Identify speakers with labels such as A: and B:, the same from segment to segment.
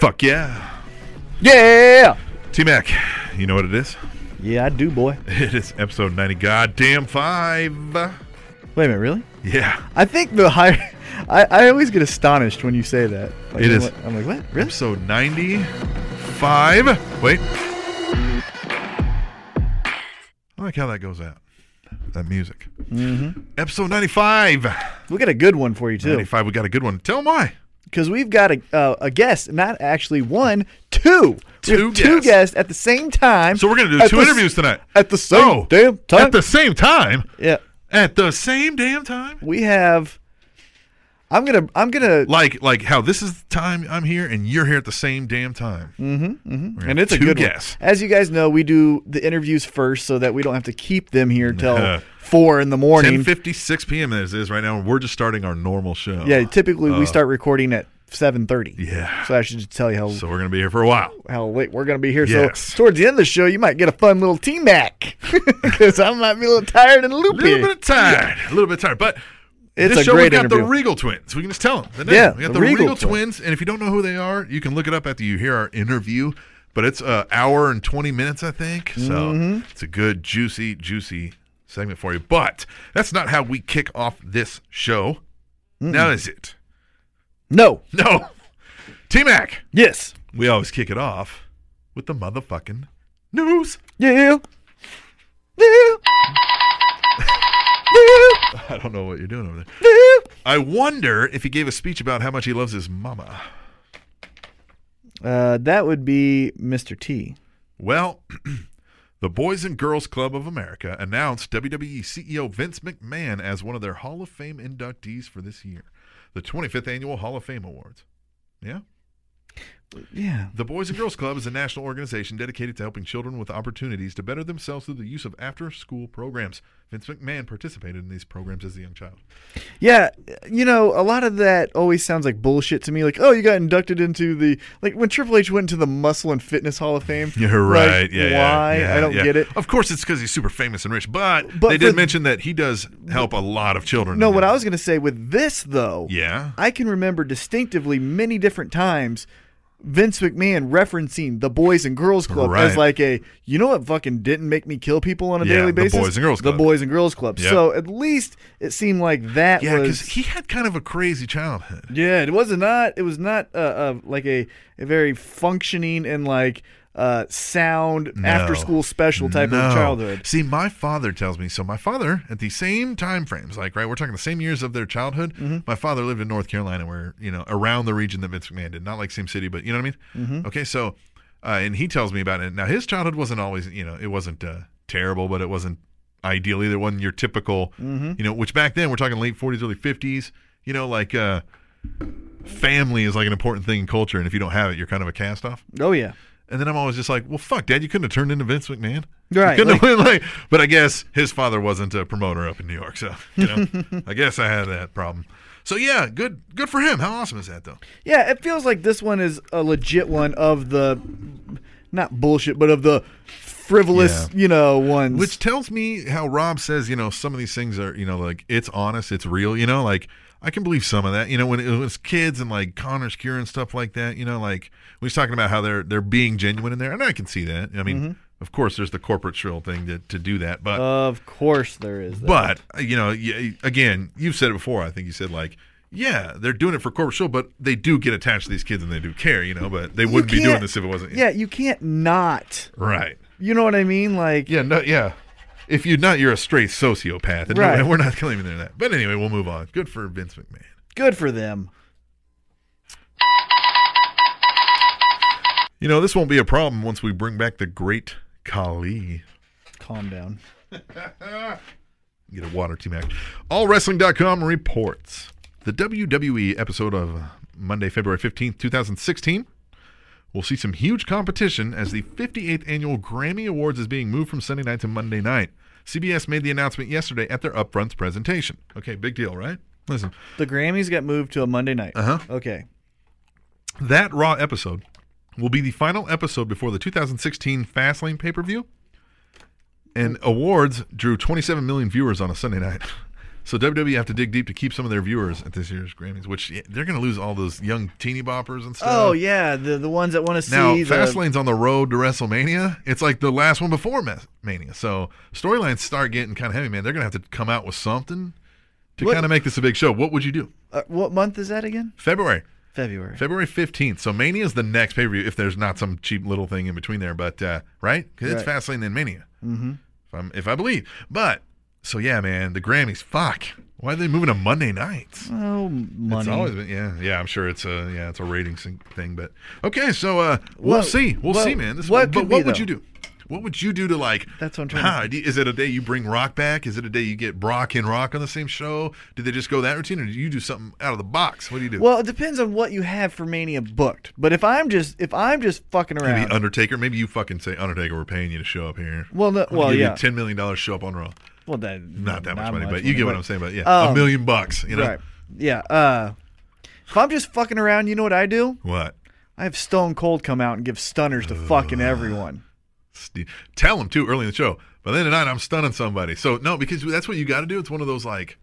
A: Fuck yeah.
B: Yeah.
A: T Mac, you know what it is?
B: Yeah, I do, boy.
A: It is episode 90, goddamn five.
B: Wait a minute, really?
A: Yeah.
B: I think the higher. I, I always get astonished when you say that. Like,
A: It
B: I'm
A: is.
B: like- I'm like, what? Really?
A: Episode 95. Wait. I like how that goes out. That music. Mm-hmm. Episode 95.
B: We got a good one for you too,
A: 95, we got a good one. Tell 'em why.
B: because we've got a uh, a guest, not actually one, two, We
A: Two
B: have two
A: guests.
B: guests at the same time.
A: So we're going to do
B: At
A: two
B: the s-
A: interviews tonight.
B: at the same
A: Oh,
B: damn time.
A: At the same time?
B: yeah,
A: At the same damn time?
B: we have. I'm gonna. I'm gonna.
A: Like like how this is the time I'm here and you're here at the same damn time. Mm-hmm. mm-hmm.
B: And it's a
A: two
B: good
A: guess.
B: one. As you guys know, we do the interviews first so that we don't have to keep them here till four in the morning.
A: 10:56 p.m. as is right now, and we're just starting our normal show.
B: Yeah, typically we start recording at seven thirty.
A: Oh. Yeah.
B: So I should just tell you how
A: So we're gonna be here for a while.
B: how late we're gonna be here.
A: Yes.
B: So towards the end of the show, you might get a fun little tea mac because I might be a little tired and
A: A
B: loopy.
A: little bit tired, a little bit tired, but
B: It's
A: this
B: a
A: show
B: great
A: we got the
B: interview.
A: Regal twins. We can just tell them. The name.
B: Yeah,
A: we got the,
B: the
A: Regal,
B: Regal
A: twins. and if you don't know who they are, you can look it up after you hear our interview. But it's an hour and twenty minutes, I think. So
B: Mm-hmm.
A: it's a good, juicy, juicy segment for you. But that's not how we kick off this show. Now is it?
B: no.
A: No, T Mac.
B: Yes.
A: We always kick it off with the motherfucking news.
B: Yeah. Yeah. Yeah.
A: I don't know what you're doing over there.
B: Yeah.
A: I wonder if he gave a speech about how much he loves his mama.
B: Uh, that would be Mr. T.
A: Well, the Boys and Girls Club of America announced E WWE CEO Vince McMahon as one of their Hall of Fame inductees for this year, the 25th annual Hall of Fame Awards. Yeah.
B: Yeah.
A: The Boys and Girls Club is a national organization dedicated to helping children with opportunities to better themselves through the use of after school programs. Vince McMahon participated in these programs as a young child.
B: Yeah, you know, a lot of that always sounds like bullshit to me. Like, oh, you got inducted into the like when Triple H went into the Muscle and Fitness Hall of Fame.
A: You're
B: Like,
A: right. yeah. yeah,
B: Why?
A: yeah,
B: I don't
A: yeah.
B: get it.
A: Of course, it's because he's super famous and rich. But,
B: But
A: they did
B: for-
A: mention that he does help a lot of children.
B: No,
A: in
B: what
A: that.
B: I was gonna say with this though,
A: Yeah.
B: I can remember distinctively many different times Vince McMahon referencing the Boys and Girls Club
A: Right.
B: as like a you know what fucking didn't make me kill people on a
A: Yeah,
B: daily
A: the
B: basis.
A: Boys and Girls
B: The
A: Club.
B: Boys and Girls Club.
A: Yeah.
B: So at least it seemed like that
A: Yeah,
B: was
A: because he had kind of a crazy childhood.
B: Yeah, it was not. It was not uh, uh, like a, a very functioning and like uh, sound
A: No.
B: after school special type
A: No.
B: of childhood.
A: See, my father tells me so. My father, at the same time frames, like right, we're talking the same years of their childhood.
B: Mm-hmm.
A: My father lived in North Carolina, where you know around the region that Vince McMahon did, not like same city, but you know what I mean.
B: Mm-hmm.
A: Okay, so uh, and he tells me about it. Now his childhood wasn't always, you know, it wasn't uh, terrible, but it wasn't ideal either. It wasn't your typical,
B: Mm-hmm.
A: you know, which back then we're talking late forties, early fifties. You know, like uh, family is like an important thing in culture, and if you don't have it, you're kind of a cast off.
B: Oh yeah,
A: And then I'm always just like, well, fuck, Dad, you couldn't have turned into Vince McMahon. You
B: Right,
A: couldn't have like, but I guess his father wasn't a promoter up in New York, so you know, I guess I had that problem. So yeah, good, good for him. How awesome is that though?
B: yeah. It feels like this one is a legit one of the not bullshit, but of the frivolous, you know, ones.
A: Which tells me how Rob says, you know, some of these things are, you know, like it's honest, it's real, you know, like I can believe some of that, you know, when it was kids and like Connor's Cure and stuff like that, you know, like when he's talking about how they're they're being genuine in there, and I can see that. I mean, of course, there's the corporate shrill thing to to do that, but.
B: of course there is. That.
A: But uh, you know, y- again, you've said it before. I think you said like, yeah, they're doing it for corporate show, but they do get attached to these kids and they do care, you know. But they
B: You
A: wouldn't be doing
B: can't-
A: this if it wasn't.
B: Yeah, you can't not.
A: Right.
B: You know what I mean? Like
A: Yeah. No. Yeah. If you're not, you're a straight sociopath, and no-
B: Right.
A: we're not claiming they're that. But anyway, we'll move on. Good for Vince McMahon.
B: good for them.
A: You know, this won't be a problem once we bring back the great Kali.
B: Calm down.
A: Get a water, T Mac. AllWrestling.com reports the WWE episode of Monday, February 15th, 2016. We'll see some huge competition as the 58th annual Grammy Awards is being moved from Sunday night to Monday night. CBS made the announcement yesterday at their upfronts presentation. Okay, big deal, right? Listen,
B: The Grammys got moved to a Monday night.
A: Uh-huh.
B: Okay.
A: that Raw episode will be the final episode before the 2016 Fastlane pay per view. And awards drew 27 million viewers on a Sunday night. So WWE have to dig deep to keep some of their viewers at this year's Grammys, which yeah, they're going to lose all those young teeny boppers and stuff.
B: Oh yeah, the the ones that want to see
A: Uh-huh. Now,
B: the,
A: Fastlane's on the road to WrestleMania. It's like the last one before Ma- Mania. So storylines start getting kind of heavy, man. They're going to have to come out with something to
B: What-
A: kind of make this a big show. What would you do?
B: Uh, what month is that again?
A: February.
B: February.
A: February 15th. So Mania is the next pay per view if there's not some cheap little thing in between there. But, uh, right? 'Cause it's
B: Right.
A: Fastlane then Mania. Mm-hmm. If, I'm, if I believe. But, so yeah, man, the Grammys, fuck. Why are they moving to Monday nights?
B: oh, money.
A: It's always been, yeah, yeah. I'm sure it's a, yeah, it's a ratings thing- thing, but okay. So uh, we'll
B: Well-
A: see, we'll
B: well,
A: see, man. This,
B: what
A: but
B: could
A: what
B: be,
A: would
B: though?
A: you do? What would you do to like?
B: That's what I'm trying to
A: huh, do- Is it a day you bring Rock back? Is it a day you get Brock and Rock on the same show? Did they just go that routine, or do you do something out of the box? What do you do?
B: Well, it depends on what you have for Mania booked. But if I'm just if I'm just fucking
A: Maybe
B: around,
A: Undertaker. Maybe you fucking say Undertaker, we're paying you to show up here.
B: well, no,
A: We'll
B: well,
A: give you
B: yeah,
A: ten million dollars show up on Raw.
B: well, that,
A: Not that much money, but you get what I'm saying. But yeah, a
B: Um,
A: million bucks. You know
B: Right? Yeah. Uh, if I'm just fucking around, you know what I do?
A: what?
B: I have Stone Cold come out and give stunners to fucking everyone.
A: Steve. Tell them too early in the show. By the end of the night, I'm stunning somebody. So no, because that's what you got to do. It's one of those like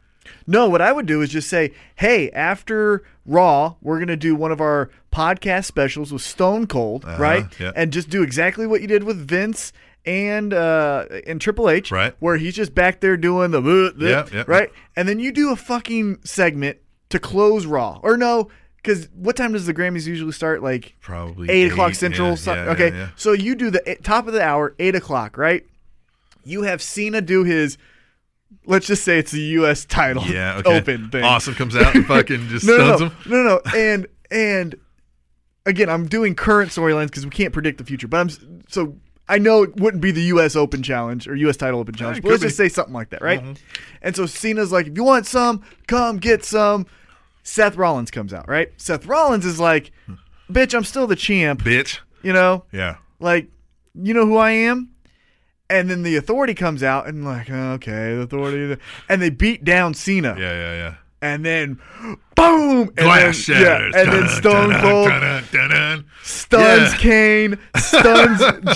B: No, what I would do is just say, "Hey, after Raw, we're gonna do one of our podcast specials with Stone Cold, right?
A: Uh-huh, yeah.
B: And just do exactly what you did with Vince." And uh, and Triple H,
A: Right.
B: where he's just back there doing the, bleh, bleh,
A: Yeah, yeah.
B: right, and then you do a fucking segment to close Raw, or no? Because what time does the Grammys usually start? Like
A: probably
B: eight, o'clock central.
A: yeah,
B: so-
A: yeah,
B: okay,
A: yeah, yeah.
B: so you do the eight- top of the hour, eight o'clock, right? You have Cena do his. Let's just say it's the U.S. title
A: Yeah, okay.
B: open thing.
A: Awesome comes out and fucking just
B: No, no,
A: stuns
B: no,
A: him.
B: no, no, no. and and again, I'm doing current storylines because we can't predict the future. But I'm s- so I know it wouldn't be the U.S. Open Challenge or U.S. title Open Challenge.
A: it
B: But let's
A: could Mm-hmm.
B: just say something like that, right? And so Cena's like, if you want some, come get some. Seth Rollins comes out, right? Seth Rollins is like,
A: Hmm.
B: bitch, I'm still the champ,
A: Bitch.
B: you know.
A: Yeah.
B: Like, you know who I am? And then the authority comes out and like, "Oh, okay, the authority, and they beat down Cena,
A: Yeah, yeah, yeah.
B: and then, boom, and then,
A: Glass
B: yeah,
A: shatters.
B: and then
A: Dun,
B: Stone
A: dun,
B: Cold
A: dun, dun, dun.
B: stuns
A: Yeah.
B: Kane, stuns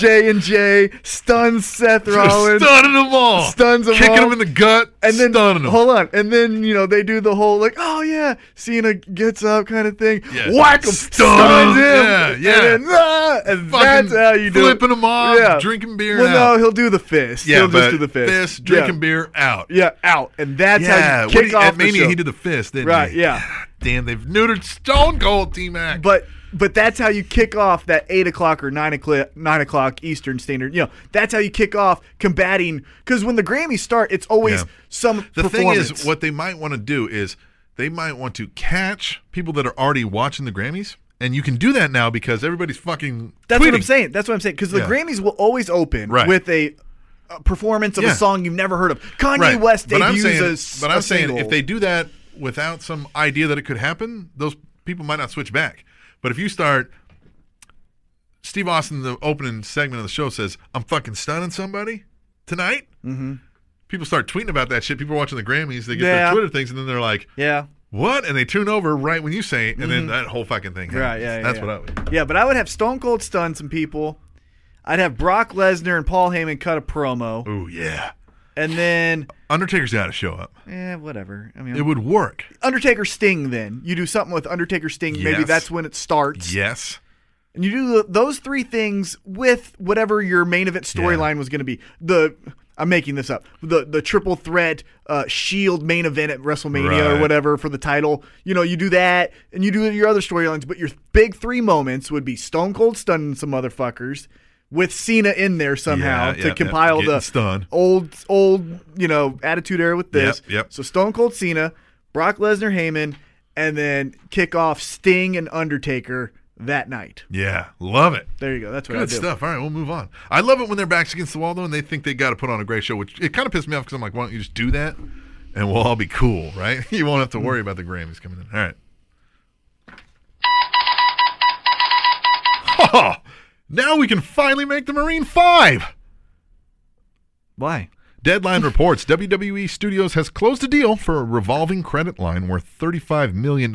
B: J and J, stuns Seth Rollins,
A: Stunning them all.
B: Stuns 'em
A: Kicking
B: all.
A: them in the gut.
B: and then
A: stunning them.
B: hold on, and then you know they do the whole like, oh yeah, Cena gets up kind of thing,
A: Yeah.
B: whack him,
A: Stun
B: stuns
A: him.
B: him,
A: Yeah, yeah.
B: and, then, ah, and
A: Fucking
B: that's how you do it.
A: flipping them off, drinking beer
B: Well,
A: out.
B: no, he'll do the fist.
A: yeah,
B: he'll
A: but
B: just do the fist.
A: drinking
B: yeah.
A: beer out.
B: Yeah, out, and that's how
A: Yeah,
B: you
A: what
B: kick
A: he,
B: off
A: at
B: the
A: Mania
B: show.
A: he did the fist, didn't
B: Right,
A: he?
B: yeah.
A: Damn, they've neutered Stone Cold T Mac.
B: But but that's how you kick off that eight o'clock or nine o'clock nine o'clock Eastern Standard. You know, that's how you kick off combating because when the Grammys start, it's always
A: Yeah.
B: some
A: the thing
B: performance.
A: is, what they might want to do is they might want to catch people that are already watching the Grammys, and you can do that now because everybody's fucking.
B: that's what I'm
A: tweeting.
B: saying. That's what I'm saying because the
A: Yeah.
B: Grammys will always open
A: Right.
B: with a. uh performance of
A: Yeah.
B: a song you've never heard of. Kanye
A: Right.
B: West
A: but I'm
B: debuts
A: saying,
B: a s-
A: but I'm
B: a
A: saying
B: single.
A: if they do that without some idea that it could happen, those people might not switch back. But if you start. Steve Austin, the opening segment of the show, says, "I'm fucking stunning somebody tonight." Mm-hmm. People start tweeting about that shit. People are watching the Grammys. They get
B: Yeah.
A: their Twitter things, and then they're like,
B: yeah,
A: "What?" And they tune over right when you say, it, and then that whole fucking thing. Happens.
B: Mm-hmm. Right, yeah, yeah,
A: That's
B: yeah.
A: what I would.
B: Yeah, but I would have Stone Cold stun some people. I'd have Brock Lesnar and Paul Heyman cut a promo,
A: Oh yeah,
B: and then
A: Undertaker's got to show up.
B: eh, whatever. I mean,
A: It would work.
B: Undertaker Sting. Then you do something with Undertaker Sting. Maybe
A: Yes.
B: that's when it starts.
A: Yes,
B: And you do th- those three things with whatever your main event storyline was going to be. The I'm making this up. The the triple threat uh, Shield main event at WrestleMania
A: Right.
B: or whatever for the title. You know, you do that and you do your other storylines, but your big three moments would be Stone Cold stunning some motherfuckers with Cena in there somehow
A: Yeah, yeah,
B: to
A: yeah.
B: compile
A: Getting
B: the
A: stunned.
B: old old you know attitude era with this.
A: Yep, yep.
B: So Stone Cold Cena, Brock Lesnar, Heyman, and then kick off Sting and Undertaker that night.
A: Yeah, love it.
B: There you go. That's what I
A: Good
B: do.
A: stuff. All right, we'll move on. I love it when their backs against the wall though, and they think they got to put on a great show, which it kind of pissed me off because I'm like, why don't you just do that, and we'll all be cool, right? you won't have to worry about the Grammys coming in. All right. Oh, now we can finally make the Marine Five.
B: Why?
A: Deadline reports WWE Studios has closed a deal for a revolving credit line worth $35 million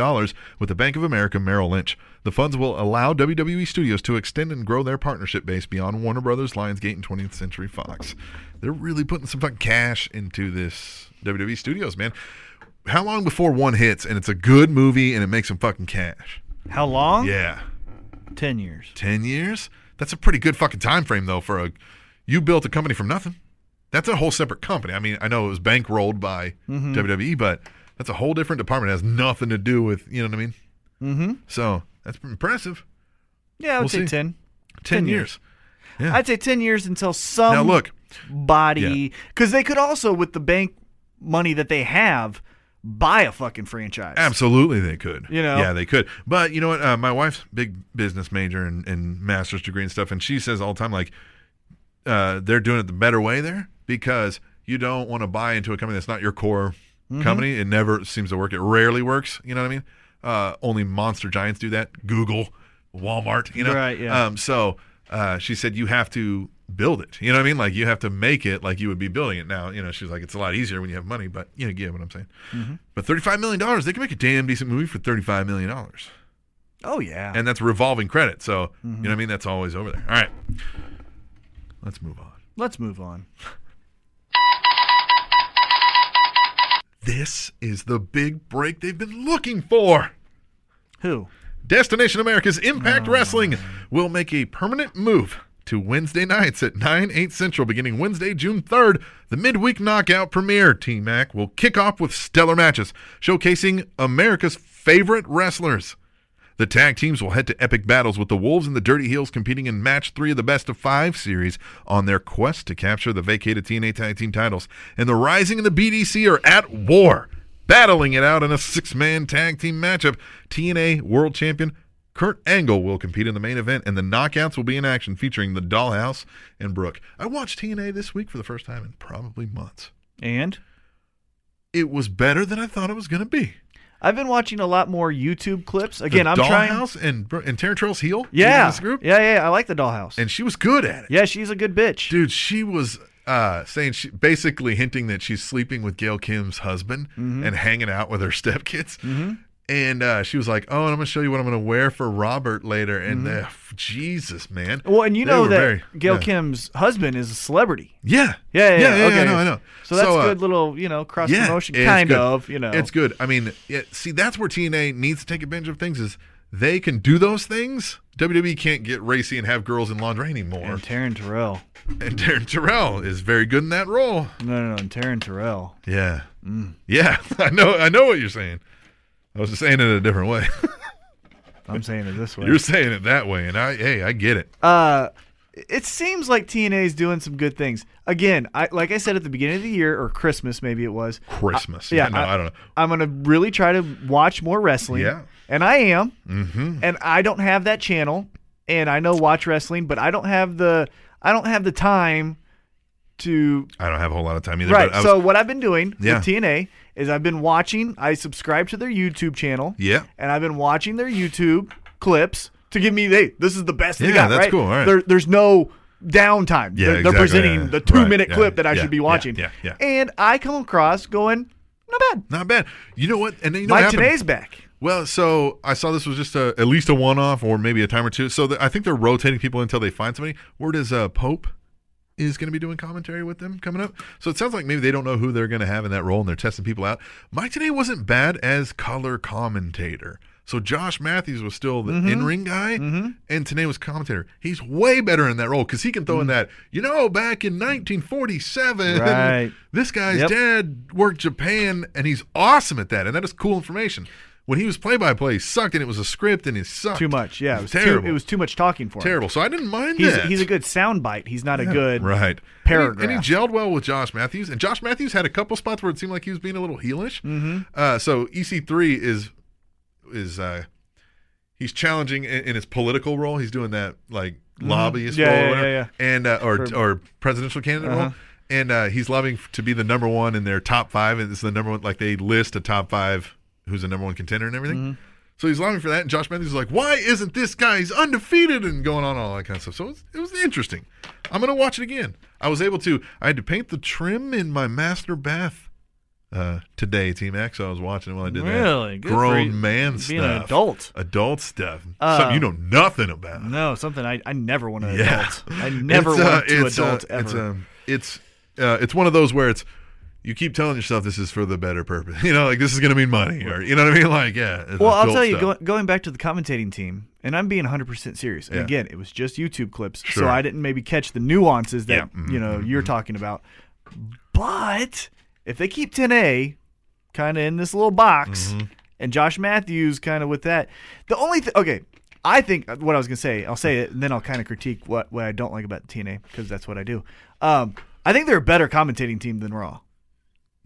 A: with the Bank of America Merrill Lynch. The funds will allow WWE Studios to extend and grow their partnership base beyond Warner Brothers, Lionsgate, and 20th Century Fox. They're really putting some fucking cash into this WWE Studios, man. How long before one hits and it's a good movie and it makes some fucking cash?
B: How long?
A: Yeah.
B: Ten years.
A: 10 years that's a pretty good fucking time frame though for a you built a company from nothing that's a whole separate company i mean i know it was bankrolled by
B: Mm-hmm.
A: wwe but that's a whole different department it has nothing to do with you know what i mean mm-hmm. so that's impressive
B: Yeah, I would
A: We'll
B: say
A: see.
B: ten.
A: 10,
B: 10
A: years.
B: years. Um, I'd say ten years until some
A: now look
B: body because they could also with the bank money that they have buy a fucking franchise.
A: absolutely they could
B: You know?
A: yeah they could but you know what uh, my wife's big business major and, and master's degree and stuff and she says all the time like uh, they're doing it the better way there because you don't want to buy into a company that's not your core
B: Mm-hmm.
A: company. It never seems to work. It rarely works. You know what I mean? Uh, only monster giants do that. Google, Walmart. You know.
B: Right, yeah.
A: Um, so uh, she said you have to build it. You know what I mean? Like you have to make it like you would be building it. Now you know she's like it's a lot easier when you have money, but you know, get what I'm saying.
B: Mm-hmm.
A: But thirty five million dollars, they can make a damn decent movie for thirty five million dollars,
B: Oh yeah.
A: and that's revolving credit. So you
B: Mm-hmm.
A: know what I mean? That's always over there. All right, let's move on.
B: Let's move on.
A: This is the big break they've been looking for.
B: Who?
A: Destination America's Impact Wrestling will make a permanent move to Wednesday nights at 9, 8 Central beginning Wednesday, June 3rd. The midweek knockout premiere, T Mac, will kick off with stellar matches showcasing America's favorite wrestlers. The tag teams will head to epic battles with the Wolves and the Dirty Heels competing in match three of the best of five series on their quest to capture the vacated TNA tag team titles. And the Rising and the BDC are at war, battling it out in a six man tag team matchup. TNA World Champion Kurt Angle will compete in the main event, and the knockouts will be in action featuring the Dollhouse and Brooke. I watched TNA this week for the first time in probably months.
B: And
A: It was better than I thought it was going to be.
B: I've been watching a lot more YouTube clips. Again,
A: the
B: I'm trying.
A: Dollhouse and Bro- and Terry Trails heel. She's in
B: Yeah.
A: this group.
B: Yeah, yeah. I like the dollhouse.
A: and she was good at it.
B: yeah, she's a good bitch.
A: Dude, she was uh, saying she basically hinting that she's sleeping with Gail Kim's husband
B: Mm-hmm.
A: and hanging out with her stepkids. And uh, she was like, "Oh, and I'm gonna show you what I'm gonna wear for Robert later." And uh, f- Jesus, man.
B: Mm-hmm. Well, and you
A: They
B: know
A: were
B: that
A: very-
B: Gail
A: yeah.
B: Kim's husband is a celebrity.
A: Yeah,
B: Yeah, yeah,
A: yeah.
B: okay.
A: I know, I know.
B: So that's
A: uh,
B: good little, you know, cross
A: yeah,
B: promotion,
A: it's
B: kind
A: good.
B: of, you know.
A: It's good. I mean, it, see, that's where TNA needs to take advantage of things is they can do those things. WWE can't get racy and have girls in lingerie anymore.
B: and Taryn Terrell.
A: And Darren Terrell is very good in that role.
B: No, no, no, and Taryn Terrell.
A: Yeah. Mm. Yeah. I know I know what you're saying. I was just saying it a different way.
B: I'm saying it this way.
A: you're saying it that way, and I hey, I get it.
B: uh, it seems like TNA is doing some good things. Again, I like I said at the beginning of the year or Christmas, maybe it was.
A: Christmas.
B: yeah,
A: no, I, don't know.
B: I'm gonna really try to watch more wrestling.
A: Yeah. Mm-hmm.
B: and I am. And I don't have that channel, and I know watch wrestling, but I don't have the I don't have the time to
A: I don't have a whole lot of time either.
B: right.
A: But I was,
B: so what I've been doing
A: Yeah.
B: with TNA is I've been watching. I subscribe to their YouTube channel.
A: Yeah.
B: and I've been watching their YouTube clips to give me hey, this is the best they
A: Yeah,
B: got.
A: that's
B: right?
A: cool, all right.
B: There, there's no downtime.
A: Yeah,
B: they're, they're
A: exactly,
B: presenting
A: yeah,
B: the
A: yeah. Right,
B: two minute
A: yeah,
B: clip that I
A: yeah,
B: should be
A: yeah,
B: watching.
A: yeah, yeah.
B: and I come across going not bad.
A: not bad. You know what? And then you know
B: Mike
A: what happened?
B: today's back.
A: Well, so I saw this was just a, at least a one off or maybe a time or two. So the, I think they're rotating people until they find somebody. Word is uh, Pope is going to be doing commentary with them coming up. So it sounds like maybe they don't know who they're going to have in that role and they're testing people out. Mike today wasn't bad as color commentator. So Josh Matthews was still the in-ring guy, and today was commentator. He's way better in that role because he can throw in that, you know, back in 1947,
B: Right.
A: this guy's
B: Yep.
A: dad worked Japan, and he's awesome at that, and that is cool information. When he was play-by-play, he sucked, and it was a script, and it sucked.
B: Too much. Yeah, it was
A: terrible.
B: Too, it was too much talking for him.
A: terrible. So I didn't mind
B: He's,
A: that.
B: he's a good soundbite. He's not a good
A: right
B: paragraph.
A: And he, and he gelled well with Josh Matthews, and Josh Matthews had a couple spots where it seemed like he was
C: Mm-hmm.
A: E being a little heelish. Uh, so EC3 is is uh, he's challenging in, in his political role. He's doing that like lobbyist
C: Mm-hmm. Yeah,
A: role, or
C: yeah,
A: whatever,
C: yeah, Uh-huh.
A: and uh, or or presidential candidate role. And uh, he's lobbying f- to be the number one in their top five, and it's the number one. Like they list a top five who's the number one contender and
C: Mm-hmm.
A: everything. So he's lobbying for that, and Josh Matthews is like, "Why isn't this guy? He's undefeated and going on all that kind of stuff." So it was, it was interesting. I'm gonna watch it again. I was able to. I had to paint the trim in my master bath uh, today, T Mac. So I was watching it while I did that.
B: Really? Good for
A: grown
B: you
A: man
B: being
A: stuff.
B: an adult.
A: Adult stuff.
B: Uh,
A: Something you know nothing about.
B: No, something I, I never want to
A: Yeah.
B: adult. I never
A: It's, uh,
B: want to
A: it's, uh,
B: adult ever.
A: It's um, it's uh, it's one of those where it's you keep telling yourself this is for the better purpose. You know, like this is gonna mean money, or you know what I mean? Like yeah. it's
B: well, I'll
A: adult
B: tell you,
A: stuff.
B: go, going back to the commentating team, and I'm being 100% serious. And
A: Yeah.
B: again, it was just YouTube clips,
A: Sure.
B: so I didn't maybe catch the nuances that,
A: Yeah. Mm-hmm.
B: you know, you're talking about. But if they keep 10A kind of in this little box
A: Mm-hmm.
B: and Josh Matthews kind of with that, the only thing, okay, I think uh, what I was going to say, I'll say it, and then I'll kind of critique what, what I don't like about TNA because that's what I do. Um, I think they're a better commentating team than Raw.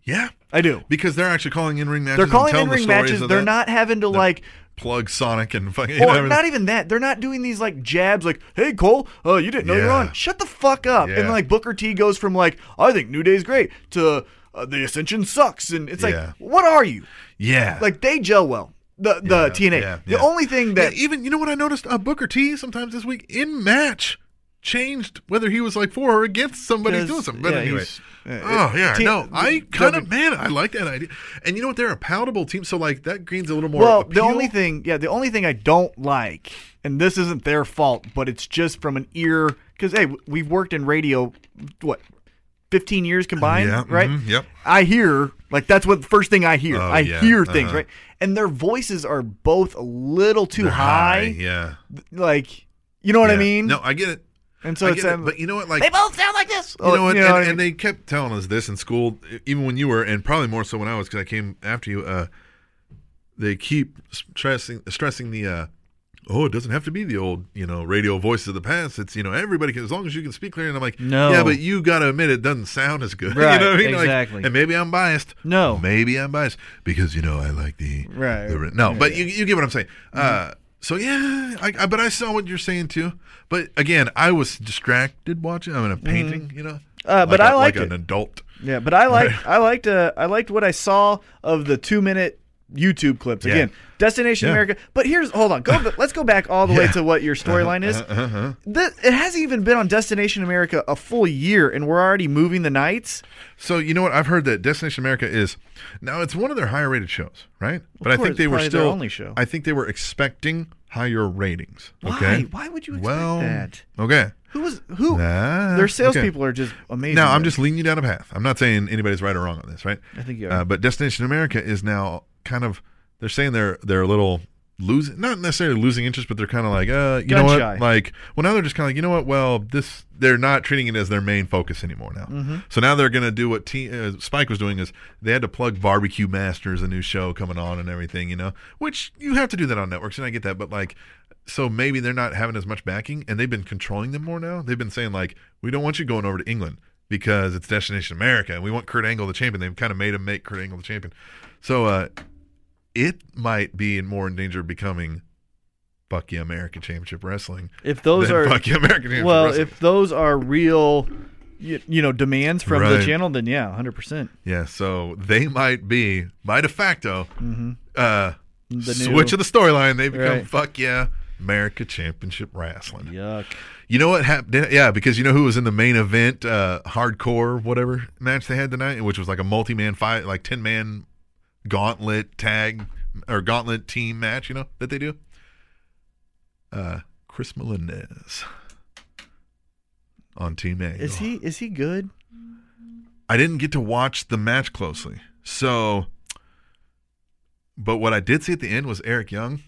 A: yeah,
B: I do.
A: because they're actually calling in ring matches.
B: They're
A: and
B: calling
A: telling
B: in
A: the
B: ring
A: stories
B: matches.
A: of
B: They're
A: that.
B: not having to like
A: plug Sonic and fucking. you know,
B: or
A: everything.
B: not e- even that. They're not doing these like jabs, like "Hey Cole, uh, you didn't know you're
A: Yeah.
B: on." Shut the fuck up.
A: Yeah.
B: And like Booker T goes from like "I think New Day's great" to uh, "The Ascension sucks," and it's
A: Yeah.
B: like, what are you?
A: yeah,
B: Like they gel well. The the
A: Yeah,
B: TNA.
A: yeah,
B: the
A: yeah.
B: only thing
A: Yeah,
B: that
A: even you know what I noticed? Uh, Booker T sometimes this week in match changed whether he was like for or against somebody
B: Because-
A: doing something. But
B: yeah,
A: anyway,
B: he's- uh,
A: oh yeah,
B: T-
A: no, I kind
B: W-
A: of man, I like that idea. And you know what? They're a palatable team, so like that gains a little more.
B: well,
A: appeal.
B: the only thing, yeah, the only thing I don't like, and this isn't their fault, but it's just from an ear because hey, we've worked in radio, what, fifteen years combined,
A: Yeah,
B: right?
A: mhm, yep.
B: I hear like that's what the first thing I hear.
A: Oh,
B: I
A: yeah,
B: hear things,
A: uh-huh.
B: right? And their voices are both a little too
A: They're
B: high,
A: yeah.
B: like you know what I
A: yeah.
B: mean.
A: No, I get it.
B: and so
A: So I
B: it's
A: get it.
B: um,
A: But you know what? Like
B: they both sound like this.
A: You know,
B: Oh,
A: what?
B: what
A: and,
B: I
A: and
B: mean?
A: they kept telling us this in school, even when you were, and probably more so when I was, because I came after you. Uh, they keep stressing stressing the, uh, oh, it doesn't have to be the old, you know, radio voices of the past. It's you know everybody can, as long as you can speak clearly. And I'm like,
B: No.
A: yeah, but you got to admit it doesn't sound as good.
B: Right,
A: you know what I mean? Like,
B: exactly.
A: and maybe I'm biased.
B: No.
A: maybe I'm biased because you know I like the
B: Right. Mm-hmm.
A: the- no, but you you get what I'm saying. Uh, so yeah, I, I but I saw what you're saying too. But again, I was distracted watching. I'm in a painting, you know.
B: Mm-hmm. Uh, but
A: a-
B: I liked
A: like
B: it.
A: an adult.
B: Yeah, but I liked I liked uh, I liked what I saw of the two minute YouTube clips
A: Yeah.
B: again. Destination
A: Yeah.
B: America. But here's hold on, go let's go back all the way
A: Yeah. Uh-huh.
B: to what your storyline is. Th- it hasn't even been on Destination America a full year, and we're already moving the nights.
A: So you know what? I've heard that Destination America is now it's one of their higher rated shows, right? but I
B: course,
A: think they were
B: probably their
A: still
B: only show.
A: I think they were expecting higher ratings.
B: Why?
A: Okay.
B: Why would you expect
A: well,
B: that?
A: okay.
B: Who was who?
A: Ah,
B: Their
A: okay.
B: salespeople are just amazing.
A: Now I'm
B: man.
A: just leading you down a path. I'm not saying anybody's right or wrong on this, right?
B: I think you are.
A: Uh, but Destination America is now kind of they're saying they're they're a little losing, not necessarily losing interest, but they're kind of like, uh, you know
B: Gun
A: what?
B: shy.
A: Like, well, now they're just kind of like, you know what? Well, this they're not treating it as their main focus anymore now.
B: Mm-hmm.
A: So now they're gonna do what T, uh, Spike was doing is they had to plug Barbecue Masters, a new show coming on, and everything, you know, which you have to do that on networks, and I get that, but like. So maybe they're not having as much backing, and they've been controlling them more now. They've been saying like, "We don't want you going over to England because it's Destination America, and we want Kurt Angle the champion." They've kind of made him make Kurt Angle the champion. So uh, it might be in more in danger of becoming fuck yeah American Championship Wrestling.
B: if those
A: than
B: are
A: fuck yeah American Championship
B: well,
A: Wrestling.
B: if those are real, you, you know, demands from
A: Right.
B: the channel, then yeah, hundred percent.
A: yeah, so they might be by de facto uh,
B: Mm-hmm. The
A: switch
B: new-
A: of the storyline. They become
B: Right.
A: fuck yeah America Championship Wrestling.
B: Yuck.
A: You know what happened? Yeah, because you know who was in the main event, uh, hardcore whatever match they had tonight, which was like a multi-man fight, like ten-man gauntlet tag or gauntlet team match. You know that they do. Uh, Chris Melendez on Team A.
B: Is he is he good?
A: I didn't get to watch the match closely, so. But what I did see at the end was Eric Young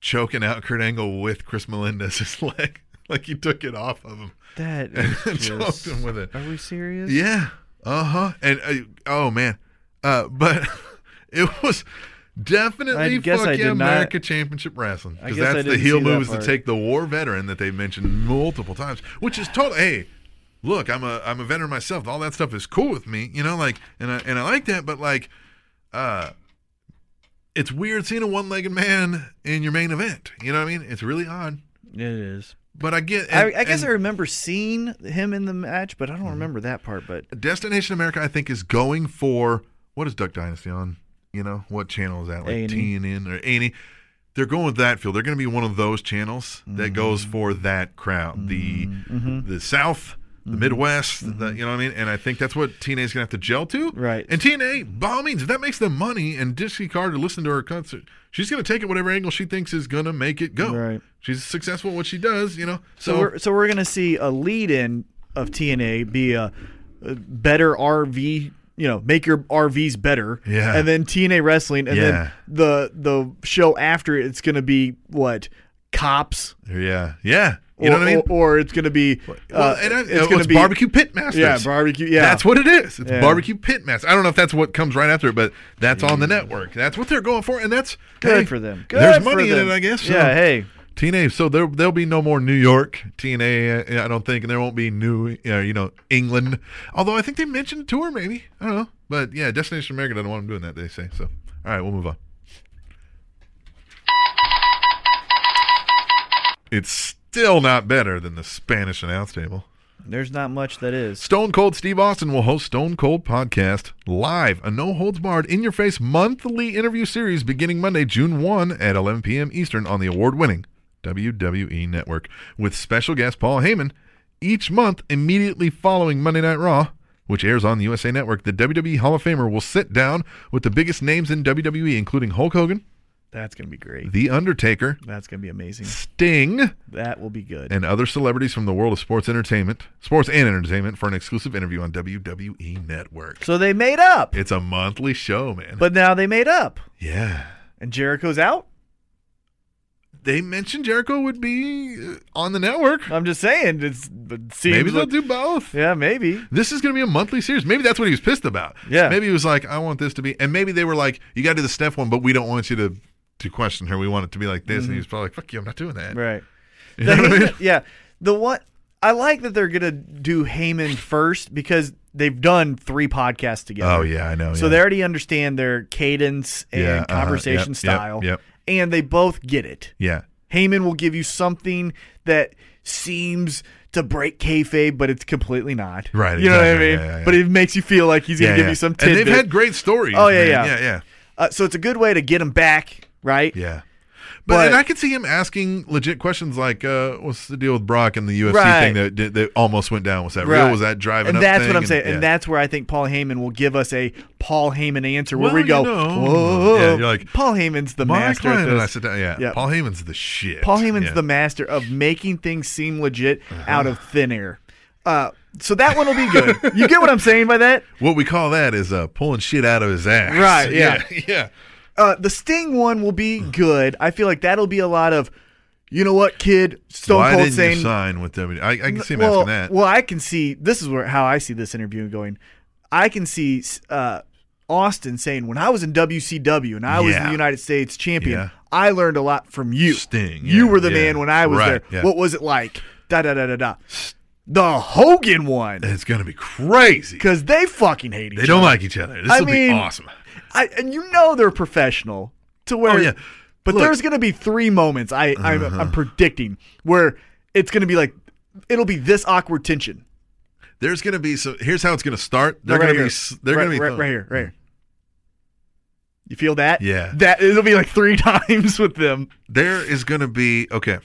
A: choking out Kurt Angle with Chris Melendez's leg, like he took it off of him.
B: That
A: And
B: is
A: choked
B: just-
A: him with it.
B: Are we serious?
A: Yeah. Uh huh. And uh, oh man, uh, but it was definitely
B: I guess
A: fuck
B: I
A: yeah
B: did not-
A: America Championship Wrestling
B: I
A: because
B: guess I
A: that's the
B: didn't
A: heel
B: see that
A: move is to
B: part.
A: take the war veteran that they've mentioned multiple times, which is total. Hey, look, I'm a I'm a veteran myself. All that stuff is cool with me, you know. Like, and I and I like that, but like, uh, it's weird seeing a one-legged man in your main event. You know what I mean? It's really odd.
B: It is.
A: But I get.
B: I,
A: and-
B: I guess
A: and- Mm-hmm.
B: I remember seeing him in the match, but I don't remember that part. But
A: Destination America, I think, is going for what is Duck Dynasty on? You know what channel is that? Like
B: A&E.
A: TNN or A&E. They're going with that field. They're going to be one of those channels
B: Mm-hmm.
A: that goes for that crowd, the the South, the
B: Mm-hmm.
A: Midwest. The, you know what I mean? And I think that's what TNA is going to have to gel to.
B: Right.
A: And TNA, by all means, if that makes them money and Dixie Carter listen to her concert, she's going to take it whatever angle she thinks is going to make it go.
B: Right.
A: She's successful at what she does. You know.
B: so, we're so we're gonna see a lead in of TNA be a, a better RV. You know, make your RVs better.
A: Yeah.
B: And then TNA wrestling, and
A: Yeah.
B: then the the show after it's gonna be what cops.
A: yeah, yeah. You
B: or,
A: know what I mean?
B: or, or it's gonna be uh,
A: Well, and I, oh,
B: it's
A: it's,
B: gonna be
A: barbecue pit masters.
B: Yeah, barbecue. Yeah,
A: That's what it is. It's
B: Yeah.
A: barbecue pit masters. I don't know if that's what comes right after it, but that's on the network. That's what they're going for, and that's
B: good
A: hey,
B: for them.
A: there's
B: Good for
A: money in
B: them.
A: it, I guess. so.
B: Yeah. Hey.
A: TNA. So there, there'll be no more New York TNA. uh, I don't think, and there won't be New, uh, you know, England. Although I think they mentioned a tour, maybe. I don't know, but yeah, Destination America doesn't want them doing that. They say so. All right, we'll move on. It's still not better than the Spanish announce table.
B: There's not much that is.
A: Stone Cold Steve Austin will host Stone Cold Podcast live, a no holds barred, in your face monthly interview series beginning Monday, June 1 at 11 p.m. Eastern on the award winning WWE E Network with special guest Paul Heyman each month immediately following Monday Night Raw. Which airs on the USA Network, the WWE Hall of Famer will sit down with the biggest names in WWE, including Hulk Hogan,
B: That's gonna be great.
A: The Undertaker,
B: That's gonna be amazing.
A: Sting,
B: That will be good.
A: and other celebrities from the world of sports entertainment, sports and entertainment, for an exclusive interview on WWE Network.
B: So they made up,
A: It's a monthly show, man.
B: but now they made up,
A: yeah.
B: and Jericho's out.
A: They mentioned Jericho would be uh, on the network.
B: I'm just saying, it's it seems
A: Maybe they'll
B: like-
A: do both.
B: Yeah, maybe.
A: This is going to be a monthly series. Maybe that's what he was pissed about.
B: Yeah.
A: Maybe he was like, I want this to be. And maybe they were like, you got to do the Steph one, but we don't want you to, to question her. We want it to be like this. And he was probably like, fuck you, I'm not doing that.
B: Mm-hmm. Right.
A: You know
B: The
A: what I mean?
B: Heyman- yeah. The one I like that they're gonna do Heyman first because they've done three podcasts together.
A: Oh, yeah, I know.
B: So
A: yeah.
B: they already understand their cadence and
A: Yeah, uh-huh,
B: conversation
A: yep, yep,
B: style,
A: yep.
B: and they both get it.
A: Yeah.
B: Heyman will give you something that seems to break kayfabe, but it's completely not.
A: Right,
B: You know what I
A: exactly.
B: mean?
A: Yeah, yeah, yeah.
B: But it makes you feel like he's going
A: yeah,
B: to give
A: yeah.
B: you some
A: And
B: tidbit.
A: they've had great stories.
B: Oh, yeah,
A: man.
B: yeah.
A: Yeah, yeah.
B: uh, so it's a good way to get him back, right?
A: Yeah. But,
B: But-
A: and I could see him asking legit questions like, uh, "What's the deal with Brock and the UFC
B: Right.
A: thing that, that that almost went down? Was that real?
B: Right.
A: Was that driving?"
B: And
A: up
B: that's
A: thing?
B: what I'm saying. And,
A: yeah.
B: that's where I think Paul Heyman will give us a Paul Heyman answer where
A: Well,
B: we
A: you
B: go,
A: know.
B: whoa.
A: Yeah, you're like,
B: Paul Heyman's the
A: my
B: master at
A: client and I
B: this.
A: sit down. Yeah,
B: Yeah.
A: Paul Heyman's the shit.
B: Paul Heyman's
A: Yeah. Uh-huh.
B: the master of making things seem legit out of thin air. Uh, so that one will be good. you get what I'm saying by that?
A: what we call that is uh, pulling shit out of his ass.
B: Right, yeah.
A: yeah, yeah.
B: uh, the Sting one will be
A: Hmm.
B: good. I feel like that'll be a lot of, you know what, kid, Stone
A: Why
B: Cold
A: didn't
B: saying.
A: you sign with WWE? I, I can see him
B: well,
A: asking that.
B: well, I can see this is where how I see this interview going. I can see uh, Austin saying, "When I was in WCW and I was
A: Yeah.
B: the United States champion,
A: Yeah.
B: I learned a lot from you.
A: Sting,
B: you
A: yeah,
B: were the
A: yeah,
B: man when I was
A: right,
B: there.
A: yeah.
B: What was it like? Da da da da da. The Hogan one
A: it's gonna be crazy.
B: because they fucking hate each
A: They don't
B: other.
A: like each other. This
B: I
A: will be
B: mean,
A: awesome.
B: I, and you know they're professional to where.
A: Oh, yeah.
B: But
A: Look. Uh-huh.
B: there's going to be three moments I I'm, I'm predicting where it's going to be like it'll be this awkward tension.
A: There's gonna be so. Here's how it's gonna start. They're
B: Right
A: gonna
B: here.
A: be. s- They're
B: right,
A: gonna be
B: right, right here, right here. You feel that?
A: Yeah.
B: That it'll be like three times with them.
A: there is going to be okay.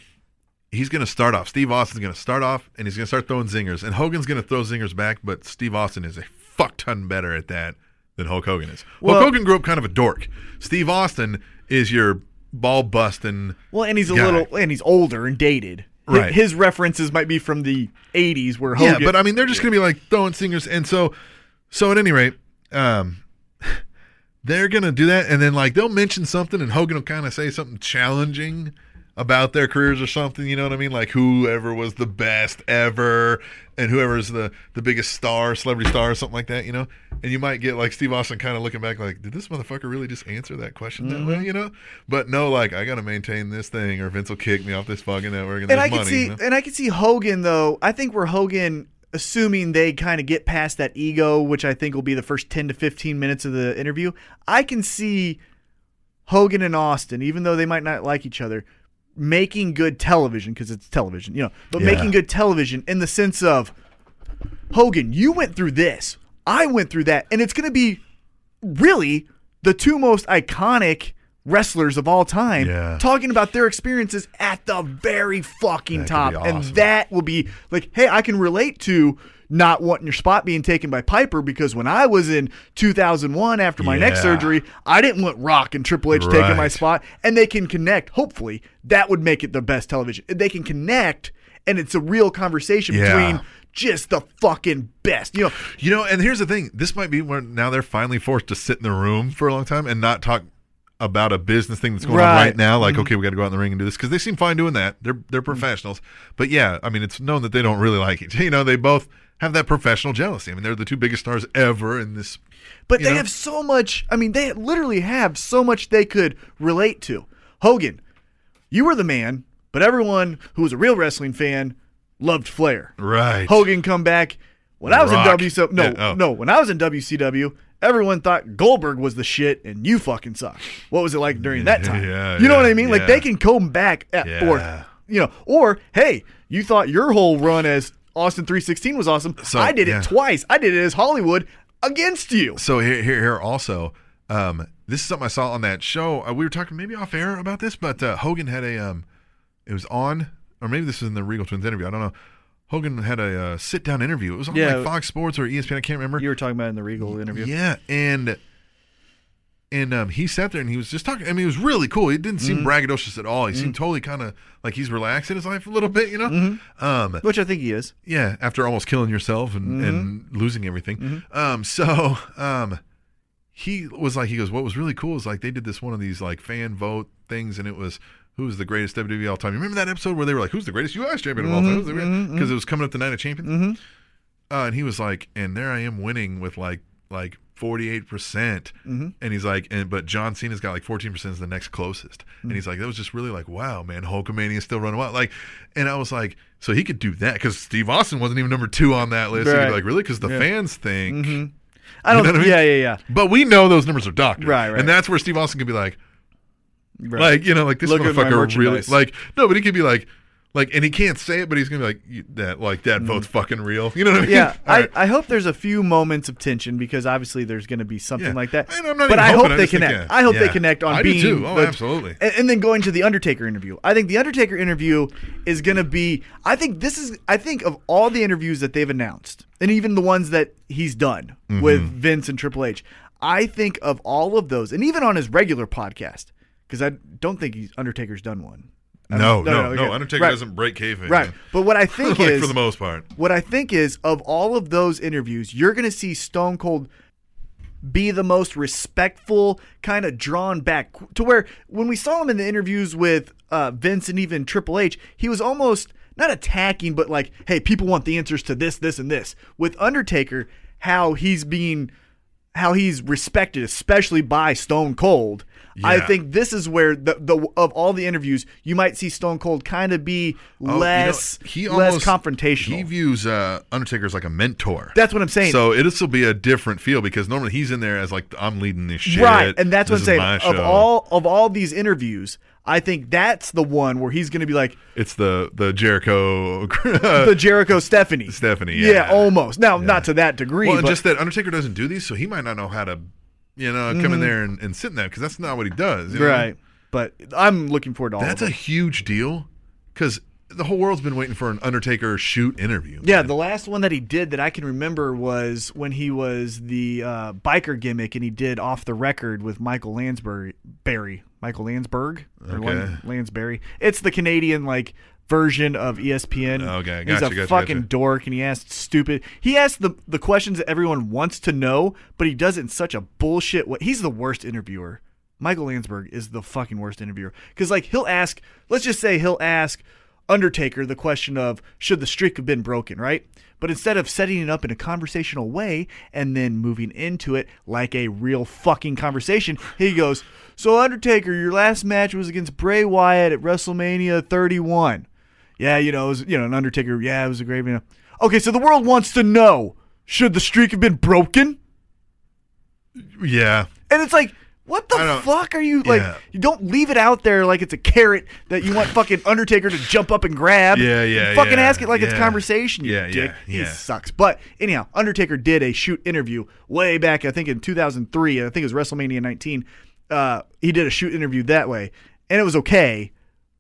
A: He's going to start off. Steve Austin's going to start off, and he's going to start throwing zingers. And Hogan's going to throw zingers back, but Steve Austin is a fuck ton better at that than Hulk Hogan is.
B: Well-
A: Hulk Hogan grew up kind of a dork. Steve Austin is your ball busting.
B: Well, and he's a
A: Guy.
B: little and he's older and dated. Hi-
A: Right.
B: His references might be from the 80s where Hogan
A: Yeah, but I mean, they're just going to be like throwing singers, and so, so at any rate, um, they're going to do that, and then like they'll mention something, and Hogan will kind of say something challenging about their careers or something. You know what I mean? Like whoever was the best ever, and whoever's the the biggest star, celebrity star, or something like that. You know, and you might get like Steve Austin kind of looking back, like, did this motherfucker really just answer that question that
B: Mm-hmm.
A: way? You know? But no, like I got to maintain this thing, or Vince will kick me off this fucking network, and,
B: and
A: there's
B: I can
A: money,
B: see
A: you know?
B: and I can see Hogan though. I think where Hogan, assuming they kind of get past that ego, which I think will be the first ten to fifteen minutes of the interview, I can see Hogan and Austin, even though they might not like each other, making good television because it's television, you know, but
A: Yeah.
B: making good television in the sense of Hogan, you went through this, I went through that, and it's going to be really the two most iconic wrestlers of all time
A: Yeah.
B: talking about their experiences at the very fucking
A: That could
B: top
A: be
B: and
A: awesome.
B: that will be like hey i can relate to not wanting your spot being taken by piper because when i was in 2001 after my neck
A: Yeah.
B: surgery i didn't want rock and triple h taking my
A: Right.
B: spot and they can connect hopefully that would make it the best television they can connect and it's a real conversation
A: Yeah.
B: between just the fucking best you know
A: You know, and here's the thing: this might be where now they're finally forced to sit in the room for a long time and not talk about a business thing that's going on
B: Right.
A: right Mm-hmm. now. Like, okay, we got to go out in the ring and do this because they seem fine doing that. They're they're professionals, but yeah, I mean, it's known that they don't really like each. You know, they both have that professional jealousy. I mean, they're the two biggest stars ever in this.
B: But
A: You
B: they
A: know?
B: have so much. I mean, they literally have so much they could relate to. Hogan, you were the man, but everyone who was a real wrestling fan loved Flair.
A: Right.
B: Hogan come back. When I was
A: Rock.
B: in WCW, no,
A: Yeah, oh.
B: no, when I was in WCW, everyone thought Goldberg was the shit and you fucking suck. What was it like during that time?
A: Yeah,
B: you know what
A: yeah,
B: I mean? Like
A: yeah.
B: they can come back at
A: Yeah.
B: or you know, or hey, you thought your whole run as Austin 316 was awesome.
A: So,
B: I did
A: yeah.
B: it twice. I did it as Hollywood against you.
A: So here, here, here also, um, this is something I saw on that show. Uh, we were talking maybe off air about this, but uh, Hogan had a, um, it was on, or maybe this was in the Regal Twins interview. I don't know. Hogan had a uh, sit down interview. It was on
B: Yeah.
A: like Fox Sports or E ESPN. I can't remember.
B: You were talking about in the Regal interview.
A: Yeah, and and um, he sat there and he was just talking. I mean, it was really cool. He didn't
B: Mm-hmm.
A: seem braggadocious at all. He seemed totally kind of like he's relaxed in his life a little bit, you know.
B: Mm-hmm.
A: Um,
B: Which I think he is.
A: yeah, after almost killing yourself and,
B: Mm-hmm.
A: and losing everything. Um, so um, he was like, he goes, what was really cool is like they did this one of these like fan vote things, and it was who was the greatest WWE all time. You remember that episode where they were like, who's the greatest U.S. champion of all time? Because it was coming up the night of champion. Uh, and he was like, and there I am winning with like like. 48%. percent And he's like, and but John Cena's got like 14% is the next closest. And he's like, that was just really like, wow, man, Hulkamania is still running wild. Like, and I was like, so he could do that because Steve Austin wasn't even number two on that list. And you'd be
B: Right.
A: like, really? Because the fans think.
B: I don't.
A: know what I mean?
B: Yeah, yeah,
A: But we know those numbers are doctored.
B: Right, right.
A: And that's where Steve Austin could be like,
B: yeah. Right.
A: like, you know, like this
B: Look at my
A: motherfucker really
B: merchandise.
A: like no, but he could be like like and he can't say it, but he's gonna be like "You- that like that vote's fucking real. You know what I mean?
B: Mm-hmm. yeah,
A: All
B: I,
A: right.
B: I hope there's a few moments of tension because obviously there's going to be something
A: Yeah.
B: like that.
A: And I'm not
B: but
A: even
B: I
A: hoping,
B: hope
A: I
B: they
A: just think,
B: connect.
A: yeah.
B: I hope they
A: Yeah.
B: connect on
A: I do
B: being.
A: too. Oh,
B: the-
A: absolutely.
B: And, and then going to the Undertaker interview. I think the Undertaker interview is going to be. I think this is. I think of all the interviews that they've announced, and even the ones that he's done
A: Mm-hmm.
B: with Vince and Triple H. I think of all of those, and even on his regular podcast, because I don't think he's, Undertaker's done one. I
A: no,
B: don't-
A: no, no,
B: okay.
A: Undertaker
B: Right.
A: doesn't break cave
B: Right. But what I think
A: like
B: is
A: for the most part.
B: what I think is of all of those interviews, you're going to see Stone Cold be the most respectful, kind of drawn back to where when we saw him in the interviews with uh, Vince and even Triple H, he was almost not attacking, but like, hey, people want the answers to this, this, and this. With Undertaker, how he's being, how he's respected, especially by Stone Cold. I
A: Yeah.
B: think this is where the, the of all the interviews you might see Stone Cold kind of be
A: Oh, you know,
B: less less confrontational.
A: He views uh, Undertaker as like a mentor.
B: That's what I'm saying.
A: So it- this will be a different feel because normally he's in there as like I'm leading this shit.
B: right, and that's what I'm
A: This is my
B: saying. Of
A: show.
B: all of all these interviews, I think that's the one where he's going to be like
A: it's the the Jericho
B: the Jericho Stephanie.
A: Stephanie, yeah.
B: almost. Now, not to that degree,
A: Well, and
B: but
A: just that Undertaker doesn't do these, so he might not know how to, you know, come in there and, and sit in that because that's not what he does. you know?
B: Mm-hmm. right. But I'm looking forward to all.
A: That's
B: of
A: a
B: them.
A: huge deal because the whole world's been waiting for an Undertaker shoot interview.
B: yeah. The last one that he did that I can remember was when he was the uh, biker gimmick, and he did off the record with Michael Lansbury, Barry, Michael Landsberg, or
A: Okay.
B: Lan- Lansbury. It's the Canadian like version of E ESPN.
A: Okay,
B: And
A: gotcha,
B: he's a
A: gotcha,
B: fucking
A: gotcha.
B: dork, and he asked stupid. He asked the the questions that everyone wants to know, but he does it in such a bullshit way. He's the worst interviewer. Michael Landsberg is the fucking worst interviewer because like he'll ask. Let's just say he'll ask Undertaker the question of should the streak have been broken, right? But instead of setting it up in a conversational way and then moving into it like a real fucking conversation, he goes, "So Undertaker, your last match was against Bray Wyatt at WrestleMania 31." Yeah, you know, it was, you know, an Undertaker. Yeah, it was a grave. You know. Okay, so the world wants to know: should the streak have been broken?
A: Yeah.
B: And it's like, What the
A: I don't-
B: fuck are you like?
A: Yeah.
B: You don't leave it out there like it's a carrot that you want fucking Undertaker to jump up and grab.
A: Yeah, yeah,
B: You fucking
A: yeah,
B: ask it like it's
A: yeah.
B: conversation. You
A: Yeah, yeah,
B: dick. He
A: yeah.
B: sucks. But anyhow, Undertaker did a shoot interview way back. I think in 2003. and I think it was WrestleMania 19. Uh, he did a shoot interview that way, and it was okay.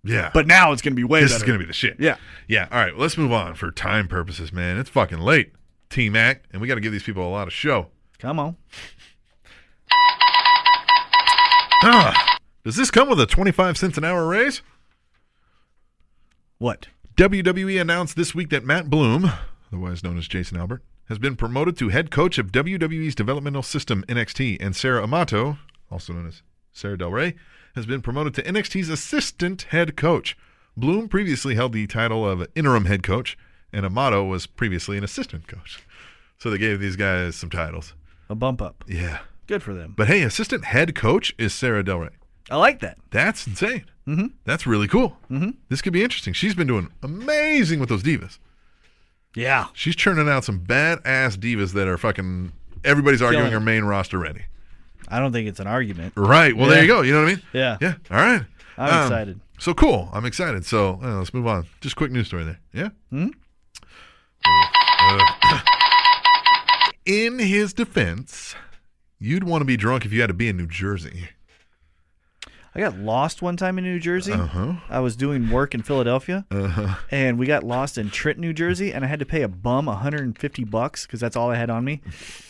A: Yeah.
B: But now it's gonna be way
A: this is
B: better.
A: going to be the shit.
B: Yeah.
A: Yeah. All right. Let's move on for time purposes, man. It's fucking late, T Mac, and we got to give these people a lot of show.
B: Come on.
A: Ah, does this come with a 25 cents an hour raise?
B: What?
A: WWE E announced this week that Matt Bloom, otherwise known as Jason Albert, has been promoted to head coach of WWE's developmental system NXT, and Sarah Amato, also known as Sarah Del Rey, has been promoted to NXT's assistant head coach. Bloom previously held the title of interim head coach, and Amato was previously an assistant coach. So they gave these guys some titles.
B: A bump up.
A: Yeah.
B: Good for them.
A: But hey, assistant head coach is Sarah Del Rey.
B: I like that.
A: That's insane. Mm-hmm. That's really cool. Mm-hmm. This could be interesting. She's been doing amazing with those divas.
B: Yeah.
A: She's churning out some badass divas that are fucking. Everybody's arguing
B: Killing
A: her main roster ready.
B: I don't think it's an argument.
A: Right. Well, there
B: Yeah.
A: you go. You know what I mean?
B: Yeah.
A: Yeah. All right.
B: I'm
A: Um,
B: excited.
A: So cool. I'm excited. So uh, let's move on. Just quick news story there. Yeah. Hmm. Uh, in his defense, you'd want to be drunk if you had to be in New Jersey.
B: I got lost one time in New Jersey.
A: Uh-huh.
B: I was doing work in Philadelphia, and we got lost in Trenton, New Jersey, and I had to pay a bum 150 bucks because that's all I had on me.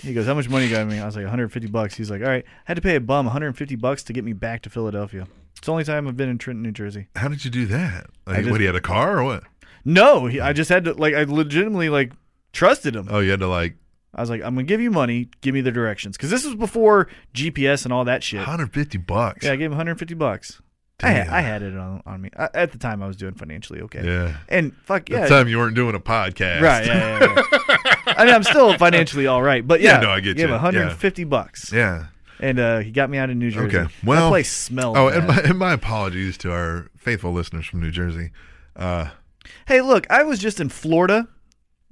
B: He goes, "How much money you got on me?" I was like, "150 bucks." He's like, "All right." I had to pay a bum 150 bucks to get me back to Philadelphia. It's the only time I've been in Trenton, New Jersey.
A: How did you do that? Like,
B: just-
A: what? He had a car or what?
B: No, he, I just had to like I legitimately like trusted him.
A: Oh, you had to like
B: I was like, "I'm gonna give you money. Give me the directions," because this was before GPS and all that shit.
A: 150 bucks.
B: Yeah, I gave him 150 bucks. I had,
A: Damn.
B: I had it on, on me I, at the time. I was doing financially okay.
A: Yeah.
B: And
A: At
B: fuck yeah,
A: the time you weren't doing a podcast.
B: Right. Yeah, yeah, yeah. I mean, I'm still financially all right, but yeah,
A: Yeah, no, I get
B: gave
A: you.
B: 150 bucks,
A: Yeah.
B: and uh, he got me out of New Jersey.
A: Okay. Well,
B: that place smelled.
A: Oh, and
B: bad.
A: my, and my apologies to our faithful listeners from New Jersey. Uh,
B: hey, look, I was just in Florida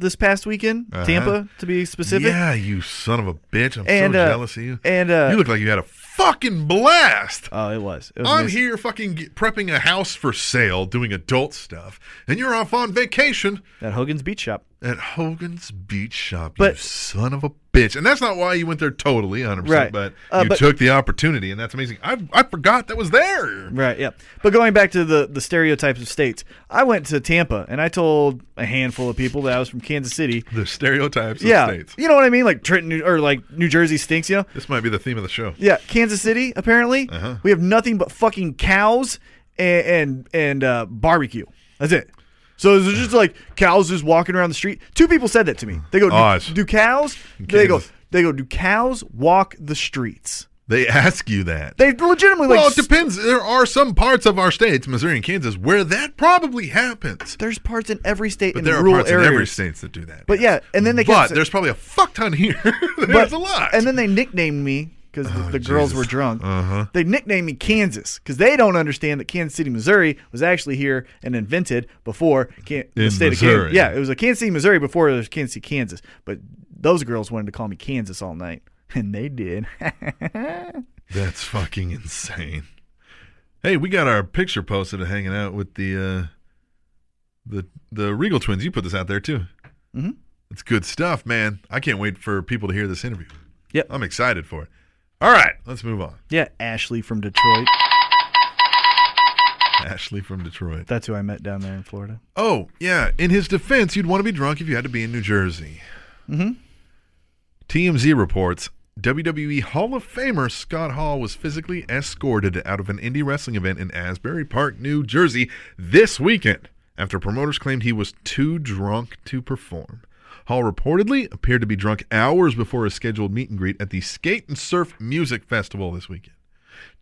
B: this past weekend,
A: Uh-huh.
B: Tampa to be specific.
A: yeah, you son of a bitch. I'm
B: And,
A: so
B: uh,
A: jealous of you.
B: and, uh,
A: you look like you had a fucking blast.
B: Oh, it was. It was
A: I'm
B: amazing.
A: here fucking ge- prepping a house for sale, doing adult stuff, and you're off on vacation
B: at Hogan's Beach Shop.
A: at Hogan's Beach Shop. you
B: But-
A: son of a bitch. And that's not why you went there totally, 100%,
B: Right.
A: but
B: Uh,
A: you
B: but-
A: took the opportunity, and that's amazing. I, I forgot that was there.
B: Right, yeah. But going back to the, the stereotypes of states, I went to Tampa and I told a handful of people that I was from Kansas City.
A: The stereotypes of
B: yeah,
A: states.
B: you know what I mean, like Trenton New- or like New Jersey stinks. You know,
A: This might be the theme of the show.
B: Yeah, Kansas City. Apparently,
A: Uh-huh.
B: we have nothing but fucking cows and and, and uh, barbecue. That's it. So it's just like cows just walking around the street. Two people said that to me. They go,
A: Oz.
B: do, do cows? They go,
A: Kansas.
B: they go, do cows walk the streets?
A: They ask you that.
B: They legitimately like.
A: well, it
B: s-
A: depends. There are some parts of our states, Missouri and Kansas, where that probably happens.
B: there's parts in every state
A: But
B: in
A: there are
B: rural
A: parts
B: areas.
A: in every states that do that.
B: But
A: yes.
B: yeah, and then they kept
A: but
B: sa-
A: there's probably a fuck ton here. there's
B: But-
A: a lot.
B: And then they nicknamed me because the, the girls
A: Oh, Jesus. Uh-huh.
B: were drunk. They nicknamed me Kansas because they don't understand that Kansas City, Missouri was actually here and invented before can- the
A: In
B: state of
A: Missouri.
B: Kansas. Yeah, it was a Kansas City, Missouri before it was Kansas City, Kansas. But those girls wanted to call me Kansas all night, and they did.
A: That's fucking insane. Hey, we got our picture posted of hanging out with the uh, the the Regal twins. You put this out there too. Mm-hmm. It's good stuff, man. I can't wait for people to hear this interview.
B: Yep.
A: I'm excited for it. All right, let's move on.
B: yeah, Ashley from Detroit.
A: Ashley from Detroit.
B: That's who I met down there in Florida.
A: Oh, yeah. In his defense, you'd want to be drunk if you had to be in New Jersey. Mm-hmm. TMZ reports WWE Hall of Famer Scott Hall was physically escorted out of an indie wrestling event in Asbury Park, New Jersey this weekend after promoters claimed he was too drunk to perform. Hall reportedly appeared to be drunk hours before his scheduled meet and greet at the Skate and Surf Music Festival this weekend.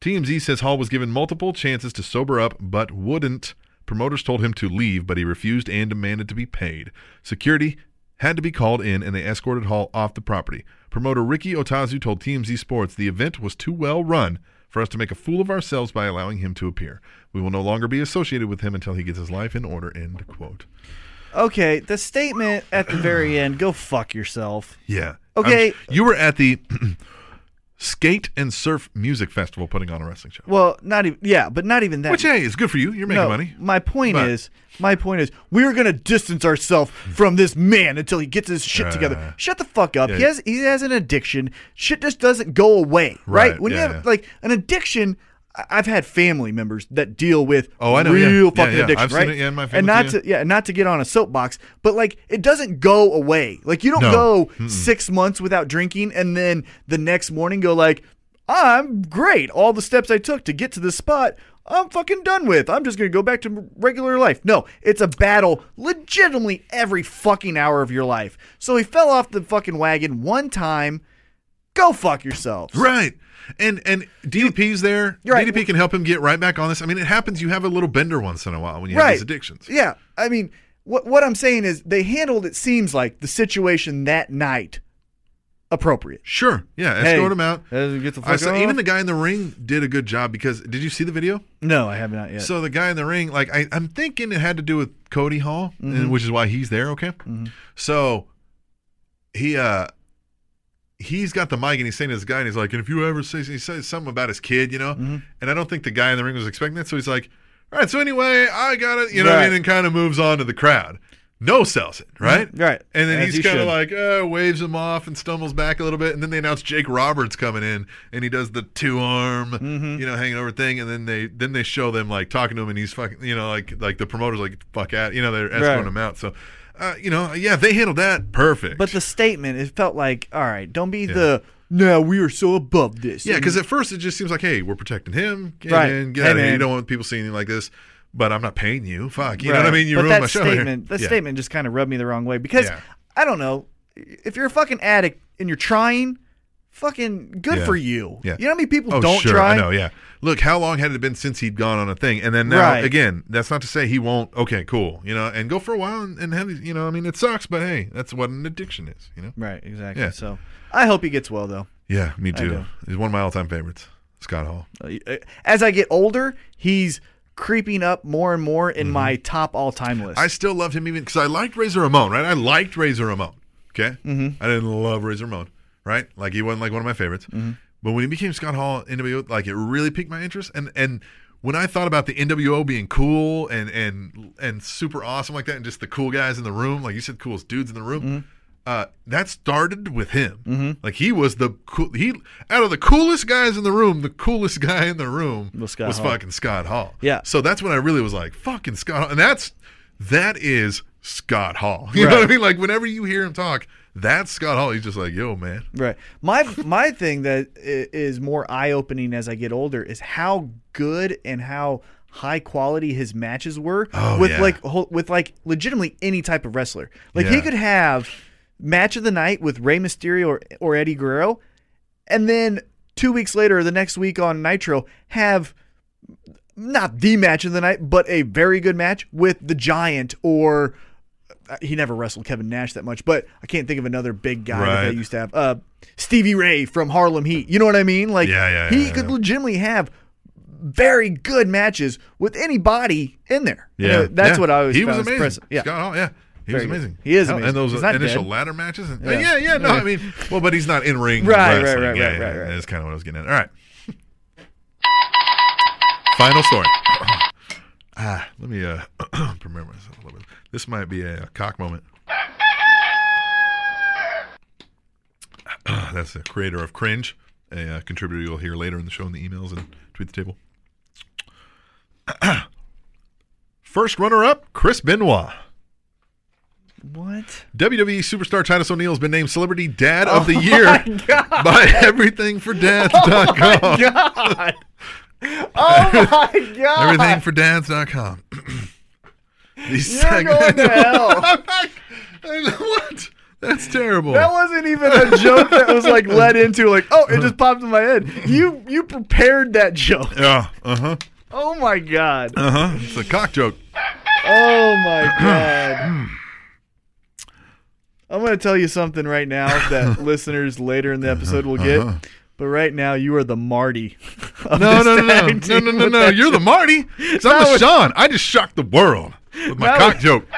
A: TMZ says Hall was given multiple chances to sober up but wouldn't. Promoters told him to leave, but he refused and demanded to be paid. Security had to be called in and they escorted Hall off the property. Promoter Ricky Otazu told TMZ Sports the event was too well run for us to make a fool of ourselves by allowing him to appear. We will no longer be associated with him until he gets his life in order. End quote.
B: Okay, the statement at the very end. Go fuck yourself.
A: Yeah.
B: Okay.
A: I'm- you were at the Skate and Surf Music Festival putting on a wrestling show.
B: Well, not even yeah, but not even that.
A: Which hey, is good for you. You're making
B: No,
A: money.
B: My point
A: But-
B: is, my point is, we're gonna distance ourselves from this man until he gets his shit
A: Uh,
B: together. Shut the fuck up. He
A: yeah.
B: has he has an addiction. Shit just doesn't go away, right?
A: Right,
B: When
A: yeah,
B: you have
A: yeah.
B: like an addiction. I- I've had family members that deal with
A: Oh, I know, yeah.
B: real
A: Yeah,
B: fucking
A: yeah.
B: addiction,
A: I've seen
B: right?
A: it, yeah, in my
B: and
A: family
B: not
A: too.
B: to yeah, and not to get on a soapbox, but like it doesn't go away. Like you don't
A: No.
B: go six months without drinking and then the next morning go like, I'm great. All the steps I took to get to this spot, I'm fucking done with. I'm just gonna go back to regular life. No, it's a battle legitimately every fucking hour of your life. So he fell off the fucking wagon one time. Go fuck yourselves.
A: Right. And and DDP's there.
B: You're right.
A: DDP can help him get right back on this. I mean, it happens. You have a little bender once in a while when you have these addictions.
B: Yeah, I mean, what what I'm saying is they handled it seems like the situation that night appropriate.
A: Sure. Yeah. Escort him out.
B: uh, get the
A: I
B: fuck
A: saw,
B: off.
A: even the guy in the ring did a good job because did you see the video?
B: No, I have not yet.
A: So the guy in the ring, like I, I'm thinking it had to do with Cody Hall,
B: Mm-hmm.
A: and, which is why he's there. Okay, so he uh he's got the mic and he's saying to this guy, and he's like, and if you ever say he says something about his kid, you know,
B: Mm-hmm.
A: and I don't think the guy in the ring was expecting that, so he's like, all right, so anyway, I got it, you know, what I mean,
B: Right.
A: and kind of moves on to the crowd. No sells it, right?
B: Mm-hmm. Right.
A: And then
B: As
A: he's
B: he
A: kind of
B: should.
A: like uh, waves him off and stumbles back a little bit, and then they announce Jake Roberts coming in, and he does the two arm,
B: Mm-hmm.
A: you know, hanging over thing, and then they then they show them like talking to him, and he's fucking, you know, like like the promoters like fuck out, you know, they're escorting
B: Right.
A: him out. So, uh, you know, yeah, they handled that perfect.
B: but the statement it felt like all right, don't be the no, we are so above this.
A: yeah, because at first it just seems like hey, we're protecting him, get
B: Right.
A: in, get
B: Hey,
A: out of here. You
B: man.
A: don't want people seeing you like this, but I'm not paying you, fuck, you know what I
B: Right.
A: mean? You
B: but
A: ruined
B: that
A: my show here.
B: statement, that
A: Yeah.
B: statement just kind of rubbed me the wrong way because
A: Yeah.
B: I don't know if you're a fucking addict and you're trying, fucking good
A: Yeah.
B: for you.
A: Yeah.
B: You know how many people
A: Oh,
B: don't
A: sure.
B: try?
A: I know, yeah. Look, how long had it been since he'd gone on a thing? And then now,
B: Right.
A: again, that's not to say he won't, okay, cool, you know, and go for a while and, and have, these- you know, I mean, it sucks, but hey, that's what an addiction is, you know?
B: Right, exactly.
A: Yeah.
B: So I hope he gets well though.
A: Yeah, me too.
B: know.
A: He's one of my all time favorites, Scott Hall.
B: Uh, As I get older, he's creeping up more and more in my top all time list.
A: Mm-hmm. I still loved him even because I liked Razor Ramon, right? I liked Razor Ramon, okay? Mm-hmm. I didn't love Razor Ramon, right? Like, he wasn't like one of my favorites.
B: Mm-hmm.
A: But when he became Scott Hall, NWO, like, it really piqued my interest. And, and, when I thought about the NWO being cool and and and super awesome like that, and just the cool guys in the room, like you said, coolest dudes in the room,
B: Mm-hmm.
A: uh, that started with him. Like he was the cool, he out of the coolest guys in the room, the coolest guy in the room
B: Was Scott
A: was
B: Hall.
A: fucking Scott Hall.
B: Yeah.
A: So that's when I really was like, fucking Scott Hall. And that's that is Scott Hall. You know what I
B: Right.
A: mean? Like whenever you hear him talk, that's Scott Hall. He's just like, yo, man.
B: right. My my thing that i- is more eye opening as I get older is how good and how high quality his matches were
A: Oh,
B: with
A: yeah.
B: like ho- with like legitimately any type of wrestler. Like he
A: Yeah.
B: could have match of the night with Rey Mysterio or, or Eddie Guerrero and then 2 weeks later or the next week on Nitro have not the match of the night, but a very good match with the Giant or uh, he never wrestled Kevin Nash that much, but I can't think of another big guy that
A: Right.
B: they used to have. Uh, Stevie Ray from Harlem Heat. You know what I mean? Like
A: Yeah, yeah,
B: he
A: yeah,
B: could
A: yeah.
B: legitimately have very good matches with anybody in there. And, uh, that's
A: Yeah.
B: what I always
A: He
B: found
A: was amazing.
B: impressive. Yeah.
A: Scott Hall, yeah. He
B: Very
A: was
B: good.
A: amazing.
B: He is
A: Hell,
B: amazing.
A: And those
B: He's not
A: initial
B: dead.
A: ladder matches. And, yeah.
B: Yeah.
A: yeah, No, I mean, well, but he's not in ring.
B: Right, right, right,
A: yeah,
B: right,
A: yeah,
B: right, right.
A: That's kind of what I was getting at. All right. Final story. ah, let me uh, prepare myself a little bit. This might be a, cock moment. That's the creator of Cringe, a uh, contributor you'll hear later in the show in the emails and tweet the table. First runner up, Chris Benoit.
B: What?
A: WWE E superstar Titus O'Neil has been named Celebrity Dad of the
B: Oh
A: Year by EverythingForDads.com.
B: Oh my god!
A: EverythingForDads.com. These
B: You're going to hell.
A: what? That's terrible.
B: That wasn't even a joke that was like let into like oh it just popped in my head. You you prepared that joke.
A: yeah, uh huh,
B: Oh my god.
A: uh huh. It's a cock joke.
B: Oh my
A: Hmm.
B: god. I'm going to tell you something right now that listeners later in the episode will get. But right now, you are the Marty. of
A: Uh-huh. No,
B: this
A: no, no, no,
B: tag
A: no,
B: team
A: no, no,
B: with
A: no.
B: that
A: You're the
B: joke.
A: Marty. 'Cause I'm
B: That
A: the
B: was-
A: Sean. I just shocked the world with my
B: That
A: cock
B: was-
A: joke.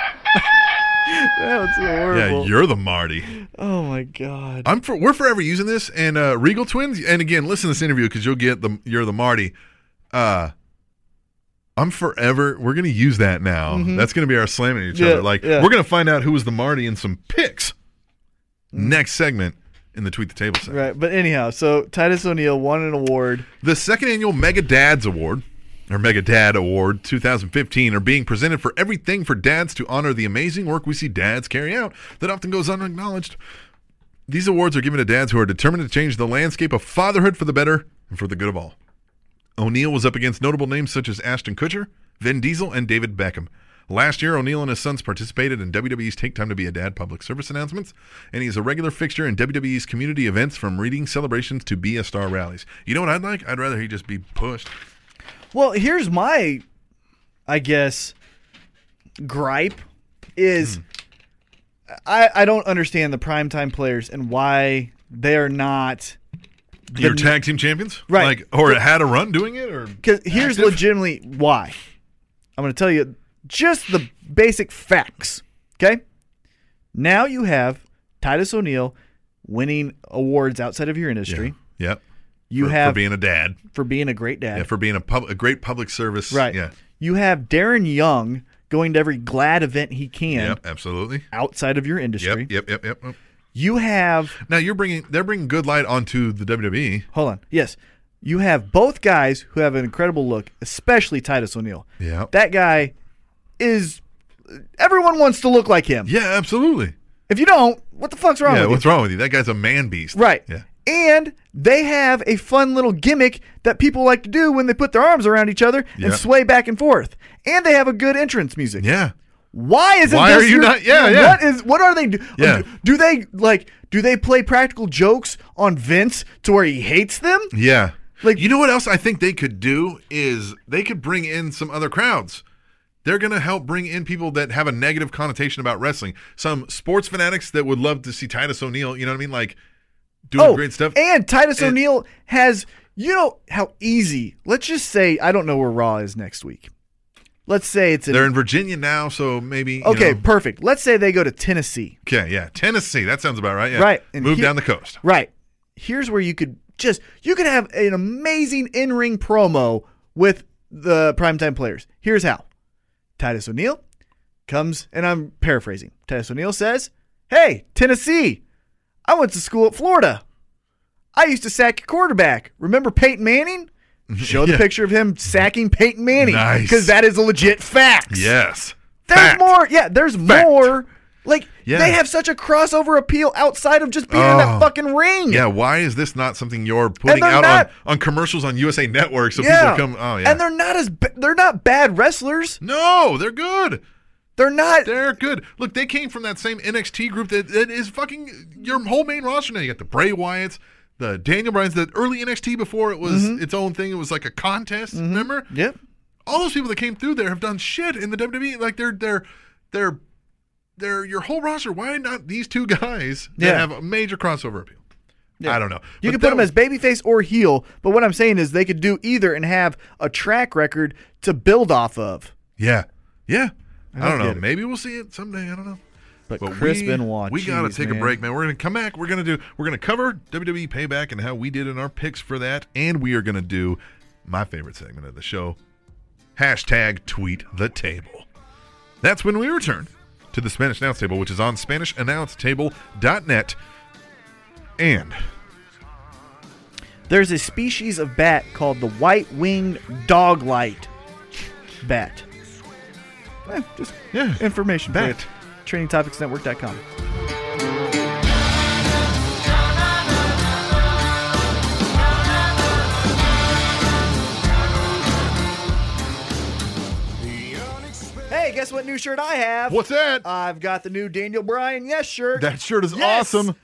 B: That was so
A: Yeah,
B: horrible.
A: you're the Marty.
B: oh my god.
A: I'm for, we're forever using this and uh, Regal Twins. And again, listen to this interview because you'll get the you're the Marty. Uh, I'm forever. We're gonna use that now. That's gonna be our slam at each
B: Mm-hmm. Yeah,
A: other. Like
B: yeah.
A: we're gonna find out who was the Marty in some picks. Next segment in the tweet the table segment.
B: Right, but anyhow, so Titus O'Neil won an award.
A: The second annual Mega Dads Award, or Mega Dad Award 2015, are being presented for everything for dads to honor the amazing work we see dads carry out that often goes unacknowledged. These awards are given to dads who are determined to change the landscape of fatherhood for the better and for the good of all. O'Neill was up against notable names such as Ashton Kutcher, Vin Diesel, and David Beckham. Last year, O'Neill and his sons participated in WWE's Take Time to Be a Dad public service announcements, and he's a regular fixture in WWE's community events from reading celebrations to Be a Star rallies. You know what I'd like? I'd rather he just be pushed.
B: Well, here's my, I guess, gripe is
A: Hmm.
B: I, I don't understand the primetime players and why they are not.
A: Your tag team champions?
B: Right.
A: Like, or had a run doing it? Or
B: Because here's legitimately why. I'm going to tell you just the basic facts. Okay? Now you have Titus O'Neil winning awards outside of your industry.
A: Yep.
B: You
A: for,
B: have
A: for being a dad.
B: a great dad.
A: Yeah, for being a, pub- a great public service.
B: Right.
A: Yeah.
B: You have Darren Young going to every glad event he can
A: Yep, absolutely.
B: outside of your industry.
A: Yep, yep, yep, yep, yep.
B: You have
A: Now you're bringing they're bringing good light onto the E. WWE.
B: hold on. Yes. You have both guys who have an incredible look, especially Titus O'Neil.
A: Yeah.
B: That guy is everyone wants to look like him.
A: Yeah, absolutely.
B: If you don't, what the fuck's wrong
A: Yeah,
B: with
A: what's
B: you?
A: wrong with you? That guy's a man beast.
B: Right.
A: Yeah.
B: And they have a fun little gimmick that people like to do when they put their arms around each other and
A: Yeah.
B: sway back and forth. And they have a good entrance music.
A: Yeah.
B: Why isn't
A: Why
B: this
A: are you
B: your-
A: not- yeah, yeah.
B: What is what are they do?
A: Yeah.
B: like, do they like do they play practical jokes on Vince to where he hates them?
A: Yeah.
B: Like-
A: Like you know what else I think they could do is they could bring in some other crowds. They're going to help bring in people that have a negative connotation about wrestling. Some sports fanatics that would love to see Titus O'Neil, you know what I mean, like doing great stuff.
B: Oh, And Titus
A: And-
B: O'Neil has, you know, how easy. Let's just say I don't know where Raw is next week. Let's say it's in.
A: They're in Virginia now, so maybe you
B: okay,
A: know-
B: perfect. Let's say they go to Tennessee.
A: okay, yeah. Tennessee, that sounds about right. Yeah.
B: Right, and
A: Move
B: he-
A: down the coast.
B: Right. Here's where you could just you could have an amazing in-ring promo with the primetime players. Here's how. Titus O'Neil comes and I'm paraphrasing. Titus O'Neil says, "Hey, Tennessee. I went to school at Florida. I used to sack your quarterback. Remember Peyton Manning? Show the
A: Yeah.
B: picture of him sacking Peyton Manning
A: Nice.
B: cuz that is a legit fact.
A: Yes.
B: There's
A: Fact.
B: more. Yeah, there's more. Like
A: Yeah.
B: they have such a crossover appeal outside of just being in that
A: Oh.
B: fucking ring.
A: Yeah, why is this not something you're putting
B: they're
A: out
B: not-
A: on, on commercials on USA Network so
B: yeah.
A: people come? Oh, yeah.
B: And they're not as ba- they're not bad wrestlers.
A: no, they're good.
B: They're not.
A: They're good. Look, they came from that same NXT group that, that is fucking your whole main roster now. You got the Bray Wyatts, the Daniel Bryan's, the early NXT before it was
B: Mm-hmm.
A: its own thing. It was like a contest. Remember?
B: yep.
A: All those people that came through there have done shit in the WWE. Like they're they're they're they're your whole roster. Why not these two guys that
B: Yeah.
A: have a major crossover appeal? I don't know. But
B: You can put
A: that
B: them
A: was-
B: as babyface or heel, but what I'm saying is they could do either and have a track record to build off of.
A: Yeah. Yeah. I don't,
B: don't
A: know.
B: get it.
A: Maybe we'll see it someday. I don't know.
B: But,
A: But
B: Chris
A: we,
B: Benoit,
A: we gotta
B: jeez,
A: take
B: man.
A: a break, man. We're gonna come back. We're gonna do. We're gonna cover WWE Payback and how we did in our picks for that, and we are gonna do my favorite segment of the show: hashtag Tweet the Table. That's when we return to the Spanish Announce Table, which is on SpanishAnnounceTable.net. And
B: There's a species of bat called the white-winged doglight bat. Eh, just
A: Yeah.
B: information for
A: Bat.
B: you. TrainingTopicsNetwork.com. Hey, guess what new shirt I have?
A: what's that?
B: I've got the new Daniel Bryan Yes shirt.
A: that shirt is
B: Yes!
A: awesome.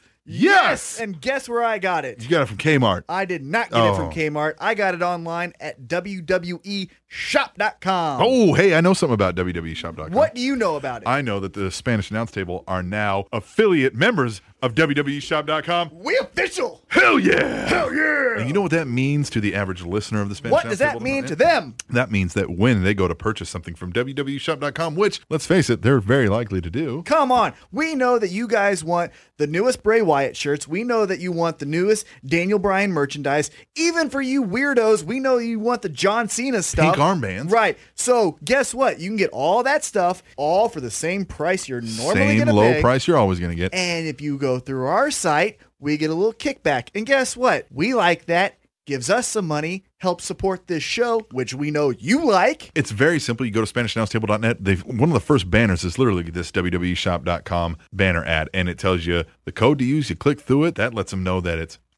A: Yes. Yes.
B: And guess where I got it?
A: you got it from Kmart.
B: I did not get it from
A: Oh.
B: Kmart. I got it online at E WWEshop.com.
A: Oh, hey, I know something about E WWEshop.com.
B: What do you know about it?
A: I know that the Spanish announce table are now affiliate members
D: of
A: E
D: WWEshop.com.
C: We official.
D: Hell yeah! Hell
A: And
D: yeah!
A: you know what that means to the average listener of the Spanish
C: What
A: Sound
C: does
A: Table
C: that mean
A: tonight?
C: to them?
A: That means that when they go to purchase something from E WWEshop.com, which, let's face it, they're very likely to do,
C: Come on. We know that you guys want the newest Bray Wyatt shirts. We know that you want the newest Daniel Bryan merchandise. Even for you weirdos, we know you want the John Cena stuff.
A: armbands.
C: Right. So guess what? You can get all that stuff all for the same price you're normally
A: same
C: going to
A: low
C: pay.
A: price you're always going to get.
C: And if you go through our site, we get a little kickback. And guess what? We like that. Gives us some money, helps support this show, which we know you like.
A: It's very simple. You go to SpanishAnnounceTable.net. They've one of the first banners is literally this E WWEshop.com banner ad, and it tells you the code to use. You click through it. That lets them know that it's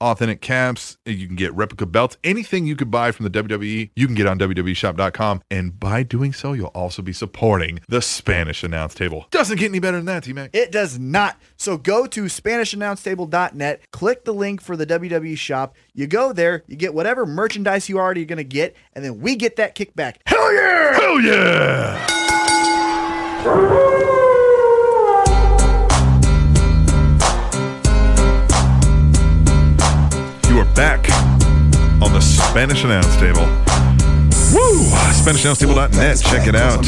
A: Authentic caps. You can get replica belts. Anything you could buy from the WWE, you can get on E WWEshop.com. And by doing so, you'll also be supporting the Spanish announce table. Doesn't get any better than that, T Mac.
C: It does not. So go to SpanishAnnounceTable.net, click the link for the WWE shop. You go there, you get whatever merchandise you already going to get, and then we get that kickback.
A: Hell yeah! Hell yeah! You are back on the Spanish announce table. Woo! SpanishAnnounceTable.net. Check it out.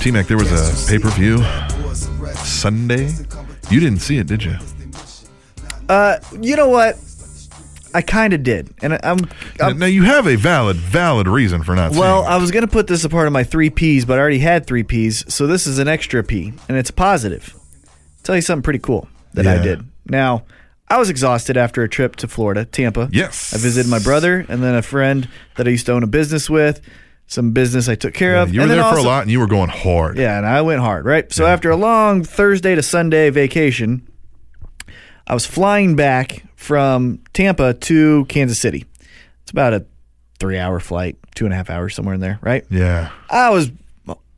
A: T Mac, there was a pay per view Sunday. You didn't see it, did you?
C: Uh,
B: You know what? I kind of did, and I- I'm. I'm
A: now you have a valid, valid reason for not
B: Um, well,
A: seeing
B: I was gonna put this a part of my three P's, but I already had three P's, so this is an extra P, and it's a positive. tell you something pretty cool that I
A: Yeah.
B: did. Now, I was exhausted after a trip to Florida, Tampa.
A: Yes.
B: I visited my brother and then a friend that I used to own a business with. Some business I took care
A: it.
B: of.
A: You were
B: and then
A: there for a
B: also-
A: lot, and you were going hard.
B: Yeah, and I went hard, right? So after a long Thursday to Sunday vacation, I was flying back from Tampa to Kansas City. It's about a three hour flight, two and a half hours, somewhere in there, right?
A: Yeah.
B: I was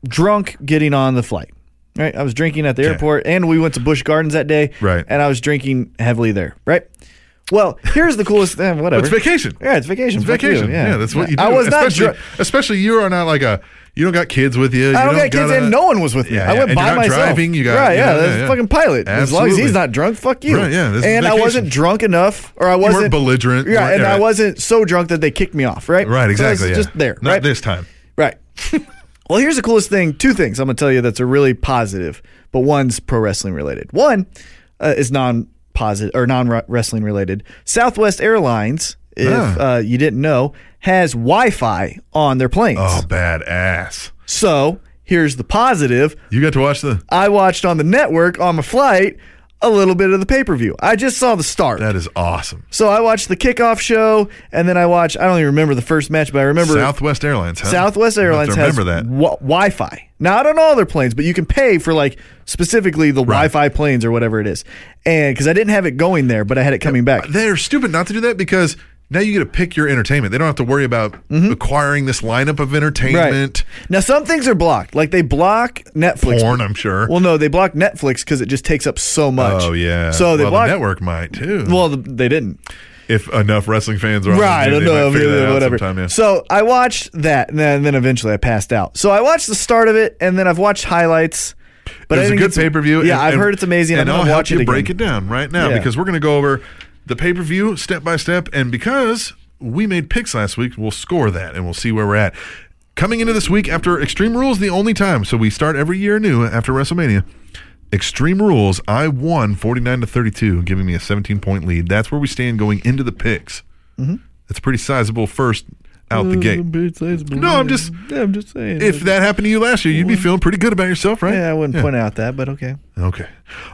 B: drunk getting on the flight. Right, I was drinking at the airport, and we went to Busch Gardens that day.
A: Right.
B: and I was drinking heavily there. Right. Well, here's the coolest thing. Whatever.
A: It's vacation.
B: Yeah, it's vacation.
A: It's
B: Fuck you,
A: vacation. Yeah. that's what you do.
B: I was not
A: especially,
B: drunk.
A: especially you are not like a you don't got kids with you. you
B: I don't got kids,
A: got a-
B: and no one was with me.
A: Yeah,
B: I
A: yeah,
B: went
A: and
B: by
A: you're not
B: myself.
A: driving, you got-
B: right,
A: you
B: yeah,
A: know,
B: that's
A: yeah, yeah.
B: fucking pilot. As long as
A: Absolutely.
B: he's not drunk, fuck you.
A: Right, yeah, this is
B: and I
A: vacation.
B: wasn't drunk enough, or I wasn't
A: belligerent, you
B: Yeah,
A: weren't-
B: and
A: yeah,
B: I
A: right.
B: wasn't so drunk that they kicked me off. Right,
A: Right,
B: So I was
A: exactly. yeah.
B: Just there.
A: Not
B: right?
A: this time.
B: Right. well, here's the coolest thing. Two things I'm going to tell you that's a really positive, but one's pro wrestling related. One uh, is non positive or non wrestling related. Southwest Airlines, if
A: Ah.
B: uh, you didn't know, has Wi Fi on their planes.
A: Oh, badass.
B: So here's the positive.
A: You got to watch the
B: I watched on the network on my flight a little bit of the pay per view. I just saw the start.
A: that is awesome.
B: so I watched the kickoff show, and then I watched. I don't even remember the first match, but I remember
A: Southwest Airlines, huh?
B: Southwest
A: You'll uh, have
B: Airlines
A: to
B: has
A: remember that.
B: Wi- Wi-Fi. Not on all their planes, but you can pay for like specifically the Wi-Fi planes or whatever it is. And because I didn't have it going there, but I had it coming back.
A: They're stupid not to do that because now you get to pick your entertainment. They don't have to worry about
B: Mm-hmm.
A: acquiring this lineup of entertainment,
B: Now some things are blocked, like they block Netflix.
A: porn, I'm sure.
B: Well, no, they block Netflix because it just takes up so much.
A: oh yeah.
B: So they
A: well,
B: block.
A: the network might too.
B: well, th- they didn't.
A: if enough wrestling fans are on
B: Right, I
A: the
B: don't
A: dude, they
B: know,
A: might figure that out
B: whatever.
A: sometime, yeah.
B: So I watched that, and then, then eventually I passed out. So I watched the start of it, and then I've watched highlights. But
A: it
B: I
A: was a
B: didn't
A: good
B: get to-
A: pay per view.
B: Yeah, I've heard it's amazing.
A: And
B: I'm
A: I'll
B: gonna
A: help
B: watch
A: you
B: it again.
A: break it down right now
B: Yeah.
A: because we're going to go over the pay per view step by step. And because we made picks last week, we'll score that and we'll see where we're at. Coming into this week after Extreme Rules, the only time. So we start every year new after WrestleMania. Extreme Rules, I won 49 to 32, giving me a 17 point lead. That's where we stand going into the picks.
B: Mm-hmm.
A: That's pretty sizable first out the gate. No, I'm just.
B: I'm just saying.
A: If that happened to you last year, you'd be feeling pretty good about yourself, right?
B: yeah, I wouldn't point out that, but okay.
A: Okay.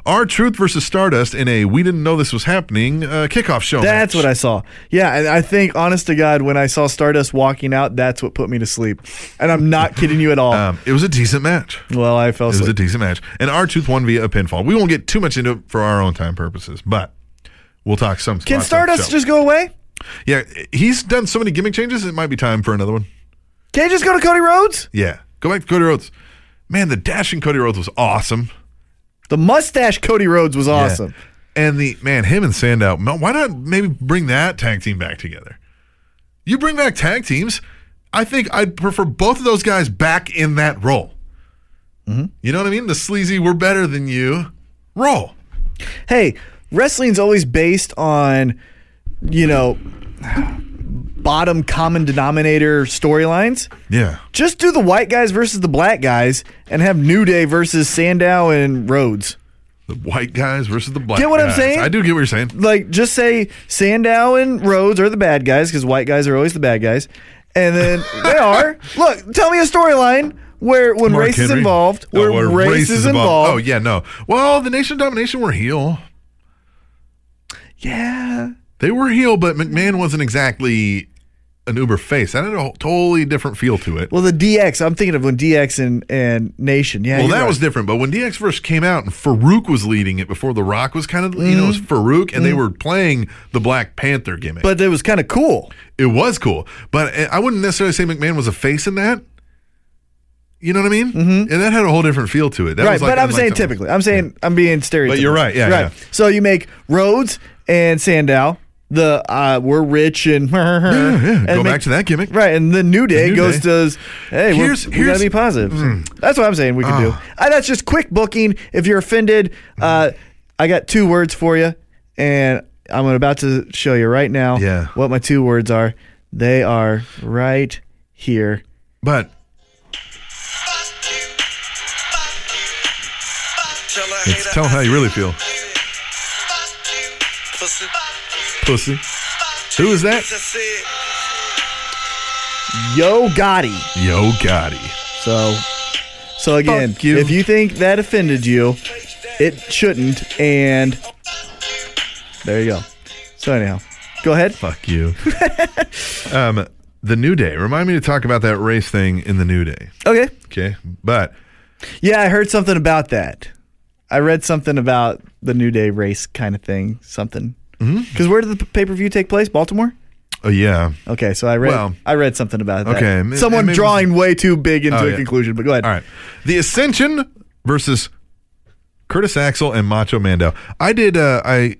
A: Our Truth versus Stardust in a we didn't know this was happening uh, kickoff show.
B: That's what I saw. Yeah, and I think, honest to God, when I saw Stardust walking out, that's what put me to sleep. And I'm not kidding you at all.
A: Um, it was a decent match.
B: well, I fell
A: It was a
B: asleep.
A: decent match. And our Truth won via a pinfall. We won't get too much into it for our own time purposes, but we'll talk some.
B: Can
A: spots on the
B: Stardust
A: show.
B: just go away?
A: Yeah, he's done so many gimmick changes. It might be time for another one.
B: Can he just go to Cody Rhodes?
A: Yeah, go back to Cody Rhodes. Man, the dash in Cody Rhodes was awesome.
B: The mustache Cody Rhodes was awesome.
A: And the man, him and Sandow. mo- Why not maybe bring that tag team back together? You bring back tag teams. I think I'd prefer both of those guys back in that role.
B: Mm-hmm.
A: You know what I mean? The sleazy, we're better than you role.
B: Hey, wrestling's always based on, you know, bottom common denominator storylines.
A: Yeah.
B: Just do the white guys versus the black guys and have New Day versus Sandow and Rhodes.
A: The white guys versus the black
B: Get what I'm
A: guys.
B: saying?
A: I do get what you're saying.
B: Like, just say Sandow and Rhodes are the bad guys because white guys are always the bad guys. And then they are. Look, tell me a storyline where when
A: Mark
B: race is
A: Henry.
B: involved,
A: Oh,
B: where, race, is involved.
A: Oh, yeah, no. Well, the Nation of Domination were heel.
B: yeah.
A: They were heel, but McMahon wasn't exactly an uber face. That had a totally different feel to it.
B: Well, the DX. I'm thinking of when DX and, and Nation. Yeah.
A: Well,
B: you're
A: that
B: right.
A: was different. But when DX first came out and Farouk was leading it before The Rock was kind of, you know, it was Farouk and they were playing the Black Panther gimmick.
B: Mm-hmm. But it was kind of cool.
A: it was cool. But eh, I I wouldn't necessarily say McMahon was a face in that. You know what I mean? Mm-hmm. And that had a whole different feel to it. That
B: right.
A: was like,
B: but I'm
A: unlike
B: saying
A: that.
B: typically. I'm saying I'm being stereotypical.
A: you're right, yeah, yeah.
B: So you make Rhodes and Sandow the uh, we're rich and,
A: Yeah, yeah.
B: and
A: Go
B: make-
A: back to that gimmick.
B: Right, and the New Day
A: New
B: goes to, hey, we're,
A: Here's-
B: we gotta
A: here's- Hmm. Ah.
B: be positive. That's what I'm saying we could do. Uh, that's just quick booking. If you're offended,
A: Hmm.
B: uh, I got two words for you, and I'm about to show you right now
A: Yeah.
B: what my two words are. They are right here.
A: But it's tell them how you really feel. Pussy. Who is that?
B: Yo Gotti.
A: Yo Gotti.
B: So, so again,
A: Fuck you.
B: if you think that offended you, it shouldn't. And there you go. So anyhow, go ahead.
A: Fuck you. um, the New Day. Remind me to talk about that race thing in the New Day.
B: Okay.
A: Okay. But
B: Yeah, I heard something about that. I read something about the New Day race kind of thing. Something.
A: Mm-hmm.
B: Because where did the pay per view take place? Baltimore.
A: oh yeah.
B: Okay, so I read
A: Well-
B: I read something about that.
A: Okay, m-
B: someone
A: maybe-
B: drawing way too big into
A: Oh,
B: a
A: yeah.
B: conclusion. But go ahead.
A: All right. The Ascension versus Curtis Axel and Macho Mando. I did uh I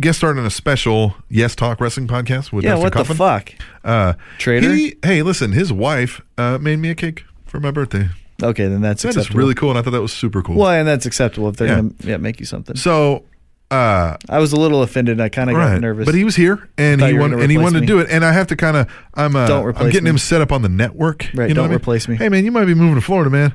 A: guest starred on a special Yes Talk Wrestling podcast with
B: Yeah,
A: Dustin
B: what
A: Kaufman.
B: the fuck?
A: Uh,
B: Traitor?
A: He, hey, listen, his wife uh, made me a cake for my birthday.
B: Okay, then that's
A: That is
B: acceptable.
A: really cool, and I thought that was super cool.
B: well, and that's acceptable if they're
A: Yeah.
B: gonna yeah, make you something.
A: So, uh,
B: I was a little offended. and I kind of got
A: right,
B: nervous.
A: but he was here, and
B: thought
A: he
B: you were
A: wanted,
B: gonna
A: and he
B: replace
A: wanted
B: me.
A: to do it, and I have to kind of, I'm, uh,
B: Don't
A: I'm
B: replace
A: getting
B: me.
A: him set up on the network.
B: Right,
A: you know
B: don't
A: what I mean?
B: replace me.
A: Hey man, you might be moving to Florida, man.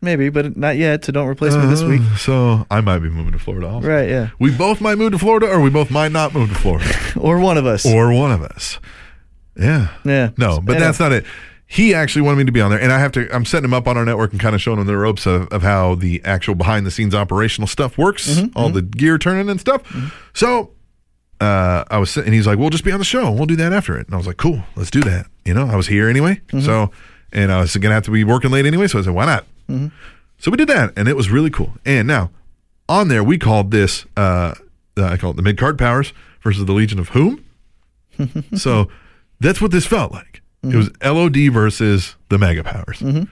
B: maybe, but not yet. So don't replace me this
A: Uh,
B: week.
A: so I might be moving to Florida. Also.
B: Right? Yeah.
A: We both might move to Florida, or we both might not move to Florida,
B: Or one of us.
A: or one of us. Yeah.
B: yeah.
A: No, but
B: Anyway.
A: that's not it. He actually wanted me to be on there, and I have to. I'm setting him up on our network and kind of showing him the ropes of, of how the actual behind the scenes operational stuff works, all the gear turning and stuff. So uh, I was, sit- and he's like, "We'll just be on the show. and We'll do that after it." And I was like, "Cool, let's do that." You know, I was here anyway, so and I was gonna have to be working late anyway, so I said, "Why not?" So we did that, and it was really cool. And now on there, we called this uh, uh, I call it the mid card powers versus the Legion of Whom. so that's what this felt like. It was LOD versus the Mega Powers.
B: Mm-hmm.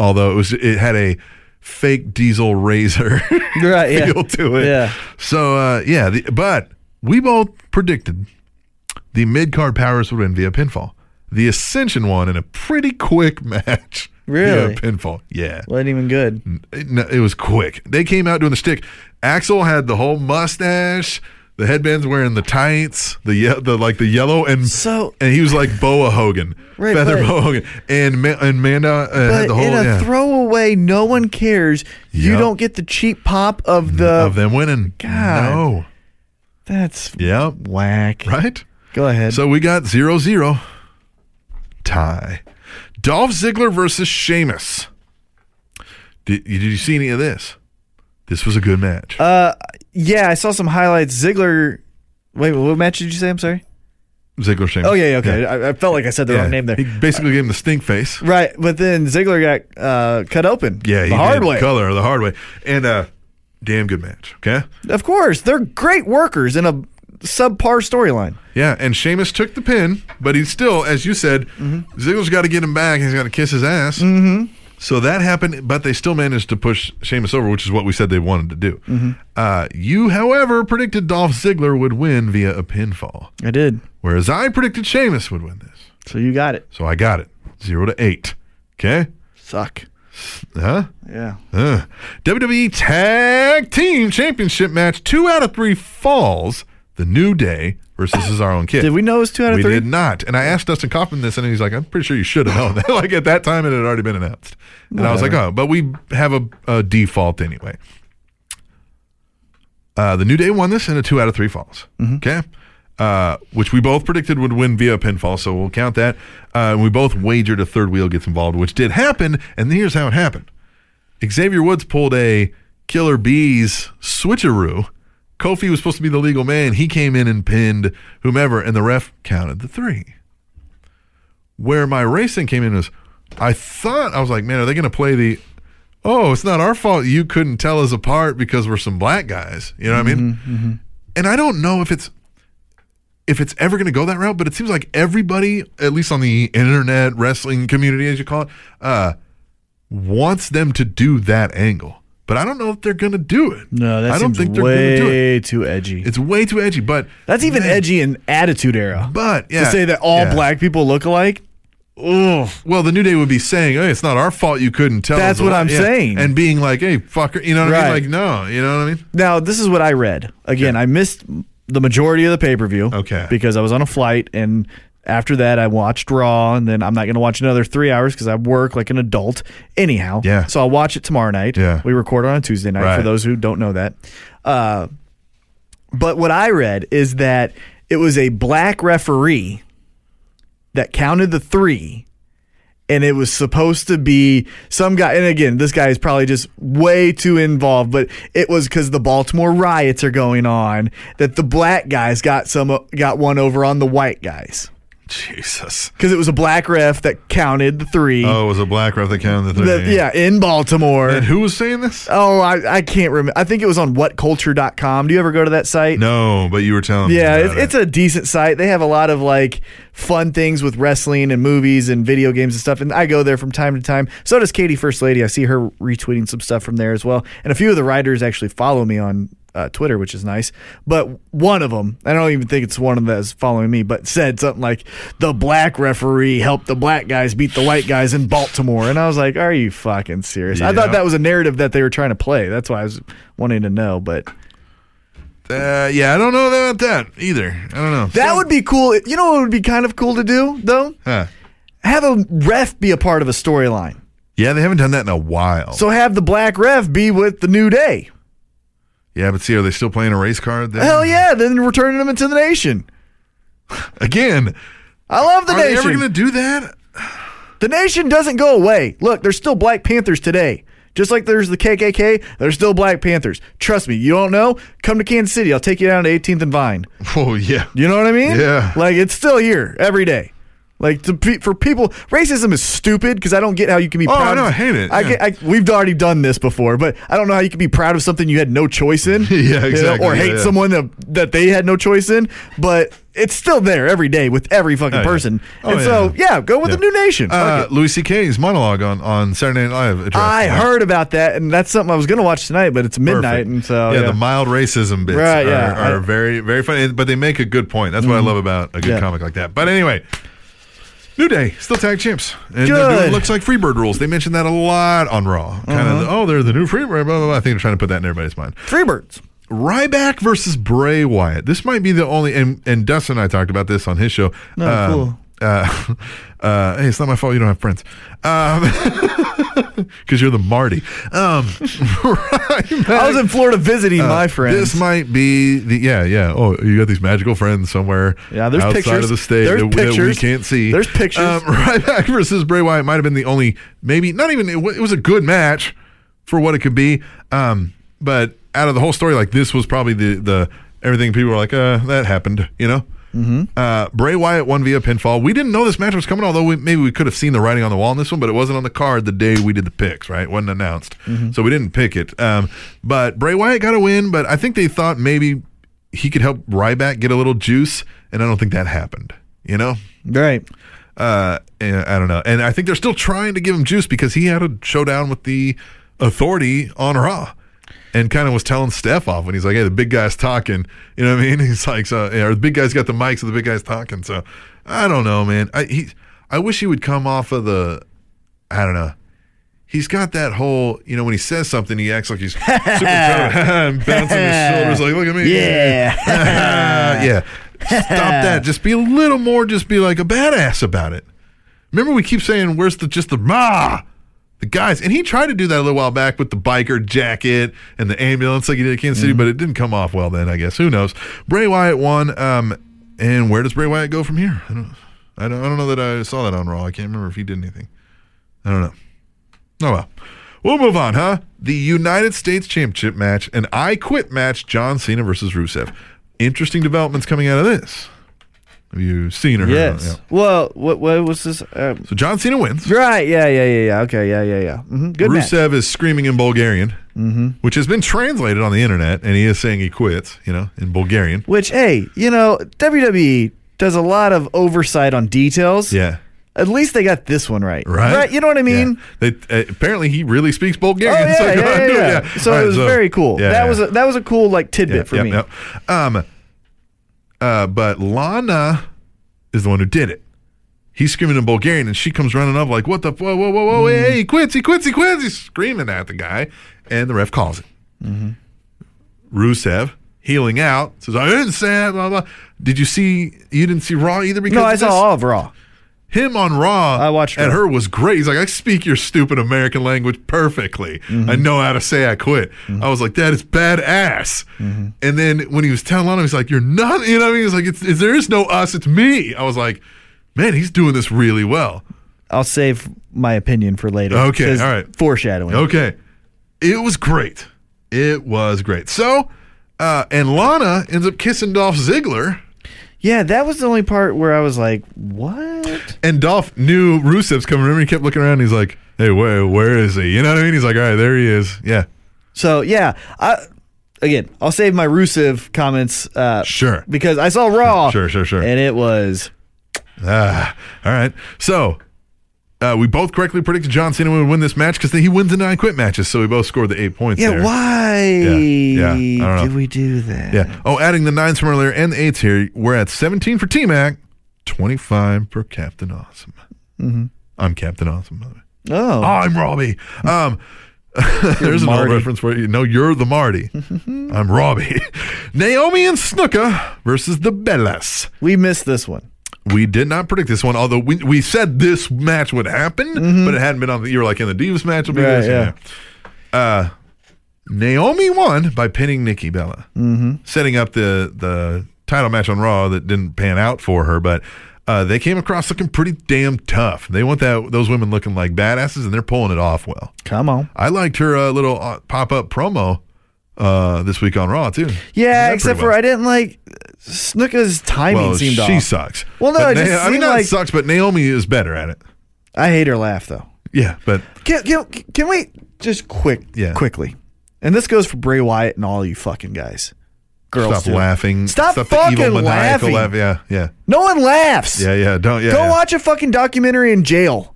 A: Although it was, it had a fake diesel razor
B: Right. Yeah.
A: feel to it.
B: Yeah.
A: So uh, yeah, the, but we both predicted the mid card powers would win via pinfall. The Ascension won in a pretty quick match.
B: Really?
A: Via pinfall. Yeah.
B: Wasn't even good.
A: It, no, it was quick. They came out doing the stick. Axel had the whole mustache. The headbands wearing the tights, the ye- the like the yellow and
B: So-
A: and he was like Boa Hogan,
B: Right,
A: feather
B: but-
A: Boa Hogan, and Ma- and Manda uh, had
B: But
A: the whole
B: in a
A: yeah,
B: throwaway, no one cares. You
A: Yep.
B: don't get the cheap pop of the.
A: Mm, of them winning.
B: God.
A: No,
B: That's
A: yeah,
B: whack.
A: right.
B: Go ahead.
A: So we got zero zero tie. Dolph Ziggler versus Sheamus. Did, did you see any of this? This was a good match.
B: Uh, yeah, I saw some highlights. Ziggler. Wait, what match did you say? I'm sorry.
A: Ziggler Sheamus.
B: Oh yeah, yeah okay. I, I felt like I said the
A: Yeah.
B: wrong name there.
A: He basically gave him the stink face.
B: right, but then Ziggler got uh, cut open.
A: Yeah, he
B: the hard
A: did.
B: way.
A: Color the hard way, and uh, damn good match. Okay.
B: Of course, they're great workers in a subpar storyline.
A: Yeah, and Sheamus took the pin, but he still, as you said, Ziggler's got to get him back. He's got to kiss his ass. Mm-hmm. So that happened, but they still managed to push Sheamus over, which is what we said they wanted to do.
B: Mm-hmm.
A: Uh, you, however, predicted Dolph Ziggler would win via a pinfall,
B: I did.
A: whereas I predicted Sheamus would win this.
B: So you got it.
A: So I got it. Zero to eight. Okay?
B: Suck.
A: Huh?
B: Yeah.
A: Uh, WWE Tag Team Championship match, two out of three falls. The New Day versus Cesaro and Kid.
B: Did we know it was two out of
A: we
B: three?
A: did not. And I asked Dustin Kaufman this, and he's like, I'm pretty sure you should have known that. like at that time, it had already been announced. And I was like, oh, but we have a, a default anyway. Uh, the New Day won this in a two out of three falls.
B: Mm-hmm.
A: Okay. Uh, which we both predicted would win via pinfall, so we'll count that. Uh, we both wagered a third wheel gets involved, which did happen. And here's how it happened Xavier Woods pulled a Killer Bees switcheroo. Kofi was supposed to be the legal man. He came in and pinned whomever, and the ref counted the three. Where my racing came in was, I thought, I was like, man, are they going to play the, oh, it's not our fault you couldn't tell us apart because we're some black guys. You know what I mean?
B: Mm-hmm,
A: And I don't know if it's, if it's ever going to go that route, but it seems like everybody, at least on the internet wrestling community, as you call it, uh, wants them to do that angle. But I don't know if they're going to do it.
B: No, that
A: I don't
B: seems
A: think they're
B: way
A: going to do it.
B: too edgy.
A: It's way too edgy. But
B: That's even
A: Man,
B: edgy in Attitude Era.
A: But yeah,
B: to say that all
A: yeah.
B: black people look alike. Ugh.
A: Well, the New Day would be saying, "Hey, it's not our fault you couldn't tell."
B: That's
A: us a
B: what
A: lot."
B: I'm saying.
A: and being like, "Hey, fucker," you know what I mean?
B: Right.
A: Like, no, you know what I mean?
B: Now, this is what I read. Again, I missed the majority of the pay per view.
A: Okay.
B: Because I was on a flight, and after that, I watched Raw, and then I'm not going to watch another three hours because I work like an adult. Anyhow.
A: Yeah.
B: So I'll watch it tomorrow night.
A: Yeah.
B: We record on a Tuesday night for
A: Right.
B: those who don't know that. Uh, but what I read is that it was a black referee that counted the three and it was supposed to be some guy and again this guy is probably just way too involved but it was because the baltimore riots are going on that the black guys got some got one over on the white guys
A: Jesus.
B: because it was a black ref that counted the three
A: Oh, it was a black ref that counted the
B: that-
A: three.
B: Mm. yeah in baltimore
A: And who was saying this?
B: oh I, I can't remember i think it was on whatculture.com do you ever go to that site
A: No, but you were telling me.
B: yeah,
A: about
B: it's, it's a decent site. They have a lot of like fun things with wrestling and movies and video games and stuff. And I go there from time to time. So does Katie First Lady. I see her retweeting some stuff from there as well. And a few of the writers actually follow me on uh, Twitter, which is nice. But one of them, I don't even think it's one of them that's following me, but said something like, "The black referee helped the black guys beat the white guys in Baltimore." And I was like, "Are you fucking serious?" I
A: Yeah.
B: thought that was a narrative that they were trying to play. That's why I was wanting to know, but.
A: Uh, yeah, I don't know about that either. I don't know.
B: That would be cool. You know what would be kind of cool to do though?
A: Huh.
B: Have a ref be a part of a storyline.
A: Yeah, they haven't done that in a while.
B: So have the black ref be with the New Day.
A: yeah, but see, are they still playing a race card? Then?
B: Hell yeah! Then returning them into the nation.
A: Again,
B: I love the
A: are they
B: nation.
A: ever going to do that?
B: the nation doesn't go away. Look, there's still Black Panthers today. Just like there's the KKK, there's still Black Panthers. Trust me, you don't know? Come to Kansas City. I'll take you down to 18th and Vine.
A: Oh yeah.
B: You know what I mean?
A: Yeah.
B: Like it's still here every day. Like to, pe- for people, racism is stupid because I don't get how you can be.
A: Oh,
B: proud
A: no,
B: of,
A: I hate it,
B: I
A: yeah.
B: get- I- we've already done this before, but I don't know how you can be proud of something you had no choice in.
A: Yeah,
B: you know,
A: exactly,
B: or
A: yeah,
B: hate
A: yeah.
B: someone that, that they had no choice in, but it's still there every day with every fucking
A: yeah.
B: person.
A: Oh,
B: and
A: yeah,
B: so,
A: yeah.
B: yeah, go with the
A: Yeah.
B: new nation. Fuck
A: Uh,
B: it.
A: Louis C.K.'s monologue on, on Saturday Night Live. addressed
B: I
A: that.
B: heard about that, and that's something I was going to watch tonight, but it's midnight,
A: Perfect.
B: and so
A: yeah, the mild racism bits
B: Right,
A: are,
B: yeah.
A: are
B: I- Mm-hmm.
A: very very funny, but they make a good point. That's what I love about a good
B: Yeah.
A: comic like that. But anyway, New Day still tag champs, and they're
B: Good. Uh-huh.
A: doing looks like Freebird rules. They mentioned that a lot on Raw. Kind of, oh, they're the new Freebird. Blah, blah, blah. I think they're trying to put that in everybody's mind.
B: Freebirds.
A: Ryback versus Bray Wyatt. This might be the only, and, and Dustin and I talked about this on his show. No,
B: Oh, cool.
A: Uh, uh, hey, it's not my fault you don't have friends. Because you're the Marty. Um, Ryback-
B: I was in Florida visiting
A: uh,
B: my friends.
A: This might be the yeah yeah. Oh, you got these magical friends somewhere.
B: Yeah, there's
A: outside
B: pictures.
A: of the state
B: There's
A: that, that we
B: pictures.
A: can't see.
B: There's pictures.
A: Um, Ryback versus Bray Wyatt might have been the only maybe not even it, wa- it was a good match for what it could be. Um, but out of the whole story, like this was probably the the everything people were like uh that happened. You know. Uh, Bray Wyatt won via pinfall. We didn't know this match was coming, although we, maybe we could have seen the writing on the wall in this one, but it wasn't on the card the day we did the picks, right? It wasn't announced. So we didn't pick it. Um, but Bray Wyatt got a win, but I think they thought maybe he could help Ryback get a little juice, and I don't think that happened, you know?
B: right.
A: Uh, and I don't know, and I think they're still trying to give him juice because he had a showdown with the authority on Raw. And kind of was telling Steph off when he's like, "Hey, the big guy's talking." You know what I mean? He's like, "So, or the big guy's got the mic, so the big guy's talking." So, I don't know, man. I he, I wish he would come off of the, I don't know. He's got that whole, you know, when he says something, he acts like he's super proud and bouncing his shoulders, like, "Look at me!"
B: Yeah.
A: yeah. Stop that. Just be a little more, just be like a badass about it. Remember, we keep saying, where's the just the ma? The guys. And he tried to do that a little while back with the biker jacket and the ambulance like he did at Kansas City, but it didn't come off well then, I guess. Who knows? Bray Wyatt won. Um, and where does Bray Wyatt go from here? I don't, I don't, I don't know that I saw that on Raw. I can't remember if he did anything. I don't know. Oh well. We'll move on, huh? The United States Championship match, an I Quit match, John Cena versus Rusev. Interesting developments coming out of this. Have you seen or heard? about it?
B: Yes.
A: Yeah.
B: Well, what what was this? Um,
A: So John Cena wins.
B: right. Yeah. Yeah. Yeah. Yeah. Okay. Yeah. Yeah. Yeah. hmm Good Mm-hmm. match.
A: Rusev is screaming in Bulgarian, which has been translated on the internet, and he is saying he quits, you know, in Bulgarian.
B: Which, hey, you know, WWE does a lot of oversight on details.
A: Yeah.
B: At least they got this one right.
A: Right?
B: You know what I mean?
A: Yeah. They, uh, apparently, he really speaks
B: Oh,
A: Bulgarian.
B: yeah,
A: so
B: yeah,
A: go
B: yeah,
A: ahead and do it,
B: yeah. So
A: All right,
B: it was very cool.
A: yeah,
B: that
A: yeah.
B: was a, that was a cool like tidbit
A: Yeah,
B: for
A: yeah,
B: me.
A: yeah. Um, uh, but Lana is the one who did it. He's screaming in Bulgarian, and she comes running up like, "What the? Whoa, whoa, whoa, whoa! Hey,
B: Mm-hmm.
A: he quits! He quits! He quits!" He's screaming at the guy, and the ref calls it.
B: Mm-hmm.
A: Rusev healing out says, "I didn't say that." Blah blah. Did you see? You didn't see Raw either because
B: No, I
A: of
B: saw
A: this?
B: all of Raw.
A: him on Raw
B: I watched
A: at
B: Raw.
A: her was great. He's like, I speak your stupid American language perfectly. I
B: Mm-hmm.
A: know how to say I quit. I was like, that is badass.
B: Mm-hmm.
A: And then when he was telling Lana, he's like, you're not, you know what I mean? He's like, it's, it's- there is no us, it's me. I was like, man, he's doing this really well.
B: I'll save my opinion for later.
A: Okay,
B: 'cause
A: all right.
B: Foreshadowing.
A: Okay. It was great. It was great. So, uh, and Lana ends up kissing Dolph Ziggler.
B: Yeah, that was the only part where I was like, "What?"
A: And Dolph knew Rusev's coming. Remember, he kept looking around. And he's like, "Hey, where, where is he?" You know what I mean? He's like, "All right, there he is." Yeah,
B: So yeah, I again, I'll save my Rusev comments uh,
A: sure.
B: because I saw Raw.
A: Sure, sure, sure.
B: And it was
A: Ah, all right. So uh, we both correctly predicted John Cena would win this match because he wins the nine quit matches. So we both scored the eight points.
B: yeah.
A: there.
B: Why
A: Yeah, yeah, I don't
B: did
A: know.
B: we do that?
A: Yeah. Oh, adding the nines from earlier and the eights here, we're at 17 for T Mac, 25 for Captain Awesome.
B: Mm-hmm.
A: I'm Captain Awesome, by the way.
B: Oh,
A: I'm Robbie. Um, there's an old
B: Marty.
A: reference for you. No, you're the Marty. I'm Robbie. Naomi and Snuka versus the Bellas.
B: we missed this one.
A: We did not predict this one, although we, we said this match would happen, but it hadn't been on the. You were like in the Divas match will be
B: Mm-hmm. Right,
A: this.
B: yeah.
A: yeah. Uh, Naomi won by pinning Nikki Bella, mm-hmm. setting up the the title match on Raw that didn't pan out for her, but. Uh, they came across looking pretty damn tough. They want that those women looking like badasses, and they're pulling it off well.
B: Come on.
A: I liked her uh, little uh, pop up promo uh, this week on Raw too.
B: Yeah,
A: Did that
B: except
A: pretty
B: for
A: well.
B: I didn't like Snooka's timing
A: well,
B: seemed
A: she
B: off.
A: sucks.
B: Well, no,
A: But
B: it just
A: I mean
B: seemed
A: not
B: like-
A: sucks, but Naomi is better at it.
B: I hate her laugh though.
A: Yeah, but
B: Can, can, can we just quick
A: Yeah.
B: quickly? And this goes for Bray Wyatt and all you fucking guys. Girls
A: stop
B: too.
A: laughing.
B: Stop
A: stop the
B: fucking
A: evil maniacal
B: laughing.
A: laugh. Yeah, yeah,
B: No one laughs.
A: yeah, yeah. Don't. Yeah,
B: Go
A: yeah.
B: watch a fucking documentary in jail.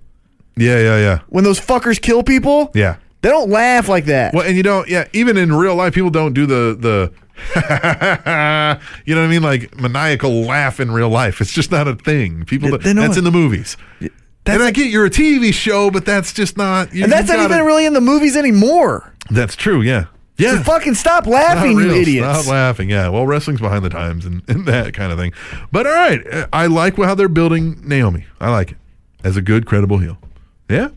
A: Yeah, yeah, yeah,
B: When those fuckers kill people,
A: yeah.
B: they don't laugh like that.
A: Well, and you don't. Yeah, even in real life, people don't do the the. you know what I mean? Like maniacal laugh in real life. It's just not a thing. People.
B: They-
A: don't-
B: they know
A: that's
B: it.
A: in the movies. and I get you're a TV show, but that's just not. You,
B: and that's
A: you
B: not
A: gotta-
B: even really in the movies anymore.
A: That's true. Yeah. Yeah.
B: So fucking stop
A: Not
B: laughing, you
A: real.
B: idiots.
A: Stop laughing. Yeah. Well, wrestling's behind the times and, and that kind of thing. But all right. uh, I like how they're building Naomi. I like it as a good, credible heel. Yeah.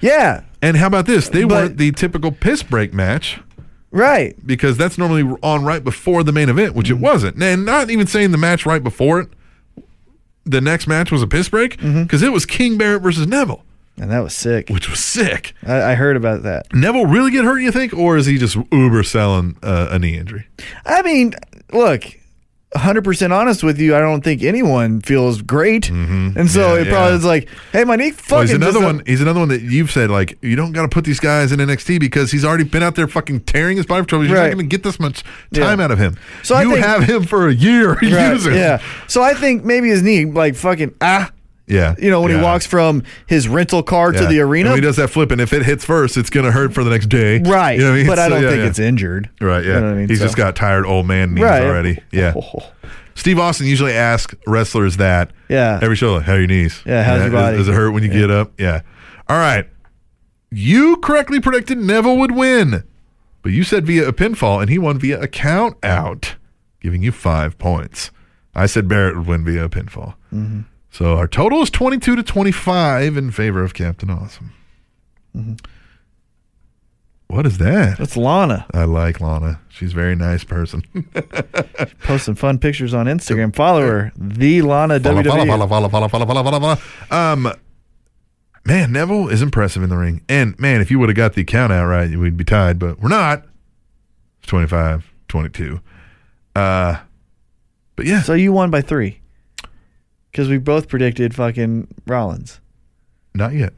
B: yeah,
A: And how about this? They
B: But-
A: weren't the typical piss break match
B: right.
A: because that's normally on right before the main event,
B: Mm-hmm.
A: which it wasn't. And not even saying the match right before it, the next match was a piss break
B: Mm-hmm.
A: because it was King Barrett versus Neville,
B: And that was sick.
A: which was sick.
B: I, I heard about that.
A: Neville really get hurt, you think? Or is he just uber selling uh, a knee injury?
B: I mean, look, 100% honest with you, I don't think anyone feels great. And so
A: Mm-hmm. Yeah,
B: it probably
A: yeah.
B: is like, hey, my knee fucking.
A: Well,
B: uh,
A: Oh, he's another
B: doesn't-
A: one. He's another one that you've said like you don't got to put these guys in NXT because he's already been out there fucking tearing his body for trouble. You're
B: Right.
A: not going to get this much time
B: Yeah.
A: out of him.
B: So I
A: you
B: think-
A: have him for a year.
B: Right,
A: Use him.
B: yeah. So I think maybe his knee, like fucking, ah,
A: Yeah.
B: You know, when
A: Yeah.
B: he walks from his rental car to
A: Yeah.
B: the
A: And
B: arena.
A: when he does that flip, and if it hits first, it's gonna hurt for the next day.
B: right.
A: You know what I mean?
B: But I
A: So,
B: don't
A: yeah,
B: think
A: yeah.
B: it's injured.
A: Right, yeah.
B: You know what I mean?
A: He's just
B: So-
A: got tired old man knees
B: Right.
A: already. Yeah. Steve Austin usually asks wrestlers that.
B: Yeah.
A: Every show, like, how are your knees?
B: Yeah, how's your
A: is-
B: body?
A: Does it hurt when you get up? Yeah. All right. You correctly predicted Neville would win, but you said via a pinfall, and he won via a count out, giving you five points. I said Barrett would win via a pinfall.
B: Mm-hmm.
A: So our total is 22 to 25 in favor of Captain Awesome.
B: Mm-hmm.
A: What is that?
B: That's Lana.
A: I like Lana. She's a very nice person.
B: Post some fun pictures on Instagram. Follow her. The Lana E.
A: Follow,
B: WWE.
A: follow, follow, follow, follow, follow, follow, follow, follow. E. Um, man, Neville is impressive in the ring. And man, if you would have got the count out right, we'd be tied, but we're not. It's 25, 22. Uh, but yeah,
B: So you won by three. Because we both predicted fucking Rollins.
A: not yet.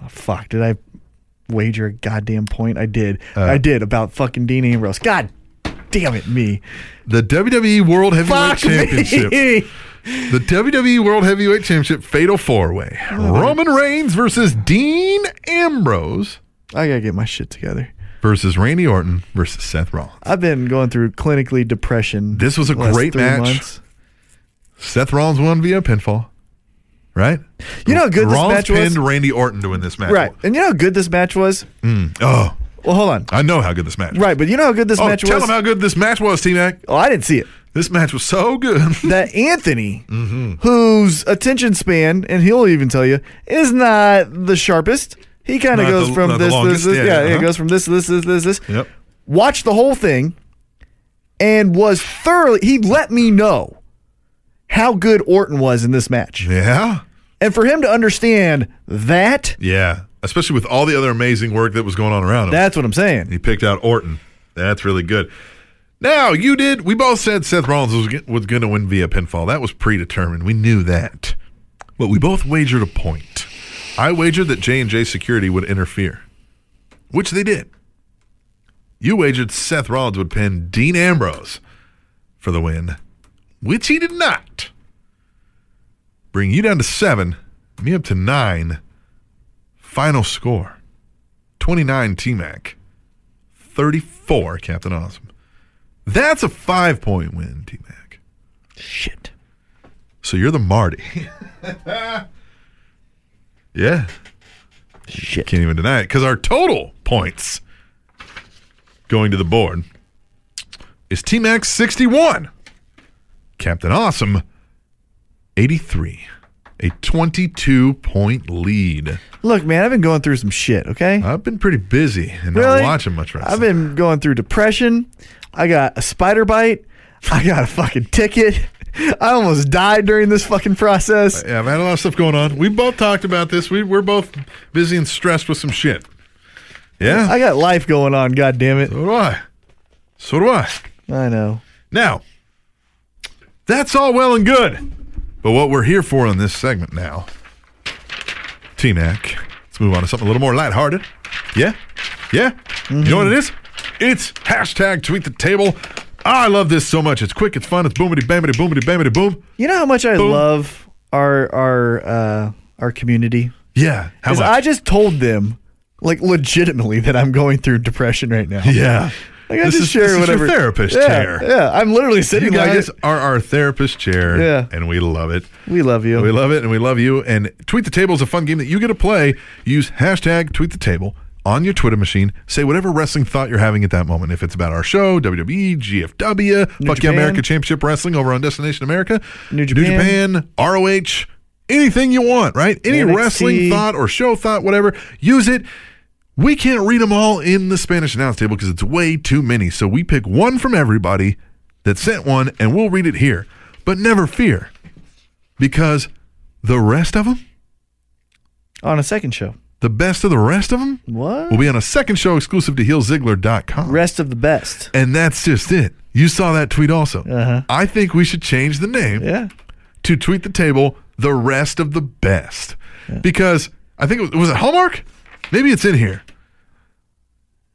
B: Oh, fuck. Did I wager a goddamn point? I did.
A: Uh.
B: I did about fucking Dean Ambrose. God damn it, me.
A: The WWE World Heavyweight
B: Fuck
A: Championship.
B: me.
A: The WWE World Heavyweight Championship Fatal Four Way. Roman Reigns versus Dean Ambrose
B: I gotta get my shit together.
A: versus Randy Orton versus Seth Rollins.
B: I've been going through clinically depression.
A: This was a
B: the last
A: great
B: three
A: match. Seth Rollins won via pinfall, right?
B: You know how good this
A: Rollins
B: match was?
A: pinned Randy Orton to win this match.
B: Right. And you know how good this match was?
A: Oh,
B: Well, hold on.
A: I know how good this match. Was.
B: Right, but you know how good this
A: Oh,
B: match
A: tell
B: was?
A: them how good this match was, T Mac.
B: oh, I didn't see it.
A: This match was so good.
B: That Anthony,
A: Mm-hmm.
B: whose attention span, and he'll even tell you, is not the sharpest. He kind of
A: Not
B: goes
A: the-
B: from
A: not the
B: this, this,
A: longest.
B: this.
A: Yeah,
B: Yeah,
A: yeah,
B: it
A: uh-huh.
B: goes from this, this, this, this, this.
A: Yep.
B: Watched the whole thing and was thoroughly, he let me know how good Orton was in this match.
A: Yeah,
B: And for him to understand that,
A: yeah. Especially with all the other amazing work that was going on around him.
B: that's what I'm saying.
A: he picked out Orton. That's really good. Now you did. We both said Seth Rollins was g- was going to win via pinfall. That was predetermined. We knew that. But we both wagered a point. I wagered that J and J Security would interfere, which they did. You wagered Seth Rollins would pin Dean Ambrose for the win, which he did not. Bring you down to seven, me up to nine. Final score 29 T Mac, 34 Captain Awesome. That's a five point win, T Mac.
B: Shit.
A: So you're the Marty. yeah.
B: Shit.
A: Can't even deny it because our total points going to the board is T Max 61, Captain Awesome 83, a 22 point lead.
B: Look, man, I've been going through some shit, okay?
A: I've been pretty busy and
B: Really?
A: not watching much wrestling.
B: I've been going through depression. I got a spider bite. I got a fucking ticket. I almost died during this fucking process.
A: Yeah, I've had a lot of stuff going on. We both talked about this. We we're both busy and stressed with some shit. Yeah.
B: I got life going on, God damn it.
A: so do I. So do I.
B: I know.
A: Now, that's all well and good. But what we're here for in this segment now, T Mac, let's move on to something a little more lighthearted. Yeah? Yeah? You know what it is? It's hashtag tweet the table. I love this so much. It's quick, it's fun, it's boomity bamity boomity bamity boom.
B: You know how much I
A: Boom.
B: love our our uh our community?
A: Yeah. How
B: Because
A: much?
B: I just told them like legitimately that I'm going through depression right now.
A: yeah.
B: Like I
A: this
B: just
A: is,
B: share
A: this is
B: whatever.
A: your therapist
B: yeah,
A: chair.
B: Yeah. I'm literally
A: You
B: sitting on
A: guys
B: it.
A: are our therapist chair,
B: Yeah.
A: and we love it.
B: We love you.
A: We love it, and we love you. And tweet the table is a fun game that you get to play. Use hashtag tweet the table on your Twitter machine. Say whatever wrestling thought you're having at that moment. If it's about our show, E, WWE, GFW, New Fuck Yeah
B: Japan.
A: America Championship Wrestling over on Destination America,
B: New Japan.
A: Japan, ROH, anything you want, right? Any
B: NXT.
A: wrestling thought or show thought, whatever. Use it. We can't read them all in the Spanish announce table because it's way too many. So we pick one from everybody that sent one and we'll read it here. But never fear because the rest of them,
B: on a second show.
A: the best of the rest of them,
B: What?
A: will be on a second show exclusive to heelzigler.com.
B: Rest of the best.
A: and that's just it. You saw that tweet also.
B: Uh-huh.
A: I think we should change the name
B: Yeah.
A: to Tweet the Table, the rest of the best. Because I think, it was, was it Hallmark? Maybe it's in here.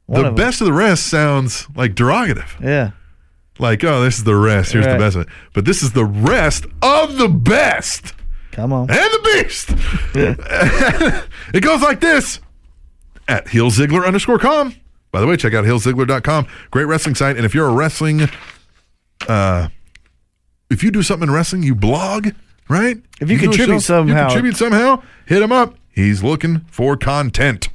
B: One
A: the
B: of 'em.
A: best of the rest sounds like derogative.
B: Yeah.
A: Like, oh, this is the rest. Here's
B: Right.
A: the best. of it. But this is the rest of the best.
B: Come on.
A: and the beast. it goes like this at Heel Ziggler underscore com. By the way, check out HillZiggler.com. Great wrestling site. And if you're a wrestling, uh, if you do something in wrestling, you blog, right?
B: If you
A: do a
B: contribute
A: show, you
B: somehow.
A: contribute somehow, hit him up. He's looking for content.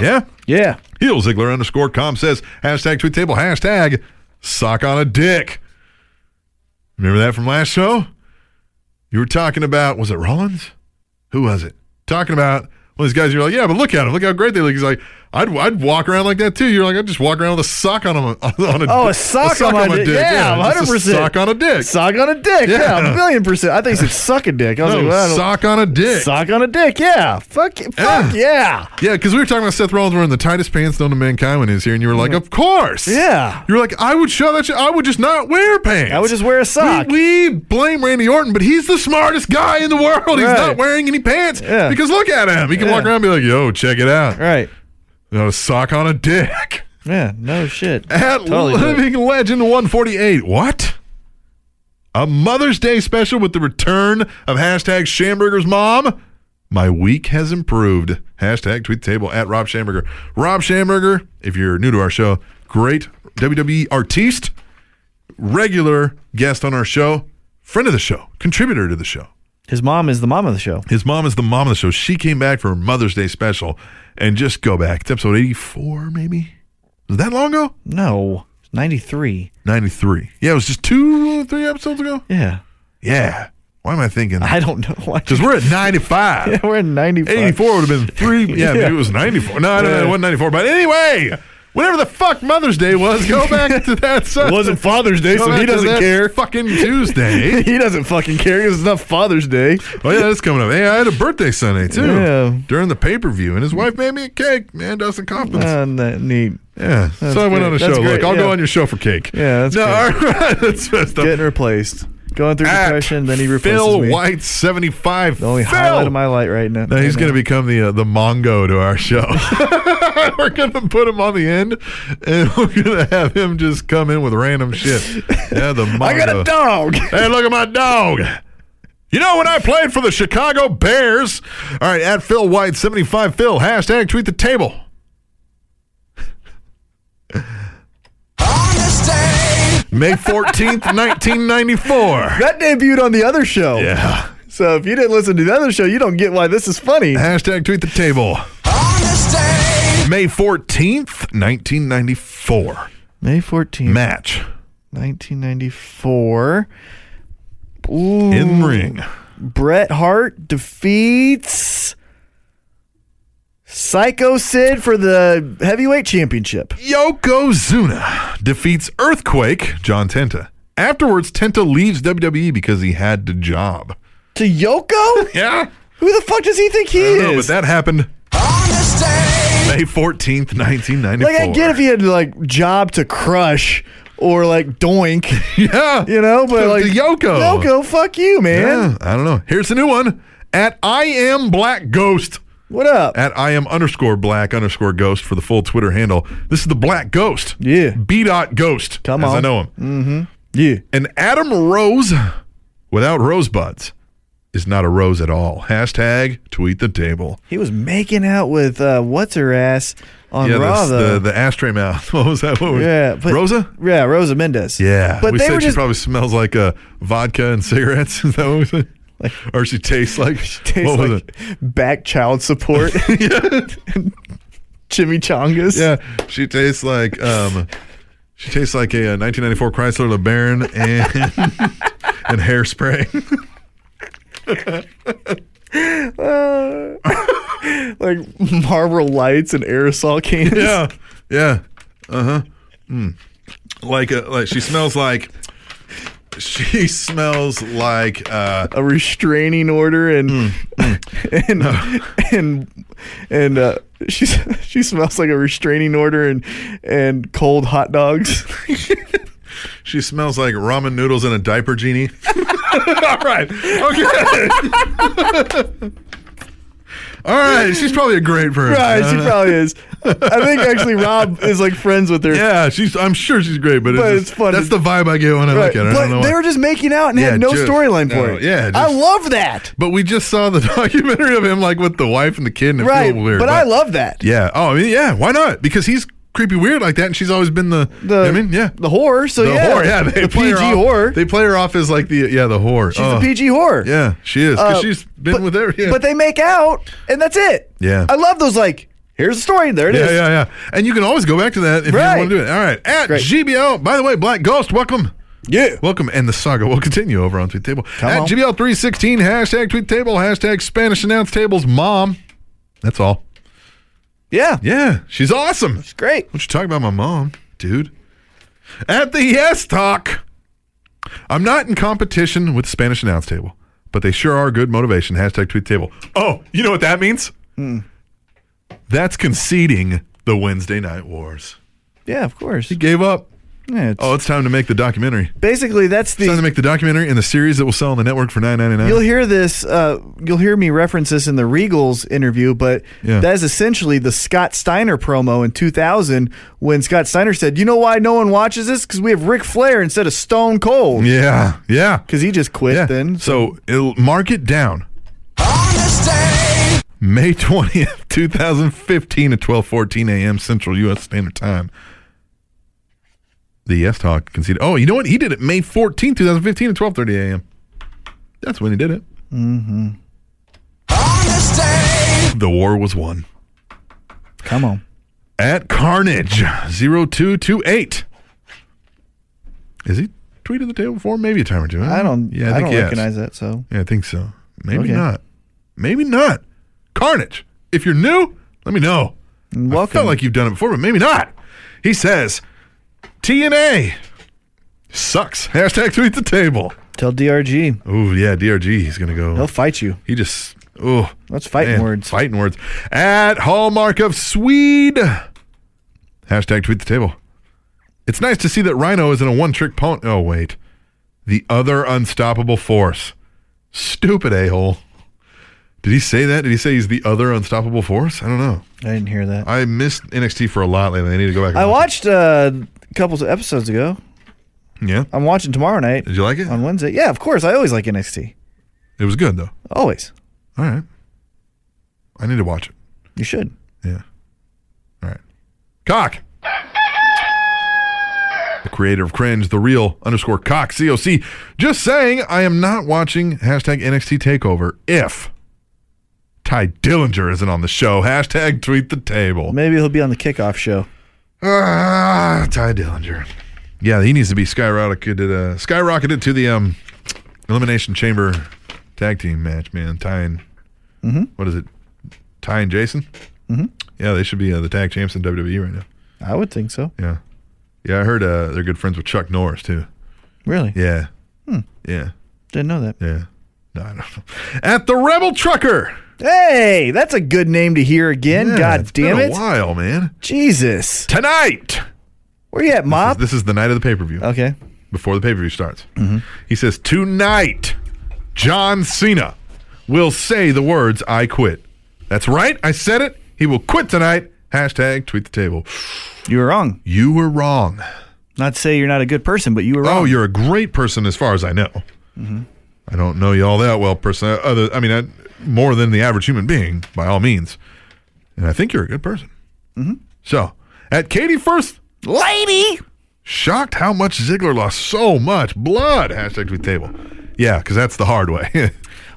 A: Yeah?
B: Yeah.
A: Heel Ziggler underscore com says hashtag tweet table hashtag sock on a dick. Remember that from last show? You were talking about was it Rollins? Who was it? Talking about one of these guys. You're like, yeah, but look at him. Look how great they look. He's like, I'd I'd walk around like that too. You're like, I'd just walk around with a sock on him on a
B: Oh, a sock, on, my dick. Yeah,
A: just a
B: hundred percent.
A: sock on a dick.
B: Sock on a dick. Yeah,
A: Yeah.
B: a million percent. I think you said suck a dick. I was
A: No,
B: like, well, I don't-
A: sock on a dick.
B: sock on a dick. Yeah, fuck, it- fuck yeah.
A: Yeah, because we were talking about Seth Rollins wearing the tightest pants known to mankind when he was here, and you were like, "Of course."
B: Yeah.
A: You were like, "I would show that. Shit. I would just not wear pants.
B: I would just wear a sock.
A: We, we blame Randy Orton, but he's the smartest guy in the world. He's
B: Right.
A: not wearing any pants
B: Yeah.
A: because look at him. He can walk
B: Yeah.
A: around and be like, "Yo, check it out.
B: Right.
A: Got a sock on a dick."
B: Yeah. No shit.
A: At
B: Totally do it.
A: Living Legend 148. What? A Mother's Day special with the return of hashtag Shamburger's mom. My week has improved. Hashtag tweet the table at Rob Shamburger. Rob Shamburger, if you're new to our show, great WWE artiste, regular guest on our show, friend of the show, contributor to the show.
B: His mom is the mom of the show.
A: His mom is the mom of the show. She came back for her Mother's Day special. And just go back. It's episode 84, maybe? Was that long ago?
B: No, ninety three.
A: 93. Yeah, it was just two, three episodes ago.
B: Yeah.
A: Yeah. Why am I thinking?
B: I don't know why.
A: Because we're at 95.
B: Yeah, we're in ninety five.
A: 84 would have been three. Yeah, maybe
B: Yeah.
A: it was 94. No, I don't know. It wasn't 94. But anyway, whatever the fuck Mother's Day was, go back to that. It
B: Father's Day,
A: Fucking Tuesday.
B: He doesn't fucking care. 'cause It's not Father's Day.
A: oh, yeah, that's coming up. Hey, I had a birthday Sunday, too.
B: Yeah.
A: During the pay per view. And his wife made me a cake, man. Dustin Coffins.
B: Uh, that neat.
A: yeah. So I went
B: great.
A: on a show.
B: That's
A: Look,
B: great,
A: I'll
B: yeah.
A: go on your show for cake.
B: Yeah, that's
A: No,
B: great.
A: all right. That's messed up.
B: Getting replaced. Going through
A: at
B: depression, then he replaces
A: Phil
B: me.
A: White, seventy-five.
B: The only
A: Phil.
B: highlight of my life right now.
A: No, he's going to become the uh, the Mongo to our show. we're going to put him on the end, and we're going to have him just come in with random shit. Yeah, the Mongo.
B: I got a dog.
A: Hey, look at my dog. You know, when I played for the Chicago Bears. All right, at Phil White, 75 Phil, hashtag tweet the table. May 14th, 1994.
B: That debuted on the other show.
A: Yeah.
B: So if you didn't listen to the other show, you don't get why this is funny.
A: Hashtag tweet the table. May 14th, 1994.
B: May 14th,
A: Match
B: 1994. Ooh,
A: in ring.
B: Bret Hart defeats Psycho Sid for the heavyweight championship.
A: Yokozuna defeats Earthquake, John Tenta. Afterwards, Tenta leaves WWE because he had the job.
B: To Yoko?
A: Yeah.
B: Who the fuck does he think he
A: I
B: is?
A: don't know, but that happened May 14th, 1994.
B: like I get if he had like job to crush or like doink,
A: Yeah.
B: you know, but
A: To-
B: like
A: to Yoko.
B: Yoko, fuck you, man.
A: Yeah, I don't know. Here's the new one at I am Black Ghost.
B: What up?
A: at I am underscore black underscore ghost for the full Twitter handle. This is the black ghost.
B: Yeah.
A: B dot ghost.
B: Come
A: as I
B: on.
A: know him.
B: Yeah.
A: And Adam Rose without rosebuds is not a rose at all. Hashtag tweet the table.
B: He was making out with uh, what's her ass on
A: yeah,
B: Raw
A: that's
B: though.
A: the, the ashtray mouth. What was that? What was,
B: yeah, but,
A: Rosa?
B: Yeah, Rosa Mendez.
A: Yeah.
B: but
A: we
B: they
A: said
B: were
A: she
B: just
A: probably smells like uh, vodka and cigarettes. Is that what we said? or she tastes like.
B: tastes
A: what was
B: like
A: it?
B: back child support, chimichangas.
A: Yeah, she tastes like um, she tastes like a, uh 1994 Chrysler LeBaron and and hairspray.
B: like Marlboro lights and aerosol cans.
A: yeah, yeah, uh huh. Like a, like she smells like she smells like uh,
B: a restraining order and
A: Mm,
B: and, and and uh she she smells like a restraining order and and cold hot dogs.
A: she smells like ramen noodles and a diaper genie. All right, okay. All right, she's probably a great person. Uh-huh.
B: Right,
A: I
B: she
A: don't know.
B: probably is. I think actually Rob is like friends with her.
A: Yeah, she's. I'm sure she's great, but,
B: But
A: it's,
B: it's fun
A: That's
B: to-
A: the vibe I get when I
B: Right,
A: look at her. I don't know
B: But
A: why.
B: they were just making out and
A: Yeah,
B: had no
A: just-
B: storyline for
A: no,
B: it.
A: yeah, just-
B: I love that.
A: But we just saw the documentary of him like with the wife and the kid, and it
B: Right,
A: felt weird.
B: but I love that.
A: Yeah. Oh, I mean, yeah. Why not? Because he's creepy weird like that, and she's always been the.
B: The,
A: I mean, yeah.
B: the horror. So
A: The
B: yeah,
A: whore. Yeah. They
B: the
A: play
B: PG
A: her off,
B: whore.
A: They play her off as like the yeah the whore.
B: She's
A: Oh,
B: a PG whore.
A: Yeah, she is. Because
B: Uh,
A: she's been
B: but-
A: with her. Yeah.
B: But they make out, and that's it.
A: Yeah.
B: I love those. Like, here's the story. There it is.
A: yeah, yeah, yeah. And you can always go back to that if
B: Right.
A: you want to do it. All right. At
B: Great.
A: GBL. By the way, Black Ghost, welcome.
B: Yeah.
A: Welcome, and the saga will continue over on Tweet Table. At
B: on.
A: GBL316, hashtag Tweet Table, hashtag Spanish Announce Tables, mom. That's all.
B: Yeah.
A: Yeah, she's awesome.
B: It's great.
A: Don't you talk about my mom, dude? At the Yes Talk. I'm not in competition with the Spanish Announce Table, but they sure are good motivation. Hashtag Tweet Table. Oh, you know what that means? That's conceding the Wednesday Night Wars.
B: Yeah, of course.
A: He gave up.
B: Yeah, it's-
A: Oh, it's time to make the documentary.
B: basically that's
A: It's time to
B: the.
A: make the documentary and the series that will sell on the network for nine ninety
B: You'll
A: nine.
B: hear this. Uh, you'll hear me reference this in the Regals interview, but
A: Yeah.
B: that is essentially the Scott Steiner promo in 2000 when Scott Steiner said, "You know why no one watches this? Because we have Ric Flair instead of Stone Cold."
A: Yeah, yeah,
B: Because he just quit
A: yeah.
B: then.
A: So it'll mark it down. May 20th, 2015 at 12:14 a.m. Central US Standard Time. The Yes Talk conceded. Oh, you know what? He did it May 14th, 2015 at 12:30 a.m. That's when he did it. Mm-hmm. The war was won.
B: Come on.
A: At Carnage 0228. Is he tweeted the day before? Maybe a time or two.
B: I don't. Yeah, I, don't
A: he has.
B: recognize that. So
A: Yeah, I think so. Maybe
B: Okay.
A: not. Maybe not. Carnage. If you're new, let me know. I
B: welcome.
A: felt like you've done it before, but maybe not. He says, TNA sucks. Hashtag tweet the table.
B: Tell DRG
A: Oh yeah, DRG. He's gonna go.
B: they'll fight you.
A: He just. Oh,
B: That's fighting
A: man,
B: words.
A: Fighting words. At hallmark of Swede. Hashtag tweet the table. It's nice to see that Rhino isn't a one-trick pony. Oh wait, the other unstoppable force. Stupid a-hole. Did he say that? Did he say he's the other unstoppable force? I don't know.
B: I didn't hear that.
A: I missed NXT for a lot lately. I need to go back. And
B: I
A: watch
B: watched uh, a couple of episodes ago.
A: it. Yeah.
B: I'm watching tomorrow night
A: Did you like it?
B: on Wednesday. Yeah, of course. I always like NXT.
A: It was good though.
B: Always.
A: All right. I need to watch it.
B: You should.
A: Yeah. All right. Cock. The creator of cringe, the real underscore cock, C O C. Just saying, I am not watching hashtag NXT Takeover if Ty Dillinger isn't on the show. Hashtag tweet the table.
B: Maybe he'll be on the kickoff show.
A: Ah, Ty Dillinger. Yeah, he needs to be skyrocketed, uh, skyrocketed to the um, Elimination Chamber tag team match, man. Ty and what is it? Ty and Jason. Mm-hmm. Yeah, they should be uh, the tag champs in WWE right now.
B: I would think so.
A: Yeah, yeah. I heard uh, they're good friends with Chuck Norris too.
B: Really?
A: Yeah, yeah,
B: Didn't know that.
A: yeah. No, I don't know. At the Rebel Trucker.
B: Hey, that's a good name to hear again.
A: Yeah,
B: God
A: it's
B: damn
A: been
B: it.
A: A while, man.
B: Jesus.
A: Tonight.
B: Where you at, Mop?
A: This is the night of the pay per view.
B: Okay.
A: before the pay per view starts. He says, Tonight, John Cena will say the words, I quit. That's right. I said it. He will quit tonight. Hashtag tweet the table.
B: You were wrong.
A: You were wrong.
B: Not to say you're not a good person, but you were wrong. Mm-hmm.
A: Oh, you're a great person as far as I know. I don't know you all that well, person. Other, I mean, I, more than the average human being, by all means. And I think you're a good person.
B: Mm-hmm.
A: So, at Katie first,
B: Lady!
A: Shocked how much Ziggler lost so much blood. Hashtag tweet table. Yeah, because that's the hard way.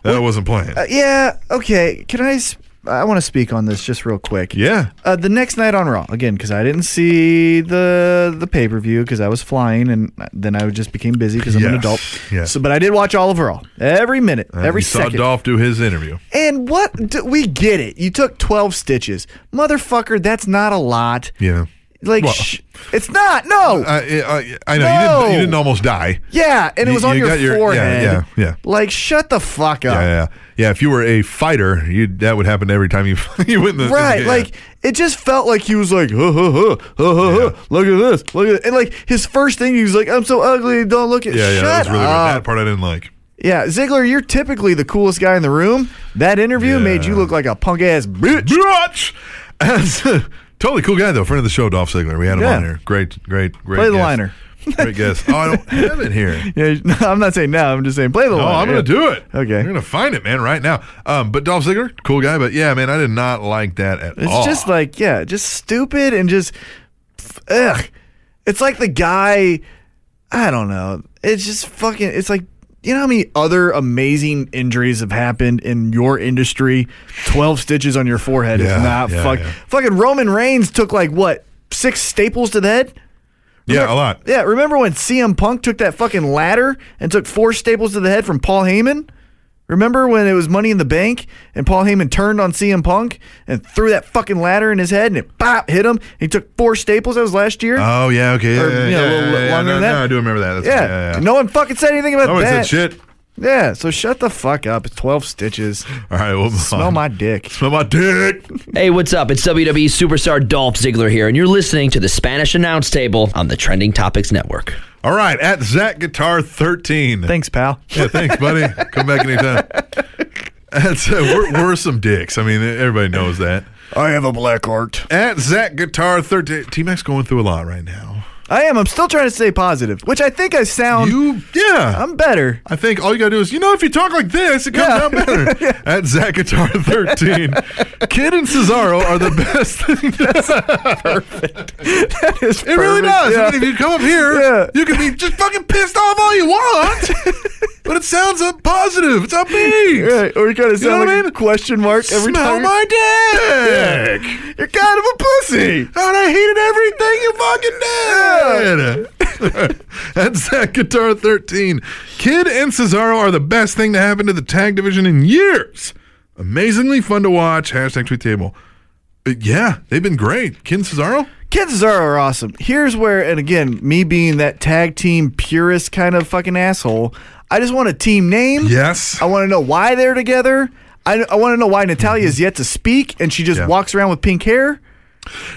A: that wasn't planned.
B: Uh, yeah, okay. Can I? s- I want to speak on this just real quick.
A: yeah.
B: Uh, the next night on Raw again because I didn't see the the pay per view because I was flying and then I just became busy because I'm an
A: Yes,
B: adult.
A: yes.
B: So, but I did watch all of Raw, every minute, every
A: you
B: second.
A: saw Dolph do his interview.
B: And what do, we get it? You took twelve stitches, motherfucker. That's not a lot.
A: Yeah.
B: Like
A: Well- uh,
B: sh- it's not. No.
A: I, I, I know you, didn't,
B: No!
A: you didn't almost die.
B: yeah, and it
A: you-
B: was on
A: you
B: your
A: got your- yeah,
B: forehead.
A: yeah, yeah.
B: Like shut the fuck up.
A: Yeah, yeah, yeah. If you were a fighter, you that would happen every time you you went. In the,
B: Right,
A: yeah.
B: like it just felt like he was like, huh, huh, huh, huh, huh, huh, look at this, look at this. and like his first thing he was like, I'm so ugly, don't look at.
A: yeah, yeah.
B: shut
A: that was really
B: up.
A: bad. That part I didn't like.
B: Yeah, Ziggler, you're typically the coolest guy in the room. That interview
A: Yeah.
B: made you look like a punk ass bitch.
A: Bitch! As, totally cool guy though, friend of the show, Dolph Ziggler. We had him
B: Yeah.
A: on here. Great, great, great.
B: Play the
A: guest.
B: liner.
A: Great guess. Oh, I don't have it here.
B: Yeah, no, I'm not saying now. I'm just saying play the
A: Oh,
B: liner.
A: I'm
B: yeah.
A: gonna do it.
B: Okay.
A: I'm gonna find it, man, right now. Um, but Dolph Ziggler, cool guy, but yeah, man, I did not like that at
B: It's
A: all.
B: just like yeah, just stupid and just ugh. It's like the guy. I don't know. It's just fucking. It's like you know how many other amazing injuries have happened in your industry. Twelve stitches on your forehead
A: Yeah,
B: is not
A: yeah,
B: fuck.
A: yeah.
B: Fucking Roman Reigns took like what six staples to the head.
A: yeah, a lot.
B: Yeah, remember when CM Punk took that fucking ladder and took four staples to the head from Paul Heyman? Remember when it was Money in the Bank and Paul Heyman turned on CM Punk and threw that fucking ladder in his head and it pop hit him and he took four staples. That was last year.
A: Oh yeah, okay, yeah,
B: Or,
A: yeah,
B: you know,
A: yeah,
B: a little
A: yeah, yeah,
B: longer
A: no,
B: than that.
A: no, I do remember that. That's,
B: yeah.
A: yeah, yeah.
B: no one fucking said anything about
A: I always
B: that.
A: said shit.
B: Yeah, so shut the fuck up. It's twelve stitches.
A: All right, we'll move
B: Smell
A: on.
B: my dick.
A: smell my dick.
E: Hey, what's up? It's WWE superstar Dolph Ziggler here, and you're listening to the Spanish Announce Table on the Trending Topics Network.
A: All right, at Zach Guitar thirteen.
B: Thanks, pal.
A: Yeah, thanks, buddy. Come back anytime. That's, uh, we're, we're some dicks. I mean, everybody knows that.
B: I have a black heart.
A: At Zach Guitar 13. T Mac's going through a lot right now.
B: I am. I'm still trying to stay positive, which I think I sound.
A: You, yeah.
B: I'm better.
A: I think all you gotta do is, you know, if you talk like this, it comes
B: Yeah.
A: out better. At Zach Guitar 13, Kid and Cesaro are the best.
B: It's
A: it really
B: perfect.
A: does.
B: Yeah.
A: I mean, if you come up here,
B: Yeah.
A: you can be just fucking pissed off all you want, but it sounds up positive. It's upbeat.
B: Right, or you kind of sound
A: know what
B: like
A: I
B: a
A: mean?
B: question mark every
A: Smell
B: time.
A: my dick.
B: You're kind of a pussy.
A: And I hated everything you fucking did. That's that guitar 13. Kid and Cesaro are the best thing to happen to the tag division in years. Amazingly fun to watch. Hashtag tweet table. Uh, yeah, they've been great. Kid and Cesaro?
B: Kids Cesaro are awesome. Here's where, and again, me being that tag team purist kind of fucking asshole, I just want a team name.
A: Yes.
B: I want to know why they're together. I, I want to know why Natalia is yet to speak and she just
A: Yeah.
B: walks around with pink hair.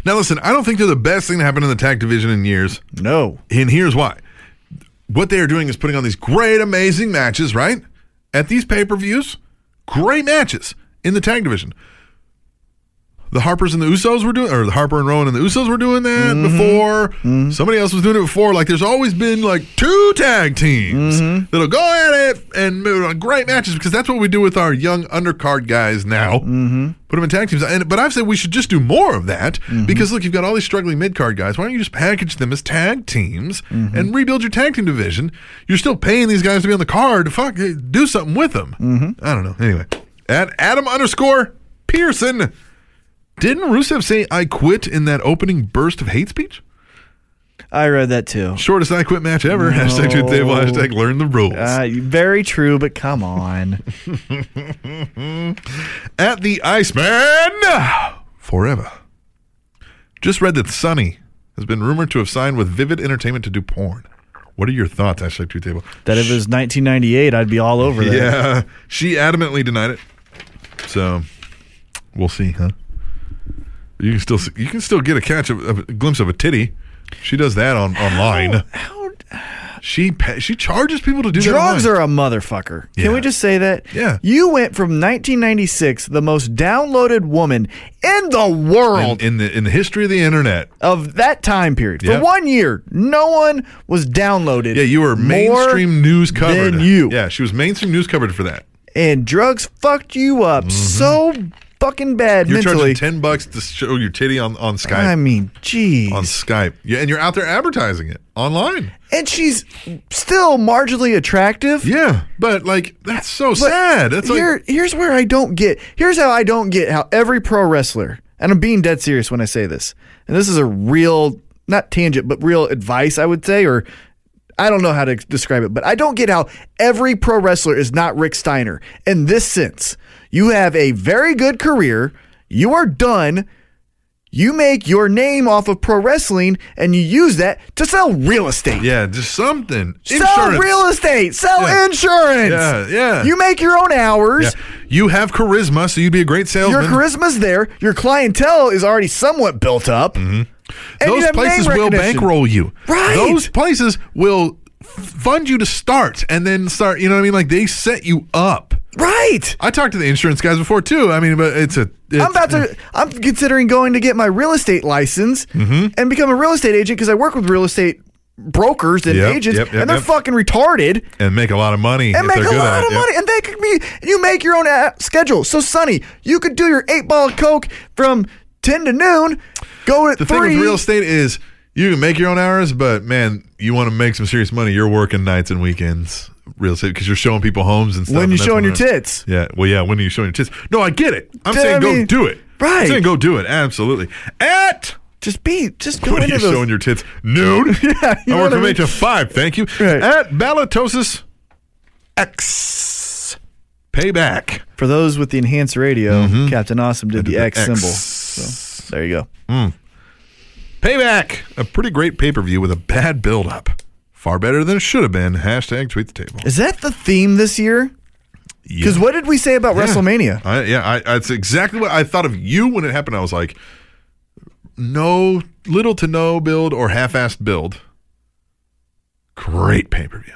A: Now, listen, I don't think they're the best thing to happen in the tag division in years.
B: No.
A: And here's why. What they are doing is putting on these great, amazing matches, right? At these pay per views, great matches in the tag division. The Harpers and the Usos were doing, or the Harper and Rowan and the Usos were doing that before. Somebody else was doing it before. Like, there's always been like two tag teams that'll go at it and move on great matches because that's what we do with our young undercard guys now. Mm-hmm. Put them in tag teams. And, but I've said we should just do more of that because look, you've got all these struggling mid card guys. Why don't you just package them as tag teams and rebuild your tag team division? You're still paying these guys to be on the card. Fuck, eh, do something with them. I don't know. Anyway, at Adam underscore Pearson. Didn't Rusev say I quit in that opening burst of hate speech?
B: I read that too.
A: Shortest I quit match ever. Hashtag tweet the table. Hashtag learn the rules.
B: Uh, very true, but come on.
A: At the Iceman forever. Just read that Sonny has been rumored to have signed with Vivid Entertainment to do porn. What are your thoughts? Hashtag tweet the table.
B: that if it was 1998, I'd be all over that.
A: Yeah, she adamantly denied it. So we'll see, huh? You can still see- you can still get a catch of, of a glimpse of a titty. She does that on online.
B: How
A: She pa- she charges people to do that.
B: Drugs
A: online.
B: are a motherfucker. Can
A: Yeah.
B: we just say that?
A: Yeah.
B: You went from 1996, the most downloaded woman in the world
A: in, in the in the history of the internet.
B: of that time period.
A: Yeah.
B: For one year, no one was downloaded.
A: Yeah, you were
B: more
A: mainstream news covered.
B: than you.
A: Yeah, she was mainstream news covered for that.
B: And drugs fucked you up so fucking bad
A: Mm-hmm. You're
B: mentally.
A: charging ten bucks to show your titty on on Skype.
B: I mean, geez.
A: on Skype, yeah, and you're out there advertising it online.
B: and she's still marginally attractive.
A: Yeah, but like that's so
B: But
A: sad. That's
B: here,
A: like
B: here's where I don't get. Here's how I don't get how every pro wrestler, and I'm being dead serious when I say this, and this is a real, not tangent, but real advice I would say, or I don't know how to describe it, but I don't get how every pro wrestler is not Rick Steiner in this sense. You have a very good career. You are done. You make your name off of pro wrestling, and you use that to sell real estate.
A: yeah, just something.
B: Sell
A: Insurance.
B: real estate. Sell
A: Yeah.
B: insurance.
A: Yeah, yeah.
B: You make your own hours.
A: Yeah. You have charisma, so you'd be a great
B: Your
A: salesman.
B: charisma's there. Your clientele is already somewhat built up. And you
A: Mm-hmm. Those
B: have name
A: places will
B: recognition.
A: bankroll you.
B: Right.
A: Those places will fund you to start and then start. You know what I mean? Like they set you up.
B: Right.
A: I talked to the insurance guys before too. I mean, but it's a. It's,
B: I'm about to. I'm considering going to get my real estate license
A: Mm-hmm.
B: and become a real estate agent because I work with real estate brokers and
A: Yep,
B: agents,
A: yep, yep,
B: and they're
A: yep.
B: fucking retarded
A: and make a lot of money
B: and
A: if
B: make
A: they're
B: a
A: good
B: lot
A: at it.
B: of
A: Yep.
B: money. And they could be. You make your own uh, schedule. So, Sonny, you could do your eight ball of coke from ten to noon. Go at
A: The
B: three.
A: thing with real estate is you can make your own hours, but man, you want to make some serious money. You're working nights and weekends, real estate, because you're showing people homes and stuff.
B: when
A: and
B: you're
A: that's
B: showing your
A: they're-
B: tits.
A: Yeah, well, yeah. When are you showing your tits? No, I get it. I'm
B: Dude,
A: saying
B: I
A: go
B: mean-
A: do it.
B: Right.
A: I'm saying go do it. Absolutely. At
B: Just be. Just go
A: when are
B: into
A: you
B: those.
A: showing your tits? Noon. yeah,
B: you
A: I
B: know
A: work
B: what I
A: from
B: mean?
A: eight to five. Thank you.
B: Right.
A: At Balatosis X. Payback.
B: For those with the enhanced radio, Captain Awesome Mm-hmm. did the X, symbol. So there you go.
A: Payback. A pretty great pay per view with a bad build up. Far better than it should have been. Hashtag tweet the table.
B: Is that the theme this year? Because
A: Yeah.
B: what did we say about
A: Yeah.
B: WrestleMania?
A: I, yeah, I, that's exactly what I thought of you when it happened. I was like, no, little to no build or half-assed build. Great pay-per-view,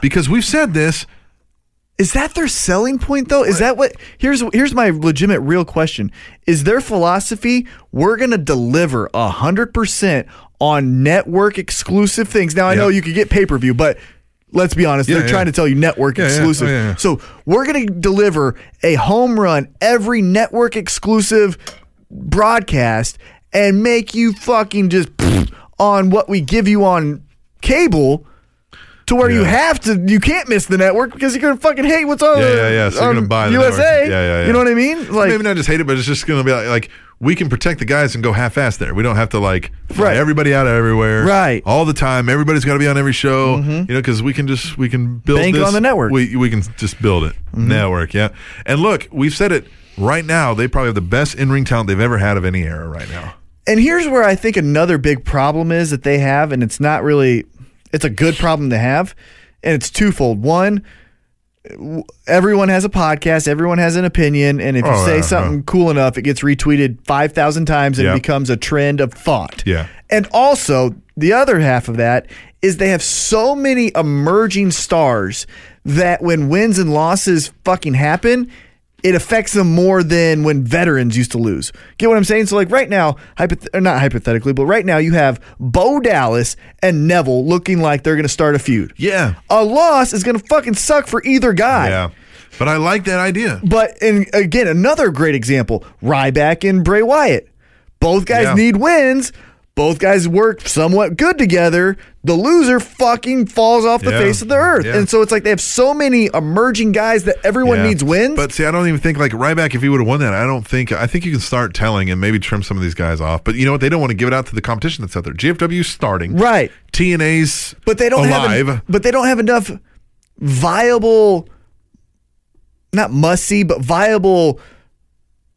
A: because we've said this.
B: Is that their selling point though? Is that what? Here's here's my legitimate real question: Is their philosophy we're gonna deliver hundred percent on network exclusive things? Now I
A: Yeah.
B: know you could get pay per view, but let's be honest,
A: Yeah,
B: they're
A: yeah.
B: trying to tell you network
A: Yeah, yeah. Oh,
B: exclusive.
A: yeah, yeah.
B: So we're gonna deliver a home run every network exclusive broadcast and make you fucking just pfft on what we give you on cable to where you
A: Yeah.
B: have to you can't miss the network because you're gonna fucking hate what's on
A: Yeah, yeah, yeah. So you're
B: on
A: gonna buy the
B: USA.
A: network. Yeah, yeah, yeah.
B: You know what I mean? Like
A: Maybe not just hate it, but it's just going to be like, like, we can protect the guys and go half-assed there. We don't have to like fly
B: Right.
A: everybody out everywhere,
B: Right. Mm-hmm.
A: All the time. Everybody's got to be on every show, you know, because we can just we can build
B: Bank
A: this.
B: on the network. Mm-hmm.
A: We we can just build it network, yeah. And look, we've said it right now. They probably have the best in-ring talent they've ever had of any era right now.
B: and here's where I think another big problem is that they have, and it's not really it's a good problem to have, and it's twofold. One w- Everyone has a podcast. Everyone has an opinion, and if you
A: Oh,
B: say
A: yeah,
B: something cool enough, it gets retweeted five thousand times and
A: Yeah.
B: it becomes a trend of thought.
A: Yeah.
B: And also, the other half of that is they have so many emerging stars that when wins and losses fucking happen, it affects them more than when veterans used to lose. Get what I'm saying? So, like right now, hypoth- or not hypothetically, but right now you have Bo Dallas and Neville looking like they're going to start a feud.
A: Yeah,
B: A loss is going to fucking suck for either guy.
A: yeah. But I like that idea.
B: But and again, another great example: Ryback and Bray Wyatt. Both guys
A: Yeah.
B: need wins. Both guys work somewhat good together. The loser fucking falls off the
A: Yeah.
B: face of the earth.
A: Yeah.
B: And so it's like they have so many emerging guys that everyone
A: Yeah.
B: needs wins.
A: But see, I don't even think like Ryback. If he would have won that, I don't think. I think you can start telling and maybe trim some of these guys off. But you know what? They don't want to give it out to the competition that's out there. GFW's starting,
B: Right.
A: TNA's,
B: but they don't
A: alive.
B: have en- but they don't have enough viable not must see but viable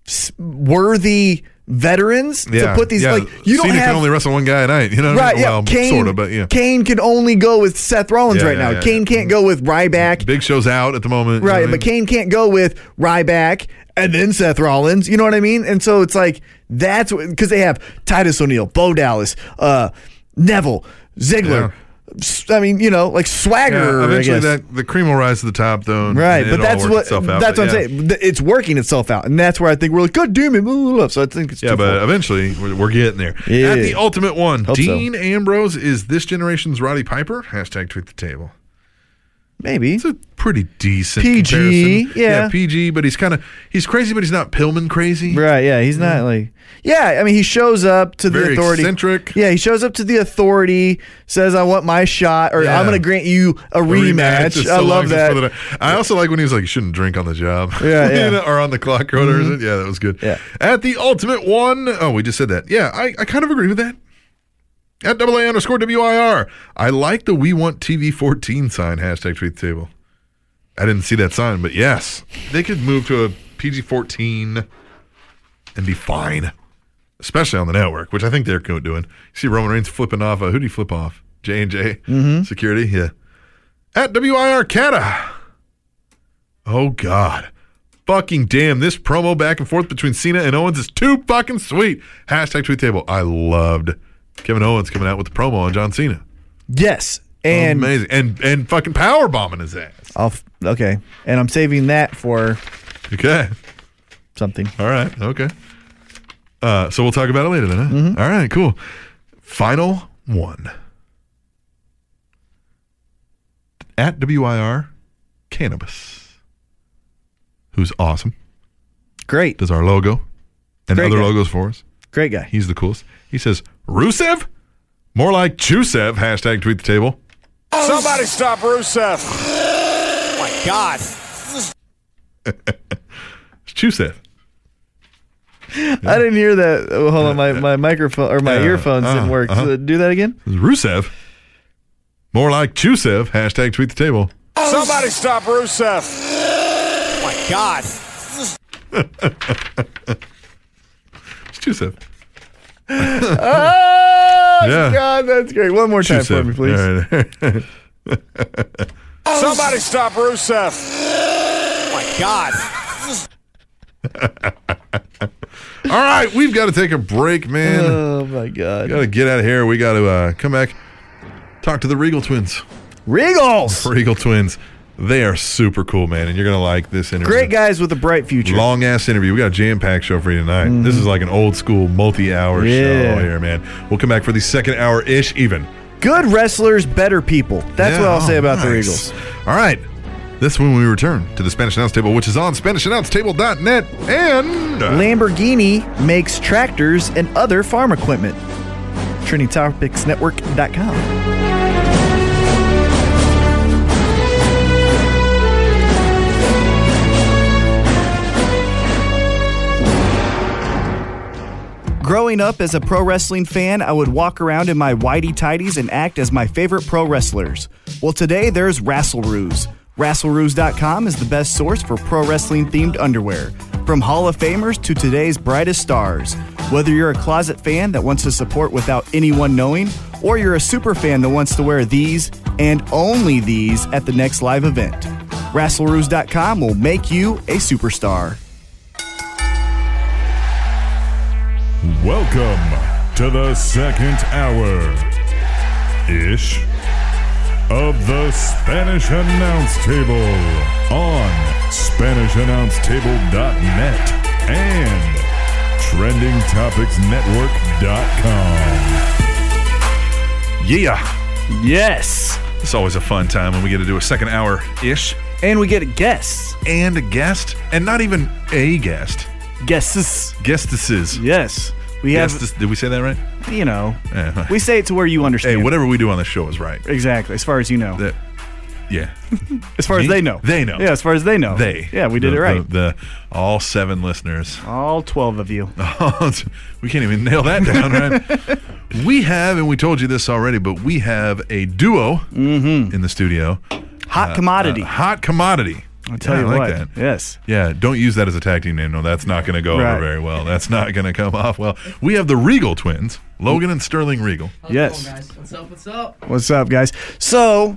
B: s- worthy veterans to put these like you don't
A: Cena
B: have
A: can only wrestle one guy a night. You know, what I
B: Right,
A: mean?
B: yeah.
A: Well,
B: Kane,
A: sort of, but yeah.
B: Kane can only go with Seth Rollins
A: Yeah,
B: right
A: yeah,
B: now.
A: yeah,
B: Kane
A: yeah.
B: can't go with Ryback.
A: Big Show's out at the moment. you know
B: right,
A: what I
B: but
A: mean?
B: Kane can't go with Ryback and then Seth Rollins. You know what I mean? And so it's like that's because they have Titus O'Neil, Bo Dallas, uh, Neville, Ziggler. S- I mean, you know, like Swagger.
A: Yeah,
B: I
A: eventually,
B: guess.
A: that the cream will rise to the top, though. and
B: Right,
A: it'll
B: but
A: all
B: that's
A: work
B: what
A: itself out,
B: that's
A: but
B: what
A: yeah.
B: I'm saying. Th- It's working itself out, and that's where I think we're like, God damn it, blah, blah, blah." so I think it's
A: Yeah,
B: twofold.
A: but uh, eventually we're, we're getting there.
B: Yeah.
A: At the ultimate one,
B: Hope so.
A: Dean Ambrose is this generation's Roddy Piper. Hashtag tweet the table.
B: maybe
A: It's a pretty decent
B: PG,
A: comparison.
B: yeah.
A: PG, but he's kind of he's crazy, but he's not Pillman crazy.
B: Right, yeah, he's not like Yeah, I mean he shows up to the
A: Very
B: authority.
A: eccentric.
B: Yeah, he shows up to the authority, says I want my shot or
A: Yeah.
B: I'm going to grant you a,
A: A
B: rematch.
A: is
B: I
A: so long
B: love
A: just for the
B: that.
A: night. I also like when he was like, "You shouldn't drink on the job."
B: Yeah, yeah. Mm-hmm.
A: You know, or on the clock or whatever. Yeah, that was good.
B: Yeah.
A: At the ultimate one, oh, we just said that. Yeah, I, I kind of agree with that. At double A underscore WIR. I like the We Want TV 14 sign hashtag tweet the table. I didn't see that sign, but yes, they could move to a PG 14 and be fine, especially on the network, which I think they're good doing. You see Roman Reigns flipping off. Uh, who do you flip off? J and J
B: Mm-hmm.
A: security. Yeah. At WIR Cata. Oh God. Fucking damn, this promo back and forth between Cena and Owens is too fucking sweet. Hashtag tweet table. I loved Kevin Owens coming out with the promo on John Cena.
B: Yes. And
A: Amazing. And and fucking power bombing his ass.
B: I'll f- okay, and I'm saving that for
A: Okay.
B: something.
A: All right. Okay. Uh, so we'll talk about it later then. Huh?
B: Mm-hmm.
A: All right. Cool. Final one. At WIR, cannabis, who's awesome,
B: Great,
A: does our logo and
B: Great
A: other
B: guy.
A: logos for us.
B: great guy.
A: He's the coolest. He says, Rusev? More like Chusev. Hashtag tweet the table.
D: Somebody stop Rusev.
F: God.
A: It's Chusev.
B: I didn't hear that. Oh, hold on, my, my microphone or my
A: Yeah,
B: earphones
A: uh,
B: didn't work.
A: uh-huh.
B: So do that again.
A: It's Rusev. More like Chusev. Hashtag tweet the table.
D: Somebody stop Rusev.
F: My God.
A: It's Chusev.
B: Oh
A: Yeah.
B: God, that's great. One more time for
A: Chusev.
B: me, please.
A: All right.
D: Somebody stop Rusev.
F: My God.
A: All right, we've got to take a break, man.
D: Uh,
B: Oh my God,
A: got to get out of here. We got to uh, come back, talk to the Regal twins.
B: Regals,
A: Regal twins, they are super cool, man, and you're gonna like this interview.
B: great guys with a bright future.
A: Long ass interview. We got a jam packed show for you tonight. This is like an old school multi hour show
B: Mm-hmm. Yeah.
A: here, man. We'll come back for the second hour ish, even.
B: Good wrestlers, better people. That's
A: Yeah.
B: what I'll say
A: Oh,
B: about the
A: nice.
B: Regals.
A: All right. That's when we return to the Spanish Announce Table, which is on SpanishAnnounceTable.net and.
B: Lamborghini makes tractors and other farm equipment. TrinityTopicsNetwork.com. Growing up as a pro wrestling fan, I would walk around in my whitey tidies and act as my favorite pro wrestlers. Well, today there's Rasselroos. Rasselroos.com is the best source for pro wrestling themed underwear. From Hall of Famers to today's brightest stars. Whether you're a closet fan that wants to support without anyone knowing, or you're a super fan that wants to wear these and only these at the next live event, Rasselroos.com will make you a superstar.
G: Welcome to the second hour ish of the Spanish Announce Table on SpanishAnnounceTable.net and TrendingTopicsNetwork.com.
A: Yeah.
B: Yes!
A: It's always a fun time when we get to do a second hour ish
B: And we get guests.
A: and a guest, and not even a guest.
B: Guests.
A: Guestesses.
B: Yes. We have,
A: Guestes- did we say that right?
B: you know,
A: Yeah.
B: we say it to where you
A: Hey,
B: understand.
A: whatever we do on the show is right.
B: Exactly, as far as you know.
A: That, yeah,
B: as far as
A: me?
B: they know.
A: They know.
B: Yeah, as far as they know.
A: they.
B: Oh, Yeah, we did
A: the-
B: it right.
A: The, the all seven listeners.
B: All 12 of
A: Uh,
B: you.
A: we can't even nail that down, right? we have, and we told you this already, but we have a duo in the studio.
B: Hot Mm-hmm. commodity.
A: Uh, hot commodity.
B: I'll tell
A: Yeah,
B: you
A: I like
B: what.
A: that.
B: Yes.
A: Yeah, don't use that as a tag team name. No, that's not going to go
B: Right.
A: over very well. That's not going to come off well. We have the Regal twins, Logan and Sterling Regal.
B: Yes.
E: What's up? What's up?
B: What's up, guys? So,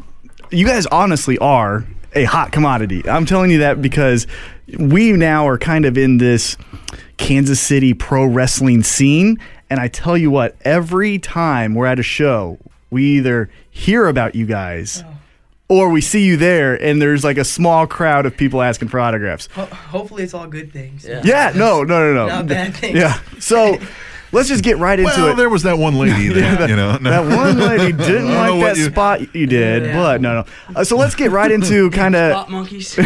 B: you guys honestly are a hot commodity. I'm telling you that because we now are kind of in this Kansas City pro wrestling scene. And I tell you what, every time we're at a show, we either hear about you guys
H: Oh.
B: or we see you there and there's like a small crowd of people asking for autographs.
H: Hopefully, it's all good things. Yeah.
B: Yeah, no, no, no, no.
H: Oh. Not bad things.
B: Yeah. So, let's just get right into
A: Well,
B: it.
A: there was that one lady that, you know. no.
B: That one lady didn't
A: I don't know
B: like
A: what
B: that
A: you-
B: spot you did,
H: Yeah.
B: but no, no. Uh, so let's get right into kind of
H: Lot monkeys.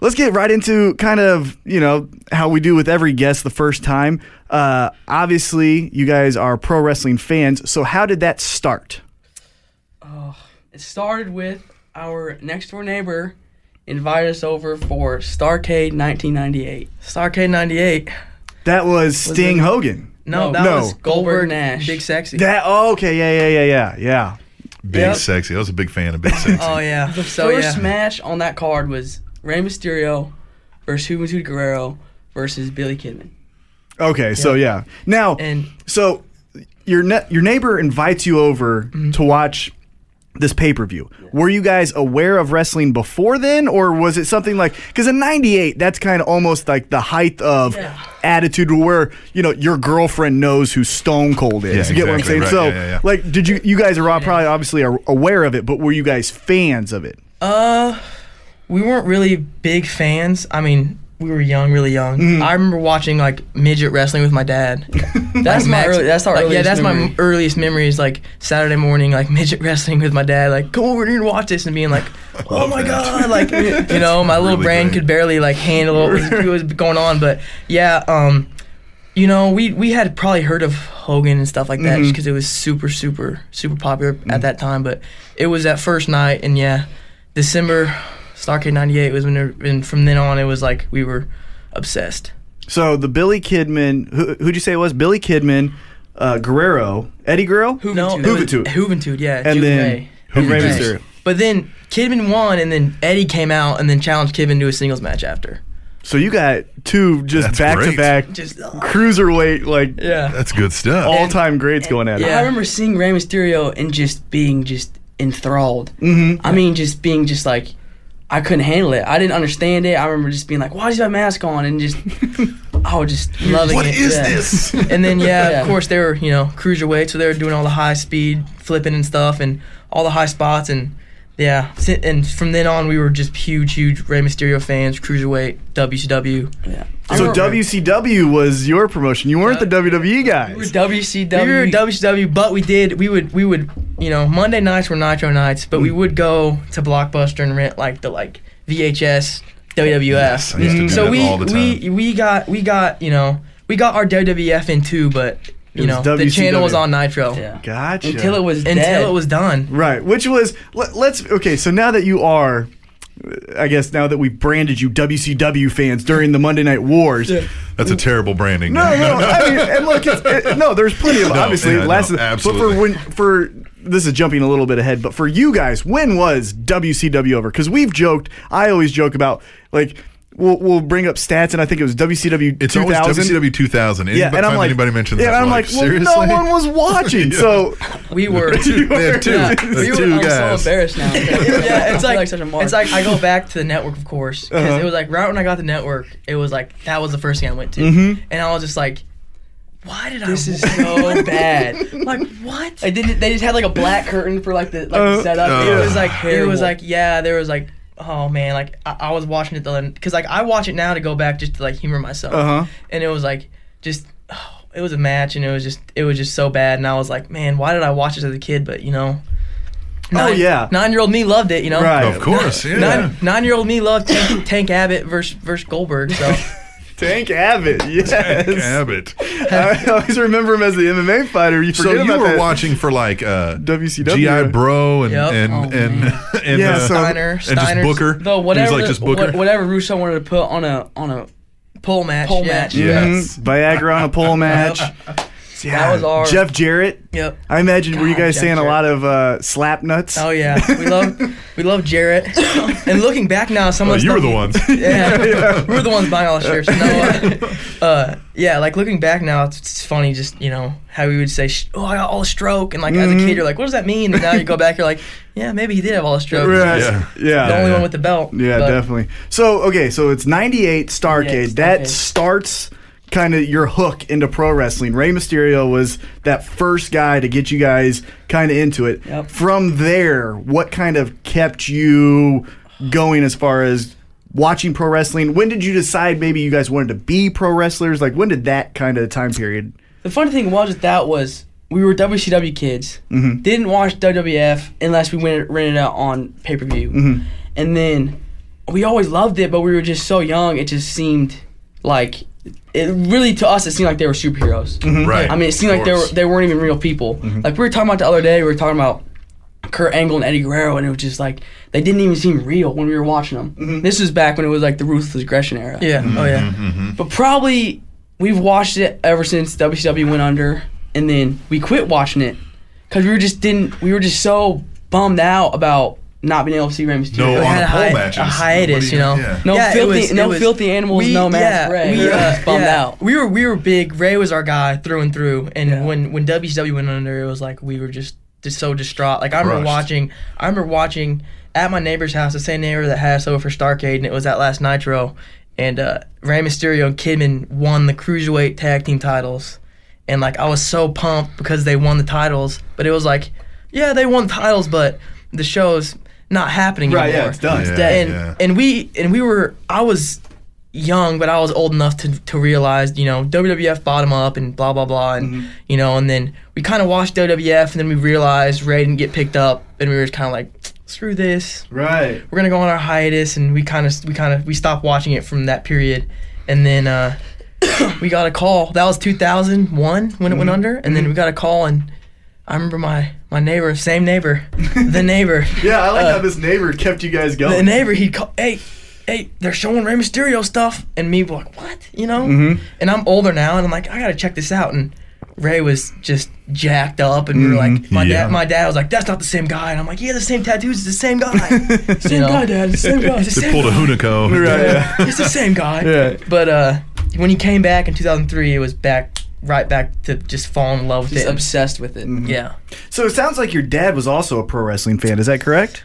B: let's get right into kind of you know how we do with every guest the first time. Uh, obviously, you guys are pro wrestling fans, so how did that start?
H: it started with our next door neighbor invited us over for Starcade 1998.
I: Starcade 98.
B: That was Sting
I: it-
B: Hogan.
I: No,
H: No.
I: that
B: No.
I: was
H: Goldberg
I: Goldberg
H: Nash.
I: Big Sexy.
B: That oh, okay, yeah, yeah, yeah, yeah, yeah.
A: Big
I: Yep.
A: sexy. I was a big fan of Big Sexy.
I: oh, yeah.
H: The
I: so,
H: first
I: yeah.
H: match on that card was Rey Mysterio versus Juventud Guerrero versus Billy Kidman.
B: Okay, so yeah. Now,
H: And
B: so your ne- your neighbor invites you over to watch this pay per view. Were you guys aware of wrestling before then, or was it something like because in '98 that's kind of almost like the height of
I: Yeah.
B: attitude where you know your girlfriend knows who Stone Cold is.
A: Yeah,
B: you get what I'm
A: exactly,
B: saying?
A: right,
B: So
A: yeah, yeah, yeah.
B: like, did you you guys are all probably obviously are aware of it, but were you guys fans of it?
I: Uh, we weren't really big fans. I mean, we were young, really young. I remember watching like midget wrestling with my dad. Mm-hmm. That's my early, that's our yeah. That's my earliest memories. Like Saturday morning, like midget wrestling with my dad. Like come over here and watch this, and being like, oh my god, like you know, my little
A: really
I: brain
A: great.
I: could barely like handle what was, what was going on. But yeah, um, you know, we we had probably heard of Hogan and stuff like that
B: Mm-hmm.
I: just because it was super, super, super popular at that time. But it was that first night, and yeah, December Starcade '98 was when, it, and from then on, it was like we were obsessed.
B: So the Billy Kidman, who, who'd you say it was? Billy Kidman, uh, Guerrero, Eddie Guerrero,
I: it was-
B: Juventud.
I: Juventud, yeah,
B: and
I: Juve.
B: then and Rey
A: Juventud.
B: Mysterio.
I: But then Kidman won, and then Eddie came out and then challenged Kidman to a singles match after.
B: So you got two just
A: That's
B: back to
A: great.
B: back
I: Just
B: cruiserweight like
I: yeah.
A: That's good stuff.
B: all time greats going at
J: I
B: it.
J: remember seeing Rey Mysterio and just being just enthralled. Mm-hmm. I mean, just being just like, I couldn't handle it. I didn't understand it. I remember just being like, why does he have a mask on? And just, I was just loving
A: what
J: it.
A: is
J: yeah.
A: this?
I: And then yeah,
J: Yeah.
I: of course they were you know cruiserweight, so they were doing all the high speed flipping and stuff, and all the high spots, and yeah, si- and from then on we were just huge, huge Rey Mysterio fans, cruiserweight, WCW.
J: Yeah.
B: So WCW was your promotion. You weren't the WWE
J: We were
B: guys.
J: WCW.
I: We were WCW, but we did we would we would you know Monday nights were Nitro nights, but
J: Mm.
I: we would go to Blockbuster and rent like the like VHS, WWF.
A: Yes, I used to do
I: so
A: that
I: we
A: all the time.
I: we we got we got you know we got our WWF in too, but you know
B: was
I: the channel was
B: WCW.
I: on Nitro
J: yeah.
B: Gotcha.
J: Until it was
I: until
J: dead.
I: it was done.
B: right, which was let, let's okay. So now that you are, I guess now that we branded you WCW fans during the Monday Night Wars.
A: That's a terrible branding.
B: No, no, no. I mean, and look, it's, it, no, there's plenty of
A: No,
B: obviously.
A: yeah,
B: last,
A: no,
B: But
A: absolutely.
B: for when for this is jumping a little bit ahead, but for you guys, when was WCW over? Because we've joked. I always joke about like we'll, we'll bring up stats, and I think it was WCW
A: It's
B: 2000.
A: always WCW 2000. Anybody,
B: Yeah, and I'm like,
A: anybody mentions
B: yeah,
A: that.
B: and I'm like, well,
A: seriously?
B: no one was watching. So
I: We were.
A: they have two.
I: Yeah,
A: There's
I: we were-
A: two
J: I'm
I: I'm so
A: guys.
J: so embarrassed now.
I: yeah, it's
J: I feel
I: like,
J: such a mark. Uh-huh.
I: it's like I go back to the network, of course, because it was like right when I got the network, it was like that was the first thing I went to,
J: Mm-hmm.
I: and I was just like, why did
J: this
I: I?
J: is so bad.
I: like what?
J: They did. They just had like a black curtain for like the like
B: Uh,
J: the setup.
A: uh,
J: it
I: It was like it
J: terrible.
I: was like yeah, there was like oh man, like I, I was watching it then because like I watch it now to go back just to like humor myself,
B: Uh-huh.
I: and it was like just. Oh, it was a match, and it was just it was just so bad, and I was like, man, why did I watch this as a kid? But you know,
B: Oh,
I: nine,
B: yeah.
I: nine year old me loved it, you know,
B: Right.
A: Of course, yeah.
I: Nine, year old me loved Tank, Tank Abbott versus, versus Goldberg. So
B: Tank Abbott, yes.
A: Abbott.
B: I always remember him as the MMA fighter. You
A: So
B: forget
A: you
B: about
A: were
B: that.
A: watching for like uh,
B: WCW.
A: GI Bro and
I: Yep.
A: and
I: Oh,
A: and, and
B: Yeah,
A: uh,
B: so-
I: Steiner,
A: and just
I: Steiner,
A: Booker.
J: though
A: he
J: whatever
A: was like
J: the-
A: just Booker.
J: what- whatever Russo wanted to put on a on a
I: pole match,
J: Pole
I: yeah.
J: match.
A: Yes.
B: Mhm. Viagra on a pole match. yeah.
I: was our-
B: Jeff Jarrett.
I: Yep.
B: I imagine were you
I: God,
B: guys
I: Jeff
B: saying a
I: Jarrett.
B: lot of uh, slap nuts?
I: Oh yeah, we love we love Jarrett. and looking back now, some
A: Oh,
I: of the
A: you were
I: stuff-
A: the ones.
I: Yeah, we were the ones buying all the shirts. No, uh, uh, yeah, like looking back now, it's, it's funny just you know how we would say, "Sh- "Oh, I got all a stroke," and like as a
A: Mm-hmm.
I: kid, you're like, "What does that mean?" And now you go back, you're like, "Yeah, maybe he did have all a stroke."
B: Right.
A: Yeah.
I: The
B: Yeah.
I: only
A: yeah.
I: one with the belt.
B: Yeah,
I: but-
B: definitely. So okay, so it's '98 Starcade.
J: 98
B: That
J: Starrcade.
B: starts kind of your hook into pro wrestling. Rey Mysterio was that first guy to get you guys kind of into it.
J: Yep.
B: From there, what kind of kept you going as far as watching pro wrestling? When did you decide maybe you guys wanted to be pro wrestlers? Like when did that kind of time period?
J: The funny thing was with that was we were WCW kids. Didn't watch WWF unless we went rented it out on pay per view, and then we always loved it. But we were just so young; it just seemed like it really to us. It seemed like they were superheroes.
A: Right.
J: I mean, it seemed like they were
A: course. Mm-hmm.
J: they weren't even real people. Like we were talking about the other day, we were talking about Kurt Angle and Eddie Guerrero, and it was just like they didn't even seem real when we were watching them.
A: Mm-hmm.
J: This was back when it was like the ruthless aggression era.
I: Yeah. Oh yeah.
A: Mm-hmm.
J: But probably we've watched it ever since WCW went under, and then we quit watching it because we were just didn't. We were just so bummed out about not being able to see Rey Mysterio.
A: No, on
I: had
A: the
I: a,
A: pole
I: hi-
A: matches.
I: a hiatus, you know.
A: Yeah.
J: No
I: it
J: filthy-
I: it
J: no filthy animals, no masked Ray.
I: We,
J: We were
I: uh,
J: just bummed
I: yeah.
J: out.
I: We were we were big. Ray was our guy through and through. And when when WCW went under, it was like we were just just so distraught. Like I remember
A: Crushed.
I: watching, I remember watching at my neighbor's house, the same neighbor that had us over for Starcade, and it was that last Nitro, and uh, Rey Mysterio and Kidman won the cruiserweight tag team titles, and like I was so pumped because they won the titles, but it was like, yeah, they won titles, but the show's not happening
B: Right, yeah,
I: anymore.
B: it's done. It's
A: dead,
I: And
A: yeah.
I: and we and we were, I was young, but I was old enough to, to realize, you know, WWF bottom up and blah blah blah, and
B: Mm-hmm.
I: you know, and then we kind of watched WWF, and then we realized Ray didn't get picked up, and we were kind of like, screw this,
B: Right.
I: we're gonna go on our hiatus, and we kind of we kind of we stopped watching it from that period, and then uh, we got a call. That was 2001 when it
B: Mm-hmm.
I: went under, and then we got a call, and I remember my my neighbor, same neighbor, the neighbor. Uh,
B: Yeah, I like how this neighbor kept you guys
I: The
B: going.
I: neighbor, he'd call, hey, hey, they're showing Rey Mysterio stuff. And me, like, what? You know? And I'm older now, and I'm like, I gotta check this out. And Ray was just jacked up, and we were like, my
A: Yeah.
I: dad, my dad was like, that's not the same guy. And I'm like, yeah, the same tattoos, it's the same guy, same guy, dad, it's the same guy, it's the
A: They
I: same
A: pulled a Hunico.
I: it's the same guy. But uh, when he came back in 2003, it was back right back to just falling in love with
K: Just
I: it.
K: obsessed with it.
I: yeah.
B: So it sounds like your dad was also a pro wrestling fan. Is that correct?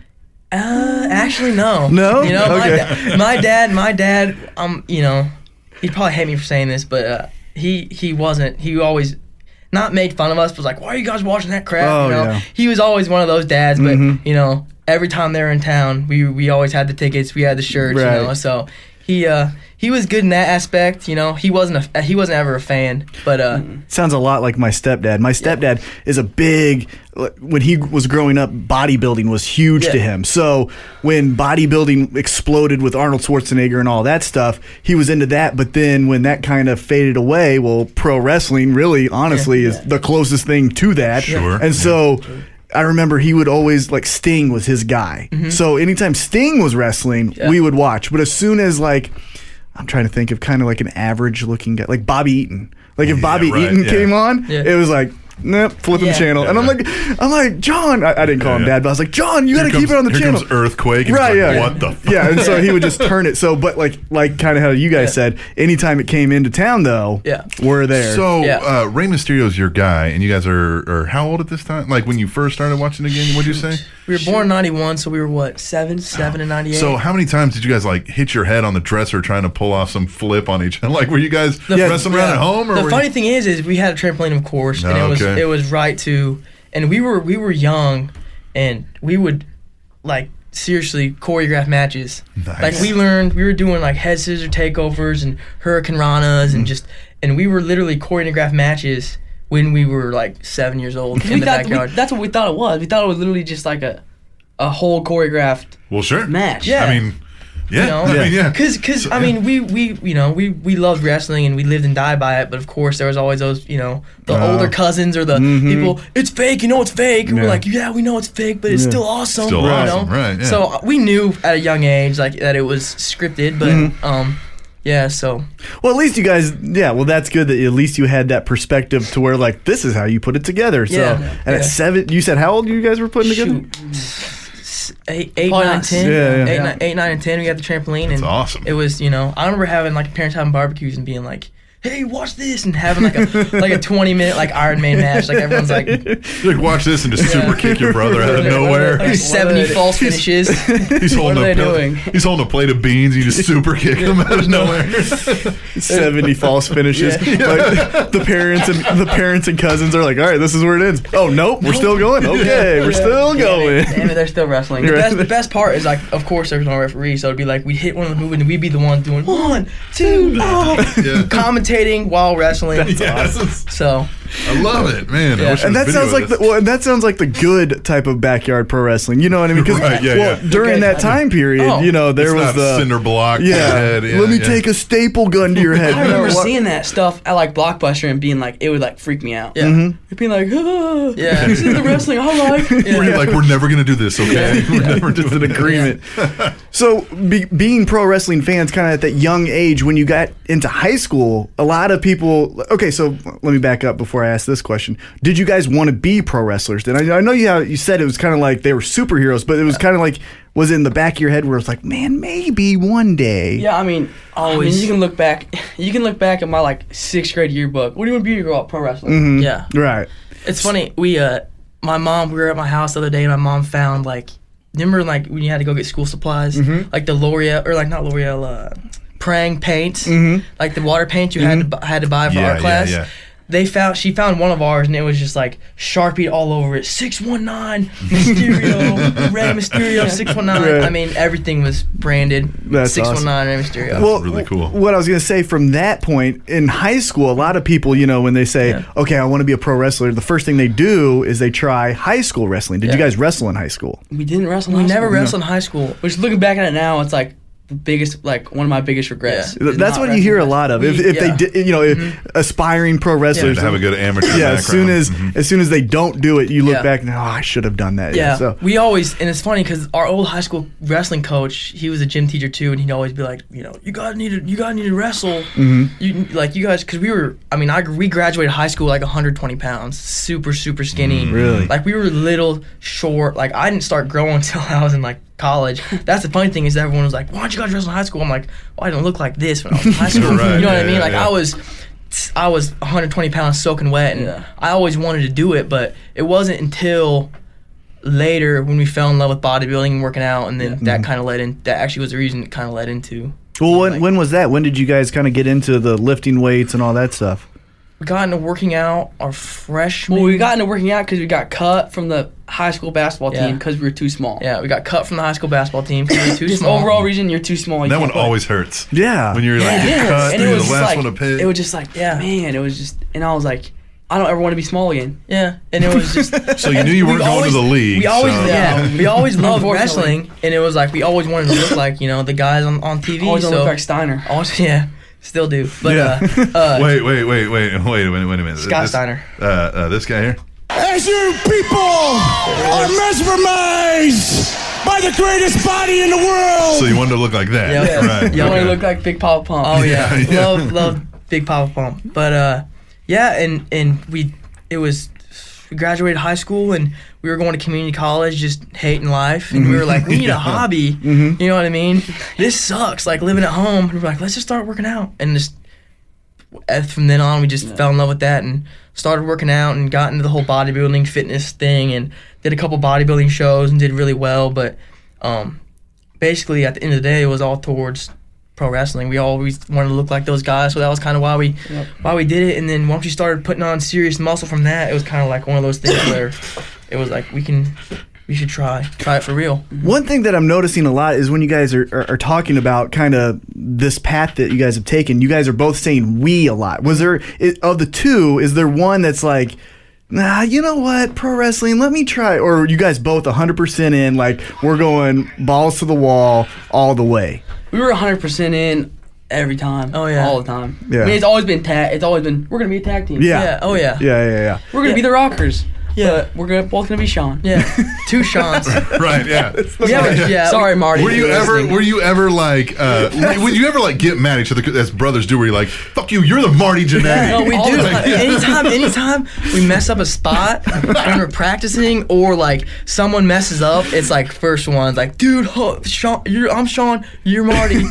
I: Uh, actually, no.
B: No?
I: You know, my,
B: Okay.
I: da- my dad, my dad, um, you know, he'd probably hate me for saying this, but uh, he he wasn't. He always not made fun of us, but was like, why are you guys watching that crap?
B: Oh,
I: you know,
B: yeah. Mm-hmm.
I: he was always one of those dads. But you know, every time they were in town, we we always had the tickets, we had the shirts,
B: Right.
I: you know. So he uh he was good in that aspect. You know, he wasn't a he wasn't ever a fan, but uh.
B: Sounds a lot like my stepdad. My stepdad is a big. When he was growing up, bodybuilding was huge to
I: Yeah.
B: him. So when bodybuilding exploded with Arnold Schwarzenegger and all that stuff, he was into that. But then when that kind of faded away, well, pro wrestling really, honestly, is the closest thing to that.
A: Sure.
B: And so. I remember he would always like Sting was his guy. So anytime Sting was wrestling, we would watch. But as soon as like I'm trying to think of kind of like an average looking guy, like Bobby Eaton. Like if
A: Yeah,
B: Bobby
A: right,
B: Eaton
A: yeah.
B: came on,
I: Yeah.
B: it was like, nope, flipping
I: Yeah.
B: the channel. And I'm like, I'm like, John, I, I didn't call him
A: Yeah.
B: dad, but I was like, John, you got to
A: Here
B: keep it on the
A: comes- here
B: channel.
A: comes earthquake. and
B: Right,
A: it's like,
B: yeah.
A: What the fuck?
B: yeah, and so he would just turn it. So, but like, like kind of how you guys said, anytime it came into town though,
I: Yeah.
B: we're there.
A: So
I: Yeah.
A: uh, Rey Mysterio's your guy, and you guys are, are how old at this time? Like when you first started watching again, what'd you say?
I: We were born in 91, so we were what, 7? 7 and 98?
A: So how many times did you guys like hit your head on the dresser trying to pull off some flip on each other? Like were you guys wrestling around
I: Yeah.
A: at home or
I: the
A: were
I: funny
A: you,
I: thing is is we had a trampoline of course and
A: Oh,
I: it was
A: okay.
I: it was right to and we were we were young and we would like seriously choreograph matches like
A: Nice.
I: we learned we were doing like head scissor takeovers and hurricane ranas
A: Mm-hmm.
I: and just and we were literally choreographed matches when we were like seven years old in
K: We
I: the
K: thought,
I: backyard
K: we- that's what we thought it was. We thought it was literally just like a a whole choreographed
A: Well sure.
K: match.
I: Yeah.
A: I mean yeah,
I: you know?
A: I mean, yeah.
I: Cause, cause I mean, we, we, you know, we, we loved wrestling and we lived and died by it. But of course, there was always those, you know, the older cousins or the
A: Mm-hmm.
I: people. It's fake. You know, it's fake. And we're like, yeah, we know it's fake, but it's still awesome.
A: Still
I: you
A: awesome,
I: know?
A: right, yeah.
I: So uh, we knew at a young age, like that it was scripted, but
A: Mm-hmm.
I: um, yeah. So
B: well, at least you guys, yeah. Well, that's good that at least you had that perspective to where like this is how you put it together. So,
I: Yeah.
B: and
I: Yeah.
B: at seven, you said how old you guys were putting together?
I: shoot, s- eight, eight,
K: Probably
I: nine,
K: not-
I: ten,
B: Yeah, yeah.
I: eight, nine- eight, nine, and ten. We got the trampoline.
A: That's
I: and
A: awesome.
I: It was, you know, I remember having like parents having barbecues and being like, "Hey, watch this!" and having like a like a twenty minute like Iron Man match. Like everyone's like,
A: Like, watch this and just super kick your brother out of
I: like,
A: nowhere.
I: like seventy false finishes.
A: He's holding
K: are
A: a
K: they
A: pla-
K: doing?
A: He's holding a plate of beans. You just super kick him out of nowhere.
B: 70 false finishes. Like, the parents and the parents and cousins are like, all right, this is where it ends. Oh nope, we're still going. Okay, we're still going.
K: Damn it, they're still wrestling.
I: The best, the best part is like, of course, there was no referee, so it'd be like we'd hit one of the moves and we'd be the ones doing one, two, oh,
A: Yeah.
I: commentating while wrestling.
A: Yes.
I: So
A: I love it, man. I
I: Yeah.
A: wish there
B: And
A: was
B: that
A: video
B: sounds
A: of
B: like
A: this.
B: the, well, and that sounds like the good type of backyard pro wrestling. You know what I mean? 'Cause,
A: Right, yeah,
B: well,
A: yeah.
B: during that time period,
I: Oh.
B: you know, there
A: It's
B: was
A: not
B: the
A: cinder block.
B: yeah,
A: head, yeah,
B: Let me
A: yeah.
B: take a staple gun to your head.
K: I remember
B: What-
K: seeing that stuff at like Blockbuster and being like, it would like freak me out.
I: yeah,
K: It'd be like, ah,
I: Yeah.
K: this is the wrestling I like.
A: We're like, we're never gonna do this, okay? We're never doing an
B: agreement. so be, being pro wrestling fans, kind of at that young age, when you got into high school, a lot of people. Okay, so let me back up before I ask this question. Did you guys want to be pro wrestlers? Then I, I know you how you said it was kind of like they were superheroes, but it was kind of like was it in the back of your head where it's like, man, maybe one day.
K: Yeah, I mean, always.
I: Always.
K: you can look back. You can look back at my like sixth grade yearbook. What do you want to be when you grow up? Pro wrestler.
I: yeah.
B: Right.
I: It's funny. We uh, my mom, we were at my house the other day, and my mom found like, remember like when you had to go get school supplies,
H: Mhm.
I: like the L'Oreal or like not L'Oreal, uh, Prang paints,
H: Mhm.
I: like the water paint you had to bu- had to buy for
H: Mm-hmm. Yeah,
I: our
H: yeah,
I: class.
H: yeah.
I: They found she found one of ours and it was just like Sharpie all over it. Six one nine Mysterio, Red Mysterio, six one nine.
B: Right.
I: I mean everything was branded
B: That's
I: six one nine Red Mysterio.
A: cool.
B: What I was going to say from that point in high school, a lot of people, you know, when they say, "Okay, I want to be a pro wrestler," the first thing they do is they try high school wrestling. Did you
I: Yeah.
B: guys wrestle in high school?
H: We didn't wrestle. In
I: We
H: high
I: never
H: school.
I: wrestled in high school.
H: Which looking back at it now, it's like the biggest, like one of my biggest regrets.
B: Th- That's what you hear a lot of. If, if they, did, you know, if
I: Mm-hmm.
B: aspiring pro wrestlers
A: to have a good amateur
B: Yeah, as soon
A: background. Mm-hmm.
B: as as soon as they don't do it, you look
I: Yeah.
B: back and oh, I should have done that.
I: Yeah,
B: So
I: we always, and it's funny because our old high school wrestling coach, he was a gym teacher too, and he'd always be like, you know, you guys need to, you guys need to wrestle,
B: Mhm.
I: you like you guys, because we were, I mean, I we graduated high school like 120 pounds, super super skinny,
B: Mm, really?
I: like we were little short, like I didn't start growing until I was in like college. That's the funny thing is everyone was like, why don't you guys wrestle in high school? I'm like, well, I didn't look like this when I was in high school,
H: Right,
I: you know what I
H: yeah,
I: mean?
H: yeah,
I: Like
H: yeah.
I: I was. I was 120 pounds soaking wet, and I always wanted to do it, but it wasn't until later when we fell in love with bodybuilding and working out, and then
H: Mm-hmm.
I: that kind of led in. That actually was the reason it kind of led into.
B: well, when when was that? When did you guys kind of get into the lifting weights and all that stuff?
I: We got into working out our freshman.
H: Well, we got into working out because we got cut from the high school basketball team 'cause
I: Yeah.
H: team because we were too small.
I: Yeah, we got cut from the high school basketball team because we were too
H: Just
I: small.
H: overall reason you're too small. you
A: That one
H: can't play.
A: always hurts.
B: Yeah.
A: When you're like
H: Yeah,
A: getting cut,
H: and
A: and
H: it
A: you're
H: was
A: the
H: just
A: last
H: like,
A: one to pick.
H: It was just like, man, it was just, and I was like, I don't ever want to be small again.
I: Yeah, and it was just.
A: So you knew you
I: We
A: weren't going to
I: always-
A: the league.
I: We always,
A: so-
I: yeah, we always loved
H: Unfortunately.
I: wrestling, and it was like we always wanted to look like you know the guys on, on TV.
H: Always
I: so,
H: wanna look like Steiner.
I: Always, yeah, still do. But
A: Yeah.
I: uh, uh,
A: wait, wait, wait, wait, wait, wait, a minute, wait a minute.
I: Scott
A: This-
I: Steiner.
A: Uh, uh, this guy here.
L: As you people are mesmerized by the greatest body in the world.
A: So you wanted to look like that,
I: Yeah.
A: right?
I: Yeah.
H: I
A: okay.
H: want to look like Big Papa Pump.
I: Oh yeah,
A: Yeah, yeah.
I: love love Big Papa Pump. But uh, yeah, and and we it was we graduated high school and we were going to community college, just hating life, and we were like, we need
H: Yeah.
I: a hobby. You know what I mean? This sucks. Like living at home, and we're like, let's just start working out, and just and from then on, we just fell in love with that and started working out and got into the whole bodybuilding fitness thing and did a couple bodybuilding shows and did really well. But um, basically, at the end of the day, it was all towards pro wrestling. We always wanted to look like those guys, so that was kind of why we
H: Yep.
I: why we did it. And then once we started putting on serious muscle from that, it was kind of like one of those things where it was like we can we should try try it for real.
B: One thing that I'm noticing a lot is when you guys are, are, are talking about kind of this path that you guys have taken, you guys are both saying we a lot. Was there, is, of the two, is there one that's like, nah, you know what, pro wrestling, let me try? Or are you guys both 100% in, like, we're going balls to the wall all the way?
H: We were 100% in every time. Oh, yeah. All the time.
B: Yeah.
H: I mean, it's always been tag. It's always been, we're going to be a tag team.
B: Yeah.
I: oh,
B: Yeah, yeah, yeah.
H: We're going to be the Rockers. Yeah. But we're gonna, both going to be Sean.
I: Yeah. Two Seans.
A: right, yeah.
H: Yeah, but- yeah. Sorry, Marty.
A: Were you
H: You're
A: ever?
H: listening.
A: Were you ever like? Uh, would- would you ever like get mad at each other as brothers do? Where you're like, "Fuck you, you're the Marty Jannetty."
I: No, we do.
A: Like,
I: anytime, anytime we mess up a spot when we're practicing, or like someone messes up, it's like first one's like, dude, huh, Sean, you're, I'm Sean, you're Marty.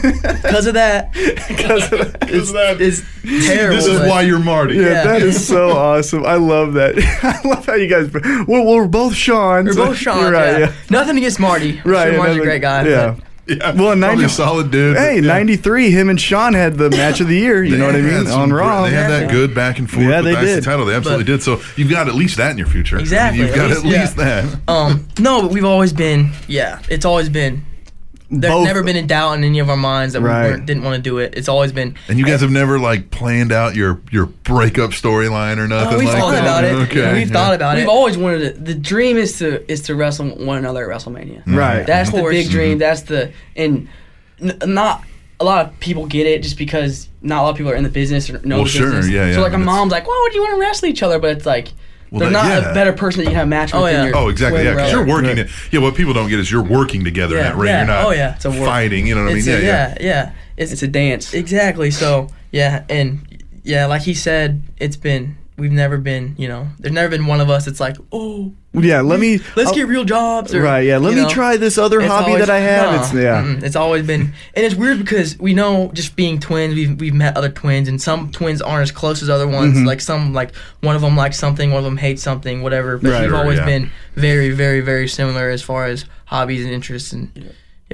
I: Because of that,
B: because of that,
I: it's, it's terrible.
A: This is
I: but-
A: why you're Marty.
B: Yeah, that is so awesome. I love that. I love how you guys. Well, we're both Sean's.
I: We're both Sean.
B: You're
I: yeah. Nothing against Marty. I'm
B: Right,
I: sure Marty's
B: another-
I: a great guy.
B: Yeah.
A: Yeah,
B: well, 90,
A: solid dude.
B: Hey, '93, him and Sean had the match of the year. You know what I
A: They
B: mean?
A: had some
B: On
A: gr-
B: Raw,
A: they had that good back and forth.
B: Yeah,
A: with
B: they
A: the IC
B: did.
A: Title, they absolutely did. So you've got at least that in your future. I mean,
I: Exactly,
A: you've
I: at
A: got at
I: least-
A: least
I: yeah.
A: that.
I: Um, no, but we've always been. Yeah, it's always been. There's
A: Both-
I: never been a doubt in any of our minds that
A: Right.
I: we weren't, didn't want to do it. It's always been.
A: And you guys have never like planned out your your breakup storyline or nothing.
I: Oh, we've
A: like
I: thought
A: that?
I: about it.
A: Okay,
I: We've thought about
H: We've
I: it.
H: always wanted to, the dream is to is to wrestle one another at WrestleMania.
A: Mm. mm-hmm.
B: Right.
H: That's
B: Of
H: the
B: course.
H: big dream. That's the and n- not a lot of people get it just because not a lot of people are in the business or know
A: Well,
H: the
A: sure,
H: business.
A: yeah, yeah,
H: So like a
A: but it's-
H: mom's like, why would you want to wrestle each other? But it's like
A: Well,
H: they're
A: that-
H: not
A: yeah.
H: a better person that you can have a match with. than your
A: Oh, exactly. Yeah,
H: whoever
A: because
H: else.
A: you're working. It. Yeah, what people don't get is you're working together in
I: Yeah,
A: that ring.
I: yeah.
A: You're not
I: Oh, yeah. It's a work.
A: fighting. You know what I mean?
I: It's
A: Yeah,
I: a-
A: yeah.
I: yeah, yeah. It's,
H: it's a dance.
I: Exactly. So yeah, and yeah, like he said, it's been we've never been, you know, there's never been one of us that's like, oh,
B: Yeah, let me.
I: let's
B: I'll-
I: get real jobs. Or,
B: Oh, Right, yeah, let
I: you
B: me
I: know,
B: try this other
I: it's Mm-hmm.
B: hobby that I have.
I: nah,
B: It's- yeah.
I: mm-mm, it's always been, and it's weird because we know just being twins, we've we've met other twins, and some twins aren't as close as other ones.
B: Mhm.
I: Like some, like one of them likes something, one of them hates something, whatever. But
B: Right.
I: we've
B: Sure,
I: always
B: yeah.
I: been very, very, very similar as far as hobbies and interests and.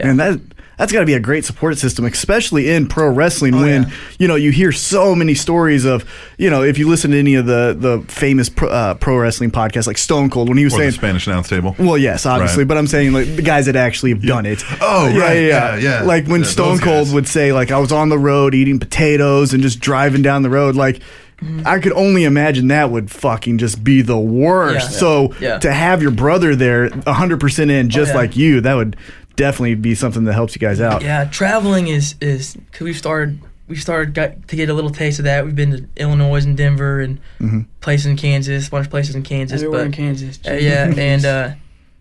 B: And that that's got to be a great support system, especially in pro wrestling,
A: Oh,
B: when you know you hear so many stories of you know if you listen to any of the the famous pro, uh, pro wrestling podcasts like Stone Cold when he was
A: Or the
B: saying.
A: Spanish announce table.
B: well, yes, obviously, but I'm saying like the guys that actually have done it.
A: Oh,
B: yeah,
A: right,
B: yeah,
A: yeah, yeah.
B: Like when
A: Yeah,
B: Stone
A: those
B: Cold would say, like, I was on the road eating potatoes and just driving down the road. Like, I could only imagine that would fucking just be the worst.
I: Yeah.
B: So
I: Yeah. Oh,
B: to have your brother there, 100 percent in, just
I: yeah.
B: like you, that would definitely be something that helps you guys out.
I: Yeah, traveling is is because we've started we've started got to get a little taste of that. We've been to Illinois and Denver and
B: Mhm.
I: places in Kansas, a bunch of places in Kansas.
H: Everywhere
I: but,
H: in Kansas.
I: Uh, yeah, and uh,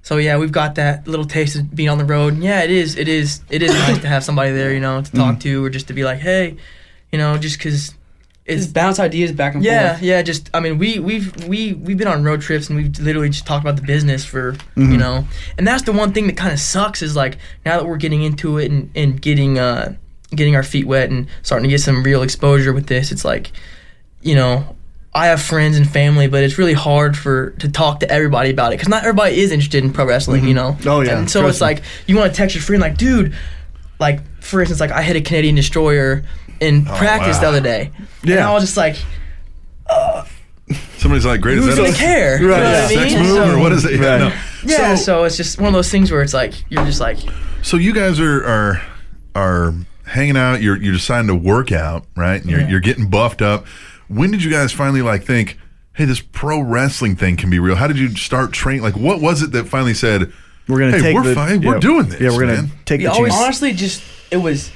I: so yeah, we've got that little taste of being on the road. And yeah, it is it is it is nice to have somebody there, you know, to talk to or just to be like, hey, you know, just because. It's
H: Just bounce ideas back and
I: yeah,
H: forth.
I: yeah. Just I mean, we we've we we've been on road trips and we've literally just talked about the business for you
B: Mm-hmm.
H: Mhm.
I: know, and that's the one thing that kind of sucks is like now that we're getting into it and and getting uh getting our feet wet and starting to get some real exposure with this, it's like you know. I have friends and family, but it's really hard for to talk to everybody about it because not everybody is interested in pro wrestling, you know.
B: Oh, yeah.
I: And so
B: Trust
I: it's
B: me.
I: like you want to text your friend, like, dude, like for instance, like I hit a Canadian destroyer in practice the
A: wow.
I: other day, and
B: Oh, Yeah.
I: I was just like,
A: Somebody's like, great,
I: Who's
A: is that
I: gonna
A: a
I: care?
A: Right,
I: You know what I
A: Sex
I: mean?
A: move or
I: So-
A: what is it? Yeah, no.
I: Yeah, so, it's just one of those things where it's like you're just like,
A: So you guys are are are hanging out. You're you're deciding to work out, right? And you're you're getting buffed up. When did you guys finally like think, hey, this pro wrestling thing can be real? How did you start training? Like, what was it that finally said?
B: We're gonna
A: hey,
B: take
A: we're
B: the-
A: fine. We're
B: yeah,
A: doing this.
B: yeah, we're gonna
A: man."
B: take
H: We
B: the
H: always,
B: chance.
H: honestly, just it was.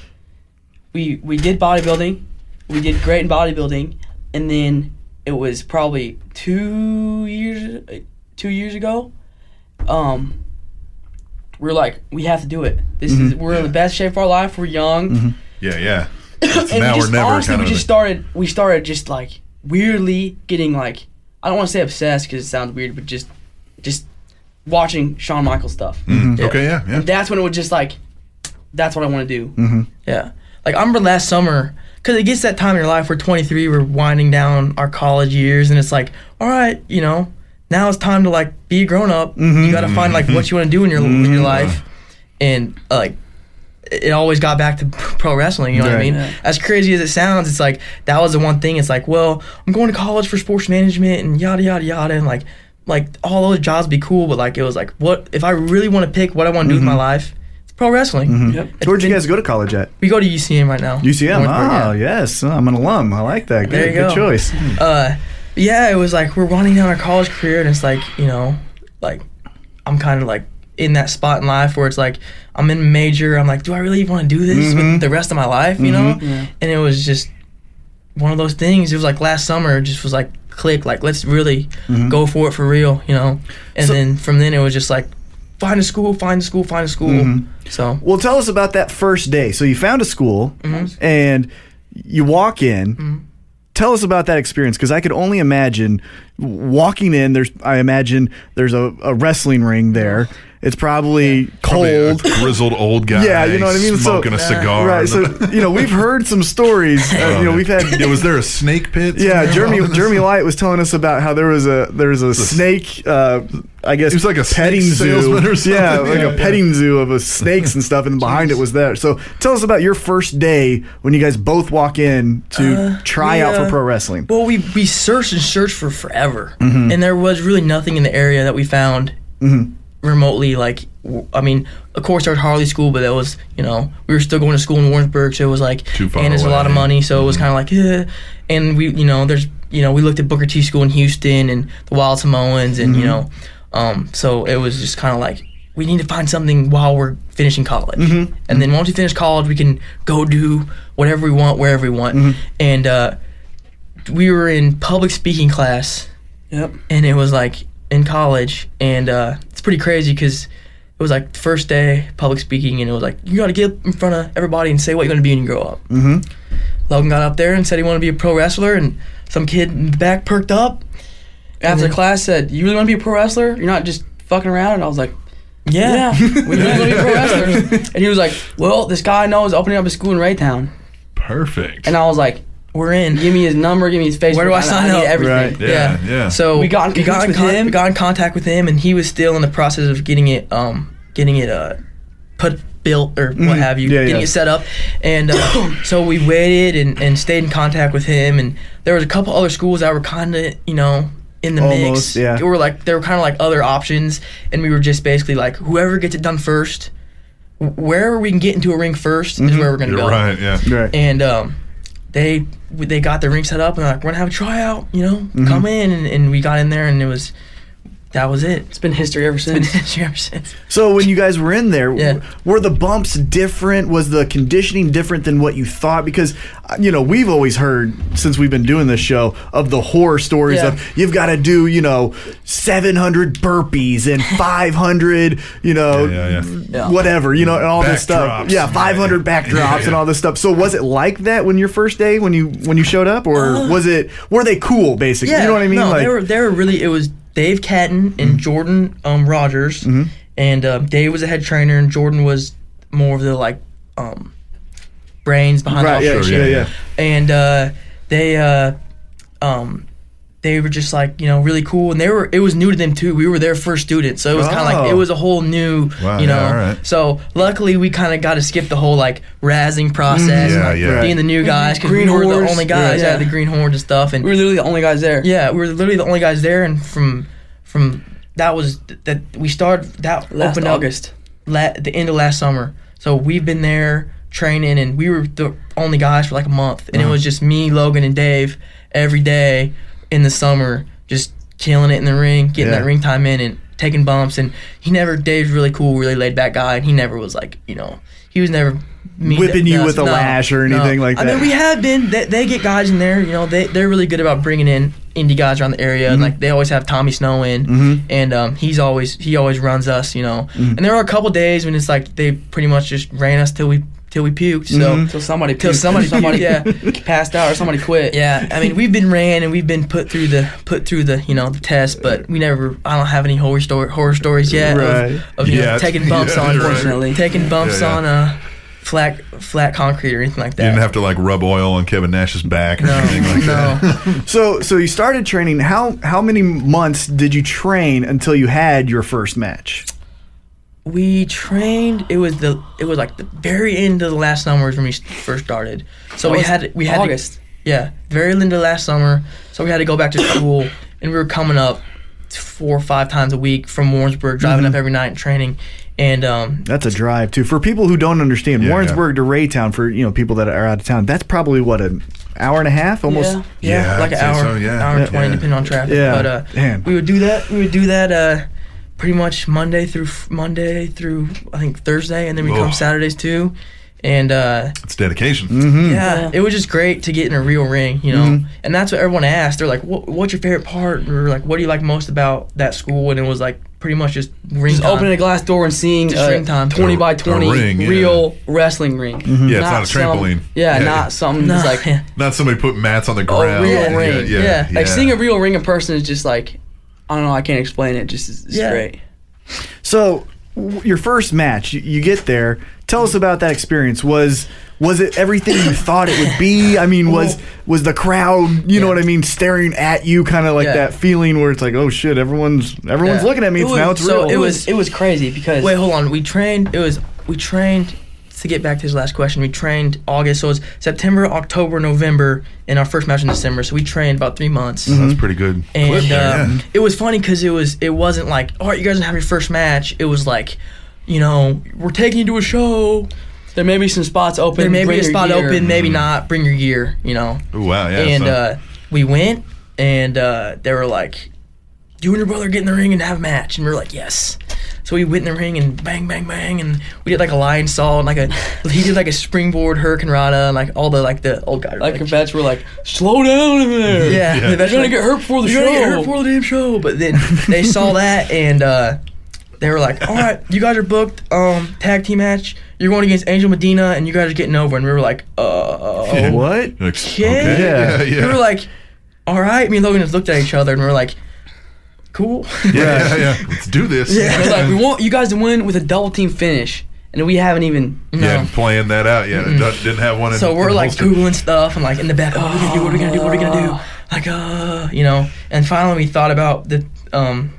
H: We we did bodybuilding, we did great in bodybuilding, and then it was probably two years uh, two years ago. Um, we are like, we have to do it. This is
A: Mhm.
I: Mm-hmm.
H: we're in the best shape of our life. We're young.
A: Yeah, yeah. It's
H: and
A: now
H: we
A: or
H: just,
A: never.
H: honestly,
A: kind
H: we
A: of a-
H: just started. We started just like weirdly getting like I don't want to say obsessed because it sounds weird, but just just watching Shawn Michaels stuff.
A: Mhm. Okay, yeah, Mm-hmm. yeah.
H: And that's when it was just like, that's what I want to do.
I: yeah. Like I remember last summer, because it gets that time in your life. We're 23, we're winding down our college years, and it's like, all right, you know, now it's time to like be a grown up.
A: Mm-hmm.
I: You got to find like what you want to do in your in your life, and like. It always got back to pro wrestling, you know what I
B: Right.
I: mean?
H: Yeah.
I: As crazy as it sounds, it's like that was the one thing. It's like, well, I'm going to college for sports management and yada yada yada, and like, like all those jobs be cool, but like it was like, what if I really want to pick what I want to do with
B: Mm-hmm.
I: my life? It's pro wrestling.
H: Yep.
B: Where'd you guys go to college at?
I: We go to UCM right now.
B: UCM.
I: Northwood,
B: Ah,
I: yeah.
B: yes, I'm an alum. I like that. Good,
I: There you
B: good
I: go.
B: choice.
I: Uh, yeah, it was like we're winding down our college career, and it's like you know, like I'm kind of like in that spot in life where it's like I'm in major. I'm like, do I really want to do this with the rest of my life? You know? And it was just one of those things. It was like last summer, it just was like click, like let's really go for it for real, you know. And then from then it was just like find a school, find a school, find a school. So
B: Well, tell us about that first day. So you found a school and you walk in. Tell us about that experience because I could only imagine walking in. There's, I imagine there's a, a wrestling ring there. It's probably
A: Probably a
B: cold.
A: grizzled old guy.
B: Yeah, you know what I mean? So-
A: Smoking a cigar.
B: Right, so you know we've heard some stories. Uh, you know we've had
A: Yeah, was there a snake pit?
B: Yeah,
A: somewhere Oh,
B: Jeremy
A: involved in
B: Jeremy
A: this?
B: Light was telling us about how there was a there was a snake. Uh, I guess
A: He was like a snake salesman or something.
B: Yeah, like
A: Yeah,
B: a
A: yeah.
B: petting zoo of a snakes and stuff, and behind it was there. So tell us about your first day when you guys both walk in to try out
I: Uh, yeah.
B: for pro wrestling.
I: Well, we we searched and searched for forever, and there was really nothing in the area that we found remotely. Like, w- I mean, of course, there was Harley School, but that was you know we were still going to school in Warrensburg, so it was like
A: Too far
I: and it's a lot of
A: away. Mm-hmm.
I: money, so it was kind of like, eh. and we you know there's you know we looked at Booker T School in Houston and the Wild Samoans, and
A: Mm-hmm.
I: you know, um, so it was just kind of like. We need to find something while we're finishing college,
A: Mm-hmm.
I: and then once we finish college, we can go do whatever we want, wherever we want.
A: Mm-hmm.
I: And uh, we were in public speaking class
H: Yep.
I: and it was like in college and uh, it's pretty crazy because it was like the first day public speaking and it was like you gotta get up in front of everybody and say what you're gonna be when you grow up mm-hmm. logan got up there and said he wanted to be a pro wrestler and some kid in the back perked up
H: After
I: then-
H: class said, "You really want to be a pro wrestler? You're not just fucking around." And I was like,
I: yeah,
H: "Yeah, we really want to be pro wrestlers." And he was like, "Well, this guy I know is opening up a school in Raytown."
A: Perfect.
H: And I was like,
I: we're in
H: "Give me his number. Give me his Facebook.
I: Where do I sign
H: need
I: up?
H: Everything."
B: Right.
A: Yeah, yeah.
I: So
H: We got in
I: we got
H: cahoots with him.
I: got in contact with him, and he was still in the process of getting it, um, getting it, uh, put built or
H: Mm-hmm.
I: what have you,
B: Yeah,
I: getting
B: yeah.
I: it set up. And uh, so we waited and, and stayed in contact with him, and there was a couple other schools that were kind of, you know. In the
B: Almost,
I: mix,
B: yeah.
I: we were like there were kind of like other options, and we were just basically like whoever gets it done first, wh- wherever we can get into a ring 1st is where we're gonna
A: Mm-hmm. You're
I: go.
A: right. Yeah.
B: Right.
I: And um, they they got the ring set up and they're like we're gonna have a tryout, you know,
B: Mm-hmm.
I: come in and, and we got in there and it was that was it. It's
H: It's been history ever
I: been
H: since.
I: history ever since.
B: So when you guys were in there,
I: Yeah.
B: were the bumps different? Was the conditioning different than what you thought? Because uh, you know we've always heard since we've been doing this show of the horror stories
I: Yeah.
B: of you've got to do you know 700 burpees and 500 you know
A: Yeah, yeah,
I: Yeah.
B: whatever you know and all this stuff.
A: Backdrops.
B: Yeah, 500
A: Yeah, yeah.
B: backdrops and all this stuff. So was it like that when your first day when you when you showed up, or was it were they cool basically? you know what I mean?
I: Uh, No,
B: like, Mm-hmm.
I: they were they were really it was Dave Catton and Jordan um, Rogers, and um, Dave was a head trainer and Jordan was more of the like um, brains behind
B: right?
I: the
B: Yeah,
I: operation.
B: yeah,
A: yeah.
B: yeah.
I: and uh, they uh, um, they were just like you know really cool, and they were it was new to them too. We were their first students, so it was kind of like
B: Oh.
I: it was a whole new
A: Wow,
I: you
A: yeah,
I: know.
A: alright.
I: So luckily we kind of got to skip the whole like razzing process,
A: Mm-hmm. Yeah,
I: like,
A: yeah.
I: being the new guys because we
H: Green
I: were the
H: horns.
I: only guys, yeah,
H: Yeah.
I: the green horns and stuff, and
H: We were literally the only guys there.
I: yeah, we were literally the only guys there, and from from that was that we started that
H: Last
I: opened up
H: August.
I: la- the end of last summer. So we've been there training, and we were the only guys for like a month, and it
H: Uh-huh.
I: was just me, Logan, and Dave every day in the summer, just killing it in the ring, getting
B: Yeah.
I: that ring time in, and taking bumps. And he never, Dave's really cool, really laid back guy, and he never was like, you know, he was never. mean to
B: Whipping you
I: us.
B: with a lash or anything like
I: I
B: that.
I: mean, we have been. They, they get guys in there. You know, they they're really good about bringing in indie guys around the area.
B: Mm-hmm.
I: Like they always have Tommy Snow in, and um, he's always he always runs us. You know,
B: Mm-hmm.
I: and there were a couple days when it's like they pretty much just ran us till we till we puked. So.
B: Mm-hmm.
H: Till somebody.
I: Till
H: puked,
I: somebody
H: Somebody.
I: puked,
H: Passed out or somebody quit.
I: Yeah, I mean we've been ran and we've been put through the put through the you know the test, but we never. I don't have any horror story horror stories yet
B: Right.
I: of, of you know
A: Yet.
I: taking bumps
A: Yeah,
I: on
A: right.
H: Fortunately.
I: taking bumps
A: Yeah, yeah.
I: on uh flat flat concrete or anything like that.
A: You didn't have to like rub oil on Kevin Nash's back or anything like that.
I: no.
B: So so you started training. How how many months did you train until you had your first match?
I: we trained it was the it was like the very end of the last summer is when we s- first started so we
H: was
I: had we had to-
H: August.
I: yeah very end of last summer so we had to go back to school and we were coming up four or five times a week from warrensburg driving
A: Mm-hmm.
I: up every night and training and um
B: That's a drive too. For people who don't understand,
A: Yeah,
B: Warrensburg to Raytown for you know people that are out of town, that's probably what an hour and a half almost.
H: Yeah.
I: yeah,
A: Yeah,
I: like an
A: I'd say
I: hour
A: so, yeah.
I: hour and
A: Yeah.
I: 20 depending on traffic
B: Yeah.
I: but uh
B: Damn.
I: we would do that we would do that uh pretty much monday through f- monday through i think thursday and then we
A: Oh.
I: come saturdays too and uh
A: It's dedication.
I: Yeah, it was just great to get in a real ring, you know. And that's what everyone asked. They're like, what, "What's your favorite part?" And we were like, "What do you like most about that school?" And it was like pretty much just ring.
H: Just
I: time.
H: opening a glass door and seeing
I: Just ring
H: a
I: time.
H: 20 by
A: A- a
H: 20
A: ring, yeah. Mm-hmm.
H: real wrestling ring.
A: Yeah, it's not a
H: some-
A: trampoline.
H: yeah,
A: Yeah, yeah.
H: not something
I: No.
H: that's like
I: Yeah.
A: Not somebody put mats on the ground.
H: real
A: Yeah,
H: ring.
A: Yeah,
I: Oh, Yeah.
H: like seeing a real ring in person is just like I don't know. I can't explain it. Just it's, it's
I: Yeah.
H: great.
B: So w- your first match, you, you get there. Tell us about that experience. Was was it everything you thought it would be? I mean, was was the crowd, you know
I: Yeah.
B: what I mean, staring at you, kind of like
I: Yeah.
B: that feeling where it's like, oh shit, everyone's everyone's
I: Yeah.
B: looking at me.
I: It
B: It's,
I: was-
B: now it's
I: so
B: real.
I: it
H: It
I: was-
H: was it was crazy because
I: Wait, hold on. We trained. It was we trained to get back to his last question. We trained August, so it was September, October, November, and our first match in December. So we trained about three months.
A: That's pretty good. clip
I: and
A: there,
I: um,
A: yeah.
I: it was funny because it was it wasn't like all right you guys have your first match it was like you know we're taking you to a show
H: there may be some spots open.
I: there may be
H: bring
I: a
H: your Mm-hmm.
I: spot
H: gear.
I: open maybe not bring your gear you know
A: Ooh, wow, yeah.
I: and
A: so-
I: uh, we went and uh, they were like you and your brother get in the ring and have a match and we were like yes so we went in the ring and bang bang bang and we did like a lion saw and like a he did like a springboard hurricane rana and like all the like the old guy
H: Like the vets were like, slow down in there.
I: yeah,
A: Yeah.
I: the veteran
H: You're gonna
I: like,
H: get hurt before the
I: you're gonna get
H: show."
I: hurt before the damn show. But then they saw that and uh, they were like, "All right, you guys are booked. Um, tag team match. You're going against Angel Medina, and you guys are getting over." And we were like, "Uh,
A: Yeah.
B: what?
A: Like,
I: okay."
A: Yeah, yeah.
I: We were like, all right. Me and Logan just looked at each other and we are like, cool.
A: Yeah, yeah, yeah. Let's do this.
I: Yeah.
H: They're like, we want you guys to win with a double team finish, and we haven't even. No.
A: Yeah, and playing that out. Yeah, it do- didn't have one. In,
I: So
A: in
I: we're
A: the
I: like
A: holster.
I: googling stuff and like in the back, oh, what are we gonna do? What are we gonna do?
H: Ah.
I: What are we gonna do? Like, uh, you know. And finally, we thought about the um,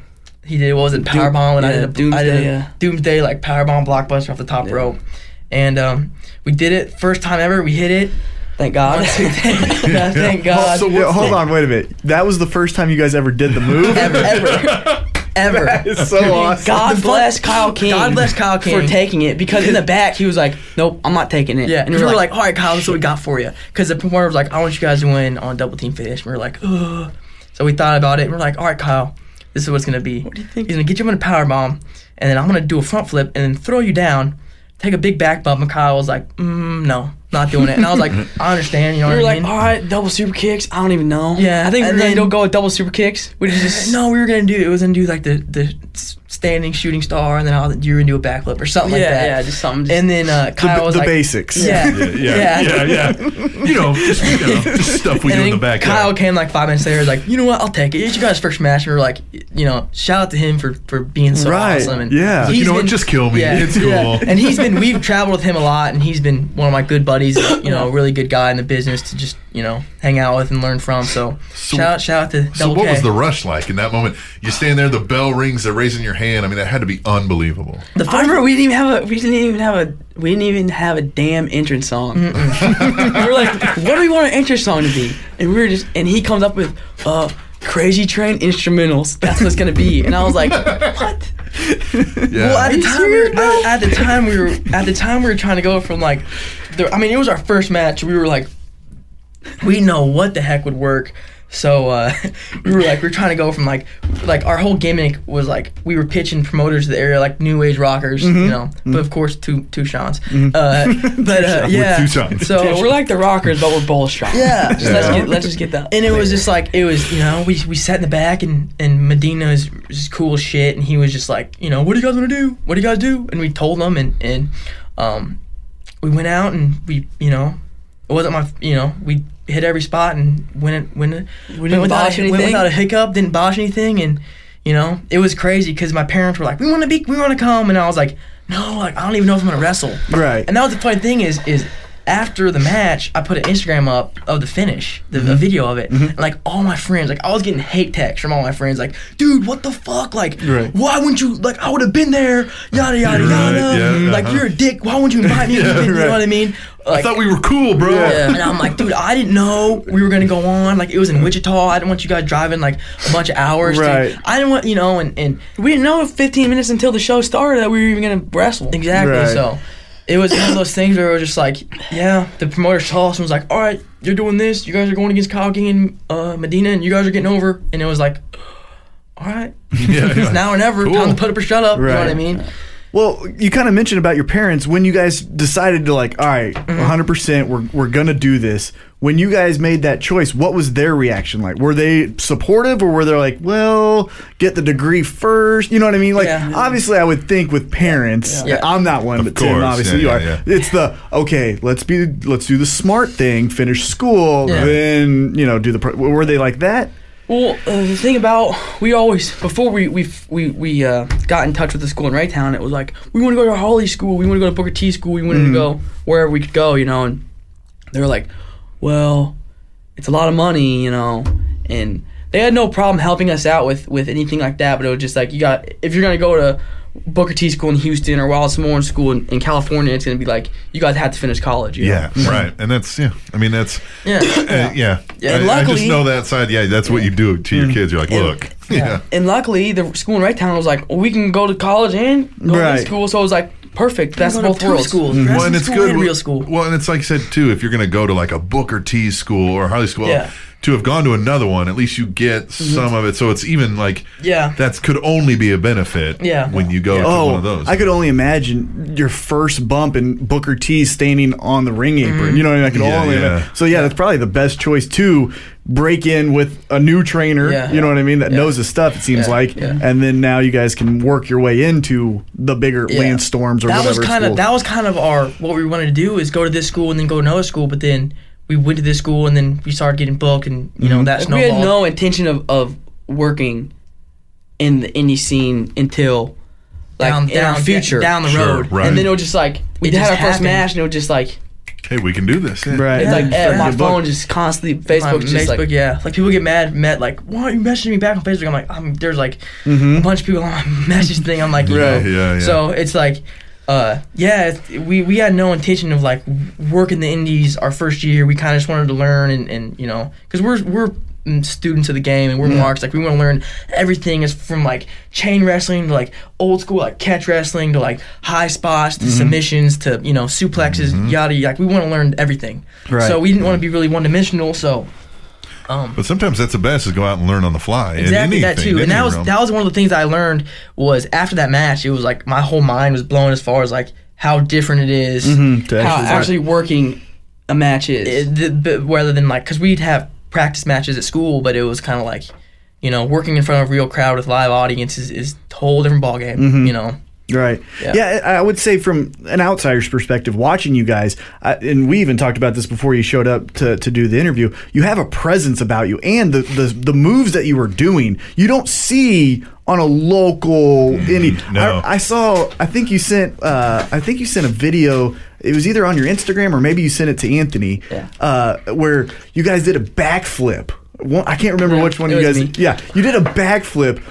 I: he did what was it powerbomb and I did
H: yeah,
I: a I did
H: Doomsday,
I: a
H: yeah.
I: doomsday like powerbomb blockbuster off the top rope, and um, we did it first time ever. We hit it.
H: Thank God.
I: One, two, thank, yeah, thank God.
B: So yeah, hold on, wait a minute. That was the first time you guys ever did the move.
I: Ever, ever, ever.
B: it's so awesome.
H: God bless Kyle King.
I: God bless Kyle King.
H: for taking it because in the back he was like, "Nope, I'm not taking it."
I: Yeah,
H: and
I: and we were like, all right, Kyle, this is what we got for you. Because the promoter was like, I want you guys to win on double team finish. And we were like, ugh. So we thought about it. And we we're like, all right, Kyle, this is what's going to be. What do you think? He's going to get you in a power bomb, and then I'm going to do a front flip and then throw you down, take a big back bump. And Kyle was like, mm, no, not doing it. And I was like, I understand. You know
H: "Oh,
I: what
H: we were
I: I
H: like,
I: mean?
H: "All right, double super kicks." I don't even know.
I: Yeah, I think we
H: and
I: were
H: then
I: gonna-
H: don't go with double super kicks. We just
I: no, we were gonna do it was gonna do like the the s- standing shooting star, and then I'll, you were gonna do a backflip or something like
H: Yeah,
I: that.
H: yeah, just something, just-
I: and then uh,
B: The,
I: Kyle was
B: the
I: like,
B: basics.
I: Yeah, yeah,
A: Yeah, yeah, yeah. You know, just, you know, just stuff we do
I: and
A: in the
I: then
A: back.
I: Kyle came like five minutes later. He's like, you know what? I'll take it. It's your guys' first match. And we were like, you know, shout out to him for for being so
B: Right,
I: awesome. And
B: yeah.
A: You
I: he's
A: know what?
I: been-
A: Just kill me.
I: Yeah.
A: It's cool.
I: and he's been we've traveled with him a lot, and he's been one of my good buddies. You know, a really good guy in the business to just you know hang out with and learn from. So,
A: So-
I: shout out shout out to
A: So
I: Double
A: what
I: K.
A: was the rush like in that moment? You stand there, the bell rings, they're raising your hand. I mean, that had to be unbelievable.
H: The I remember we didn't even have a we didn't even have a we didn't even have a damn entrance song. we were like, what do we want our entrance song to be? And we were just and he comes up with uh Crazy Train instrumentals. That's what it's gonna be. And I was like, what?
A: Yeah.
I: Well, at the time, we
H: you
I: were,
H: serious, bro?
I: at, at the time we were at the time we were trying to go from like, the, I mean, it was our first match. We were like, we know what the heck would work. So uh, we were like, we are trying to go from like, like our whole gimmick was like we were pitching promoters to the area like new age rockers, you know. But of course, two two Sean's. Uh, but uh, yeah,
A: two Sean's.
I: so
H: Yeah, we're like the rockers, but we're bowl strong.
I: Yeah.
H: Just Let's get let's just get that.
I: and it was just like it was, you know, we we sat in the back and and Medina is just cool as shit, and he was just like, you know, what do you guys want to do? What do you guys do? And we told them, and and um, we went out and we, you know, it wasn't my, you know, we hit every spot and went went we
H: didn't
I: without
H: botch
I: a, went
H: anything?
I: without a hiccup, didn't botch anything, and you know, it was crazy because my parents were like, we want to be, we want to come, and I was like, no, like I don't even know if I'm gonna wrestle,
B: Right.
I: and that was the funny thing is is after the match, I put an Instagram up of the finish, the,
A: Mm-hmm.
I: a video of it. And like all my friends, like I was getting hate texts from all my friends, like, dude, what the fuck? Like,
B: Right.
I: why wouldn't you? Like, I would have been there. Yada yada
A: Right,
I: yada.
A: yeah,
I: like,
A: uh-huh.
I: you're a dick. Why wouldn't you invite me? you know
B: right.
I: what I mean? Like,
A: I thought we were cool, bro.
I: yeah. And I'm like, dude, I didn't know we were gonna go on. Like it was in Wichita. I didn't want you guys driving like a bunch of hours.
B: Right.
I: To, I didn't want you know, and and
H: we didn't know 15 minutes until the show started that we were even gonna wrestle.
I: Exactly.
B: Right.
I: So it was one of those things where it was just like, yeah, the promoter saw us and was like, all right, you're doing this. You guys are going against Kyle King and uh, Medina, and you guys are getting over. And it was like, all right,
A: Yeah, yeah.
I: it's now or never.
A: Cool.
I: Time to put up or shut up. You know what I
B: Right.
I: mean?
B: Well, you kind of mentioned about your parents when you guys decided to like, all right,
I: Mm-hmm.
B: 100%, we're we're going to do this. When you guys made that choice, what was their reaction like? Were they supportive or were they like, well, get the degree first? You know what I mean? Like,
I: Yeah.
B: obviously, I would think with parents,
I: Yeah.
B: I'm not one, but Tim,
A: course.
B: obviously,
A: Yeah,
B: you
A: yeah,
B: are. It's the okay, let's be, let's do the smart thing, finish school,
I: Yeah.
B: then you know, do the. Pro- were they like that?
H: Well, uh, the thing about we always before we we we we uh, got in touch with the school in Raytown, it was like we want to go to Holly School, we want to go to Booker T School, we wanted to go wherever we could go, you know. And they were like, "Well, it's a lot of money, you know," and they had no problem helping us out with with anything like that. But it was just like you got if you're gonna go to Booker T School in Houston or Wallace Moore School in, in California, it's gonna be like you guys have to finish college. You know?
A: Yeah, right. And that's yeah. I mean, that's
I: Yeah.
A: uh, yeah.
H: Yeah,
A: I, I just
H: luckily-
A: know that side. Yeah, that's what you do to your kids. You're like, look, yeah,
H: And luckily, the school in Raytown was like, well, we can go to college and go
B: Right.
H: to this school. So it was like, perfect. That's
I: That's
H: both worlds.
I: schools.
A: Well, and it's
I: school
A: good.
I: And
A: w-
I: real school.
A: Well, and it's like you said too. If you're going to go to like a Booker T school or Harley school,
I: Yeah.
A: to have gone to another one, at least you get
H: Mm-hmm.
A: some of it. So it's even like
I: Yeah.
A: that could only be a benefit.
I: Yeah.
A: when you go to one
B: Oh,
A: of those.
B: I could only imagine your first bump and Booker T standing on the ring
I: Mm-hmm.
B: apron. You know, what I mean? I could
A: Yeah,
B: only.
A: yeah.
B: So yeah, that's probably the best choice to break in with a new trainer.
I: Yeah.
B: You know what I mean? That knows his stuff. It seems like, and then now you guys can work your way into the bigger
I: Yeah.
B: landstorms or
I: that
B: whatever.
I: was
B: it's
I: kind of
B: called.
I: that was kind of our what we wanted to do is go to this school and then go to another school but then
H: we went to this school and then we started getting booked and you know that
I: we
H: snowballed.
I: had no intention of, of working in the indie scene until like
H: Down-
I: in our
H: down-
I: future
H: down the Sure, road. right.
I: and then it was just like we
H: It
I: had
H: just
I: our first
H: happened.
I: match, and it was just like
A: Hey, we can do this. Yeah.
I: it's like
H: Yeah.
I: eh, my
H: Good
I: phone just constantly Facebook
H: My
I: just
H: Facebook,
I: like
H: yeah. Like people get mad, met like, why are you messaging me back on Facebook? I'm like, I'm, there's like
I: Mhm.
H: a bunch of people on my message thing. I'm like, you
A: Right,
H: know.
A: yeah, yeah.
H: So it's like, uh, yeah, it's- we we had no intention of like working the indies our first year. We kind of just wanted to learn and and you know, because we're we're mm, students of the game and we're marks like we want to learn everything is from like chain wrestling to like old school like catch wrestling to like high spots
A: Mm-hmm.
H: to submissions to you know suplexes yada yada like we want to learn everything
A: Right.
H: so we didn't want to be really one dimensional so
A: But sometimes that's the best is go out and learn on the fly. in
H: exactly that
A: anything,
H: too
A: in
H: and that
A: any
H: was
A: realm.
H: that was one of the things i learned was after that match it was like my whole mind was blown as far as like how different it is,
B: Mm-hmm,
I: how actually working a match is.
H: it- the- but rather than like because we'd have practice matches at school but it was kind of like you know working in front of a real crowd with live audiences is a whole different ballgame
B: Mm-hmm.
H: you know
B: Right. Yeah.
H: Yeah.
B: I I would say from an outsider's perspective, watching you guys, I, and we even talked about this before you showed up to, to do the interview. You have a presence about you, and the the, the moves that you were doing, you don't see on a local
I: Mm-hmm.
B: indie.
A: no.
B: I, I saw. I think you sent. Uh, I think you sent a video. It was either on your Instagram or maybe you sent it to Anthony,
I: Yeah.
B: uh, where you guys did a backflip. One, I can't remember
I: Yeah,
B: which one
I: it
B: you guys.
I: was me.
B: Yeah, you did a backflip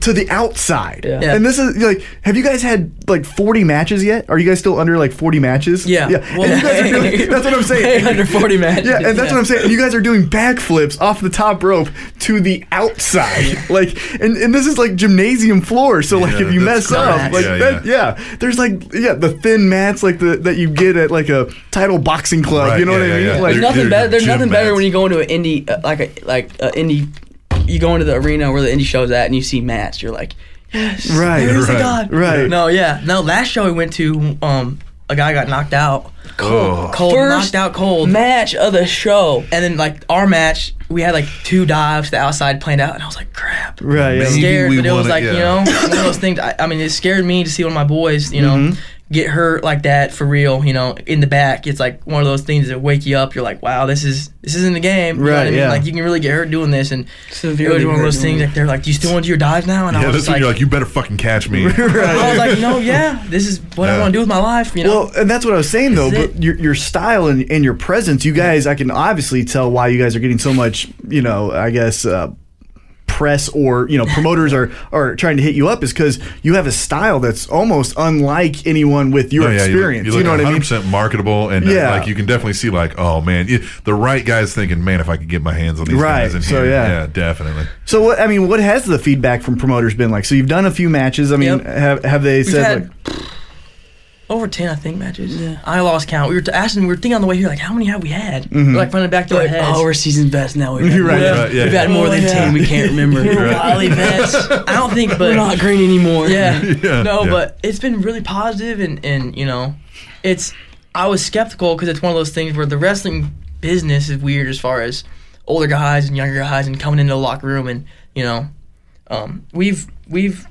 B: to the outside.
I: Yeah.
H: Yeah.
B: And this is like, have you guys had like 40 matches yet? Are you guys still under like 40 matches?
I: Yeah.
B: Yeah.
I: Well,
B: and you guys are doing, that's what I'm saying.
I: Way under 40 matches.
B: Yeah, and that's
I: Yeah.
B: what I'm saying. You guys are doing backflips off the top rope to the outside. like, and, and this is like gymnasium floor. So like,
A: Yeah,
B: if you
A: that's
B: mess up,
A: correct.
B: like
A: Yeah,
B: that, yeah. There's like, yeah, the thin mats like the that you get at like a title boxing club.
A: Right,
B: you know
A: yeah,
B: what I
A: yeah,
B: mean?
A: yeah.
B: Like,
I: there's nothing
A: Dude,
I: better. There's
A: gym
I: nothing better
A: mats.
I: when you go into an indie uh, like a like a indie. You go into the arena where the indie shows at, and you see Matt. You're like, yes,
B: Right,
I: there is a
A: right,
I: God.
B: right.
H: no yeah no last show we went to um a guy got knocked out
A: Oh.
H: cold
I: First
H: knocked out cold
I: Match of the show.
H: And then like our match, we had like two dives to the outside planned out, and I was like, crap.
B: Right, yeah.
H: Scared,
A: Maybe we
H: but it was
A: wanna-
H: like you
A: yeah.
H: know one of those things. I, I mean, it scared me to see one of my boys, you know,
A: Mm-hmm.
H: get hurt like that for real. You know, in the back, it's like one of those things that wake you up. You're like, wow, this is this isn't the game. You know what
B: Right,
H: I mean?
B: yeah.
H: Like you can really get hurt doing this, and it
I: Severely
H: was one of
I: hurt
H: those
I: doing
H: things.
I: it.
H: Like they're like, do you still want to do your dive now? And I
A: yeah,
H: was
A: that's
H: just
A: when
H: like,
A: you're like, you better fucking catch me.
H: I was like, no, yeah, this is what
A: Yeah.
H: I want to do with my life. You know.
B: Well, and that's what I was saying though.
H: This is
B: But your, your style and, and your presence, you guys, I can obviously tell why you guys are getting so much. You know, I guess uh, press or you know promoters are are trying to hit you up is because you have a style that's almost unlike anyone with your
A: No, Oh, yeah, you look-
B: experience. You,
A: You, look
B: know what I mean?
A: 100% marketable, and uh,
B: Yeah.
A: like you can definitely see, like, oh man, you, the right guy's thinking, man, if I could get my hands on these
B: Right,
A: guys in
B: so,
A: here,
B: yeah.
A: definitely.
B: So what I mean, what has the feedback from promoters been like? So you've done a few matches. I mean,
H: Yep.
B: have have they
H: We've
B: said
H: had
B: like,
H: over ten, I think, matches. I lost count. We were t- asking, we were thinking on the way here, like, how many have we had? We're like running back to our
I: Like,
H: heads.
I: oh, we're season best now. We've had,
B: You're right,
I: more-
B: you're
A: right, Mm-hmm. yeah.
I: We've had more
H: Oh,
I: than
H: yeah.
I: ten. We can't remember.
H: We're wildly best. I don't think, but
I: We're not green anymore.
H: yeah,
A: Yeah,
H: no,
A: yeah.
H: but it's been really positive, and and you know, it's. I was skeptical because it's one of those things where the wrestling business is weird as far as older guys and younger guys and coming into the locker room and you know, um, we've we've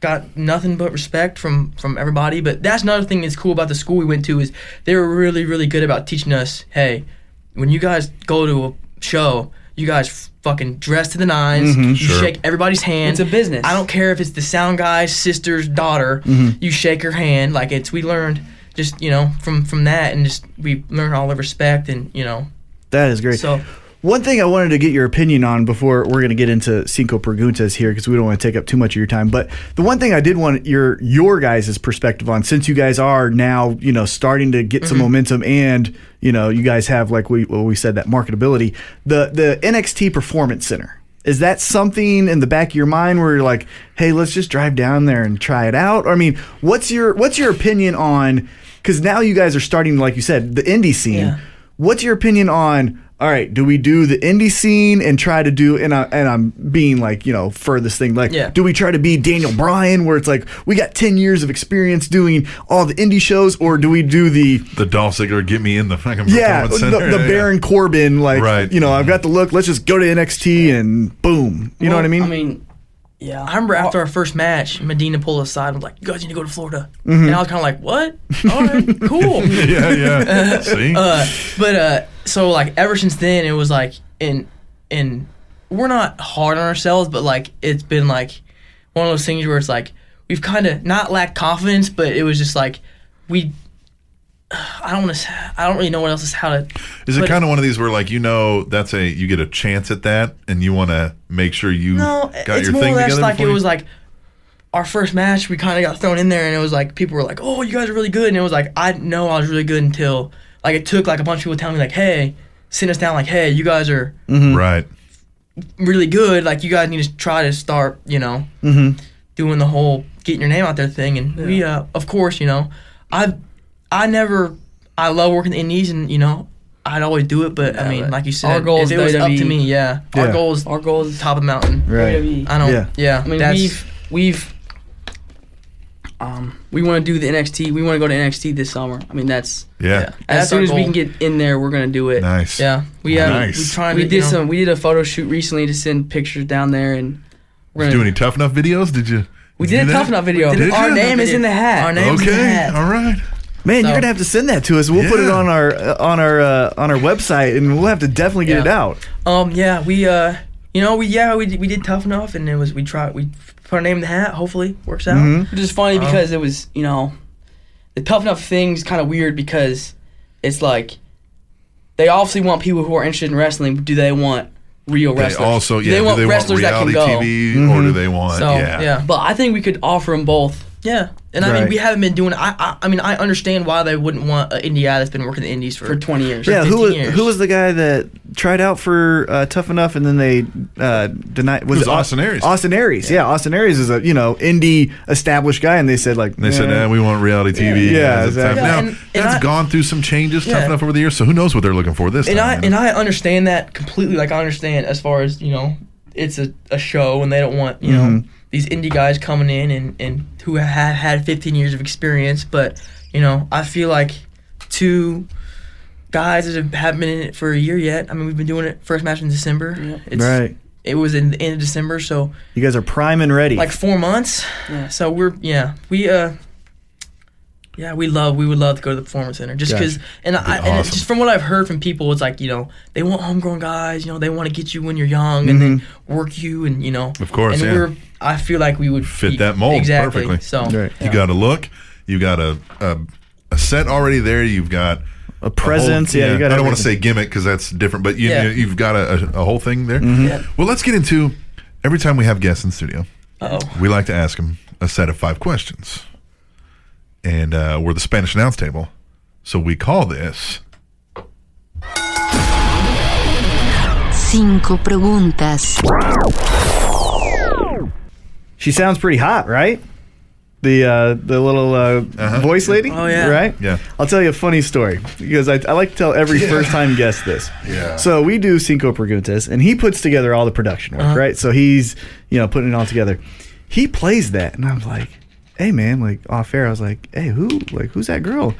H: got nothing but respect from from everybody. But that's another thing that's cool about the school we went to is they were really really good about teaching us. Hey, when you guys go to a show, you guys fucking dress to the 9s You
A: Sure.
H: shake everybody's hand.
I: It's a business.
H: I don't care if it's the sound guy's sister's daughter. You shake her hand like it's. We learned just you know from from that and just we learned all the respect and you know
B: that is great?
H: so.
B: One thing I wanted to get your opinion on before we're going to get into cinco preguntas here because we don't want to take up too much of your time. But the one thing I did want your your guys' perspective on, since you guys are now you know starting to get some momentum and you know you guys have like we well, we said that marketability, the the NXT Performance Center is that something in the back of your mind where you're like, hey, let's just drive down there and try it out? Or, I mean, what's your what's your opinion on? Because now you guys are starting, like you said, the indie scene.
H: Yeah.
B: What's your opinion on? All right, do we do the indie scene and try to do and I, and I'm being like you know furthest thing like
H: Yeah.
B: do we try to be Daniel Bryan where it's like we got ten years of experience doing all the indie shows or do we do the
A: The Dolph Ziggler, get me in the fucking
B: yeah
A: performance
B: the,
A: center.
B: the
A: Yeah, yeah.
B: Baron Corbin like
A: Right.
B: you know I've got the look let's just go to NXT and boom you know what I mean
I: I mean, Yeah.
H: I remember after our first match, Medina pulled us aside and was like, "You guys need to go to Florida," and I was kind of like, "What? All right, cool."
A: yeah, yeah. See?
H: Uh, but uh, so like ever since then, it was like in in we're not hard on ourselves, but like it's been like one of those things where it's like we've kind of not lacked confidence, but it was just like we. I don't want to. I don't really know what else is how to.
A: Is it
H: but-
A: kind of one of these where like you know that's a you get a chance at that and you want to make sure you
H: No,
A: got
H: it's
A: your
H: more
A: thing
H: or less
A: together?
H: like
A: before
H: it
A: you-
H: was like our first match. We kind of got thrown in there, and it was like people were like, "Oh, you guys are really good," and it was like I didn't know I was really good until like it took like a bunch of people telling me like, "Hey," sitting us down like, "Hey, you guys are
A: right. Mm-hmm.
H: really good. Like you guys need to try to start, you know,
A: Mm-hmm.
H: doing the whole getting your name out there thing." And we, uh, of course, you know, I I never I love working the indies, and you know. I'd always do it, but I mean, like you said,
I: our goal
H: if
I: is
H: it was up to
I: WWE.
H: me, yeah.
B: Yeah.
H: Our goal is
I: Our goal is
H: top of the mountain.
B: Right.
H: I don't.
B: Yeah.
H: Yeah.
I: I mean,
H: that's-
I: we've we've um, we want to do the NXT. We want to go to NXT this summer. I mean, that's
A: Yeah.
I: as
H: That's
I: soon
H: our
I: as we
H: goal.
I: can get in there, we're gonna do it.
A: Nice.
H: Yeah.
I: We have
A: Nice.
I: we,
A: We
I: tried,
H: tried
I: we
H: to,
I: did
H: you know-
I: some. We did a photo shoot recently to send pictures down there, and we're
A: Did
I: gonna
A: you do any tough enough videos? Did you?
I: We
A: you
I: did
A: do
I: a tough
A: that?
I: enough video.
A: Did
I: Our
A: you?
I: name is in the hat.
H: Our name is in the
A: Okay.
H: hat.
A: All right.
B: Man, you're
H: So-
B: gonna have to send that to us. We'll put it
A: Yeah.
B: on our uh, on our uh, on our website, and we'll have to definitely get
H: Yeah.
B: it out.
H: Um. Yeah. We. Uh. You know. We. Yeah. We. did- We did tough enough, and it was. We tried. We put our name in the hat. Hopefully, works out.
A: Mm-hmm.
H: Um,
I: Which is funny because it was, you know, the tough enough thing's kind of weird because it's like they obviously want people who are interested in wrestling. But do they want real
A: They
I: wrestlers?
A: also,
I: Do
A: yeah. do they want reality TV or do they want?
I: So,
A: yeah.
H: Mm-hmm. yeah.
I: But I think we could offer them both.
H: Yeah. And I
B: Right.
H: mean, we haven't been doing. I. I, I mean, I understand why they wouldn't want an indie guy that's been working the indies for,
I: For 20 years.
B: Yeah, who
H: 15
B: was
H: years.
B: who was the guy that tried out for uh, Tough Enough and then they uh, denied? Was
A: was
B: it Au-
A: Austin Aries.
B: Austin Aries, yeah. Austin Aries is a you know indie established guy, and they said like
A: And they said,
B: "Nah."
A: nah, we want reality TV.
B: Yeah,
A: guys, it's
B: exactly.
A: time."
H: Yeah,
A: Now,
H: and- and
A: that's
H: I-
A: gone through some changes tough
H: Yeah.
A: enough over the years, so who knows what they're looking for this
H: and I
A: time.
H: and I understand that completely. Like I understand as far as you know, it's a, a show, and they don't want you know these indie guys coming in and and who have had 15 years of experience. But you know, I feel like two guys that have- haven't been in it for a year yet. I mean, we've been doing it first match in December. It's,
B: right.
H: It was in the end of December, so
B: You guys are prime and ready.
H: like four months.
I: Yeah.
H: So we're yeah we uh yeah we love we would love to go to the performance center just because and I
A: That'd be
H: and it's
A: awesome.
H: just from what I've heard from people it's like you know they want homegrown guys you know they want to get you when you're young and then work you and you know
A: Mm-hmm. Of course,
H: and
A: yeah.
H: we're I feel like we would
A: Fit
H: be-
A: that mold
H: exactly
A: perfectly.
H: so
B: Right.
A: You got a look. You got a, a a set already there. You've got a
B: a
A: whole-
B: presence. yeah, you got.
A: I don't want to
B: everything.
A: say gimmick because that's different, but you,
H: Yeah.
A: you you've got a, a, a whole thing there.
B: Mm-hmm.
H: Yeah.
A: Well, let's get into every time we have guests in studio,
H: oh
A: we like to ask them a set of five questions, and uh, we're the Spanish announce table, so we call this.
M: Cinco preguntas.
B: She sounds pretty hot, right? The uh, the little uh, voice lady.
H: Oh, yeah.
B: Right.
A: Uh-huh. Yeah.
B: I'll tell you a funny story because I, I like to tell every first time guest this.
A: Yeah.
B: So we do Cinco Preguntas, and he puts together all the production
H: Uh-huh.
B: work, right? So he's you know putting it all together. He plays that, and I'm like, hey man, like off air, I was like, hey who like who's that girl?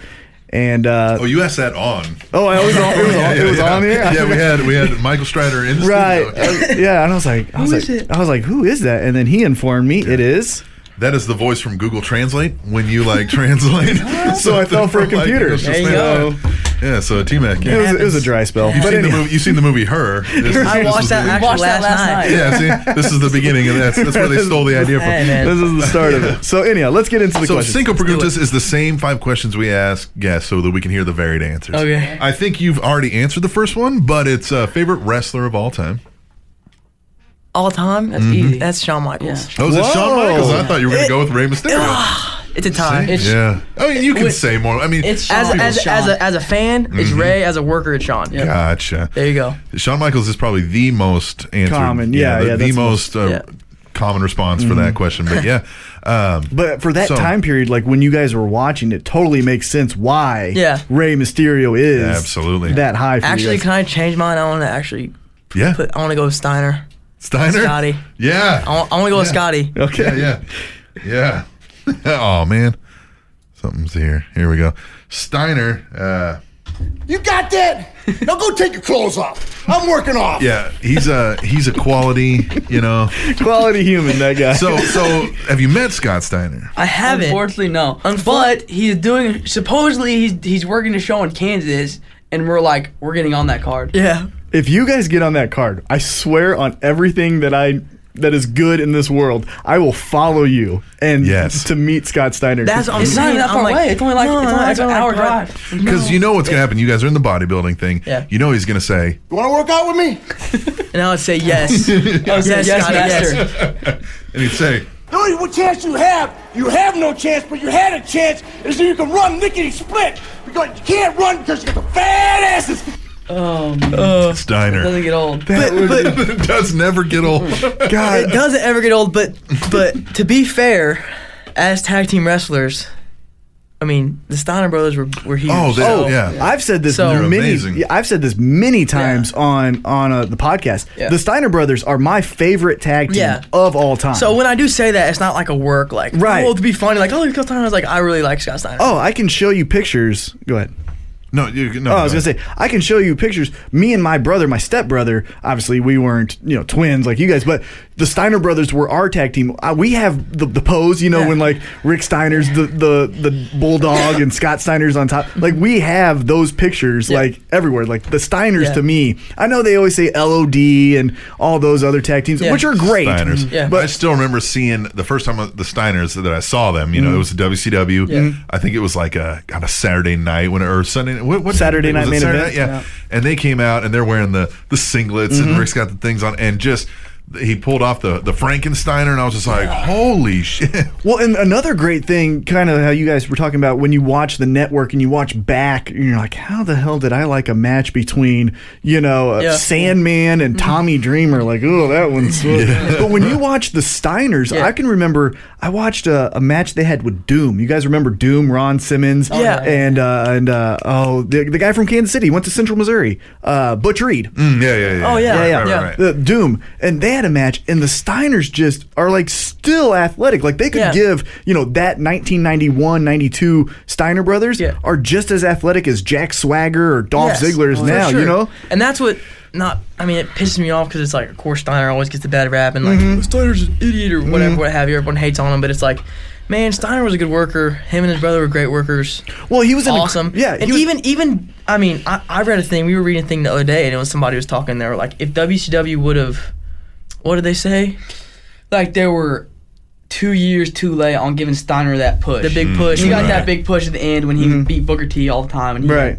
B: And uh,
A: Oh, you asked that on.
B: oh, I was on, it was on, it was on there.
A: Yeah, we had we had Michael Strider in the
B: Right.
A: studio.
B: Uh, yeah, and I was like, I was like,
H: is it?
B: I was like, who is that? And then he informed me it is.
A: That is the voice from Google Translate when you like translate.
B: So I fell for
A: something
B: a
A: from, like,
B: computer.
A: Google
B: There
H: you
A: Translate. Yeah, so T Mac.
B: It
A: Yeah.
B: was, it was a dry spell.
A: You've
B: But
A: seen, the
B: anyhow,
A: movie, you've seen the movie Her. This is-
H: I
A: this
H: watched
A: is
H: that
A: the-
H: actually
I: watched that
H: last,
I: last
H: night,
I: night.
A: Yeah, see, this is the beginning of that. That's where they stole the idea
H: Hey,
A: from.
H: man.
B: this is the start of it. So anyhow, let's get into the
A: So
B: questions.
A: Cinco Preguntas is the same five questions we ask guests so that we can hear the varied answers.
H: Okay.
A: I think you've already answered the first one, but it's uh, favorite wrestler of all time.
H: all time that's
A: Mm-hmm.
I: easy.
H: that's Shawn Michaels
A: Oh, is it Shawn
B: Whoa.
A: Michaels? I thought you were going to go with Rey
H: Ah,
A: Mysterio.
H: it's a tie
A: See? yeah. I mean, you can
H: with-
A: say more. I mean,
I: It's
H: as
I: Shawn.
H: a, as, a- as a as a fan it's
A: Mm-hmm.
H: Ray as a worker it's Shawn yeah.
A: gotcha.
H: there you go
A: Shawn Michaels is probably the most answered,
B: Common,
A: you know,
B: yeah,
A: the,
B: yeah,
A: the
B: that's Mm.
A: most uh,
H: yeah.
A: common response for that question. But yeah, um,
B: But for that
A: So-
B: time period, like when you guys were watching, it totally makes sense why
H: Yeah.
B: Ray Mysterio is
A: Absolutely.
B: that high. For
H: actually
B: you guys.
H: can I change mine I want to actually
A: yeah,
H: put I want to go with Steiner
A: Steiner,
H: Scotty. Oh.
A: yeah,
H: I want, I want to go with
A: Yeah.
H: Scotty.
B: okay.
A: yeah, yeah, yeah. oh man, something's here. Here we go. Steiner. Uh,
D: You got that? Now go take your clothes off. I'm working off.
A: Yeah, he's a he's a quality, you know,
B: quality human. That guy.
A: So so, have you met Scott Steiner?
I: I haven't.
H: Unfortunately, no.
I: But he's doing. Supposedly, he's he's working a show in Kansas, and we're like, we're getting on that card.
H: Yeah.
B: If you guys get on that card, I swear on everything that I that is good in this world, I will follow you and
A: Yes.
B: to meet Scott Steiner.
H: That's what I'm
I: It's not
H: saying.
I: even that
H: I'm
I: far
H: like,
I: away. It's only like
H: no,
I: it's only
H: no,
I: like
H: it's
I: an
H: only like
I: hour
H: a
I: drive.
A: Because you know what's gonna happen. You guys are in the bodybuilding thing.
H: Yeah.
A: You know he's gonna say,
D: You want to work out with me?
H: And I would say yes. I would say yes,
I: yes,
H: Scotty,
I: master.
H: yes.
A: and he'd say,
D: The only one chance you have, you have no chance, but you had a chance, is that you can run lickety split. Because you can't run because you got the fat asses.
I: Oh, man.
A: Steiner.
I: doesn't get old.
A: it does never get old.
H: It doesn't ever get old, but but to be fair, as tag team wrestlers, I mean the Steiner brothers were were huge.
A: Oh, they-
H: so-
A: yeah.
B: I've said this
H: So- They're
B: many.
A: amazing.
B: yeah, I've said this many times on on uh, the podcast.
H: Yeah.
B: The Steiner brothers are my favorite tag team
H: Yeah.
B: of all time.
H: So when I do say that, it's not like a work like
B: Right.
H: Oh, to be funny, like oh, Scott Steiner. I was like, I really like Scott Steiner.
B: oh, I can show you pictures. Go ahead.
A: No, you no.
B: Oh, I was gonna say I can show you pictures. Me and my brother, my stepbrother. Obviously, we weren't you know twins like you guys, but the Steiner brothers were our tag team. Uh, we have the, the pose, you know,
H: Yeah.
B: when like Rick Steiner's the the the bulldog and Scott Steiner's on top. Like we have those pictures like everywhere. Like the Steiners
H: Yeah.
B: to me, I know they always say LOD and all those other tag teams,
H: Yeah.
B: which are great.
A: Steiners.
H: Mm-hmm. Yeah.
A: But I still remember seeing the first time the Steiners that I saw them. You
B: Mm-hmm.
A: know, it was the WCW. I think it was like a on a Saturday night when or Sunday. What, what
B: Saturday
A: was
B: night
A: it
B: main
A: Saturday
B: event? Mm-hmm.
A: night? Yeah. and they came out and they're wearing the the singlets and Rick's got the things on and just he pulled off the the Frankensteiner and I was just like, holy shit!
B: Well, and another great thing, kind of how you guys were talking about when you watch the network and you watch back, and you're like, how the hell did I like a match between, you know, uh,
H: Yeah.
B: Sandman and Tommy Dreamer? Like, oh, that one's. But when you watch the Steiners,
H: Yeah.
B: I can remember I watched a, a match they had with Doom. You guys remember Doom, Ron Simmons?
H: Oh, yeah.
B: And, uh, and uh, oh, the, the guy from Kansas City went to Central Missouri, uh, Butch Reed.
A: Mm, yeah, yeah, yeah.
H: Oh, yeah.
A: Right,
B: Yeah, yeah,
A: right,
H: yeah.
A: right, right.
B: The Doom, and they had a match, and the Steiners just are like still athletic. Like they could
H: Yeah.
B: give, you know, that 1991, 92 Steiner brothers
H: Yeah.
B: are just as athletic as Jack Swagger or Dolph
H: Yes, Oh,
B: Ziggler is
H: for
B: now. You
H: sure.
B: know,
H: and that's what not. I mean, it pisses me off because it's like, of course, Steiner always gets the bad rap and like
B: Mm-hmm.
H: Steiner's an idiot or whatever, what have you. Everyone hates on him, but it's like. Man, Steiner was a good worker. Him and his brother were great workers.
B: Well, he was an inc-
H: awesome.
B: yeah,
H: and
B: he was-
H: even even I mean, I, I read a thing. We were reading a thing the other day, and it was somebody was talking. They were like, if WCW would have, what did they say?
I: Like they were two years too late on giving Steiner that push.
H: The big push.
A: Mm-hmm.
I: He got
H: Right. Mm-hmm.
I: that big push at the end when he beat Booker T all the time. And he,
B: right?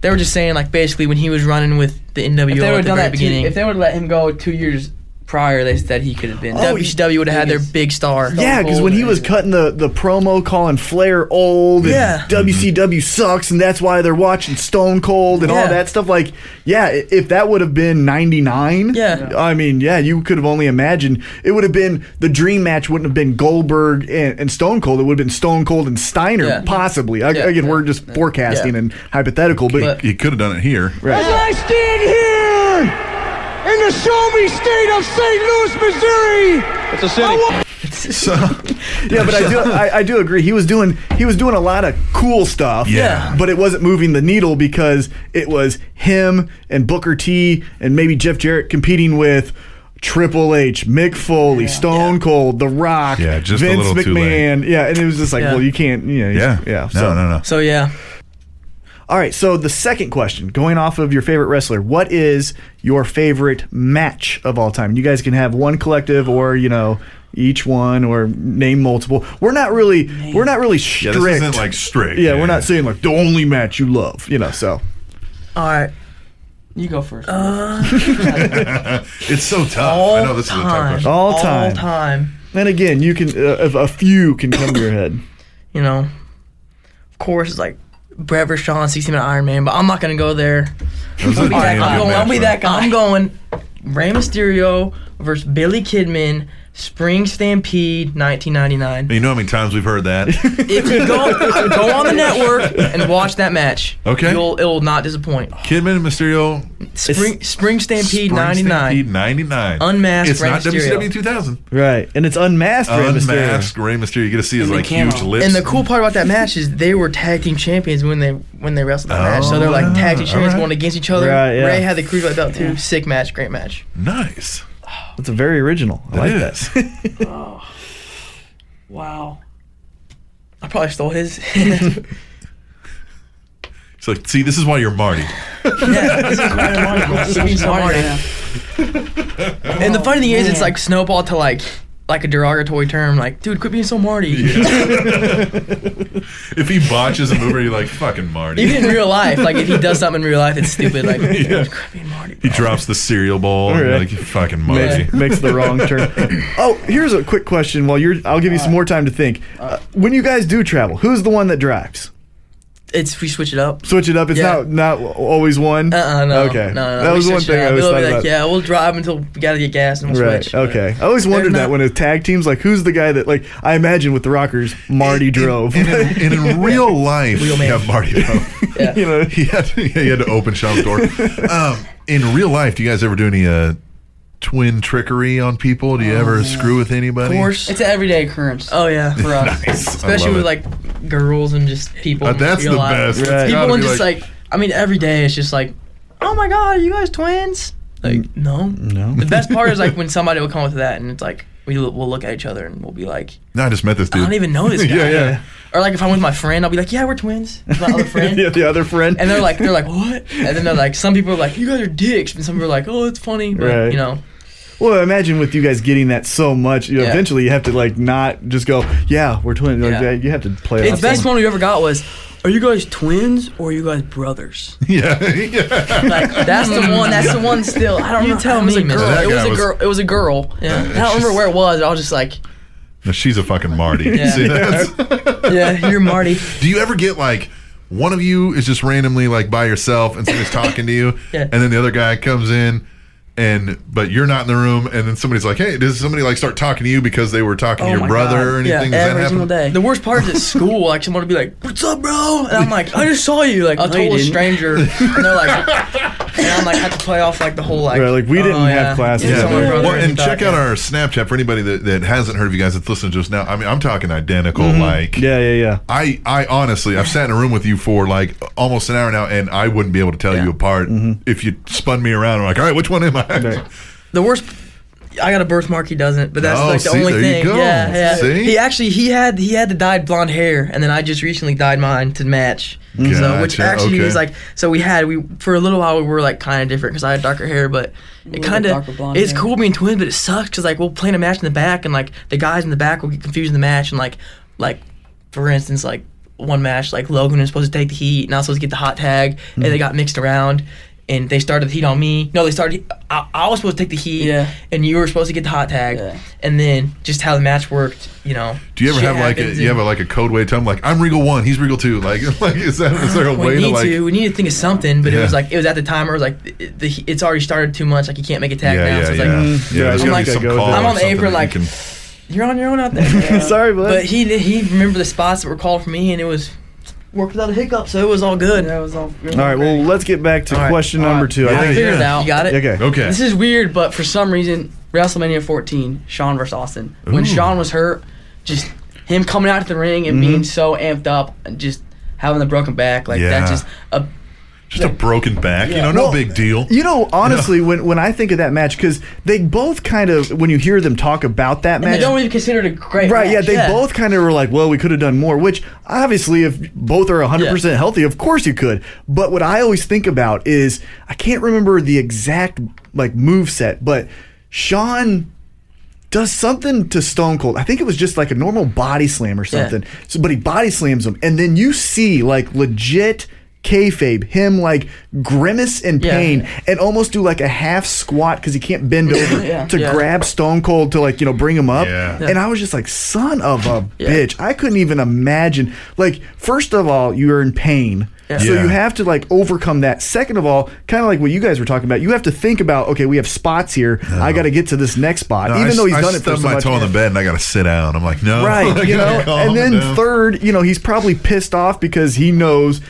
H: They were just saying like basically when he was running with the NWO
I: If they would have
H: at the
I: done
H: very
I: that, two,
H: beginning,
I: if they would let him go two years prior, they said he could have
H: Oh,
I: been.
H: WCW would have had their big star.
B: Yeah, because when he was cutting the, the promo calling Flair old, and
H: Yeah.
B: WCW sucks, and that's why they're watching Stone Cold and all
H: Yeah.
B: that stuff. Like, yeah, i- if that would have been '99,
H: Yeah.
B: I mean, yeah, you could have only imagined it would have been the dream match wouldn't have been Goldberg and, and Stone Cold. It would have been Stone Cold and Steiner,
H: Yeah.
B: possibly. I,
H: Yeah,
B: Again,
H: yeah,
B: we're just forecasting and hypothetical, but,
A: You could have done it here.
D: As I stand here in the show me state of St. Louis, Missouri. It's a city.
A: So
B: yeah, but I do, I, I do agree. He was doing, he was doing a lot of cool stuff.
A: Yeah.
B: but it wasn't moving the needle because it was him and Booker T and maybe Jeff Jarrett competing with Triple H, Mick Foley, Stone Cold, The Rock,
A: Yeah, just a
B: Vince
A: little too
B: McMahon. Yeah, and it was just like,
H: Yeah.
B: well, you can't. You know,
A: yeah,
B: yeah.
A: No,
B: so-
A: no, no.
H: So yeah,
B: All right. So the second question, going off of your favorite wrestler, what is your favorite match of all time? You guys can have one collective, or you know. Each one, or name multiple. We're not really, we're not really
A: Yeah,
B: strict.
A: this isn't like strict.
B: Yeah, we're not saying like the only match you love, you know. So
H: all right.
I: You go first.
A: It's so tough. I know this is a tough
H: time.
A: question.
B: All time.
H: All time.
B: and again, you can uh, if a few can come to your head.
H: You know, of course, it's like Brett Vershawn, 16 minute Iron Man, but I'm not going to go there.
A: Those are the
H: All right,
A: damn
H: I'm
A: good
H: going,
A: matches.
H: I'm going Rey Mysterio versus Billy Kidman, Spring Stampede 1999.
A: You know how many times we've heard that.
H: If you go go on the network and watch that match,
A: Okay.
H: you'll it'll not disappoint.
A: Kidman and Mysterio.
H: Spring Spring Stampede
A: Spring
H: 99.
A: Stampede 99.
H: Unmasked
A: It's
H: Rey
A: not
H: Mysterio.
A: WCW 2000.
B: Right, and it's unmasked. Rey Mysterio.
A: Unmasked Rey Mysterio. You get to see his like huge lips.
H: And the cool part about that match is they were tag team champions when they when they wrestled that match. So they're like tag team
A: Oh,
H: champions
A: alright.
H: going against each other.
B: Right, yeah.
H: Ray had the cruiserweight belt too. Sick match, great match.
A: nice.
B: That's a very original. I like that.
A: It is.
I: Wow.
H: I probably stole his.
A: So see, this is why you're Marty.
H: and the funny thing is, it's like snowballed to like like a derogatory term. Like, dude, quit being so Marty.
A: If he botches a movie, you're like fucking Marty.
H: Even in real life, like if he does something in real life, it's stupid. Like,
A: Yeah.
H: quit being Marty.
A: He drops the cereal bowl. and you're
B: Right.
A: like "You fucking Marty.
B: makes the wrong turn. Oh, here's a quick question. While you're, I'll give you some more time to think. Uh, when you guys do travel, who's the one that drives?
H: It's we switch it up.
B: Switch it up. It's
H: Yeah.
B: not not always one.
H: Uh-uh, no.
B: Okay.
H: No, no, no.
B: That
H: we
B: was one
H: switch it
B: thing I
H: up.
B: was
H: They'll be
B: thinking about.
H: like, Yeah, we'll drive until we gotta get gas and we'll
B: Right.
H: switch.
B: Okay. I always wondered
H: not-
B: that when a tag team's like, who's the guy that like I imagine with the Rockers, Marty drove.
A: And in, and in real life,
H: Wheel
A: you
H: man.
A: have Marty. Drove.
H: Yeah.
B: you know,
A: he had to, he had to open Sean's door. Um, in real life, do you guys ever do any uh, twin trickery on people? Do you ever screw with anybody?
H: Of Oh, course.
I: It's an everyday occurrence.
H: Oh yeah.
I: For us.
A: Nice. I
H: Especially
A: love
H: with
A: it.
H: like girls and just people.
A: Uh,
H: in
A: that's
H: real
A: the
H: life.
A: best. It's
B: Right.
A: gotta
H: People and
A: be
H: just like, I mean, every day it's just like, oh my god, are you guys twins? Like, no, no. The best part is like when somebody will come with that, and it's like we l- we'll look at each other and we'll be like,
A: no, I just met this dude.
H: I don't even know this guy.
A: yeah, yeah.
H: Or like if I'm with my friend, I'll be like, yeah, we're twins. With my other friend.
B: the, the other friend.
H: And they're like, they're like, what? And then they're like, some people are like, you guys are dicks, and some people are like, oh, it's funny, but
B: Right.
H: you know,
B: well, imagine with you guys getting that so much, you
H: Yeah.
B: eventually you have to like not just go, yeah, we're twins. Like,
H: Yeah.
B: You have to play.
I: The
B: off
I: best
B: some-
I: one we ever got was, are you guys twins or are you guys brothers?
A: yeah, yeah.
I: Like,
H: that's the one. That's the one. Still, I don't.
I: You
H: know-
I: tell
H: it was
I: me,
H: a
I: man.
H: girl.
A: That
H: It was
A: guy
H: a
A: was-
H: girl. It was a girl. Yeah, I don't remember where it was. I was just like,
A: No, she's a fucking Marty. You see, that's-
H: yeah, you're Marty.
A: do you ever get like? One of you is just randomly like by yourself and somebody's talking to you,
H: Yeah.
A: and then the other guy comes in, and but you're not in the room, and then somebody's like, "Hey, does somebody like start talking to you because they were talking to
I: Oh
A: your
I: my
A: brother
I: God.
A: or
H: Yeah,
A: anything?" does that
I: every
A: happen?
I: single day.
H: The worst part is at school, like someone will be like, "What's up, bro?" And I'm like, "I just saw you." Like a
I: No, you
H: total
I: didn't.
H: stranger. And they're like, and I'm like, have to play off like the whole like. oh,
B: Right, like, we didn't have classes.
H: Yeah.
A: Yeah.
H: someone brother
A: Well,
H: is
A: and
H: back,
A: check out our Snapchat for anybody that, that hasn't heard of you guys that's listening to us now. I mean, I'm talking identical. Like,
B: Mm-hmm. Yeah, yeah, yeah.
A: I, I honestly, I've sat in a room with you for like almost an hour now, and I wouldn't be able to tell you apart
B: Mm-hmm.
A: if you spun me around. I'm like, all right, which one am I?
H: The worst. I got a birthmark. He doesn't, but that's
A: Oh,
H: like the
A: see,
H: only
A: there you
H: thing.
A: go.
H: Yeah, yeah.
A: See?
H: He actually he had he had the dyed blonde hair, and then I just recently dyed mine to match. So which
A: Gotcha,
H: actually
A: okay.
H: is like so we had we for a little while we were like kind of different because I had darker hair, but it
I: little
H: kind
I: darker
H: of
I: blonde
H: it's
I: hair.
H: cool being twins, but it sucks because like we'll play in a match in the back, and like the guys in the back will get confused in the match, and like like for instance like one match like Logan was supposed to take the heat, and I was supposed to get the hot tag, and
I: Mm-hmm.
H: they got mixed around. And they started the heat on me. No, they started. I, I was supposed to take the heat,
I: Yeah.
H: and you were supposed to get the hot tag.
I: Yeah.
H: And then just how the match worked, you know.
A: Do you ever
H: shit
A: have like a
H: happens
A: you have
H: and-
A: a, like a code way to tell them like I'm Regal one, he's Regal two? Like, like is that is there a
H: we
A: way to
H: need
A: like?
H: to we need to think of something but it was
A: Yeah.
H: like it was at the time where it was like the, the, it's already started too much like you can't make a
A: yeah,
H: tag
A: yeah,
H: now
A: yeah,
H: so it's
A: yeah.
H: like mm.
A: yeah. There's
B: I'm
A: gotta
B: like
A: be
B: a
A: some
B: go with
A: call.
B: it.
H: I'm
A: or
H: on the
A: something
H: apron,
A: that you
H: like-
A: can-
H: you're on your own out there
B: Sorry, bud.
H: but he did- he remembered the spots that were called for me and it was worked without a hiccup so it was all good
I: That was all.
B: all right, well, let's get back to question number two. I
A: Yeah,
B: think.
I: Figured it
A: yeah.
I: out.
H: you got it
B: Okay.
A: Okay.
I: This is weird, but for some reason, WrestleMania 14, Sean versus Austin. When
A: Ooh.
I: Sean was hurt, just him coming out to the ring and being so amped up and just having the broken back, like
A: Yeah.
I: that just a
A: just a broken back, you know, no
B: Well,
A: big deal.
B: You know, honestly, when, when I think of that match, because they both kind of, when you hear them talk about that
I: and
B: match,
I: they don't even consider it a great
B: Right,
I: match.
B: yeah, they both kind of were like, well, we could have done more, which obviously, if both are 100% healthy, of course you could. But what I always think about is I can't remember the exact like move set, but Sean does something to Stone Cold. I think it was just like a normal body slam or something. So, but he body slams him, and then you see like legit kayfabe him like grimace in
H: Yeah.
B: pain and almost do like a half squat because he can't bend over
I: Yeah.
B: to
H: Yeah.
B: grab Stone Cold to like you know bring him up.
A: Yeah.
B: And I was just like, son of a bitch. I couldn't even imagine. Like, first of all, you're in pain. So
A: Yeah.
B: you have to like overcome that. Second of all, kind of like what you guys were talking about, you have to think about okay, we have spots here. I got to get to this next spot,
A: No,
B: even
A: I,
B: though he's
A: I
B: done it for
A: stubbed
B: so
A: my
B: much.
A: toe on the bed and I got to sit down. I'm like, no,
B: Right, you know,
A: Calm
B: and then
A: down.
B: third, you know, he's probably pissed off because he knows,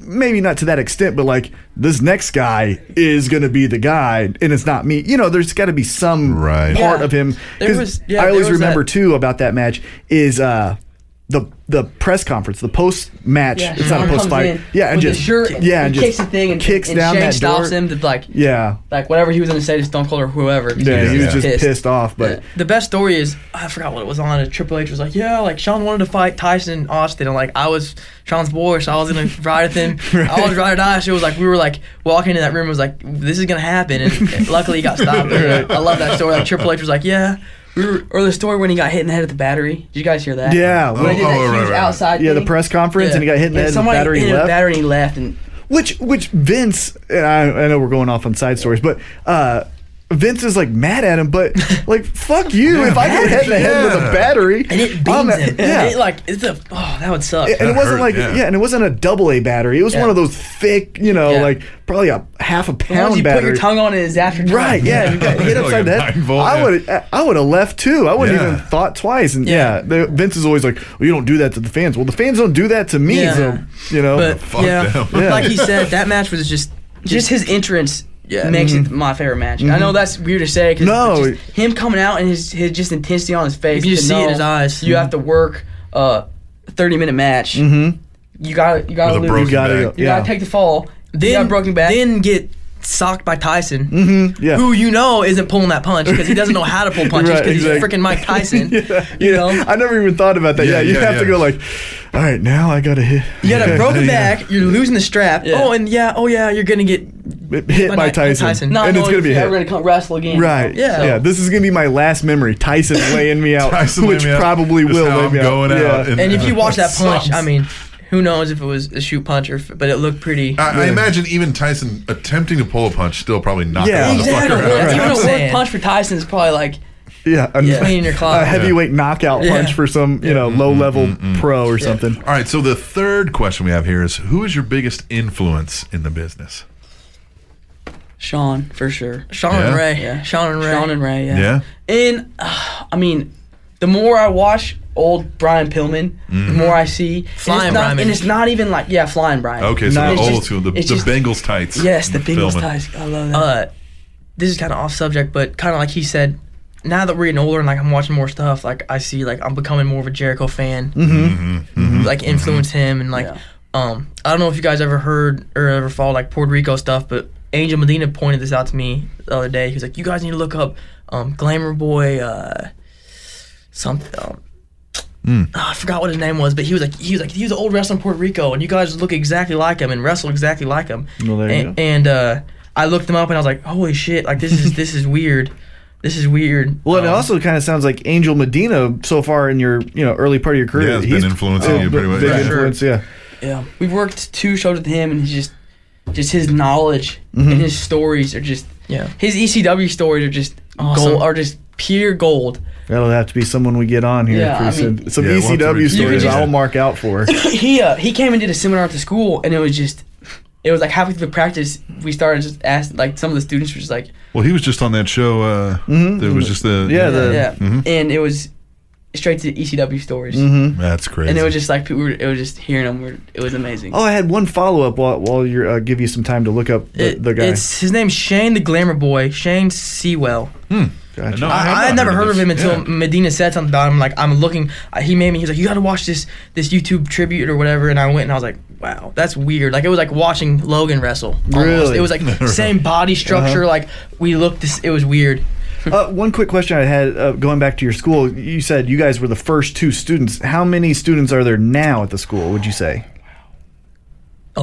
B: maybe not to that extent, but like this next guy is going to be the guy, and it's not me. You know, there's got to be some
A: Right.
B: part
H: Yeah.
B: of him.
H: There
B: 'Cause
H: was- yeah,
B: I
H: there
B: always
H: was
B: remember
H: that-
B: too about that match is uh, the the press conference, the post match.
I: Yeah,
B: it's not a
I: Sean
B: post
I: comes
B: fight.
I: in
B: Yeah, and
I: with
B: just
I: his shirt and,
B: yeah, and just
I: kicks the thing and
B: kicks
I: and
B: down
I: Shane
B: that
I: stops
B: door.
I: him to like
B: Yeah,
I: like whatever he was gonna say to Stone Cold or whoever. 'cause
B: yeah, he was
A: Yeah.
B: just pissed. off, but.
H: The best story is I forgot what it was on. and Triple H was like, "Yeah, like Sean wanted to fight Tyson and Austin, and like I was Sean's boy, so I was gonna ride with him. I was ride or die." So it was like we were like walking into that room, it was like this is gonna happen, and luckily he got stopped. I love that story. Like Triple H was like, "Yeah." We were, or the story when he got hit in the head with the battery. Did you guys hear that?
B: Yeah,
I: When he did
A: Oh,
I: that
A: oh,
I: huge
A: right, right, right.
I: outside.
B: Yeah, the
I: thing,
B: press conference, and he got hit in the
I: and
B: head. with
I: somebody
B: battery
I: hit him with
B: left.
I: a battery and he left, and
B: Which which Vince and I, I know we're going off on side stories, but uh, Vince is like mad at him, but like fuck you if I get hit in the head with
A: Yeah.
B: a battery
H: And it
B: I'm
H: beams
B: at-
H: him.
B: Oh, Yeah.
H: It like it's a oh that would suck.
B: and it
A: That
B: wasn't
A: hurt,
B: like
A: yeah.
B: yeah. and it wasn't a double A battery. It was
I: Yeah.
B: one of those thick, you know,
I: Yeah.
B: like probably a half a
I: the ones
B: pound
I: you put your
B: battery.
I: tongue on it is after. time.
B: Right, yeah, you got hit
A: Like
B: upside
A: a
B: the
A: nine
B: head.
A: volt,
B: I
A: yeah.
B: would, I would have left too. I wouldn't
A: Yeah.
B: even thought twice. And
H: Yeah.
B: yeah, the, Vince is always like, "Well, you don't do that to the fans." Well, the fans don't do that to me,
H: Yeah.
B: so you know.
H: but
A: Fuck
H: yeah,
A: them.
H: like he said, that match was just
I: Just his entrance
H: Yeah.
I: makes it my favorite match. I know that's weird to say. 'cause
B: No.
I: it's just him coming out and his, his just intensity on his face.
H: You can
I: to
H: just see it in
I: know
H: his eyes.
I: You have to work a thirty minute match. Mm-hmm. You got you got to
A: With a
I: lose.
A: broken
I: you gotta,
B: gotta
A: back.
B: go.
I: you
B: yeah.
I: gotta take the fall. Then you got broken back.
H: Then get socked by Tyson,
B: Mm-hmm. yeah.
H: who you know isn't pulling that punch because he doesn't know how to pull punches
B: Right,
H: because he's
B: exactly.
H: freaking Mike Tyson. You
B: Yeah,
H: know,
B: I never even thought about that.
A: Yeah,
B: Yeah, you
A: yeah,
B: have to
A: yeah.
B: go like, all right, now I gotta hit.
H: you got a broken
A: Yeah.
H: back, you're losing the strap.
I: Yeah.
H: Oh, and yeah, oh yeah, you're gonna get
B: hit, hit by
H: Mike
B: Tyson,
H: Tyson.
I: Not
B: and it's
I: knowing
B: gonna
I: if
B: be a
I: you're
B: hit.
I: ever gonna come wrestle again.
B: Right.
H: Yeah.
B: Yeah. This is gonna be my last memory. Tyson laying me out,
A: Tyson laid
B: which
A: me out.
B: probably
A: This
B: will
A: is how
B: lay
A: I'm
B: me
A: going
B: out.
A: out.
B: Yeah.
H: And if you watch that punch,
A: Sucks.
H: I mean, who knows if it was a shoot punch or, f- but it looked pretty.
A: I, I imagine even Tyson attempting to pull a punch still probably knocked
B: Yeah.
A: the
I: Exactly.
A: fucker out.
I: That's
H: Right.
I: even a
H: I'm saying.
I: word punch for Tyson is probably like
B: yeah, a-
H: Clean your clock.
B: a heavyweight knockout
H: Yeah.
B: punch for some you know low level pro or something.
A: All right, so the third question we have here is who is your biggest influence in the business?
I: Sean for sure.
H: Sean
A: Yeah.
H: and Ray,
I: Yeah.
H: Sean and Ray,
I: Sean and Ray. Yeah.
A: Yeah?
I: And uh, I mean, the more I watch old Brian Pillman, the
A: Mm-hmm.
I: more I see and
H: Flying
I: it's,
H: Brian.
I: not, and it's not even like yeah, flying Brian.
A: Okay, so
B: Nice.
A: the
I: It's
A: old
I: just-
A: school, the, the
I: it's just-
A: Bengals tights.
I: Yes, the Bengals
A: Filming.
I: ties. I love that.
H: uh, this is kind of off subject, but kind of like he said, now that we're getting older and like I'm watching more stuff, like I see like I'm becoming more of a Jericho fan.
B: Mm-hmm.
H: Like influence him and like,
I: Yeah.
H: um, I don't know if you guys ever heard or ever followed like Puerto Rico stuff, but Angel Medina pointed this out to me the other day. He was like, you guys need to look up, um, Glamour Boy, uh, something. Um,
B: Hmm.
H: oh, I forgot what his name was, but he was like he was like he was an old wrestler in Puerto Rico, and you guys look exactly like him and wrestle exactly like him.
B: Well, there you
H: and,
B: go.
H: and uh, I looked him up, and I was like, holy shit! Like this is this is weird. This is weird.
B: Well, and it
H: Um,
B: also kind of sounds like Angel Medina so far in your you know early part of your career.
A: Yeah, it's been influencing
B: oh,
A: you pretty much.
B: Big
A: Yeah.
B: influence, yeah.
I: yeah, we've worked two shows with him, and he's just just his knowledge
B: Mm-hmm.
I: and his stories are just
H: yeah.
I: his ECW stories are just
H: Awesome.
I: gold, are just pure gold.
B: That'll have to be someone we get on here
I: Yeah,
B: pretty
I: I
B: soon.
I: mean-
B: Some
A: Yeah, we'll have to
B: ECW
A: reach out.
B: stories
A: You can
B: I'll
A: just-
B: mark out for.
I: he uh, he came and did a seminar at the school, and it was just it was like halfway through the practice we started just asking like some of the students were just like
A: Well, he was just on that show. Uh, There was just the
B: Yeah, Mm-hmm. the-
I: yeah,
A: Mhm.
I: and it was straight to ECW stories,
B: Mm-hmm.
A: that's crazy.
I: and it was just like people were, it was just hearing them were, it was amazing.
B: Oh, I had one follow up while, while you're uh, give you some time to look up the,
H: It-
B: the guy.
H: It's his name's Shane the Glamour Boy, Shane Sewell.
B: Gotcha.
A: No, have
H: I, I
A: not
H: had never heard of
A: this.
H: him until
A: Yeah.
H: Medina said something about him. Like I'm looking, uh, he made me. He's like, you got to watch this this YouTube tribute or whatever. And I went and I was like, wow, that's weird. Like it was like watching Logan wrestle. almost.
B: Really? Uh-huh.
H: It was like same body structure. Like we looked. This it was weird.
B: uh, one quick question I had uh, going back to your school. You said you guys were the first two students. How many students are there now at the school? Would you say?
H: A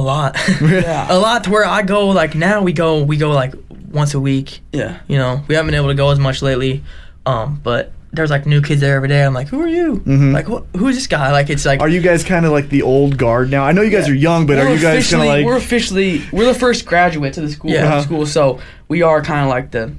H: lot. A lot to where I go. Like now we go we go like once a week.
I: yeah,
H: You know we haven't been able to go as much lately. Um, but there's like new kids there every day. I'm like, who are you? Like wh- who is this guy? Like it's like
B: Mm-hmm. Are you guys kind of like the old guard now? I know you guys are young, but are you guys kind
I: officially-
B: of
I: we're
B: like?
I: officially we're the first graduates of the school
H: Yeah.
I: of the school, so we are kind of like the.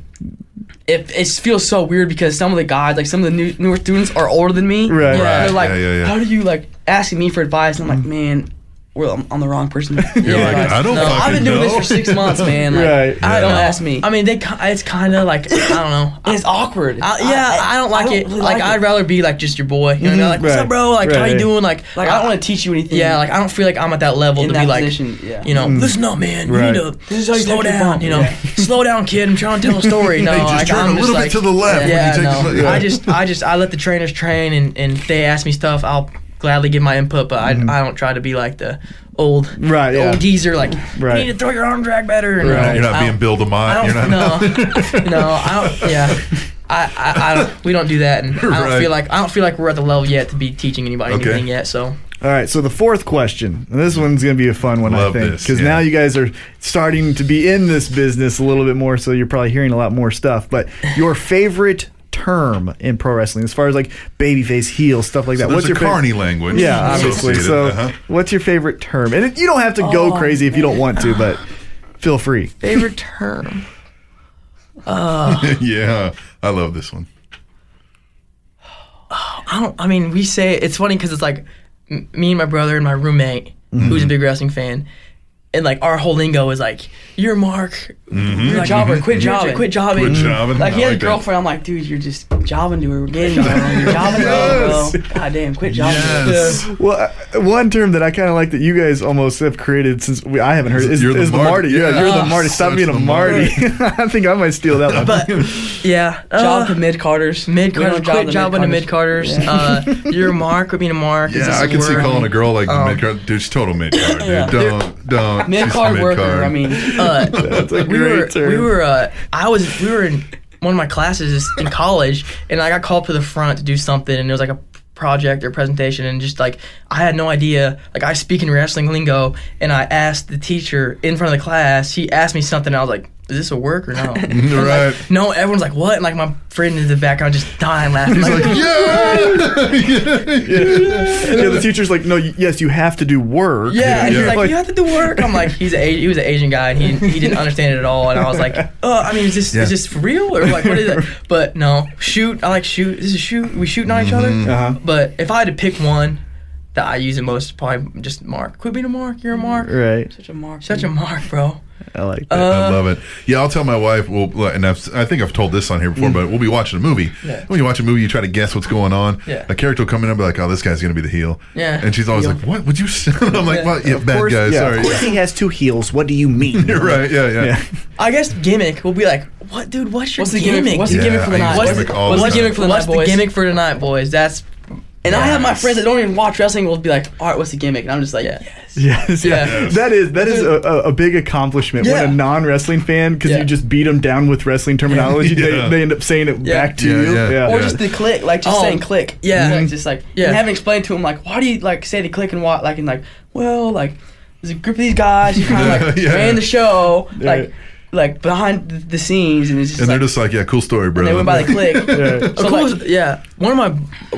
I: It, it feels so weird because some of the guys, like some of the new, newer students, are older than me.
B: Right.
I: And
A: Right.
I: They're like,
A: Yeah, yeah, yeah.
I: how do you like asking me for advice? And I'm like, man, well, I'm, I'm the wrong person. to
A: You're like,
I: advise.
A: I don't
I: No, I've been
A: fucking
I: doing this
A: know.
I: for six months, man. Like,
B: Right.
I: I don't
H: Yeah.
I: ask me.
H: I mean, they. ki- It's kind of like I don't know. I,
I: it's awkward.
H: I- yeah, I, don't like it.
I: really
H: like, I'd rather be like just your boy. You know, what I mean? like what's
B: right,
H: up, bro? Like how
B: right.
H: you doing? Like
I: Like I don't want to teach you anything.
H: Yeah, like I don't feel like I'm at that level
I: in
H: to
I: that
H: be like,
I: position. Yeah.
H: you know,
A: Mm.
H: listen up, man.
B: Right.
H: You need to
I: This is how you
H: slow
I: take your
H: down.
I: bump.
H: You know,
I: Yeah.
H: slow down, kid. I'm trying to tell a story. No,
A: Hey, just
H: like,
A: turn
H: I'm
A: a little
H: just
A: bit
H: like-
A: to the left when
H: Yeah,
A: you take
H: no.
A: this- yeah.
H: I just, I just, I let the trainers train, and, and if they ask me stuff, I'll gladly give my input, but
A: Mm.
H: I, I don't try to be like the old,
B: Right,
H: the
B: yeah.
H: old geezer. Like
B: Right.
H: you need to throw your arm drag better. And,
B: Right.
A: You're
H: I
A: not
H: don't-
A: being Bill DeMott.
H: I
A: You're
H: don't
A: not.
H: know. no, I don't. Yeah, I, I, I don't. We don't do that, and I don't
A: Right.
H: feel like I don't feel like we're at the level yet to be teaching anybody
A: Okay.
H: anything yet. So
B: All right, so the fourth question, and this one's going to be a fun one,
A: Love
B: I think,
A: this,
B: because
A: yeah.
B: now you guys are starting to be in this business a little bit more, so you're probably hearing a lot more stuff. But your favorite term in pro wrestling, as far as like babyface, heel, stuff like
A: So
B: that.
A: there's
B: what's
A: a
B: your favorite?
A: carny language.
B: Yeah, obviously.
A: associated,
B: So,
A: uh-huh.
B: what's your favorite term? And it, you don't have to go crazy if you don't want to, but feel free.
H: favorite term.
A: yeah, I love this one.
H: I don't. I mean, we say it's funny because it's like m- me and my brother and my roommate,
A: Mm-hmm.
H: who's a big wrestling fan, and like our whole lingo is like, "You're Mark,
I: You're a jobber. Quit jobbing.
H: quit jobbing."
A: Mm-hmm. Quit jobbing.
I: Like he
A: I
I: had
A: like
I: a
A: that.
I: girlfriend. I'm like, dude, you're just jobbing to her. Getting her. You're jobbing to her, bro. God damn, quit jobbing. to her.
A: Yes.
B: Well, uh, one term that I kind of like that you guys almost have created since we, I haven't heard is,
A: You're
B: you're
A: the
B: is the
A: Marty.
B: Marty. Yeah,
A: Yeah.
B: you're
A: Oh,
B: the Marty. Stop
A: such
B: being a
A: the
B: Marty. I think I might steal that one.
H: But yeah,
I: Job
H: uh,
I: to mid Carters.
H: mid Carters, quit jobbing to mid Carters.
I: Yeah.
H: Uh, you're Mark, quit being a Mark. It's
A: Yeah,
H: just
A: I can see
H: word.
A: calling a girl like
H: Um,
A: mid card. Dude, she's total mid card, dude.
I: Oh. Yeah.
A: Don't, don't.
I: Mid card worker. I mean,
H: Uh,
B: That's a
H: we
B: great
H: were
B: term.
H: we were uh, I was we were in one of my classes in college, and I got called to the front to do something, and it was like a project or presentation, and just like I had no idea. Like I speak in wrestling lingo, and I asked the teacher in front of the class. She asked me something, and I was like. Is this a work or no? I was like,
A: Right.
H: no, everyone's like, what? And like my friend in the background just dying laughing. Like,
A: yeah. yeah.
B: yeah, the teacher's like, no, y- yes, you have to do work.
H: Yeah, and
A: Yeah.
H: he's like,
B: Like-
H: you have to do work. I'm like, he's a, he was an Asian guy, and he, he didn't understand it at all. And I was like, uh, I mean, is this
A: Yeah.
H: is this for real or like what is it? But no, shoot. I like shoot. This is shoot. We shooting on each other.
B: Uh-huh.
H: But if I had to pick one that I use the most, probably just Mark. Quit being a Mark. You're a Mark.
B: Right.
I: such a mark.
H: Such a Mark, bro.
B: I like that.
A: I love it. Yeah, I'll tell my wife. Well, and I've, I think I've told this on here before,
I: Mm.
A: but we'll be watching a movie.
H: Yeah.
A: When you watch a movie, you try to guess what's going on.
H: Yeah.
A: A character will come in and be like, "Oh, this guy's going to be the heel."
H: Yeah.
A: And she's always
H: Heel.
A: like, "What would you?" Say? I'm like,
H: Yeah.
A: "Well, yeah, bad guy. Sorry."
B: he has two heels. What do you mean?
A: You're right. Yeah, yeah.
B: Yeah.
H: I guess gimmick will be like, what, dude? What's your
I: What's the gimmick? What's the
A: Yeah,
I: gimmick for the
A: I
I: night?
A: use
I: What's
A: gimmick
I: the-
A: all
I: what's
A: the
I: the
A: time.
I: gimmick for the
H: What's
I: night,
H: the
I: boys?
H: gimmick for tonight, boys? That's
I: And I have my
A: Yes.
I: friends that don't even watch wrestling will be like, all right, what's the gimmick? And I'm just like, yes.
B: Yes, yeah.
H: Yeah.
B: That is that is a, a, a big accomplishment
H: Yeah.
B: when a non wrestling fan because
H: Yeah.
B: you just beat them down with wrestling terminology.
A: Yeah.
B: They, they end up saying it
H: Yeah.
B: back to
A: Yeah,
B: you.
A: yeah.
I: Or
A: Yeah.
I: just the click, like just
H: Oh,
I: saying click.
H: yeah. Mm-hmm.
I: Like, just like
H: Yeah.
I: yeah. And having explained to him like, why do you like say the click and why like and like, well, like there's a group of these guys who kind of like
A: Yeah.
I: ran the show,
B: Yeah.
I: like like behind the, the scenes, and it's just
A: And they're
I: like,
A: just like, "Yeah, cool story, bro."
I: and they went by the click.
B: Yeah.
I: So,
H: Of course,
I: like-
H: yeah. One of my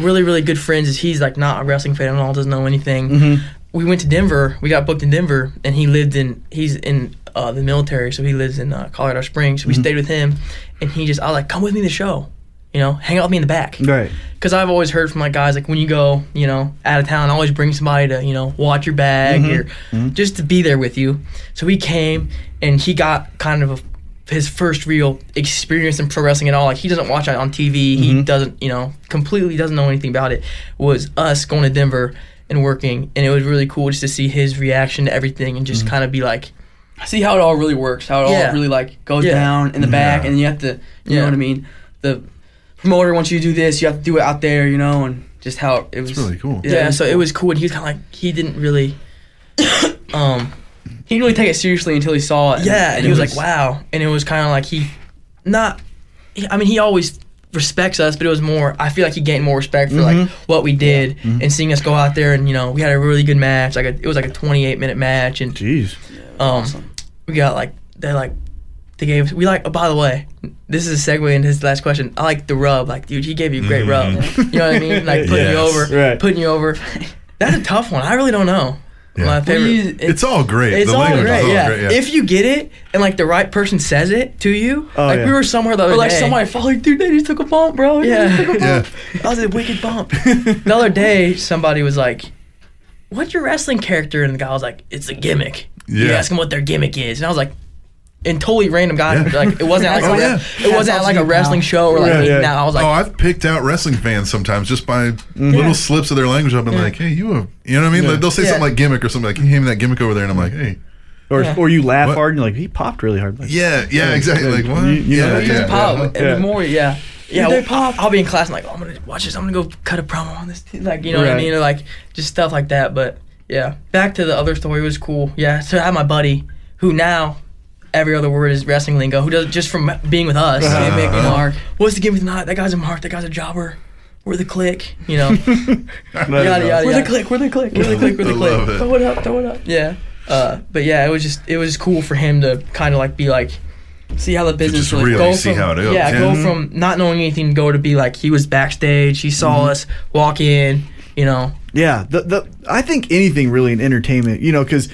H: really, really good friends is he's like not a wrestling fan at all, doesn't know anything.
I: Mm-hmm.
H: We went to Denver. We got booked in Denver, and he lived in he's in uh, the military, so he lives in uh, Colorado Springs.
I: Mm-hmm.
H: So we stayed with him, and he just I was like, come with me to the show, you know, hang out with me in the back.
B: Right.
H: Because I've always heard from my guys like when you go, you know, out of town, always bring somebody to you know watch your bag or just to be there with you. So he came and he got kind of a, his first real experience in pro wrestling at all. Like he doesn't watch it on TV. He doesn't, you know, completely doesn't know anything about it. Was us going to Denver and working, and it was really cool just to see his reaction to everything and just kind of be like,
I: see how it all really works, how it
H: Mm-hmm. Yeah.
I: all really like goes
H: Yeah.
I: down in the back, and you have to, you
H: Yeah.
I: know what I mean. The promoter wants you to do this, you have to do it out there, you know, and just how it was.
A: really cool.
H: yeah. so it was cool, and he was kind of like he didn't really, um.
I: he didn't really take it seriously until he saw it.
H: Yeah, and, he
I: it
H: was, like, "Wow!" And it was kind of like he, not, he, I mean, he always respects us, but it was more. I feel like he gained more respect for like what we did and seeing us go out there and you know we had a really good match. Like a, it was like a 28 minute match, and
B: Jeez.
H: um, we got like they like they gave we like. Oh, by the way, this is a segue into his last question. I like the rub. Like, dude, he gave you a great rub. You know what I mean? Like putting you
A: Yes.
H: over,
B: Right.
H: putting you over. That's a tough one. I really don't know.
A: Yeah.
H: My
A: What do
H: favorite.
I: you-
A: It's all great.
H: It's
A: the
H: all
A: language
H: great,
A: is all
H: yeah.
A: great. Yeah.
H: If you get it and like the right person says it to you,
B: Oh,
H: like
B: yeah.
H: we were somewhere the other
I: Or like
H: day.
I: somebody felt like, dude, they just took a bump, bro. They just
H: yeah,
I: took a bump."
A: yeah.
H: that was a wicked bump. the other day, somebody was like, what's your wrestling character? And the guy was like, it's a gimmick. You
A: Yeah.
H: ask him what their gimmick is. And I was like, and totally random guy.
A: Yeah.
H: Like it wasn't like,
A: Oh,
H: a,
A: yeah.
H: it wasn't like a wrestling show or like
A: Yeah, yeah.
H: now. I was like,
A: oh, I've picked out wrestling fans sometimes just by
B: Mm-hmm.
A: little slips of their language. I've been like, hey, you, a, you know what I mean? Like, they'll say
H: Yeah.
A: something like gimmick or something like, hey, hand me that gimmick over there, and I'm like, hey,
B: Or,
H: Yeah.
B: or you laugh
A: What?
B: hard and you're like, he popped really hard. Like,
A: yeah, yeah, exactly. Like, what?
B: You- you
A: yeah,
B: know that,
A: yeah,
B: yeah.
H: pop.
A: yeah.
H: and
B: Yeah.
H: more, yeah. Yeah,
I: they
H: well, I'll- I'll be in class. I'm like, oh, I'm gonna watch this. I'm gonna go cut a promo on this. T-. Like, you know what
B: Right.
H: I mean? Or like, just stuff like that. But yeah, back to the other story it was cool. Yeah, so I had my buddy who now every other word is wrestling lingo. Who does just from being with us? Gimmick, Mark. What's the gimmick tonight? That guy's a mark. That guy's a jobber. We're the click. You know, yada yada.
I: Where
H: yada.
I: they click, where they click, where they
A: I
I: click, where they
A: love
I: click.
A: it.
I: Throw it up, throw it up.
H: Yeah. Uh, but yeah, it was just it was cool for him to kind of like be like, see how the business
A: just
H: like,
A: really
H: go
A: see
H: from,
A: how it is, Mm-hmm.
H: Yeah,
A: yeah.
H: go from not knowing anything to go to be like he was backstage, he saw
A: Mm-hmm.
H: us walk in, you know.
B: Yeah, the the I think anything really in entertainment, you know, because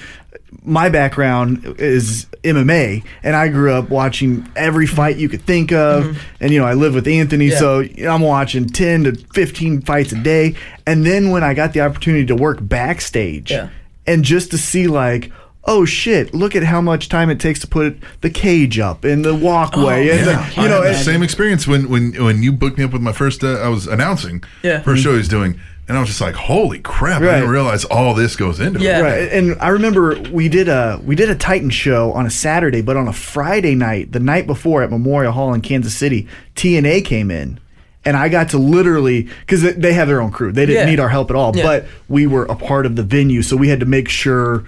B: my background is MMA, and I grew up watching every fight you could think of, and you know I live with Anthony,
H: Yeah.
B: so I'm watching ten to fifteen fights a day, and then when I got the opportunity to work backstage,
H: Yeah.
B: and just to see like. Oh shit! Look at how much time it takes to put the cage up and the walkway, and
A: Yeah,
B: the, you know,
A: I had
B: and-
A: the same experience when when when you booked me up with my first. Uh, I was announcing
H: Yeah.
A: first show he's doing, and I was just like, "Holy crap!" I
B: Mm-hmm. Right.
A: didn't realize all this goes into
H: Yeah.
A: it.
B: Right, and I remember we did a we did a Titan show on a Saturday, but on a Friday night, the night before at Memorial Hall in Kansas City, TNA came in, and I got to literally because they have their own crew, they didn't
H: Yeah.
B: need our help at all,
H: Yeah.
B: but we were a part of the venue, so we had to make sure.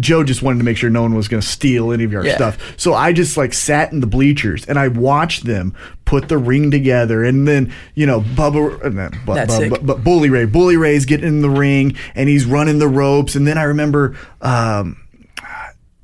B: Joe just wanted to make sure no one was going to steal any of our
H: Yeah.
B: stuff, so I just like sat in the bleachers and I watched them put the ring together, and then you know Bubba, uh, not Bu-
H: That's
B: Bu-
H: sick.
B: Bu- but Bully Ray, Bully Ray's getting in the ring and he's running the ropes. And then I remember um,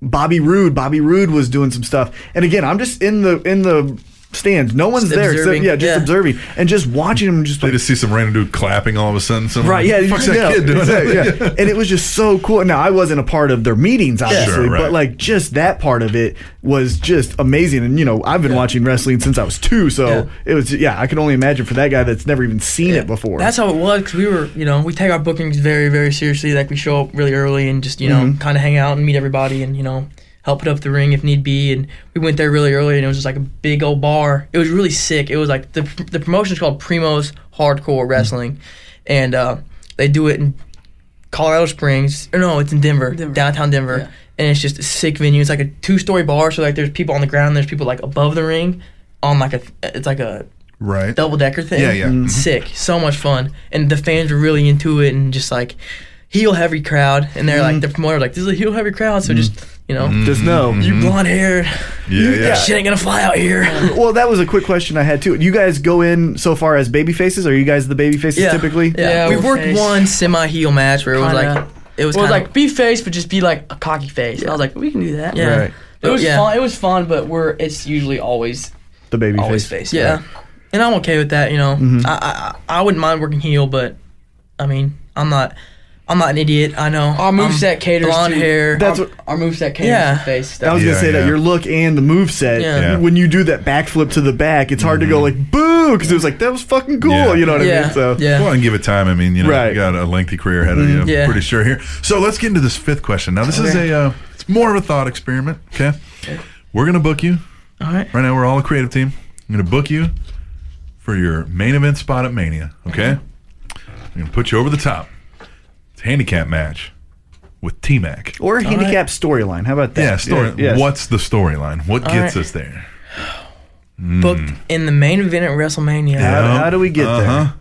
B: Bobby Roode. Bobby Roode was doing some stuff. And again, I'm just in the in the stands. No one's
H: Just
B: there. except-
H: observing.
B: yeah, just
H: Yeah.
B: observing and just watching him. Just
A: They
B: like,
A: just see some random dude clapping all of a sudden. Somewhere.
B: Right, yeah,
A: What the fuck's that
B: yeah,
A: kid doing?
B: exactly, yeah. and it was just so cool. Now I wasn't a part of their meetings, obviously,
A: Sure, right.
B: but like just that part of it was just amazing. And you know, I've been watching wrestling since I was two, so
H: Yeah.
B: it was yeah. I can only imagine for that guy that's never even seen it before.
H: That's how it was because we were, you know, we take our bookings very, very seriously. Like we show up really early and just, you know,
B: Mm-hmm.
H: kind of hang out and meet everybody and you know help put up the ring if need be. And we went there really early and it was just like a big old bar. It was really sick. It was like the the promotion's called Primo's
B: Mm-hmm.
H: Hardcore Wrestling, and uh, they do it in Colorado Springs. Or no, it's in Denver, downtown Denver. And it's just a sick venue. It's like a two-story bar, so like there's people on the ground, there's people like above the ring, on like a it's like a
A: Right.
H: double decker thing.
A: Yeah, yeah.
I: Mm-hmm.
A: Mhm.
H: Sick. So much fun. And the fans were really into it and just like heel heavy crowd. And they're
I: Mm-hmm.
H: like, the promoter was like, this is a heel heavy crowd. So just, you know,
B: just know
H: you blonde hair,
A: Mm-hmm. Yeah, yeah.
H: shit ain't gonna fly out here.
B: Well, that was a quick question I had too. You guys go in so far as baby faces? Are you guys the baby faces typically?
H: Yeah.
I: Yeah,
H: We've
I: we're
H: worked
I: face.
H: one semi heel match where it was
I: Kinda.
H: like, it was
I: Well,
H: kind
I: like be face, but just be like a cocky face. And I was like, we can do that.
H: yeah.
B: Right.
I: It was
H: yeah.
I: fun. It was fun, but we're it's usually always
B: The baby
I: always
B: face.
I: face.
H: Yeah. And I'm okay with that, you know.
A: Mm-hmm.
H: I I, I I wouldn't mind working heel, but I mean, I'm not I'm not an idiot. I know.
I: Our
H: I'm
I: moveset caters
H: blonde
I: to-
H: hair.
B: That's
I: Our,
B: what-
I: our moveset came
H: Yeah.
I: yeah. face
B: I
I: stuff.
B: was
A: Yeah,
B: gonna say
A: yeah.
B: that your look and the move set.
H: Yeah.
A: Yeah. Mm-hmm.
B: When you do that backflip to the back, it's hard to go like boo because it was like that was fucking cool.
A: Yeah.
B: You know what I
H: yeah.
B: mean? So
H: yeah.
A: Well, and give it time. I mean, you know,
B: Right.
A: you got a lengthy career ahead of you. I'm
H: Yeah.
A: pretty sure here. So let's get into this fifth question. Now, this is a uh, it's more of a thought experiment. Okay, we're gonna book you.
H: All right.
A: Right now, we're all a creative team. I'm gonna book you for your main event spot at Mania. Okay, I'm gonna put you over the top. It's a handicap match with T Mac.
B: or a handicap storyline. How about that?
A: Yeah, story.
B: yes.
A: What's the storyline? What
H: All
A: gets
H: right.
A: us there? Mm.
H: booked in the main event at WrestleMania.
B: How, how do we get there?
A: Uh-huh.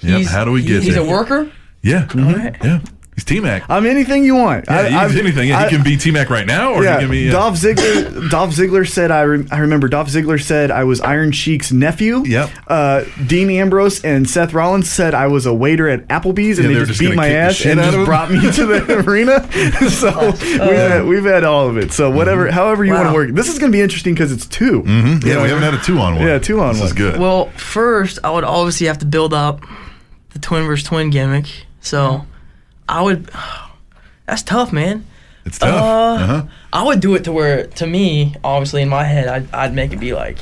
A: Yep.
I: He's-
A: How do we get
I: He's
A: there?
I: a worker.
A: yeah. Yeah. He's T Mac.
B: I'm anything you want. I-
A: Yeah,
B: I've-
A: he's anything. Yeah,
B: I-
A: he can be T Mac right now, or
B: yeah,
A: he can be. uh,
B: Dolph Ziggler. Dolph Ziggler said, "I, rem- I remember." Dolph Ziggler said, "I was Iron Sheik's nephew."
A: Yep.
B: Uh, Dean Ambrose and Seth Rollins said, "I was a waiter at Applebee's," and
A: Yeah,
B: they
A: they're
B: just,
A: just
B: beat
A: gonna
B: my
A: kick the
B: ass
A: shit
B: and
A: out
B: just
A: of him. Oh,
B: brought me to the arena. so we've, had, we've had all of it. So
A: Mm-hmm.
B: whatever, however you want to
H: Wow.
B: work. This is going to be interesting because it's 2
A: mhm. Yeah, we haven't had a two on one.
B: Yeah, two on
A: This
B: one.
A: is good.
H: Well, first I would obviously have to build up the twin versus twin gimmick. So I would. That's tough, man.
A: it's tough.
H: uh,
A: uh-huh.
H: I would do it to where, to me, obviously in my head, I'd, I'd make it be like,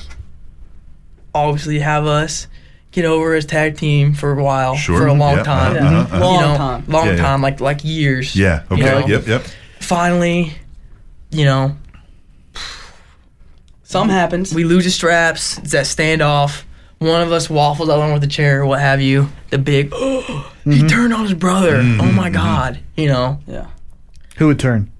H: obviously have us get over as tag team for a while,
A: Sure.
H: for a long
A: Yeah,
H: time,
A: uh-huh, uh-huh,
I: Long
H: you know,
I: time.
H: long
A: Yeah, yeah.
H: time, like like years.
A: Yeah. Okay.
H: You know?
A: Yep. Yep.
H: Finally, you know,
I: Something happens.
H: we lose the straps. It's that standoff. One of us waffles along with the chair, or what have you. The big, oh, he turned on his brother.
A: Mm-hmm.
H: Oh my God, you know.
I: Mm-hmm. yeah.
B: Who would turn?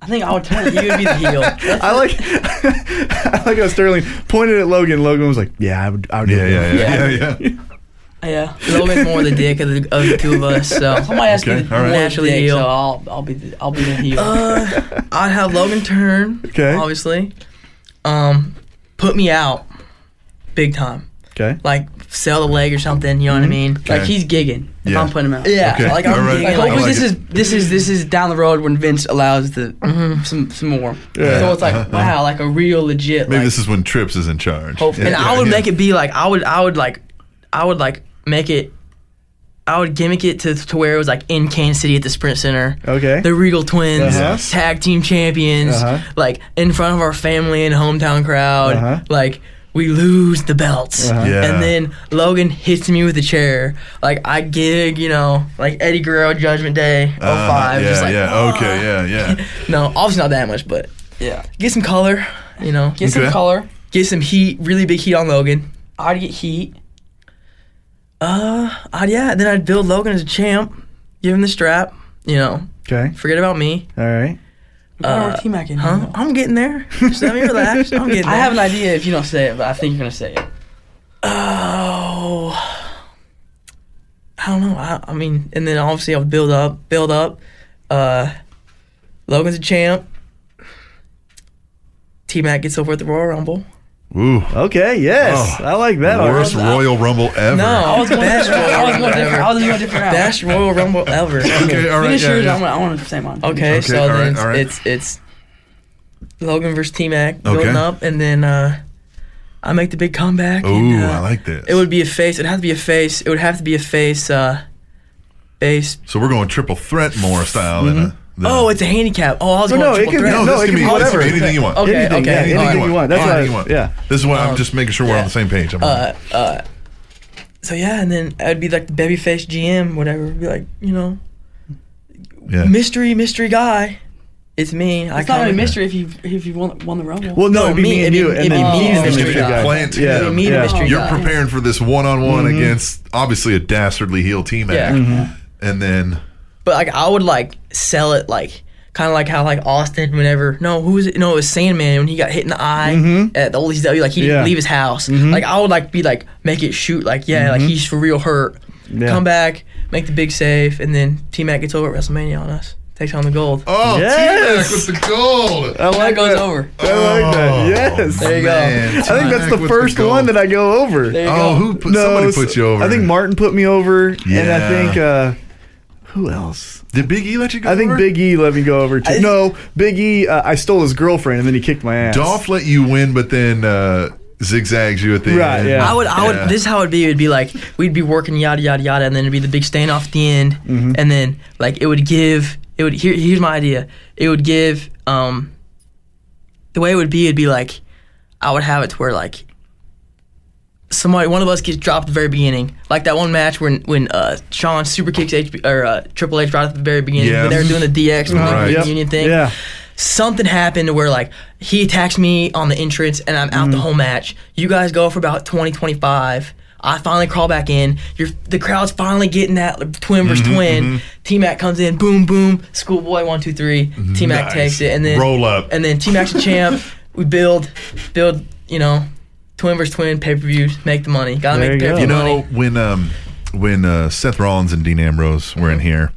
I: I think I would turn. You
H: You'd be the heel.
B: I like, I like how Sterling pointed at Logan. Logan was like, "Yeah, I would, I would." do
A: Yeah.
B: it."
A: Yeah. Yeah.
H: Yeah.
A: Yeah. yeah.
I: yeah.
H: Logan's more the dick of the, of the two of us. So
I: Somebody asked
A: Okay,
I: me to
A: all right.
I: naturally
H: Naturally
I: dick,
H: heel.
I: so I'll I'll be the, I'll be the heel.
H: Uh, I'd have Logan turn.
B: Okay.
H: Obviously. Um, put me out, big time.
B: Okay.
H: Like sell the leg or something. You know what I mean?
I: like
A: Mm-hmm. okay.
I: he's gigging if
A: Yeah.
I: I'm putting him out.
H: Yeah.
A: Okay,
H: Like I'm
A: all right.
H: digging,
I: Like,
A: I
H: like,
I: hopefully
A: like
I: this is this is this is down the road when Vince allows the some some more.
B: Yeah.
I: So it's like wow, like a real legit.
A: Maybe
I: like,
A: this is when Trips is in charge.
I: Hopefully.
A: Yeah,
H: and I
A: yeah,
H: would
A: yeah.
H: make it be like I would I would like I would like make it. I would gimmick it to, to where it was like in Kansas City at the Sprint Center.
B: Okay.
H: The Regal Twins,
B: Uh-huh.
H: tag team champions,
B: Uh-huh.
H: like in front of our family and hometown crowd.
B: Uh-huh.
H: Like we lose the belts,
B: Uh-huh.
A: Yeah.
H: and then Logan hits me with a chair. Like I gig, you know, like Eddie Guerrero Judgment Day oh
A: Uh-huh,
H: five.
A: Yeah.
H: just like,
A: yeah. Okay. Yeah. Yeah.
H: No, obviously not that much, but
I: yeah.
H: get some color, you know,
I: Get
A: Okay.
I: some color.
H: get some heat, really big heat on Logan.
I: I'd get heat.
H: Uh, I'd, yeah. Then I'd build Logan as a champ, give him the strap. You know,
B: Okay.
H: forget about me.
B: All right.
I: We gotta work T-Mac in here,
H: Uh, Huh?
I: though.
H: I'm getting there. Just let me relax. I'm getting there.
I: I have an idea if you don't say it, but I think you're gonna say it.
H: Oh, I don't know. I, I mean, and then obviously I'll build up, build up. Uh, Logan's a champ. T Mac gets over at the Royal Rumble.
A: Ooh.
B: Okay. Yes,
A: Oh.
B: I like that.
A: Worst Royal Rumble ever.
H: No, best Royal
I: I was
H: Rumble
I: going different. I
H: ever.
I: was going different. route.
H: Best Royal Rumble ever.
A: Okay. All right.
I: Finish
A: Yeah,
I: yours.
A: yeah.
I: I want. I want to say mine.
H: Okay,
A: Okay,
H: so
A: all
H: then
A: right,
H: it's,
A: all right.
H: it's it's Logan versus T Mac
A: Okay.
H: building up, and then uh, I make the big comeback.
A: Ooh,
H: and, uh,
A: I like this.
H: It would be a face. It'd have to be a face. It would have to be a face. Uh, face.
A: So we're going triple threat more style than a. Than
H: Oh, it's a handicap. Oh, I was
B: No,
H: going
B: no, it
H: triple
B: can be
H: threat.
A: no,
B: no,
A: this
B: it
A: can
B: can
A: be
B: be whatever.
A: anything you want.
H: Okay,
B: Anything,
H: okay.
B: yeah, anything
H: Alright.
B: you want. That's
A: Anything
B: what I-
A: you want.
B: Yeah.
A: This is why I'm just making sure we're on the same page. I'm
H: Oh. Uh, uh, so yeah, and then I'd be like the babyface GM, whatever. Be like, you know,
A: yeah.
H: mystery, mystery guy. It's me. I
I: It's not
H: come-
I: really a mystery if you if you won, won the rumble.
B: Well, no,
H: No,
B: it'd be
H: me-
B: me and you,
H: it'd be-
B: and then
H: it'd be me
B: he's
H: and
B: the
H: Mr.
B: mystery
H: Guy.
B: guy.
A: Plant
B: Yeah. Mm-hmm.
A: him.
H: Me, the
B: Yeah.
H: mystery
A: You're
H: guy.
A: preparing for this one on one against obviously a dastardly heel team
H: Yeah.
A: act.
B: Mm-hmm.
A: And then
H: But like I would like sell it like kind of like how like Austin whenever no who was it no it was Sandman when he got hit in the eye at the old ECW like he didn't
B: Yeah.
H: leave his house like I would like be like make it shoot like yeah like he's for real hurt
B: Yeah.
H: come back make the big save and then T Mac gets over at WrestleMania on us takes on the gold
A: Oh
B: Yes!
A: T Mac with the gold.
B: I
I: that
B: like
I: goes
B: that.
I: over.
B: I like
A: Oh.
B: that. Yes.
A: there you go.
B: I think that's the first one that I go over. There
A: Oh, who put, somebody put you over?
B: I think Martin put me over, and
A: Yeah.
B: I think uh, who else?
A: Did Big E let you go?
B: I think
A: over?
B: Big E let me go over too. no, Big E, uh, I stole his girlfriend, and then he kicked my ass.
A: Dolph let you win, but then uh, zigzags you at the
B: Right,
A: end.
B: yeah.
H: I would, I would.
A: Yeah.
H: This is how it'd be. It'd be like we'd be working yada yada yada, and then it'd be the big standoff at the end,
A: Mm-hmm.
H: and then like it would give. It would. Here, here's my idea. It would give. Um, the way it would be, it'd be like, I would have it to where like. Somebody, one of us gets dropped at the very beginning, like that one match when when uh, Sean super kicks HB, or uh, Triple H right at the very beginning
A: Yeah.
H: when they were doing the DX when they were
A: Right.
H: doing
B: Yep.
H: the Union thing
B: Yeah.
H: something happened to where like he attacks me on the entrance and I'm
A: Mm.
H: out the whole match. You guys go for about 20, 25. I finally crawl back in. You're, the crowd's finally getting that twin versus
A: Mm-hmm,
H: twin. T Mac comes in, boom, boom. Schoolboy, one, two, three. T Mac
A: Mm-hmm. Nice.
H: takes it, and then
A: Roll up.
H: and then T Mac's a champ. We build, build. You know, twin versus twin pay per view. Make the money. Gotta
B: There
H: make the
B: you go.
H: pay per
A: You
H: view
A: know
H: money.
A: when um when uh, Seth Rollins and Dean Ambrose were in
B: Mm-hmm.
A: here,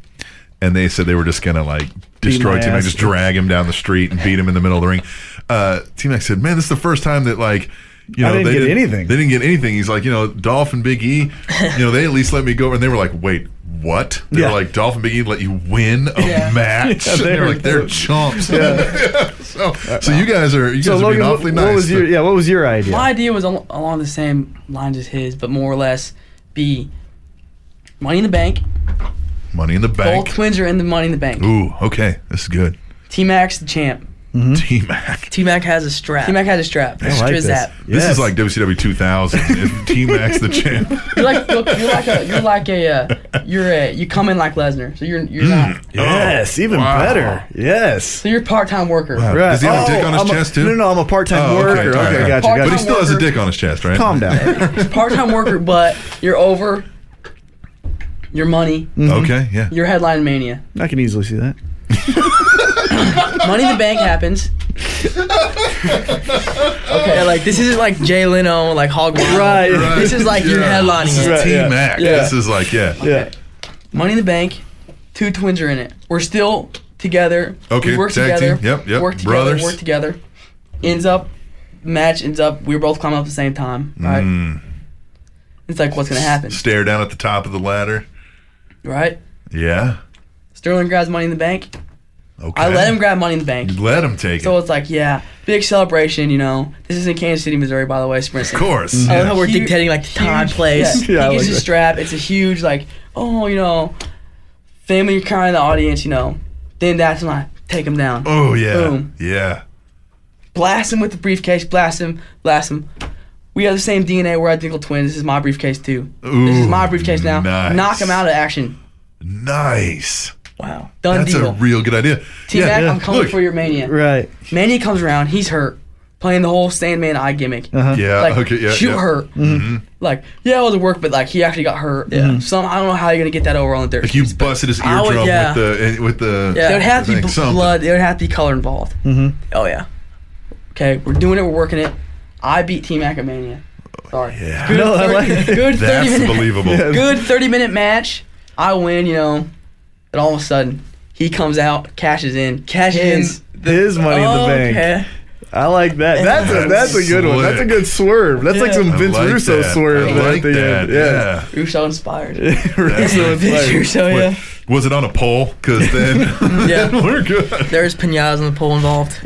A: and they said they were just gonna like destroy
B: my
A: T Mac,
B: ass.
A: just drag him down the street and beat him in the middle of the ring. Uh, T Mac said, "Man, this is the first time that like." You
B: I
A: know,
B: didn't
A: they
B: get
A: didn't,
B: anything.
A: They didn't get anything. He's like, you know, Dolph and Big E, you know, they at least let me go. And they were like, wait, what? They
B: Yeah.
A: were like, Dolph and Big E let you win a match.
B: Yeah,
A: And they
B: they're-
A: were like, they're chumps. so, so you guys are you guys
B: Uh, So
A: are
B: Logan,
A: being
B: what,
A: awfully nice.
B: what was your
A: but-
B: yeah? What was your idea?
I: My idea was al- along the same lines as his, but more or less be Money in the Bank.
A: money in the
I: Both
A: bank?
I: twins are in the Money in the Bank.
A: Ooh, okay, this is good.
I: T Mac's the champ.
B: Hmm?
A: T Mac.
H: T Mac has a strap.
I: T Mac has a strap.
B: I like
I: Strizap.
A: This
B: Yes.
A: is like WCW 2000. if T Mac's the champ.
I: You're like look, you're like a you're like a uh, you're a you come in like Lesnar, so you're you're
A: Mm.
I: not
B: Yes, even
A: oh, wow.
B: better. Yes.
I: so you're a part time worker.
A: Wow. Does he have a dick on his
B: Oh, I'm
A: chest
B: a,
A: too?
B: No, no, I'm a part-time
A: Oh, okay,
B: worker. Okay,
A: all right, all right.
B: gotcha,
I: Part-time
B: gotcha.
A: But he still has a
I: worker.
A: dick on his chest, right?
B: Calm down.
I: Part time worker, but you're over your money,
B: Mm-hmm.
A: Okay, yeah.
I: your headline mania.
B: I can easily see that.
I: Money in the bank happens. okay, like
H: This isn't like Jay Leno, like Hogwarts.
B: Right.
H: This is like you
A: Yeah.
H: headlining it.
B: Right,
A: T
B: yeah.
A: Mac.
B: Yeah.
A: This is like, yeah.
B: Yeah.
I: Money in the Bank, two twins are in it. We're still together.
A: Okay,
I: we work
A: tag team.
I: together.
A: Yep, yep,
I: Work together.
A: brothers.
I: Work together. Ends up, match ends up. We were both climbing up at the same time. Right.
A: Mm.
I: It's like what's gonna happen,
A: Stare down at the top of the ladder.
I: right?
A: Yeah.
I: Sterling grabs Money in the Bank.
A: Okay. Mm.
I: I let him grab Money in the Bank.
A: Let him take
I: So
A: it.
I: it's like, yeah, big celebration. You know, this is in Kansas City, Missouri, by the way. Sprint
A: Of course.
H: I
A: yeah.
B: Mm-hmm.
H: love how we're
I: Huge-
H: dictating like the time,
I: huge-
H: place.
I: Yeah,
B: Yeah, I
I: he
B: like
I: gets a
B: that.
I: strap. It's a huge like, oh, you know, family kind of the audience, you know. Then that's when I take him down.
A: Oh yeah.
I: Boom.
A: Yeah.
I: Blast him with the briefcase. Blast him. Blast him. We have the same DNA. We're identical twins. This is my briefcase too. this is
A: Ooh,
I: my briefcase now.
A: nice.
I: Knock him out of action.
A: Nice.
I: Wow. Done
A: That's
I: deal.
A: a real good idea.
I: T Mac,
B: yeah.
I: I'm coming
A: Look.
I: for your mania.
B: Right.
I: Mania comes around. He's hurt, playing the whole Sandman eye gimmick.
A: Uh-huh. Yeah.
I: like
A: okay. Yeah.
I: shoot
A: yeah. Mm-hmm.
I: hurt. Like yeah, it was work, but like he actually got hurt. Yeah. Some I don't know how you're gonna get that over on the dirt.
A: Like you
I: sheets, but
A: busted his
I: I
A: eardrum
I: would- yeah.
A: with the eh, with the.
I: there would have to be
A: thing,
I: bl-
A: something.
I: blood. There would have to be color involved. Mm-hmm. Oh yeah. Okay, we're doing it. We're working it. I beat Team Acamania. Sorry.
A: Yeah.
I: Good,
B: No, I
I: 30,
B: like it.
I: good thirty
A: That's
I: minute.
A: believable.
I: Good thirty minute match. I win. You know. And all of a sudden, he comes out, cashes in, cashes
H: His-
I: in.
B: His money in the bank.
H: Okay.
B: I like that. That's a that's a good one. That's a good swerve. That's like some
A: I
B: Vince
A: like
B: Russo
A: that.
B: swerve
A: I
B: there
A: like
B: at the
A: that.
B: end. Yeah.
I: Russo inspired.
B: Russo is like-
H: So
A: Wait,
H: yeah.
A: Was it on a pole? Because then
H: Yeah.
A: we're good.
H: There's pinatas on the pole involved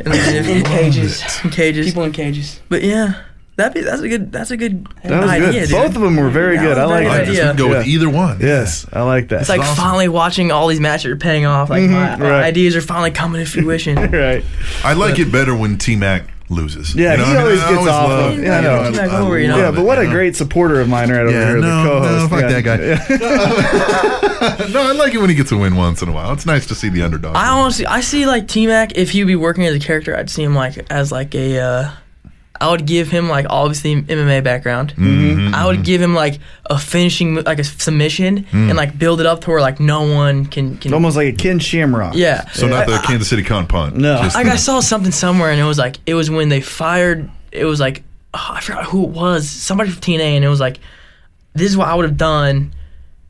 H: in,
I: in cages.
H: cages.
I: People in cages.
H: But yeah, that be that's a good that's a good
B: That was
H: idea.
B: good.
H: dude.
B: Both of them were very
H: That
B: good.
H: was
B: I
H: very
B: like
A: I
B: that.
H: good.
A: just
H: Yeah.
A: can go with
B: Yeah.
A: either one.
B: Yes, I like that.
H: It's like
A: awesome.
H: finally watching all these matches are paying off. Like my my
B: Mm-hmm. right.
H: ideas are finally coming to fruition.
B: right.
A: I like it better when T Mac loses.
B: Yeah, he
A: I mean?
B: always
A: I
B: gets off
A: love-
B: of- yeah, I
A: you
B: know.
H: T-Mac
A: I
H: over, you know.
A: love
B: Yeah, but what
A: it,
B: a
A: you know?
B: great supporter of mine right over
A: Yeah,
B: here,
A: no,
B: the co-host.
A: no, fuck
B: yeah.
A: that guy. no, I like it when he gets a win once in a while. It's nice to see the underdog.
H: I honestly, I see like T Mac. If he'd be working as a character, I'd see him like as like a. Uh, I would give him like obviously MMA background. Mm-hmm. I would give him like a finishing mo- like a submission and like build it up to where like no one can can.
B: Almost like a Ken Shamrock.
H: Yeah.
A: so not the Kansas City con punt.
B: No.
A: Just
H: like I saw something somewhere and it was like it was when they fired. It was like oh, I forgot who it was. Somebody from TNA and it was like this is what I would have done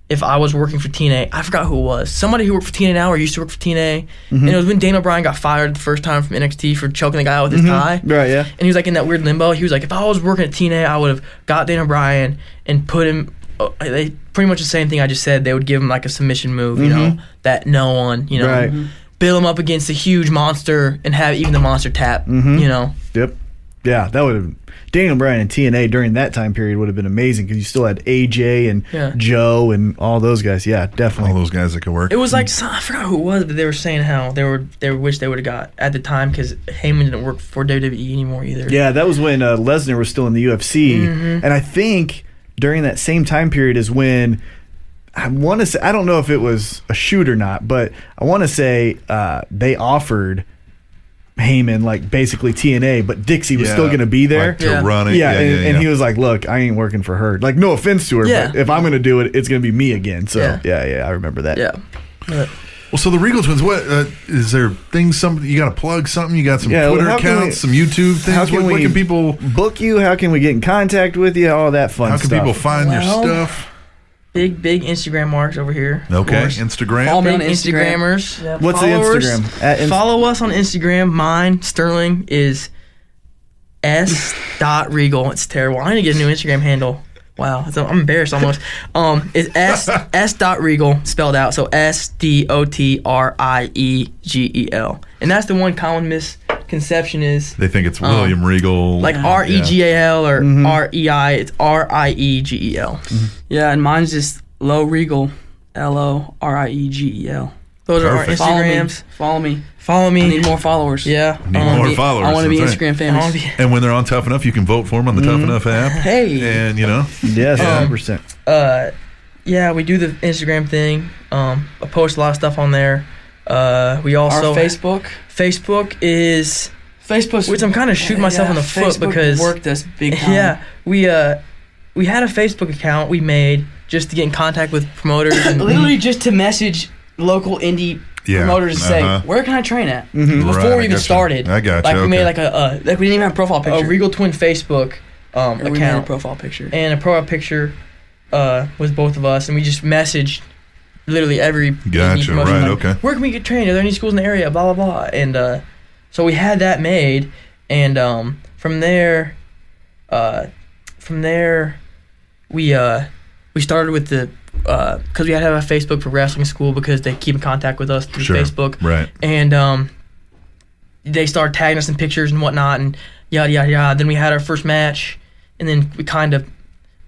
H: if I was working for TNA. I forgot who it was. Somebody who worked for TNA now or used to work for TNA.
B: Mm-hmm.
H: And it was when Daniel Bryan got fired the first time from NXT for choking the guy out with his tie.
B: Mm-hmm. Right, yeah.
H: And he was like in that weird limbo. He was like, if I was working at TNA, I would have got Daniel Bryan and put him. oh, They pretty much the same thing I just said. They would give him like a submission move, you know, that no one, you know,
B: Mm-hmm. Right.
H: build him up against a huge monster and have even the monster tap,
B: Mm-hmm.
H: you know.
B: Yep. Yeah, that would have Daniel Bryan and TNA during that time period would have been amazing because you still had AJ and
H: Yeah.
B: Joe and all those guys. Yeah,
A: all
B: definitely.
A: those guys that could work.
H: It was like some, I forgot who it was, but they were saying how they were they wish they would have got at the time because Heyman didn't work for WWE anymore either.
B: Yeah, that was when uh, Lesnar was still in the UFC, and I think during that same time period is when I want to say I don't know if it was a shoot or not, but I want to say uh, they offered Heyman like basically TNA, but Dixie was
A: Yeah,
B: still going to be there.
A: like to
H: Yeah.
A: run it. Yeah,
B: yeah,
A: yeah,
B: and,
A: yeah,
B: and he was like, "Look, I ain't working for her. Like, no offense to her,
H: Yeah.
B: but if I'm gonna do it, it's gonna be me again." So yeah,
H: Yeah.
B: yeah, I remember that.
H: yeah.
A: Well, so the Regal twins. What uh, is there things? Some you got to plug something. You got some
B: Yeah, well,
A: Twitter
B: how can
A: accounts, some
B: we-
A: YouTube things.
B: how can
A: what, what
B: we-
A: can people?
B: Book you? How can we get in contact with you? All that fun
A: How can
B: stuff.
A: people find
H: Well,
A: your stuff?
H: Big big Instagram marks over here. of
A: Okay,
H: course.
A: Instagram.
I: Follow me
H: Big
I: on Instagram.
H: Instagrammers.
B: What's the
H: Followers.
B: Instagram? At Inst-
H: Follow us on Instagram. Mine, Sterling, is s dot regal. It's terrible. I need to get a new Instagram handle. Wow, it's- I'm embarrassed almost. Um, it's s s dot regal spelled out. So s d o t r i e g e l, and that's the one common misconception is
A: They think it's
B: Oh.
A: William Regal.
H: like r e g a l or
A: Mm-hmm.
H: r e i. It's r i e g e l.
I: Yeah, and mine's just low regal, L O R I E G E L.
H: Those are our
A: Perfect.
I: Follow me.
H: Instagrams.
I: Follow me.
H: Follow me.
I: I need more followers.
H: Yeah.
A: Need
H: um,
A: more
I: be-
A: followers.
I: I want to be
A: that's right.
I: Instagram
H: I wanna
I: famous.
H: be-
A: And when they're on Tough Enough, you can vote for them on the
B: Mm-hmm.
A: Tough Enough app.
H: Hey.
A: And you know,
B: Yes,
A: Yeah.
B: 100%.
H: Uh, yeah, we do the Instagram thing. Um, I post a lot of stuff on there. Uh, we
I: Our
H: also
I: Facebook.
H: Facebook is
I: Facebook's
H: which I'm kind of shooting myself in the foot
I: Facebook
H: because
I: worked us big time.
H: yeah, we uh we had a Facebook account we made just to get in contact with promoters and
I: literally just to message local indie
A: Yeah,
I: promoters and say,
A: uh-huh. Mm-hmm.
I: "Where can I train at?"
A: Right,
I: Before
A: I
I: we even
A: gotcha.
I: started,
A: I gotcha,
I: Like we
A: okay.
I: made like a uh, like we didn't even have a profile picture.
H: a Regal Twin Facebook um,
I: Or we made a
H: account
I: profile picture.
H: and a profile picture uh, with both of us, and we just messaged literally every indie
A: gotcha.
H: promotion,
A: Right.
H: like,
A: Okay.
H: where can we get trained? Are there any schools in the area? Blah blah blah. And uh, so we had that made, and um, from there, uh, from there, we uh, we started with the because we had to have a Facebook for wrestling school because they keep in contact with us through
A: Sure.
H: Facebook,
A: Right.
H: and um, they started tagging us in pictures and whatnot, and yada yada yada. Then we had our first match, and then we kind of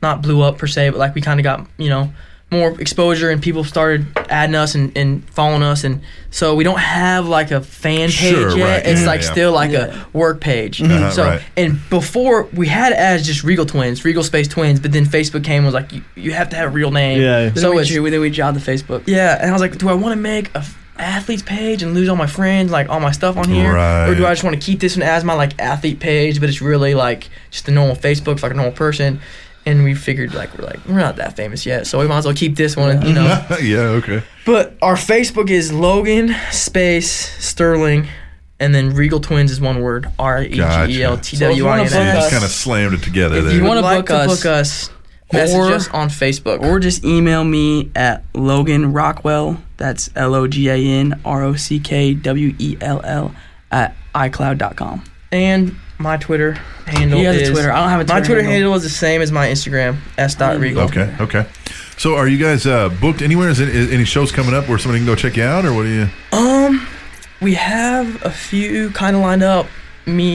H: not blew up per se, but like we kind of got you know more exposure, and people started adding us and, and following us, and so we don't have like a fan page
A: Sure,
H: yet.
A: right,
H: It's
A: yeah,
H: like
A: yeah.
H: still like a work page.
A: Uh-huh,
H: so
A: right.
H: and before we had it as just Regal Twins, Regal Space Twins, but then Facebook came and was like you, you have to have a real name.
B: Yeah.
I: Then
H: So
I: we
H: it's
I: drew- then we jobbed the Facebook.
H: yeah, and I was like, do I want to make a f- athlete's page and lose all my friends, like all my stuff on here, or do
A: Right.
H: I just want to keep this one as my like athlete page, but it's really like just a normal Facebook, like a normal person? And we figured like we're like we're not that famous yet, so we might as well keep this one, you know.
A: yeah. Okay.
H: But our Facebook is Logan Space Sterling, and then Regal Twins is one word R E G E L T W I N
I: So if you wanna
H: S.
I: book
A: Just
I: us-
A: kind of slammed it together
H: If
A: there.
H: you
I: wanna
H: want
I: book
H: to
I: us-
H: book us, message
I: or-
H: us on Facebook.
I: Or just email me at Logan Rockwell. That's L O G A N R O C K W E L L at iCloud.com.
H: and my Twitter handle.
I: He has a
H: is-
I: Twitter. I don't have a
H: my
I: Twitter
H: Twitter
I: handle. Mm.
H: handle. is the same as my Instagram. S. Dot Regal.
A: okay. Okay. So, are you guys uh, booked anywhere? Is, it, is any shows coming up where somebody can go check you out, or what do you?
H: Um, we have a few kind of lined up.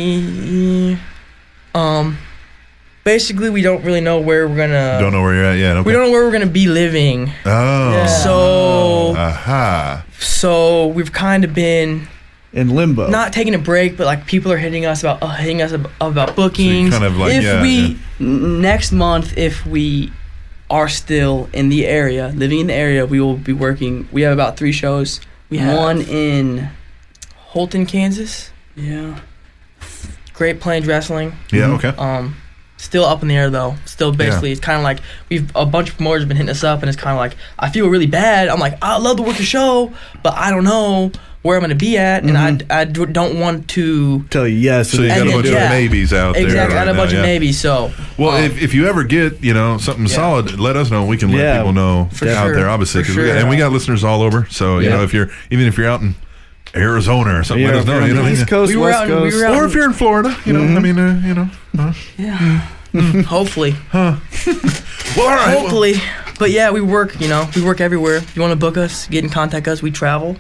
H: Me, um, basically we don't really know where we're gonna.
A: don't know where you're at yet. Okay.
H: We don't know where we're gonna be living.
A: Oh.
H: So
A: Ah. Aha.
H: so we've kind of been
B: In limbo.
H: not taking a break, but like people are hitting us about uh, hitting us ab- about bookings.
A: kind of like
I: if
A: yeah,
I: we
A: yeah.
I: n- next month, if we are still in the area, living in the area, we will be working. We have about three shows. We
H: have-
I: one in
H: Holton, Kansas,
I: yeah.
H: Great Plains Wrestling.
A: Yeah.
B: Mm-hmm.
A: Okay.
H: Um, still up in the air though. Still basically, it's kind of like we've a bunch of promoters been hitting us up, and it's kind of like I feel really bad. I'm like I love to work the show, but I don't know where I'm gonna be at, and
A: Mm-hmm.
H: I I d- don't want to.
B: Tell you yes.
A: So you
B: and
A: got a
B: then-
H: and
A: bunch
H: yeah.
A: of maybes out there.
H: Exactly,
A: right
H: I had a bunch
A: now,
H: of
A: yeah.
H: maybe. So
A: Well,
H: um,
A: if, if you ever get you know something solid, let us know. We can let
B: Yeah,
A: people know
H: for
A: out
H: sure,
A: there, obviously,
H: for
A: 'cause we got-
H: sure.
A: and we got listeners all over. So you
B: Yeah.
A: know, if you're even if you're out in Arizona or something,
B: Yeah,
A: let us
B: if you're
A: know.
B: on
A: You know,
B: the
A: what I mean?
B: East Coast, Mm-hmm.
I: We were
B: West
I: out in- we
B: Coast.
I: were out
A: or if you're in Florida, you know, I mean, uh, you know.
H: Hmm, hopefully,
A: Well, Hmm. all right. well-
H: hopefully, but yeah, we work. You know, we work everywhere. If you want to book us, get in contact us. We travel.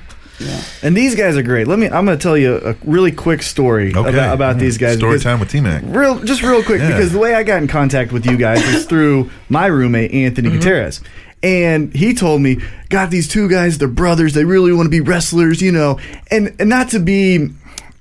B: And these guys are great. Let me. I'm going to tell you a really quick story
A: okay.
B: about, about
A: Yeah.
B: these guys.
A: Story
B: because-
A: time with T Mac.
B: Real, just real quick,
A: Yeah.
B: because the way I got in contact with you guys is through my roommate Anthony
A: Mm-hmm.
B: Gutierrez, and he told me, "Got these two guys, they're brothers. They really want to be wrestlers, you know." And and not to be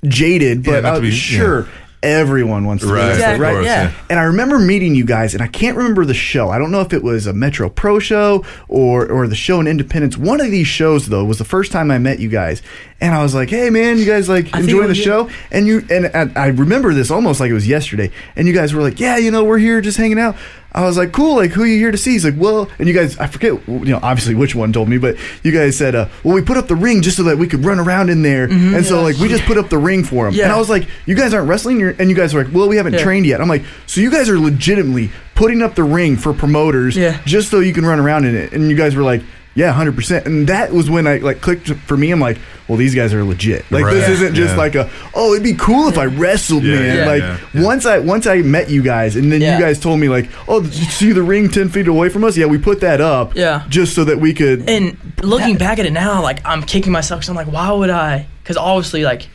B: jaded,
A: Yeah,
B: but
A: not to
B: I'm
A: be- yeah.
B: sure everyone wants to
A: Right,
B: be a
A: of
B: wrestler, right?
A: course, yeah. yeah.
B: And I remember meeting you guys, and I can't remember the show. I don't know if it was a Metro Pro show or or the show in Independence. One of these shows though was the first time I met you guys, and I was like, "Hey man, you guys like
I: think
B: enjoy
I: it
B: the
I: was-
B: show?" And you and, and I remember this almost like it was yesterday. And you guys were like, "Yeah, you know, we're here just hanging out." I was like, "Cool, like who you here to see?" He's like, "Well," and you guys, I forget, you know, obviously which one told me, but you guys said, uh, "Well, we put up the ring just so that we could run around in there," and so like we just put up the ring for him. And
H: Mm-hmm. Yeah.
B: I was like, "You guys aren't wrestling," You're, and you guys were like, "Well, we haven't
H: Yeah.
B: trained yet." I'm like, "So you guys are legitimately putting up the ring for promoters
H: Yeah.
B: just so you can run around in it?" And you guys were like. Yeah, hundred percent, and that was when I like clicked for me. I'm like, well, these guys are legit. Like this
A: Right.
B: isn't just
A: Yeah.
B: like a oh, it'd be cool if I wrestled,
A: Yeah,
B: man.
A: yeah,
B: like
A: yeah, yeah.
B: once I once I met you guys, and then
H: Yeah.
B: you guys told me like, oh, did you see the ring ten feet away from us? Yeah, we put that up,
H: Yeah.
B: just so that we could.
H: and looking back at it now, like I'm kicking myself because I'm like, why would I? Because obviously, like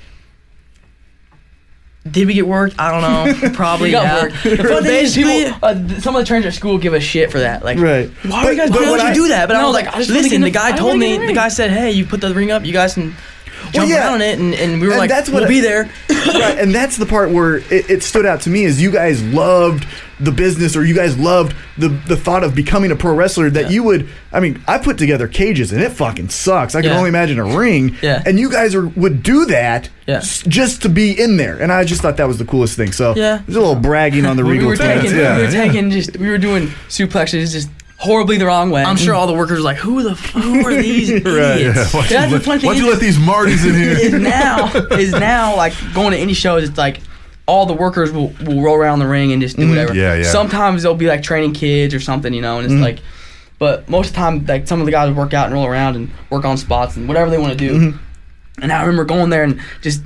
H: Did we get worked? I don't know. Probably.
I: We got
H: yeah.
I: worked.
H: But
I: But these
H: basically,
I: people, uh, th- some of the trainers at school give a shit for that. Like,
B: Right.
H: why would you guys why would you do that? But I
I: No,
H: was
I: like,
H: like,
I: I just wanna get
H: listen,
I: in
H: the
I: the- I
H: guy
I: wanna
H: told
I: get
H: me,
I: in the
H: the guy said, hey, you put the ring up, you guys can jump
B: yeah.
H: around it, and, and we were
B: And
H: like,
B: that's what
H: we'll
B: I-
H: be there.
B: right, and that's the part where it, it stood out to me is you guys loved the business or you guys loved the the thought of becoming a pro wrestler that you would I mean I put together cages and it fucking sucks I can
I: Yeah.
B: only imagine a ring
I: Yeah.
B: and you guys are, would do that
I: Yeah.
B: s- just to be in there and I just thought that was the coolest thing so
I: Yeah.
B: there's a little bragging on the
I: we
B: Regal
I: were
B: Twins,
I: taking,
B: yeah.
I: we were taking just, we were doing suplexes just horribly the wrong way.
H: I'm sure all the workers were like, who the f- who are these idiots?
A: Why'd
I: That's
A: you,
I: the
A: let,
I: funny thing
A: why'd you
I: is-
A: let these Martys in here?
I: is now is now like going to any shows. It's like all the workers will, will roll around the ring and just do whatever.
A: Mm-hmm. Yeah, Mm-hmm. yeah.
I: Sometimes they'll be like training kids or something, you know, and it's like. But most of the time, like some of the guys will work out and roll around and work on spots and whatever they want to do.
A: Mm-hmm.
I: And I remember going there and just.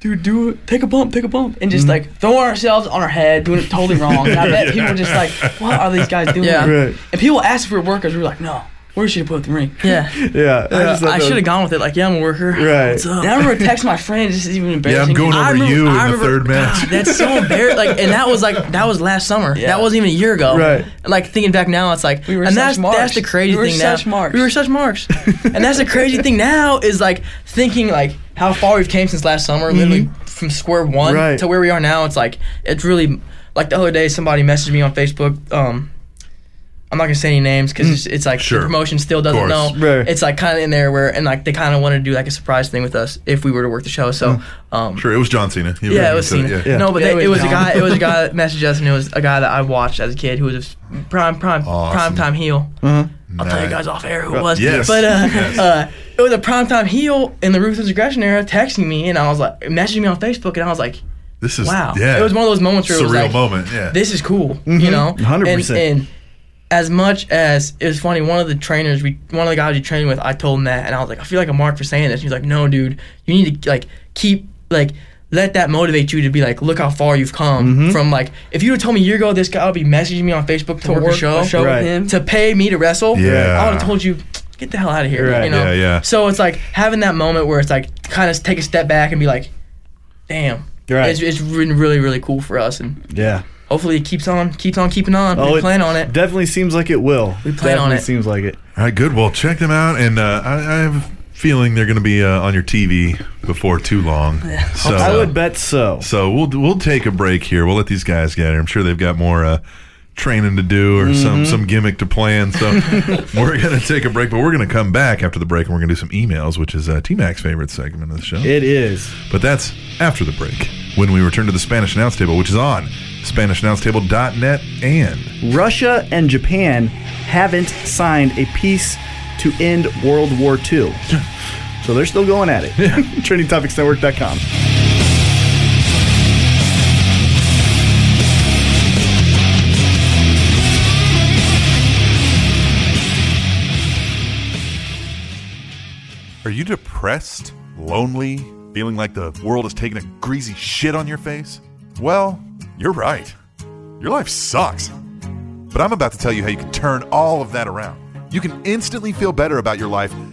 I: Dude, do it. Take a bump. Take a bump, and
A: Mm-hmm.
I: just like throwing ourselves on our head, doing it totally wrong. And I bet people were just like, "What are these guys doing?"
H: Yeah.
B: Right.
I: And people asked if we were workers. We were like, "No, we should have put up the ring."
H: Yeah.
B: yeah I, just thought
H: I
B: that
H: should have
B: was-
H: gone with it. Like, yeah, I'm a worker.
B: Right.
H: What's up?
I: And I remember texting my friend. This is even
A: yeah, I'm
I: embarrassing.
A: going
H: I
A: over
H: remember-
A: you
H: I
A: in the
H: remember-
A: third match.
H: That's so embarrassing. Like, and that was like that was last summer.
I: Yeah.
H: That wasn't even a year ago.
B: Right.
H: Like thinking back now, it's like
I: We were
H: and
I: such
H: that's
I: marks.
H: that's the crazy
I: We were
H: thing
I: such
H: now.
I: marks.
H: We were such marks. and that's the crazy thing now is like thinking like how far we've came since last summer, literally
A: Mm-hmm.
H: from square one
B: Right.
H: to where we are now. It's like it's really like the other day somebody messaged me on Facebook. Um, I'm not gonna say any names because it's, it's like
A: Mm. Sure.
H: the promotion still
A: Of
H: doesn't know.
A: course.
B: Right.
H: It's like kind of in there where and like they kind of wanted to do like a surprise thing with us if we were to work the show. So um,
A: Hmm. Sure, it was John Cena. You
H: yeah,
A: already
H: it was
A: said
H: Cena.
A: yeah.
H: No, but
I: Yeah,
H: they,
I: it
H: it
I: was
H: was a
I: John.
H: guy. It was a guy that messaged us, and it was a guy that I watched as a kid who was a s- prime, prime,
A: Awesome.
H: prime time heel.
I: Mm-hmm.
H: I'll tell
A: Nice.
H: you guys off air who it was.
A: Yes.
H: But uh,
A: Yes.
H: uh, it was a prime time heel in the ruthless aggression era, texting me, and I was like, messaging me on Facebook, and I was like,
A: This is
H: wow.
A: Yeah,
H: It was one of those moments where it
A: surreal
H: was like,
A: moment. Yeah,
H: this is cool, you know?
B: 100%.
H: And, and as much as it was funny, one of the trainers, we one of the guys we trained with, I told him that, and I was like, I feel like a mark for saying this. He was like, No, dude, you need to like keep like let that motivate you to be like, look how far you've come from like if you would told me a year ago this guy would be messaging me on Facebook to, work, a show,
I: show
B: Right.
I: with him.
H: to pay me to wrestle,
A: Yeah.
H: I would have told you, get the hell out of here.
B: Right.
H: You know?
A: Yeah, yeah.
H: So it's like having that moment where it's like kind of take a step back and be like, damn.
B: Right.
H: It's, it's been really, really cool for us, and
B: yeah
H: hopefully it keeps on, keeps on keeping on.
B: Oh,
H: we plan on it.
B: definitely seems like it will we
H: plan on
B: definitely
H: it.
B: seems like it
A: All right, good. Well, check them out, and uh, I, I have a feeling they're going to be uh, on your TV before too long. So,
B: I would bet so
A: so we'll we'll take a break here. We'll let these guys get here. I'm sure they've got more uh, training to do or
B: Mm-hmm.
A: some some gimmick to plan. So we're going to take a break, but we're going to come back after the break, and we're going to do some emails, which is uh, T Mac's favorite segment of the show.
B: it is
A: But that's after the break when we return to the Spanish Announce Table, which is on SpanishAnnounceTable.net and
B: Russia and Japan haven't signed a peace to end World War II. So they're still going at it. TrainingTopicsNetwork.com.
A: Are you depressed, lonely, feeling like the world is taking a greasy shit on your face? Well, you're right. Your life sucks. But I'm about to tell you how you can turn all of that around. You can instantly feel better about your life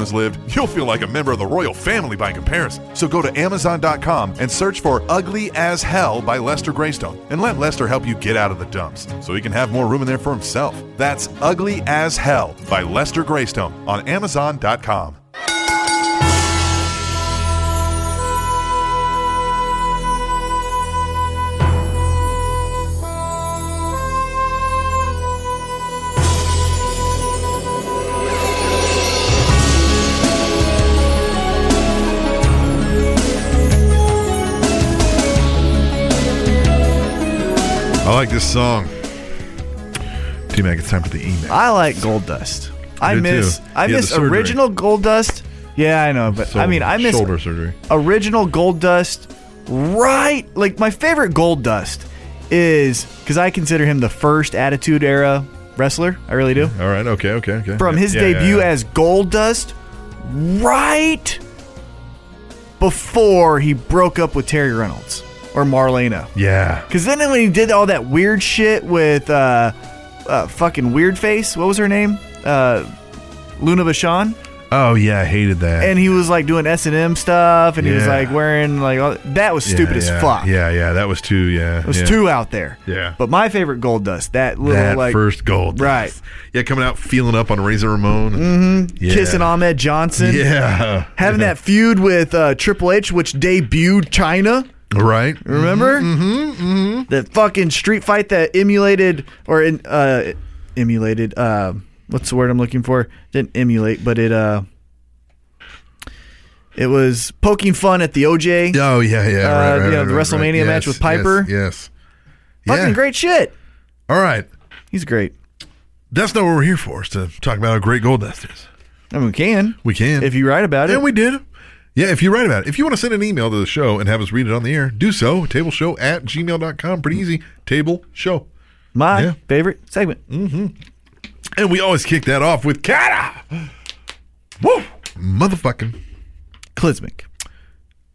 A: has lived, you'll feel like a member of the royal family by comparison. So go to Amazon.com and search for Ugly as Hell by Lester Greystone and let Lester help you get out of the dumps so he can have more room in there for himself. That's Ugly as Hell by Lester Greystone on Amazon.com. I like this song. T Mac, it's time for the email.
B: I like Gold Dust. I
A: do
B: miss
A: too.
B: I
A: He had
B: miss
A: the surgery.
B: original Gold Dust. Yeah, I know, but I mean I miss
A: shoulder surgery.
B: original Gold Dust right like my favorite gold dust is because i consider him the first attitude era wrestler i really do
C: All right. Okay. Okay. Okay.
B: from
C: Yeah,
B: his
C: yeah, yeah,
B: debut
C: yeah.
B: as gold dust right before he broke up with terry reynolds or marlena
C: Yeah.
B: because then when he did all that weird shit with uh, uh fucking weird face what was her name uh luna vachon
C: Oh yeah. I hated that.
B: and he was like doing S and M stuff, and he was
C: Yeah.
B: like wearing like all, that was
C: Yeah,
B: stupid as
C: yeah,
B: fuck.
C: Yeah. Yeah. That was too. Yeah.
B: it was
C: yeah.
B: too out there.
C: Yeah.
B: but my favorite gold dust that little
C: that
B: like
C: first gold.
B: right
C: Yeah. Coming out feeling up on Razor Ramon. Mm-hmm. Yeah.
B: kissing Ahmed Johnson,
C: Yeah.
B: having that feud with uh, Triple H, which debuted China.
C: Right.
B: Remember mm-hmm, mm-hmm. the fucking street fight that emulated or in, uh, emulated. Uh, what's the word I'm looking for? Didn't emulate, but it uh, it was poking fun at the OJ.
C: Oh yeah. Yeah.
B: Uh,
C: right, right,
B: you know,
C: right,
B: the
C: right,
B: WrestleMania
C: right. Yes,
B: match with Piper.
C: Yes. yes.
B: Fucking
C: Yeah.
B: great shit.
C: All right.
B: He's great.
C: That's not what we're here for. Is to talk about how great gold dust is.
B: I mean, we can
C: We can.
B: if you write about it.
C: And we did. Yeah, if you write about it. If you want to send an email to the show and have us read it on the air, do so. Tableshow at gmail.com. Pretty easy. Table show.
B: My
C: Yeah. Mm.
B: favorite segment.
C: And we always kick that off with Kata. Woo! Motherfucking.
B: Clismic.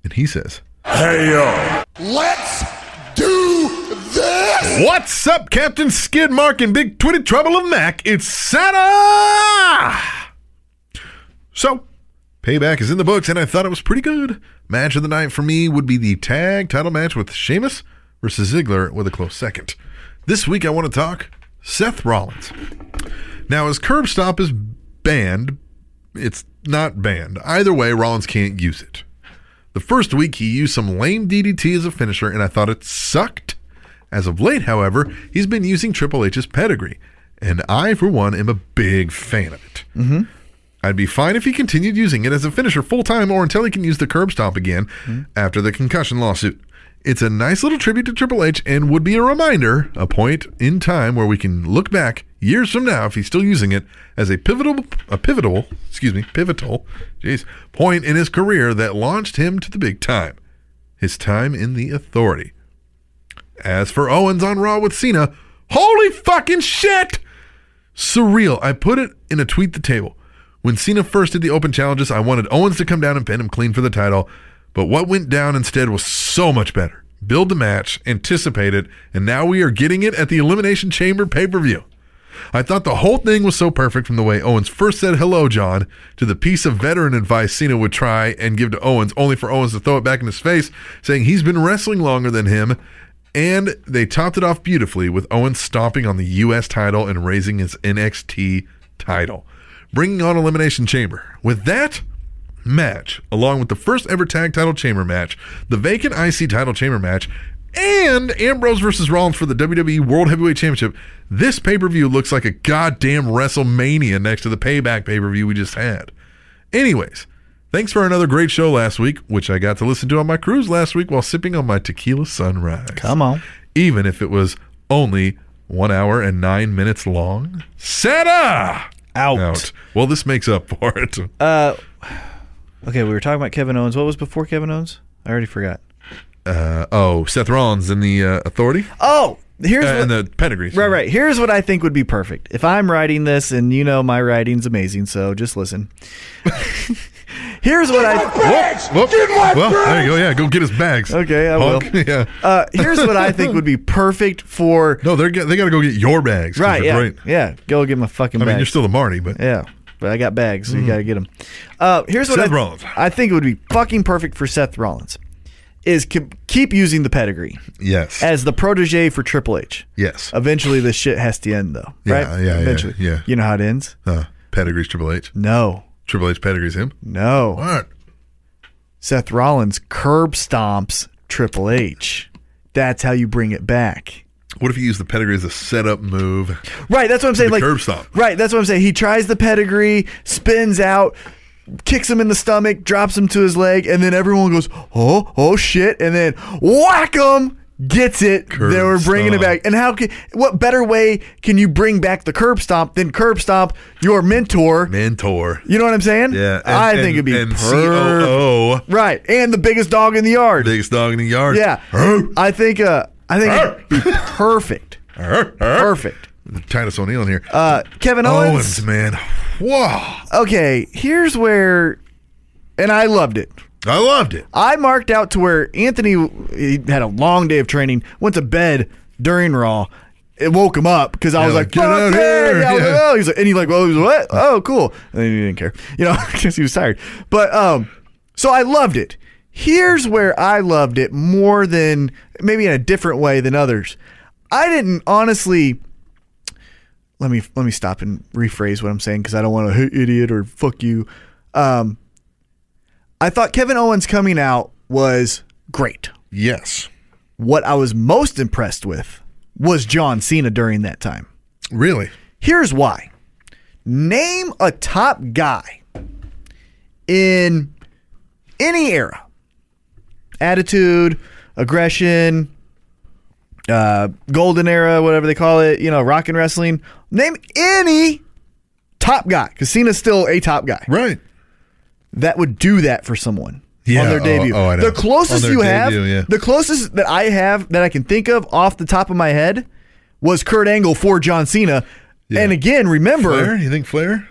C: And he says,
N: Hey yo.
D: Let's do this!
C: What's up, Captain Skidmark and Big Twitty Trouble of Mac? It's Santa! So, payback is in the books, and I thought it was pretty good. Match of the night for me would be the tag title match with Sheamus versus Ziggler with a close second. This week, I want to talk Seth Rollins. Now, his curb stop is banned. It's not banned. Either way, Rollins can't use it. The first week, he used some lame DDT as a finisher, and I thought it sucked. As of late, however, he's been using Triple H's pedigree, and I, for one, am a big fan of it. Mm-hmm. I'd be fine if he continued using it as a finisher full time or until he can use the curb stomp again after the concussion lawsuit. It's a nice little tribute to Triple H and would be a reminder, a point in time where we can look back years from now if he's still using it as a pivotal a pivotal, excuse me, pivotal, jeez, point in his career that launched him to the big time. His time in the authority. As for Owens on Raw with Cena, holy fucking shit! Surreal. I put it in a tweet the table. When Cena first did the open challenges, I wanted Owens to come down and pin him clean for the title, but what went down instead was so much better. Build the match, anticipate it, and now we are getting it at the Elimination Chamber pay per view. I thought the whole thing was so perfect from the way Owens first said hello, John, to the piece of veteran advice Cena would try and give to Owens, only for Owens to throw it back in his face, saying he's been wrestling longer than him. And they topped it off beautifully with Owens stomping on the U.S. title and raising his NXT title, bringing on Elimination Chamber. With that, match, along with the first ever tag title chamber match, the vacant IC title chamber match, and Ambrose versus Rollins for the WWE World Heavyweight Championship. This pay per view looks like a goddamn WrestleMania next to the payback pay per view we just had. Anyways, thanks for another great show last week, which I got to listen to on my cruise last week while sipping on my tequila sunrise.
B: Come on.
C: Even if it was only one hour and nine minutes long. Santa!
B: Out.
C: Well, this makes up for it.
B: Uh, okay, we were talking about Kevin Owens. What was before Kevin Owens? I already forgot.
C: Uh, oh, Seth Rollins and the uh, Authority
B: Oh, here's
C: Uh,
B: what,
C: and the pedigree.
B: right, right. Here's what I think would be perfect. If I'm writing this, and you know my writing's amazing, so just listen. here's what I
D: Bags!
C: Whoop.
D: Get my
C: well, there you
D: bags!
C: go. Yeah, go get his bags.
B: okay, I will.
C: Punk. yeah.
B: Uh, here's what I think would be perfect for
C: no, they're get, they got to go get your bags. 'cause
B: right,
C: they're
B: yeah,
C: great.
B: yeah. Go get my fucking.
C: I mean,
B: bags.
C: you're still the Marty, but
B: Yeah, but I got bags, so you got to get them. Uh, here's what
C: Seth
B: I,
C: Rollins.
B: I think it would be fucking perfect for Seth Rollins is ke- keep using the pedigree
C: yes,
B: as Uh, the protege for Triple H.
C: yes.
B: Eventually, this shit has to end, though,
C: Yeah,
B: right?
C: yeah, yeah,
B: Eventually,
C: yeah.
B: You know how it ends?
C: Uh, pedigrees Triple H.
B: No,
C: Triple H pedigrees him.
B: no.
C: What?
B: Seth Rollins curb stomps Triple H. That's how you bring it back.
C: What if you use the pedigree as a setup move?
B: Right, that's what I'm saying.
C: The
B: like
C: curb stomp.
B: Right, that's what I'm saying. He tries the pedigree, spins out, kicks him in the stomach, drops him to his leg, and then everyone goes, "Oh, oh shit!" And then whack him, gets it.
C: Curb
B: they were bringing
C: stomp.
B: it back. And how can what better way can you bring back the curb stomp than curb stomp your mentor?
C: mentor.
B: You know what I'm saying?
C: Yeah, and-
B: I think
C: and-
B: it'd be
C: and
B: perfect.
C: COO,
B: Right, and the biggest dog in the yard.
C: biggest dog in the yard.
B: Yeah,
C: Arr,
B: I think. Uh, I think it'd be perfect.
C: arr, arr.
B: Perfect.
C: Titus O'Neil in here.
B: Uh, Kevin
C: Owens,
B: Owens.
C: man. Whoa,
B: Okay, here's where, and I loved it.
C: I loved it.
B: I marked out to where Anthony he had a long day of training, went to bed during Raw. It woke him up because I was
C: like,
B: like,
C: "Get out
B: "Fuck
C: here."
B: yeah!" yeah. I was like,
C: Yeah.
B: "Oh," he's like, and he's like, "Well, he was what? Oh, cool." And then he didn't care, you know, because he was tired. But um, so I loved it. Here's where I loved it more than maybe in a different way than others. I didn't honestly. Let me let me stop and rephrase what I'm saying because I don't want to hey, idiot or fuck you. Um, I thought Kevin Owens coming out was great.
C: Yes,
B: What I was most impressed with was John Cena during that time.
C: really.
B: Here's why. Name a top guy in any era. Attitude, aggression, uh, golden era, whatever they call it, you know, rock and wrestling. Name any top guy, because Cena's still a top guy
C: Right.
B: that would do that for someone
C: Yeah,
B: on their
C: oh,
B: debut.
C: oh, I know.
B: The closest
C: On their
B: you
C: debut,
B: have,
C: yeah.
B: the closest that I have that I can think of off the top of my head was Kurt Angle for John Cena. And again, remember,
C: Flair? You think Flair?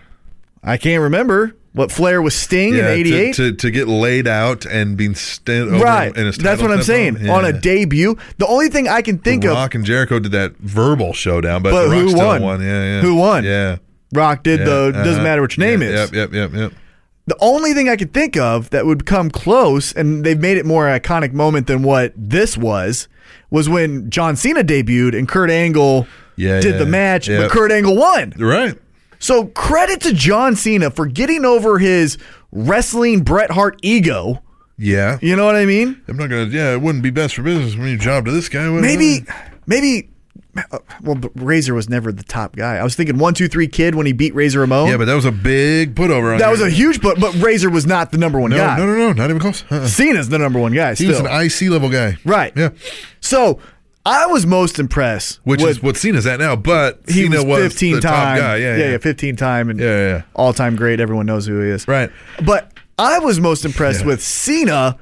B: I can't remember what Flair was Sting in
C: to-
B: '88.
C: To, to get laid out and being stand over
B: Right,
C: in his
B: that's
C: title
B: what I'm
C: step
B: saying.
C: yeah.
B: On a debut, the only thing I can think of,
C: Rock and Jericho did that verbal showdown, but,
B: But
C: The Rock
B: who
C: still
B: won?
C: won. Yeah, yeah.
B: Who won?
C: Yeah.
B: Rock did
C: yeah,
B: the
C: uh-huh.
B: doesn't matter what your name
C: Yeah,
B: is.
C: Yep, yep, yep, yep.
B: The only thing I could think of that would come close, and they've made it more an iconic moment than what this was, was when John Cena debuted and Kurt Angle
C: Yeah,
B: did
C: yeah,
B: the match,
C: yeah.
B: but Kurt Angle won.
C: Right.
B: So credit to John Cena for getting over his wrestling Bret Hart ego.
C: Yeah.
B: You know what I mean?
C: I'm not gonna. Yeah, it wouldn't be best for business. I mean, job to this guy. wouldn't
B: Maybe,
C: it?
B: maybe. uh, Well, but Razor was never the top guy. I was thinking one, two, three kid when he beat Razor Ramon.
C: Yeah, but that was a big putover. On
B: that
C: him.
B: was a huge, but but Razor was not the number one
C: No,
B: guy.
C: no, no, no, not even close. Uh-uh.
B: Cena's the number one guy.
C: He
B: Still.
C: was an IC level guy.
B: Right.
C: Yeah.
B: So I was most impressed.
C: Which
B: with,
C: is what Cena's at now, but
B: he
C: Cena
B: was
C: was,
B: fifteen
C: the
B: time.
C: top guy. Yeah, yeah,
B: yeah, fifteen time and
C: Yeah, yeah, yeah.
B: all time great. Everyone knows who he is.
C: Right.
B: But I was most impressed with Cena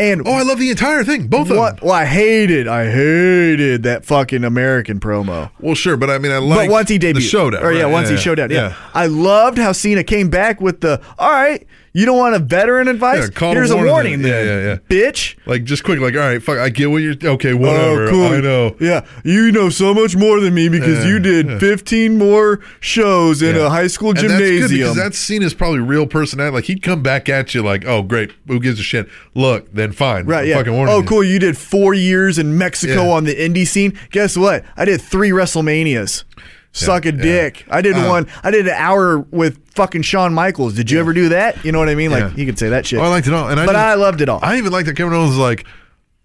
B: and
C: Oh, I love the entire thing. Both of
B: what
C: them.
B: well, I hated. I hated that fucking American promo.
C: Well, sure, but I mean, I like.
B: but once he debuted,
C: the showdown.
B: or yeah,
C: right?
B: once he showed out, yeah. I loved how Cena came back with the all right. You don't want a veteran advice?
C: Yeah, call
B: Here's
C: a
B: a
C: warning
B: warning,
C: then."
B: then,
C: Yeah, yeah, yeah.
B: bitch.
C: Like just quick, like all right, fuck, I get what you're. Okay, whatever.
B: Oh, cool.
C: I know.
B: Yeah, you know so much more than me because
C: Yeah,
B: you did
C: yeah.
B: 15 more shows in
C: Yeah.
B: a high school
C: And That's good
B: gymnasium.
C: because that's seen as probably real personality. Like he'd come back at you like, "Oh, great, who gives a shit?" Look, then fine,
B: right,
C: I'm
B: yeah.
C: Fucking warning
B: Oh,
C: you.
B: cool. You did four years in Mexico
C: Yeah.
B: on the indie scene. Guess what? I did three WrestleManias. Suck a
C: yeah.
B: dick. I did
C: Uh,
B: one. I did an hour with fucking Shawn Michaels. Did you ever do that? You know what I mean? Like
C: Yeah.
B: he could say that shit.
C: Oh, I liked it all, and I
B: but
C: didn't-
B: I loved it all.
C: I even like that Kevin Owens was like,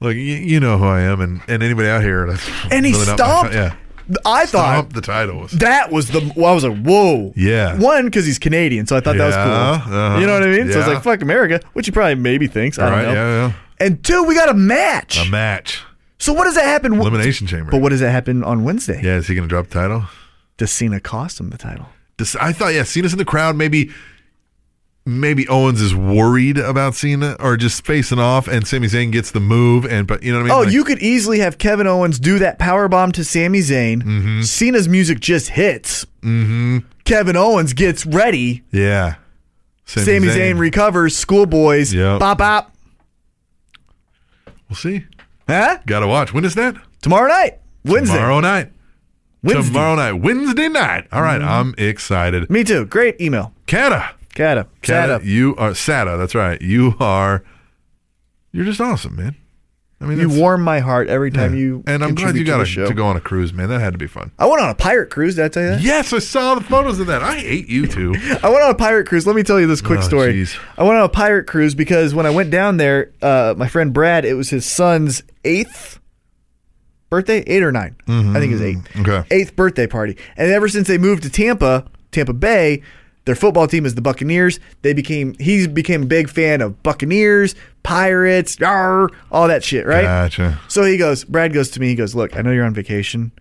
C: "Look, you, you know who I am, and, and anybody out here." That's
B: and he
C: really not my
B: stomped.
C: fi- Yeah,
B: I thought
C: stomped the titles.
B: That was the. Well, I was like, whoa.
C: Yeah.
B: One, because he's Canadian, so I thought that was cool.
C: Yeah, uh-huh.
B: You know what I mean? So I was
C: Yeah.
B: like, fuck America, which he probably maybe thinks. I
C: Right,
B: don't know.
C: yeah, yeah.
B: And two, we got a match.
C: A match,
B: so what does that happen?
C: elimination chamber.
B: But what does that happen on Wednesday?
C: Yeah, is he going to drop the title?
B: Does Cena cost him the title?
C: This- I thought, yeah, Cena's in the crowd. Maybe, maybe Owens is worried about Cena or just facing off, and Sami Zayn gets the move. And but you know what I mean?
B: Oh,
C: Like,
B: you could easily have Kevin Owens do that power bomb to Sami Zayn.
C: Mm-hmm.
B: Cena's music just hits. Mm-hmm. Kevin Owens gets ready.
C: yeah. Sami,
B: Sami Zayn recovers. Schoolboys.
C: Yep.
B: Bop bop.
C: we'll see.
B: Huh?
C: Got to watch. When is that?
B: Tomorrow night. Wednesday.
C: Tomorrow night.
B: Wednesday. Mm-hmm.
C: Tomorrow night. Wednesday night. All right, I'm excited.
B: Me too. Great email.
C: Kata.
B: Kata.
C: Kata,
B: Kata.
C: you are Sada. That's right. You are. You're just awesome, man. I mean,
B: You
C: that's-
B: warm my heart every time
C: yeah.
B: you.
C: and I'm glad
B: contribute
C: you
B: to
C: got
B: the
C: a-
B: show.
C: to go on a cruise, man. That had to be fun.
B: I went on a pirate cruise. Did I tell you that?
C: Yes, I saw the photos of that. I hate you two.
B: I went on a pirate cruise. Let me tell you this quick
C: Oh,
B: story.
C: jeez.
B: I went on a pirate cruise because when I went down there, uh, my friend Brad, it was his son's eighth birthday, eight or 9 I think it was eight.
C: Mm-hmm. Okay.
B: Eighth birthday party. And ever since they moved to Tampa, Tampa Bay, Their football team is the Buccaneers. They became he became a big fan of Buccaneers, Pirates, yar, all that shit, right?
C: Gotcha.
B: So he goes, Brad goes to me, he goes, Look, I know you're on vacation.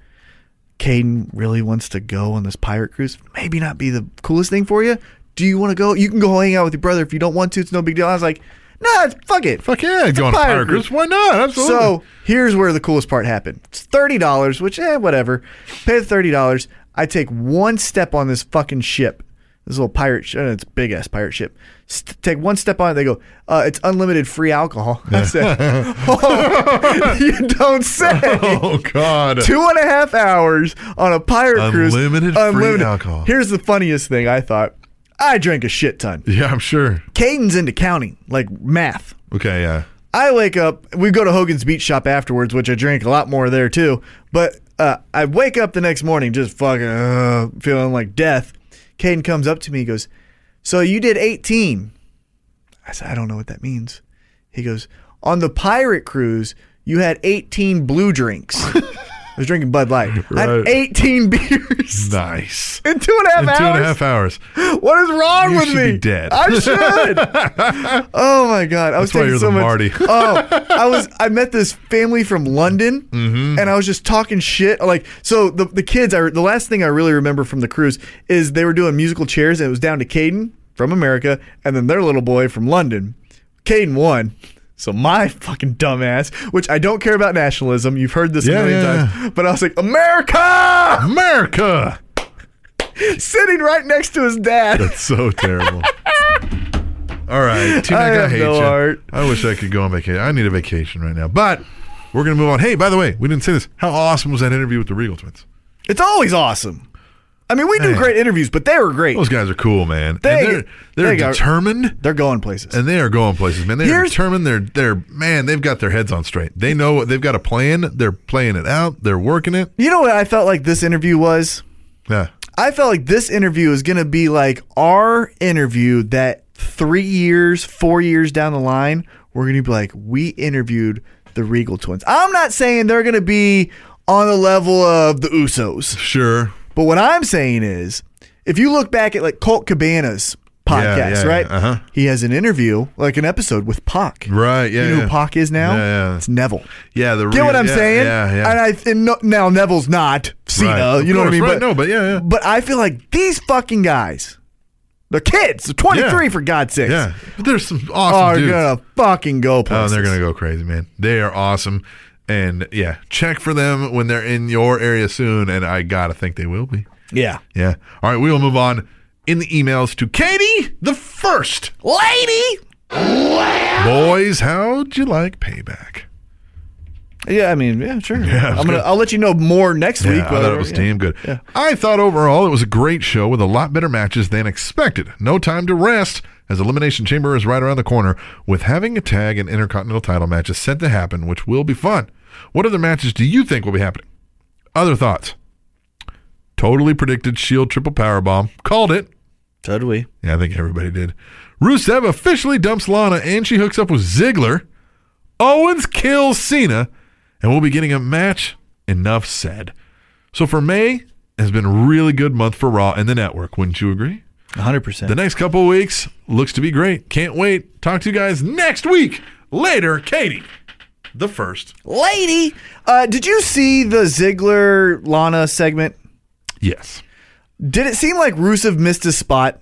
B: Caden really wants to go on this pirate cruise. Maybe not be the coolest thing for you. Do you want to go? You can go hang out with your brother if you don't want to. It's no big deal. I was like, Nah, fuck it.
C: Fuck yeah, go on a pirate cruise. Why not? Absolutely.
B: So here's where the coolest part happened. It's thirty dollars, which eh, whatever. Pay the thirty dollars. I take one step on this fucking ship, this little pirate ship. It's big ass pirate ship. St- take one step on it. They go, uh, it's unlimited free alcohol. I said, oh, you don't say.
C: oh god.
B: Two and a half hours on a pirate cruise.
C: Unlimited free alcohol.
B: Here's the funniest thing I thought. I drank a shit ton.
C: yeah, I'm sure.
B: Caden's into counting, like math.
C: Okay, yeah.
B: I wake up. We go to Hogan's Beach Shop afterwards, which I drink a lot more there too. But uh, I wake up the next morning just fucking uh, feeling like death. Caden comes up to me. He goes, "So you did 18?" I said, "I don't know what that means." He goes, "On the pirate cruise, you had 18 blue drinks." I was drinking Bud Light. I
C: Right.
B: had 18 beers
C: Nice.
B: in two and a half
C: In
B: hours.
C: two and a half hours.
B: What is wrong
C: You
B: with
C: should
B: me?
C: be dead.
B: I should. oh my god, I was
C: That's why
B: taking
C: you're
B: so
C: the
B: much.
C: Marty.
B: oh, I was. I met this family from London,
C: Mm-hmm.
B: and I was just talking shit. Like, so the the kids. I the last thing I really remember from the cruise is they were doing musical chairs, and it was down to Caden from America, and then their little boy from London. Caden won. So my fucking dumbass, which I don't care about nationalism. You've heard this
C: Yeah,
B: a million
C: yeah,
B: times, but I was like, America,
C: America.
B: sitting right next to his dad.
C: That's so terrible. All right, T-Neck,
B: I
C: I,
B: have
C: hate
B: no
C: you.
B: heart.
C: I wish I could go on vacation. I need a vacation right now, but we're gonna move on. Hey, by the way, we didn't say this. How awesome was that interview with the Regal Twins?
B: It's always awesome. I mean, we do
C: Man.
B: great interviews, but they were great.
C: Those guys are cool, man. And
B: They-
C: they're they're
B: they got-
C: determined,
B: They're going places.
C: and they are going places, man. They're
B: Here's-
C: determined. They're they're man. They've got their heads on straight. They know what they've got a plan. They're playing it out. They're working it.
B: you know what I felt like this interview was?
C: Yeah.
B: I felt like this interview is going to be like our interview that three years, four years down the line, we're going to be like, we interviewed the Regal twins. I'm not saying they're going to be on the level of the Usos.
C: Sure.
B: But what I'm saying is, if you look back at like Colt Cabana's podcast,
C: Yeah, yeah,
B: right?
C: yeah, uh-huh.
B: He has an interview, like an episode with Pac.
C: Right. Yeah.
B: You know
C: yeah.
B: who Pac is now?
C: Yeah. yeah.
B: It's Neville.
C: Yeah, the
B: Get
C: re-
B: what I'm
C: yeah,
B: saying?
C: Yeah, yeah.
B: And I and no, now Neville's not Cena.
C: Right, of
B: You know what I
C: course,
B: mean?
C: right, no, but yeah, yeah.
B: But I feel like these fucking guys, the kids, they're 23
C: Yeah.
B: for God's sakes,
C: yeah, but there's some
B: are
C: awesome dudes.
B: gonna fucking go
C: Oh,
B: places.
C: they're gonna go crazy, man. They are awesome, and yeah, check for them when they're in your area soon. And I gotta think they will be.
B: Yeah.
C: Yeah. All right, we will move on in the emails to Katie, the first lady. Boys, how'd you like payback?
B: Yeah. I mean, yeah, sure.
C: Yeah, it's
B: I'm gonna.
C: good.
B: I'll let you know more next week.
C: Yeah, I thought
B: whether-
C: it was
B: yeah.
C: damn good.
B: Yeah.
C: I thought overall it was a great show with a lot better matches than expected. No time to rest as Elimination Chamber is right around the corner with having a tag and intercontinental title matches set to happen, which will be fun. What other matches do you think will be happening? Other thoughts? Totally predicted Shield E triple powerbomb. Called it.
B: So do we?
C: Yeah, I think everybody did. Rusev officially dumps Lana and she hooks up with Ziggler. Owens kills Cena, and we'll be getting a match. Enough said. So for May has been a really good month for Raw and the network, wouldn't you agree?
B: 100. percent
C: The next couple of weeks looks to be great. Can't wait. Talk to you guys next week. Later, Katie. The first.
B: lady. Uh, did you see the Ziggler Lana segment?
C: Yes.
B: Did it seem like Rusev missed his spot?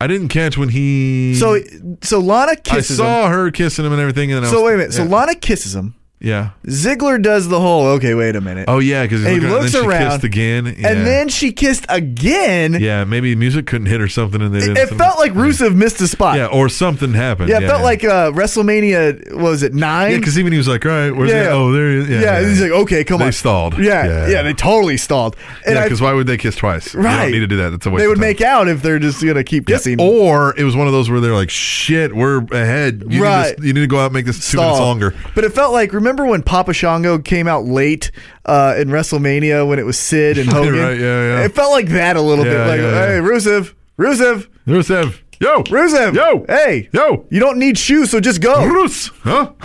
C: I didn't catch when he
B: So, so Lana
C: Mm. I
B: kisses him.
C: saw her kissing him and everything and then I
B: So
C: was,
B: wait a minute. So
C: yeah,
B: Lana kisses him.
C: Yeah.
B: Ziggler does the whole. Okay, wait a minute.
C: Oh yeah, because
B: And he looks
C: then
B: around,
C: she kissed again. Yeah.
B: And then she kissed again.
C: Yeah, maybe music couldn't hit or something, and they
B: It,
C: didn't.
B: it felt like Rusev missed a spot.
C: Yeah, or something happened.
B: Yeah, it felt like uh, WrestleMania what was it nine?
C: Yeah, because even he was like, "All right, where's
B: Yeah.
C: the, oh there he is." Yeah,
B: Yeah, he's like, okay, come
C: They
B: on.
C: stalled.
B: Yeah, yeah,
C: Yeah.
B: they totally stalled. And
C: yeah,
B: I-
C: because why would they kiss twice? You don't
B: Right.
C: need to do that. That's a waste.
B: they
C: of
B: would
C: time.
B: make out if they're just gonna keep
C: Yeah,
B: kissing.
C: Or it was one of those where they're like, "Shit, we're ahead. You
B: Right.
C: Need to, you need to go out and make this two minutes
B: stall.
C: longer."
B: But it felt like remember when Papa Shango came out late uh, in WrestleMania when it was Sid and Hogan.
C: Right, yeah, yeah.
B: It felt like that a little
C: Yeah,
B: bit. Like,
C: yeah, yeah.
B: hey, Rusev, Rusev,
C: Rusev, Yo.
B: Rusev.
C: Yo.
B: Hey.
C: Yo.
B: You don't need shoes, so just go.
C: Bruce, huh?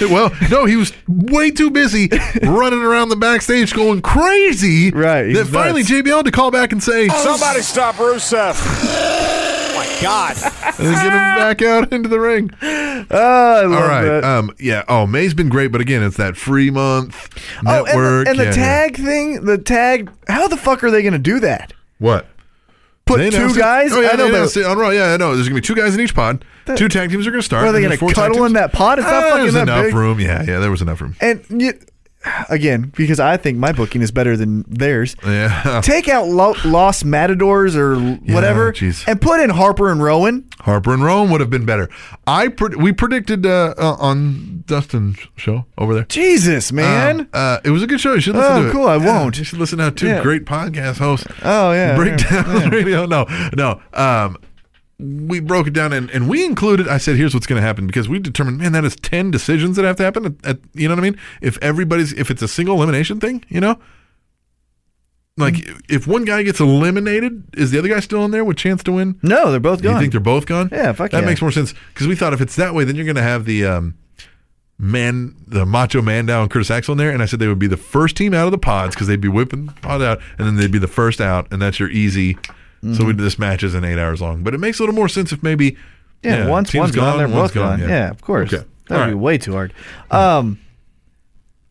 C: well, no, he was way too busy running around the backstage going crazy.
B: Right, he's
C: That finally
B: nuts.
C: JBL had to call back and say,
A: Somebody stop Rusev. oh my God.
C: and then get him back out into the ring.
B: Ah, I love
C: All right.
B: Ah. that.
C: Um, yeah. Oh, May's been great, but again, it's that free month
B: Oh,
C: network.
B: and the, and the
C: yeah.
B: tag thing, the tag. How the fuck are they going to do that?
C: What?
B: Put
C: They
B: two
C: announced it-
B: guys.
C: Oh, yeah,
B: I
C: they
B: don't know.
C: announced it on Raw. Yeah, I know. There's gonna be two guys in each pod. two tag teams are gonna start.
B: Are they
C: and
B: gonna
C: there's four tag
B: cuddle in
C: teams.
B: that pod? It's not
C: Ah,
B: fucking
C: there's
B: that
C: enough
B: big.
C: room. Yeah, yeah. There was enough room.
B: And you, again, because I think my booking is better than theirs.
C: Yeah.
B: Take out lo- Lost Matadors or l- whatever,
C: jeez.
B: and put in Harper and Rowan.
C: Harper and Rome would have been better. I pre- we predicted uh, uh, on Dustin's show over there.
B: Jesus, man.
C: Um, uh, it was a good show. You should listen
B: Oh,
C: to it.
B: cool. I won't.
C: You should listen to how two
B: Yeah.
C: great podcast hosts.
B: Oh, yeah,
C: Break
B: yeah,
C: down radio. No, no. Um, we broke it down and, and we included. I said, here's what's going to happen because we determined, man, that is ten decisions that have to happen. At, at- you know what I mean? If everybody's, if it's a single elimination thing, you know, like
B: Mm.
C: if one guy gets eliminated, is the other guy still in there with chance to win?
B: no, they're both gone.
C: You think they're both gone?
B: Yeah, fuck
C: That
B: yeah.
C: makes more sense because we thought if it's that way, then you're going to have the um, man, the Macho Man down, Curtis Axel in there, and I said they would be the first team out of the pods because they'd be whipping the pod out, and then they'd be the first out, and that's your easy.
B: Mm-hmm.
C: So we this match isn't eight hours long, but it makes a little more sense if maybe
B: Yeah, once
C: team's
B: one's gone, they're
C: one's
B: both gone. Yeah. of course.
C: Okay.
B: That would
C: All
B: be
C: right. Hmm.
B: way too hard. Um,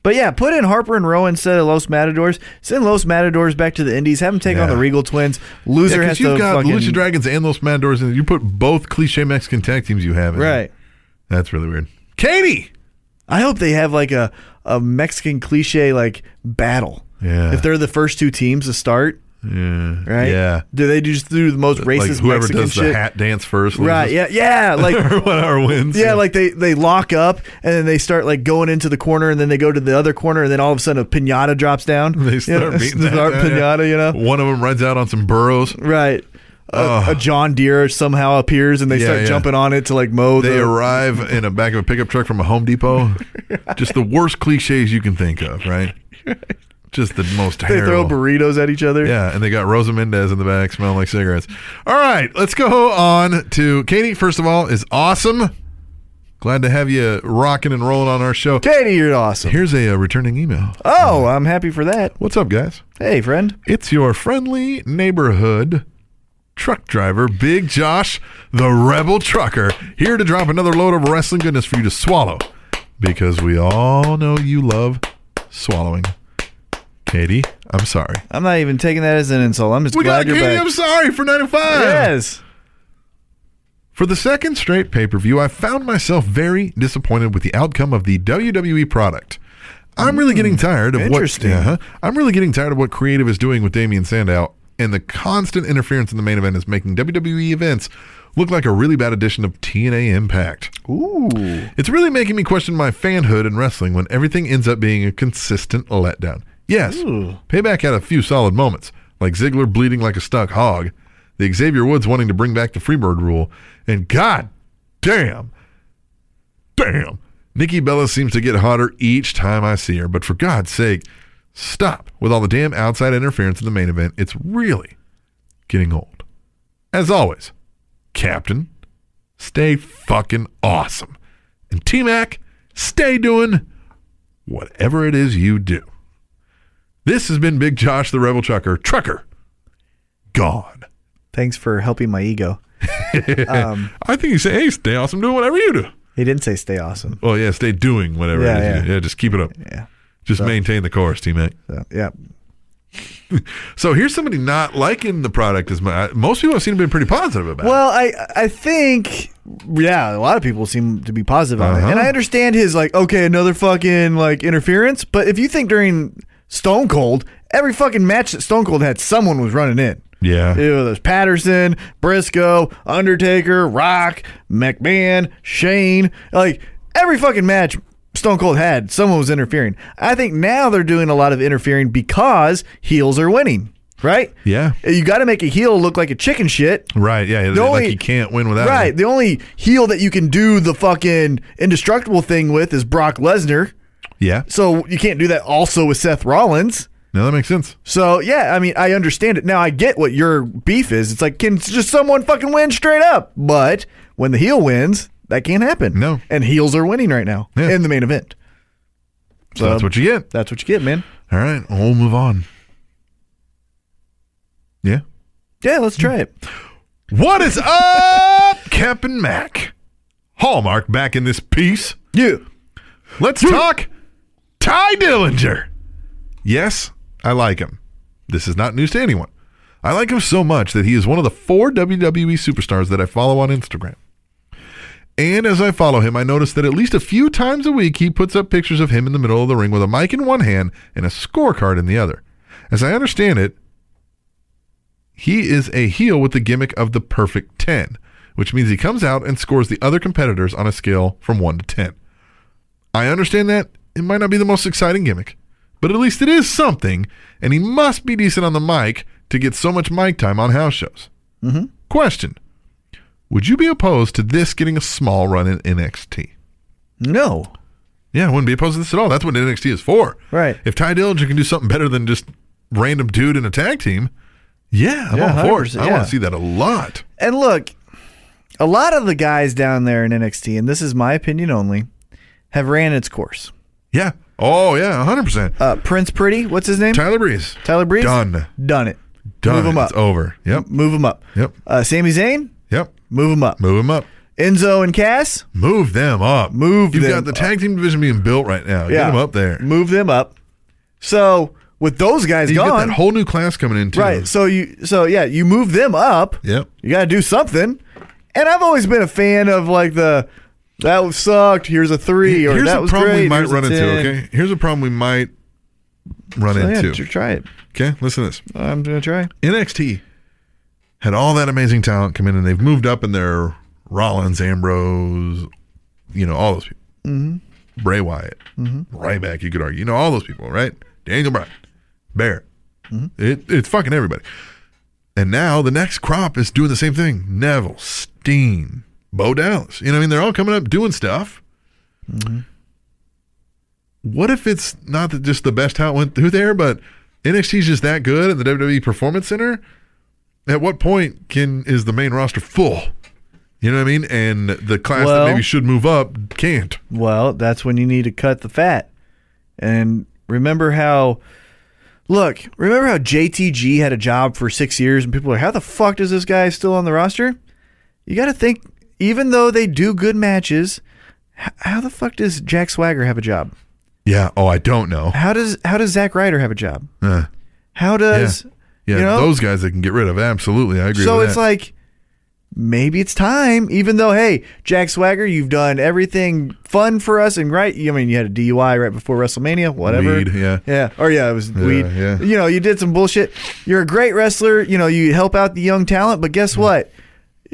B: but yeah, put in Harper and Rowan instead of Los Matadors. Send Los Matadors back to the Indies. Have them take on
C: Yeah.
B: the Regal Twins. Loser
C: Yeah,
B: has
C: 'cause you've
B: to
C: got
B: fucking
C: Lucha Dragons and Los Matadors, and you put both cliche Mexican tag teams you have. In there.
B: right.
C: That's really weird. Katie.
B: I hope they have like a a Mexican cliche like battle.
C: Yeah.
B: If they're the first two teams to start,
C: Yeah.
B: right?
C: Yeah.
B: Do they just do the most
C: Like,
B: racist
C: whoever
B: Mexican
C: does
B: shit?
C: the hat dance first, loses.
B: right? Yeah. Yeah. Like.
C: or whatever wins.
B: Yeah, like they, they lock up and then they start like going into the corner and then they go to the other corner and then all of a sudden a pinata drops down.
C: they start
B: yeah,
C: beating that
B: start
C: guy,
B: pinata, you know?
C: One of them runs out on some burros.
B: Right. A,
C: Ugh.
B: a John Deere somehow appears and they
C: Yeah,
B: start
C: yeah.
B: jumping on it to like mow.
C: They
B: the,
C: arrive in a back of a pickup truck from a Home Depot. Just the worst cliches you can think of, right? Just the most
B: they throw
C: terrible.
B: burritos at each other.
C: yeah, and they got Rosa Mendez in the back smelling like cigarettes. All right, let's go on to Katie, first of all, is awesome. Glad to have you rocking and rolling on our show.
B: Katie, you're awesome.
C: Here's a, uh returning email.
B: Oh, I'm happy for that.
C: What's up, guys?
B: Hey, friend.
C: It's your friendly neighborhood truck driver, Big Josh, the rebel trucker, here to drop another load of wrestling goodness for you to swallow because we all know you love swallowing. Katie, I'm sorry.
B: I'm not even taking that as an insult. I'm just
C: We got
B: glad you're
C: Katie,
B: back.
C: I'm sorry for 95.
B: Yes.
C: For the second straight pay per view, I found myself very disappointed with the outcome of the WWE product. I'm really getting tired of
B: interesting.
C: what Uh-huh. I'm really getting tired of what creative is doing with Damian Sandow, and the constant interference in the main event is making WWE events look like a really bad edition of TNA Impact.
B: Ooh.
C: It's really making me question my fanhood in wrestling when everything ends up being a consistent letdown. Yes, Payback had a few solid moments, like Ziggler bleeding like a stuck hog, the Xavier Woods wanting to bring back the Freebird rule, and god damn, damn, Nikki Bella seems to get hotter each time I see her, but for God's sake, stop with all the damn outside interference in the main event. It's really getting old. As always, Captain, stay fucking awesome. And T Mac, stay doing whatever it is you do. This has been Big Josh the Rebel Trucker. Trucker, gone.
B: Thanks for helping my ego.
C: I think you say, hey, stay awesome, doing whatever you do.
B: He didn't say stay awesome.
C: Oh, yeah, stay doing whatever it
B: Yeah,
C: is you
B: yeah.
C: do. Yeah, just keep it up.
B: Yeah.
C: Just maintain the course, T Mac.
B: So, yeah.
C: So here's somebody not liking the product as much. Most people I've seen have been pretty positive about it.
B: Well, I I think yeah, a lot of people seem to be positive on
C: Uh-huh.
B: it, and I understand his like okay, another fucking like interference. But if you think during Stone Cold, every fucking match that Stone Cold had, someone was running in.
C: Yeah.
B: It was Patterson, Briscoe, Undertaker, Rock, McMahon, Shane. Like every fucking match Stone Cold had, someone was interfering. I think now they're doing a lot of interfering because heels are winning, right?
C: Yeah.
B: You got to make a heel look like a chicken shit.
C: Right, yeah.
B: The
C: like
B: only-
C: you can't win without
B: Right.
C: him.
B: The only heel that you can do the fucking indestructible thing with is Brock Lesnar.
C: Yeah.
B: So you can't do that also with Seth Rollins.
C: No, that makes sense.
B: So yeah, I mean, I understand it now. I get what your beef is. It's like can just someone fucking win straight up? But when the heel wins, that can't happen.
C: No.
B: and heels are winning right now
C: Yeah.
B: in the main event.
C: So that's what you get.
B: That's what you get, man.
C: All right, we'll move on. Yeah.
B: Yeah, let's try it.
C: Hmm. What is up, Captain Mac? Hallmark back in this piece.
B: Yeah.
C: Let's talk Ty Dillinger. Yes, I like him. This is not news to anyone. I like him so much that he is one of the four WWE superstars that I follow on Instagram. And as I follow him, I notice that at least a few times a week he puts up pictures of him in the middle of the ring with a mic in one hand and a scorecard in the other. As I understand it, he is a heel with the gimmick of the perfect 10, which means he comes out and scores the other competitors on a scale from 1 to 10. I understand that it might not be the most exciting gimmick, but at least it is something, and he must be decent on the mic to get so much mic time on house shows. Mm-hmm. Question Would you be opposed to this getting a small run in NXT?
B: No.
C: Yeah, I wouldn't be opposed to this at all. That's what NXT is for.
B: Right.
C: If Ty Dillinger can do something better than just random dude in a tag team, yeah, I'm
B: Yeah,
C: all for it.
B: 100%,
C: I
B: yeah.
C: want to see that a lot.
B: And look, a lot of the guys down there in NXT, and this is my opinion only, have ran its course.
C: Yeah. Oh, yeah, 100%.
B: Uh, Prince Pretty, what's his name?
C: Tyler Breeze.
B: Tyler Breeze.
C: Done.
B: Done it.
C: Done.
B: Move him up.
C: It's over. Yep.
B: Move him up.
C: Yep.
B: Uh, Sami Zayn,
C: Yep.
B: move him up.
C: Move him up.
B: Enzo and Cass,
C: Move them up.
B: Move
C: You've
B: them
C: got the tag team division being built right now. Get them up there.
B: Move them up. So with those guys
C: You
B: gone,
C: got that whole new class coming in too.
B: right? So you, so yeah, you move them up.
C: Yep.
B: You got to do something. And I've always been a fan of like the that sucked. Here's a three, or
C: Here's
B: that
C: a
B: was
C: problem
B: great.
C: we might
B: here's a
C: run into.
B: 10.
C: Okay. Here's a problem we might run
B: So, Oh, yeah,
C: into.
B: tr- try it.
C: Okay. Listen to this.
B: I'm gonna try.
C: NXT had all that amazing talent come in, and they've moved up in their Rollins, Ambrose, you know, all those people. Mm-hmm. Bray Wyatt, Ryback, you could argue, you know, all those people, right? Daniel Bryan, Barrett. It, it's fucking everybody. And now the next crop is doing the same thing. Neville, Steen, Bo Dallas. You know, what I mean, they're all coming up doing stuff. What if it's not that just the best how it went through there, but NXT's just that good at the WWE Performance Center? At what point can is the main roster full? You know what I mean? And the class
B: Well-
C: that maybe should move up can't.
B: Well, that's when you need to cut the fat. And remember how look, remember how JTG had a job for six years and people are how the fuck does this guy still on the roster? You gotta think even though they do good matches, h- how the fuck does Jack Swagger have a job?
C: Yeah. Oh, I don't know.
B: How does how does Zack Ryder have a job?
C: Uh,
B: How
C: yeah.
B: does
C: Yeah,
B: you know?
C: those guys they can get rid of. Absolutely. I agree
B: So
C: with
B: it's
C: that.
B: like maybe it's time, even though hey, Jack Swagger, you've done everything fun for us and right. I mean, you had a DUI right before WrestleMania, whatever.
C: Weed, yeah.
B: yeah, or yeah, it was weed.
C: yeah.
B: You know, you did some bullshit. You're a great wrestler. You know, you help out the young talent, but guess what?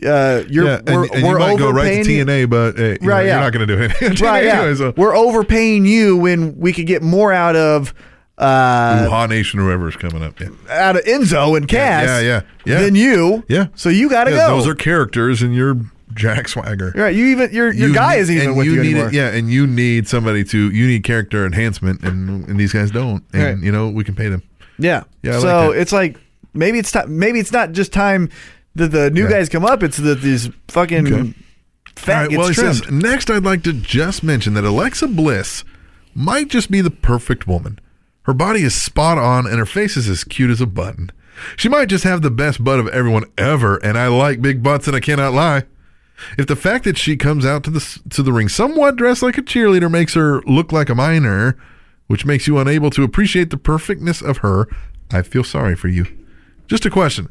B: Uh, you're
C: Mm-hmm. yeah, and,
B: we're,
C: and
B: we're
C: you might go right
B: overpaying
C: to
B: you-
C: TNA, but hey, you know,
B: Right, yeah.
C: you're not going to do it.
B: Right, yeah.
C: Anyway, so,
B: We're overpaying you when we could get more out of uh,
C: Wuhan Nation, whoever's coming up. Yeah.
B: out of Enzo and Cass.
C: yeah, yeah, yeah.
B: Than you.
C: Yeah.
B: So you got to
C: Yeah,
B: go.
C: Those are characters, and you're Jack Swagger.
B: Right. You even your your
C: You
B: guy
C: need-
B: isn't even
C: and
B: with you,
C: need
B: anymore.
C: It, yeah, and you need somebody to you need character enhancement, and and these guys don't. And
B: Right.
C: you know we can pay them.
B: Yeah.
C: Yeah, I like
B: so
C: that.
B: it's like maybe it's time. Maybe it's not just time that the new
C: Yeah.
B: guys come up. It's that these fucking
C: Okay.
B: fat
C: All right,
B: gets
C: well, he
B: trimmed.
C: says next, I'd like to just mention that Alexa Bliss might just be the perfect woman. Her body is spot on, and her face is as cute as a button. She might just have the best butt of everyone ever, and I like big butts, and I cannot lie. If the fact that she comes out to the to the ring somewhat dressed like a cheerleader makes her look like a minor, which makes you unable to appreciate the perfectness of her, I feel sorry for you. Just a question: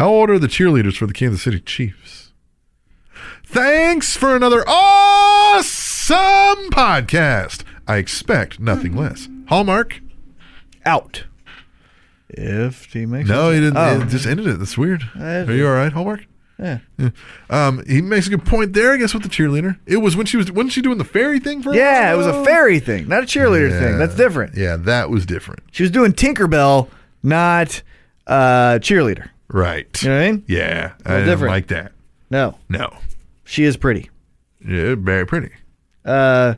C: How old are the cheerleaders for the Kansas City Chiefs? Thanks for another awesome podcast. I expect
B: Hmm.
C: nothing less. Hallmark?
B: out. If he makes
C: No,
B: it.
C: he didn't.
B: Oh.
C: It just ended it. That's weird.
B: I-
C: Are you all right, Hallmark?
B: Yeah.
C: Um, he makes a good point there. I guess with the cheerleader, it was when she was wasn't she doing the fairy thing for? a
B: Yeah, it was a
C: while?
B: fairy thing, not a cheerleader
C: Yeah.
B: thing. That's different.
C: Yeah, that was different.
B: She was doing Tinkerbell, not uh, cheerleader.
C: Right.
B: You know what I mean?
C: Yeah, I
B: little
C: didn't
B: different.
C: like that.
B: No,
C: No.
B: she is pretty.
C: Yeah, very pretty.
B: Uh,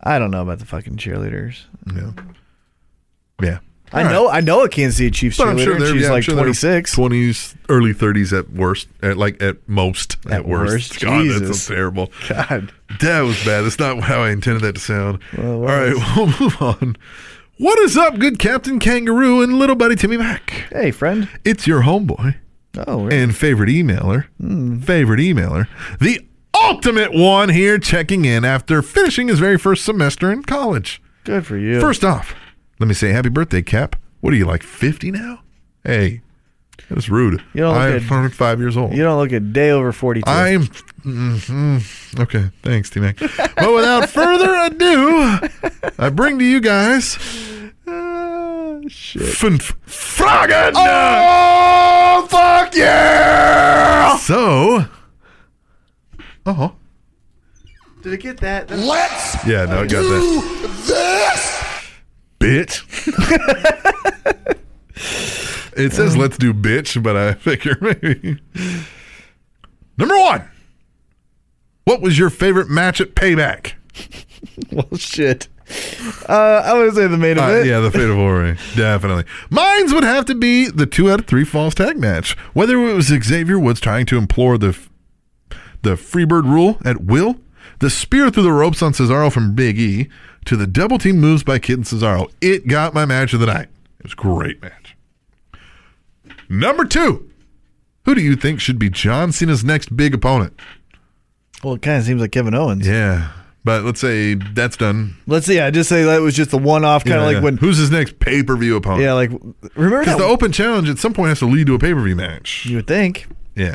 B: I don't know about the fucking cheerleaders.
C: No. Yeah.
B: I know I know a Kansas City Chiefs
C: But
B: cheerleader.
C: I'm sure
B: and
C: they're
B: she's
C: yeah, I'm
B: like
C: sure they're
B: 26.
C: 20s, early 30s at worst, at like at most, at, worst.
B: worst,
C: God, that's
B: Jesus.
C: so terrible.
B: God.
C: That was bad. That's not how I intended that to sound.
B: Well, it
C: All right, we'll move on. What is up, good Captain Kangaroo and little buddy Timmy Mac?
B: Hey, friend.
C: It's your homeboy
B: Oh, really?
C: and favorite emailer,
B: Hmm.
C: favorite emailer, the ultimate one here checking in after finishing his very first semester in college.
B: good for you.
C: First off, let me say happy birthday, Cap. What are you like, 50 now? Hey, that's rude.
B: You don't look
C: I'm
B: good.
C: 35 years old.
B: you don't look a day over 42.
C: I'm. mhm. Okay, thanks, T Mac. but without further ado, I bring to you guys.
B: Ah, shit.
C: Funf- Fragen! Oh, fuck yeah! So. Oh.
O: Did it get that?
P: Let's
C: Yeah, no, I got that.
P: do this.
C: bitch. it says let's do bitch, but I figure maybe. Number one. What was your favorite match at Payback?
B: well, shit. Uh, I would say the main
C: Uh,
B: event.
C: yeah, the Fate of Ori. Definitely. Mines would have to be the two out of three false tag match. Whether it was Xavier Woods trying to implore the f- the Freebird rule at will, the spear through the ropes on Cesaro from Big E, to the double team moves by Kid and Cesaro. It got my match of the night. It was a great match. Number two. Who do you think should be John Cena's next big opponent?
B: Well, it kind of seems like Kevin Owens.
C: Yeah. But let's say that's done.
B: Let's see. I just say that was just the one off, kind
C: Yeah,
B: of like
C: yeah.
B: when.
C: who's his next pay per view opponent?
B: Yeah, like remember that?
C: Because the open challenge at some point has to lead to a pay per view match.
B: you would think.
C: Yeah.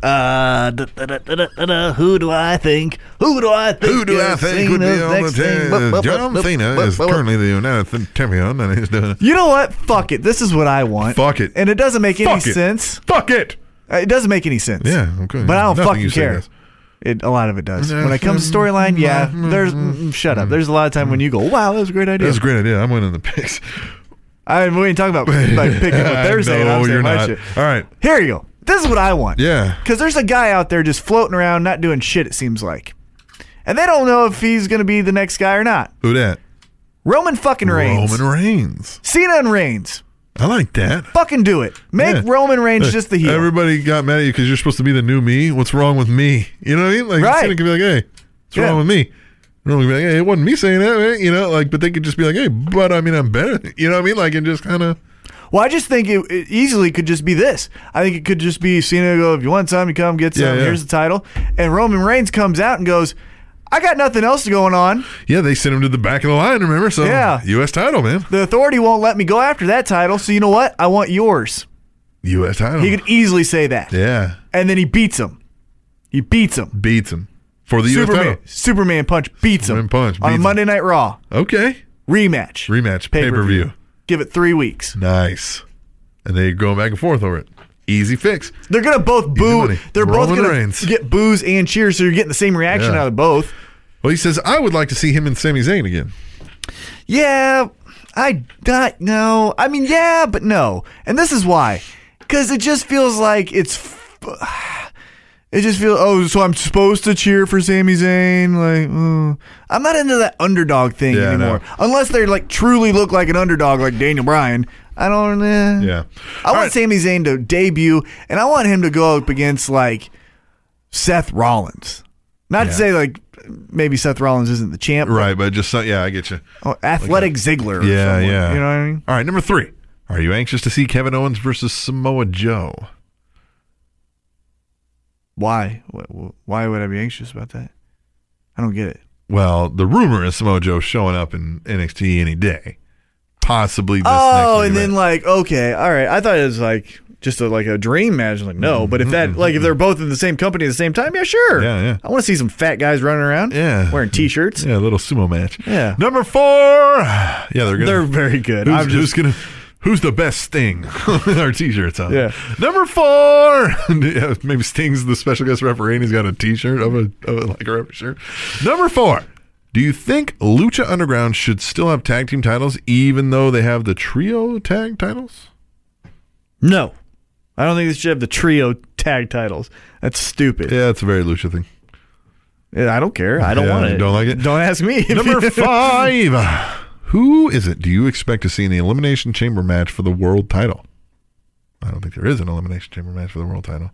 B: Uh, da, da, da, da, da, da, who do I think? Who do I think?
C: Who do I
B: is
C: think would be
B: Cena's
C: on the
B: next thing? Bup,
C: team?
B: bup,
C: John
B: bup, bup,
C: Cena
B: bup,
C: is
B: bup.
C: currently the United champion, and he's doing.
B: You know what? Fuck it. This is what I want.
C: Fuck it.
B: And it doesn't make any
C: Fuck it.
B: sense.
C: Fuck it.
B: Uh, It doesn't make any sense.
C: Yeah, okay.
B: But I don't
C: Nothing you
B: fucking
C: say
B: care.
C: does.
B: It, a lot of it does.
C: Yeah. Mm-hmm.
B: When it comes to storyline, yeah, there's mm, shut up. There's a lot of time when you go, wow, that was a great idea.
C: That's a great idea. I'm winning the picks.
B: I mean, we ain't talking about like picking what they're saying.
C: No,
B: I'm saying
C: you're
B: my
C: not.
B: shit.
C: All right.
B: Here you go. This is what I want.
C: Yeah.
B: Because there's a guy out there just floating around, not doing shit. It seems like, and they don't know if he's gonna be the next guy or not.
C: Who that?
B: Roman fucking Reigns,
C: Roman Reigns.
B: Cena and Reigns,
C: I like that.
B: fucking do it. Make
C: Yeah.
B: Roman Reigns
C: Look,
B: just the heel.
C: Everybody got mad at you because you're supposed to be the new me. What's wrong with me? You know what I mean? Like
B: Right.
C: Cena could be like, "Hey, what's
B: Yeah.
C: wrong with me?" And Roman could be like, "Hey, it wasn't me saying that." right?" You know, like, but they could just be like, "Hey, but I mean, I'm better." You know what I mean? Like, and just kind of.
B: Well, I just think it, it easily could just be this. I think it could just be Cena go, if you want some, you come get some.
C: Yeah, yeah.
B: Here's the title, and Roman Reigns comes out and goes, I got nothing else going on.
C: Yeah, they sent him to the back of the line. Remember? So
B: Yeah.
C: U.S. title, man.
B: The authority won't let me go after that title, so you know what? I want yours.
C: U.S. title.
B: He could easily say that,
C: yeah,
B: and then he beats him. He beats him.
C: beats him for the U.S.
B: Superman,
C: title.
B: Superman punch beats him
C: Superman punch
B: on
C: beats him.
B: Monday Night Raw
C: Okay,
B: rematch.
C: rematch pay per
B: Pay-per-view.
C: view.
B: Give it three weeks.
C: Nice, and they're going back and forth over it. Easy fix.
B: They're gonna both boo.
C: money.
B: They're both
C: Roman
B: gonna
C: Reigns.
B: get boos and cheers, so you're getting the same reaction
C: Yeah.
B: out of both.
C: Well, he says I would like to see him and Sami Zayn again.
B: Yeah, I not no. I mean, yeah, but no. And this is why, because it just feels like it's. f- It just feels oh, so I'm supposed to cheer for Sami Zayn. Like mm. I'm not into that underdog thing
C: Yeah, I know.
B: anymore, unless they like truly look like an underdog, like Daniel Bryan. I don't. Eh.
C: Yeah.
B: I
C: All
B: want
C: right.
B: Sami Zayn to debut, and I want him to go up against like Seth Rollins. Not to
C: Yeah.
B: say like maybe Seth Rollins isn't the champ, but
C: Right, but just so, yeah, I get you.
B: Oh, athletic Ziggler. Or
C: Yeah,
B: someone,
C: yeah.
B: You know what I mean?
C: All right, number three. Are you anxious to see Kevin Owens versus Samoa Joe?
B: Why? Wh- Why would I be anxious about that? I don't get it.
C: Well, the rumor is Samoa Joe showing up in NXT any day, possibly. This
B: oh,
C: next
B: and
C: week
B: then
C: event.
B: like, okay, all right. I thought it was like just a, like a dream match. Like, no, but if that like if they're both in the same company at the same time, yeah, sure.
C: Yeah, yeah.
B: I want to see some fat guys running around.
C: Yeah.
B: wearing t-shirts.
C: yeah, a little sumo match.
B: Yeah.
C: number four. Yeah, they're gonna.
B: They're very good.
C: Who's,
B: I'm
C: who's
B: just
C: gonna? Who's the best Sting? Our T-shirts on.
B: Yeah.
C: Number four. Yeah, Maybe Sting's the special guest referee, and he's got a T-shirt of a, of a like a rubber shirt. Number four. Do you think Lucha Underground should still have tag team titles, even though they have the trio tag titles?
B: no. I don't think they should have the trio tag titles. That's stupid.
C: Yeah, it's a very Lucha thing.
B: Yeah, I don't care. I don't
C: Yeah,
B: want
C: you
B: it.
C: don't like it?
B: Don't ask me.
C: Number five. Who is it do you expect to see in the Elimination Chamber match for the world title? I don't think there is an Elimination Chamber match for the world title.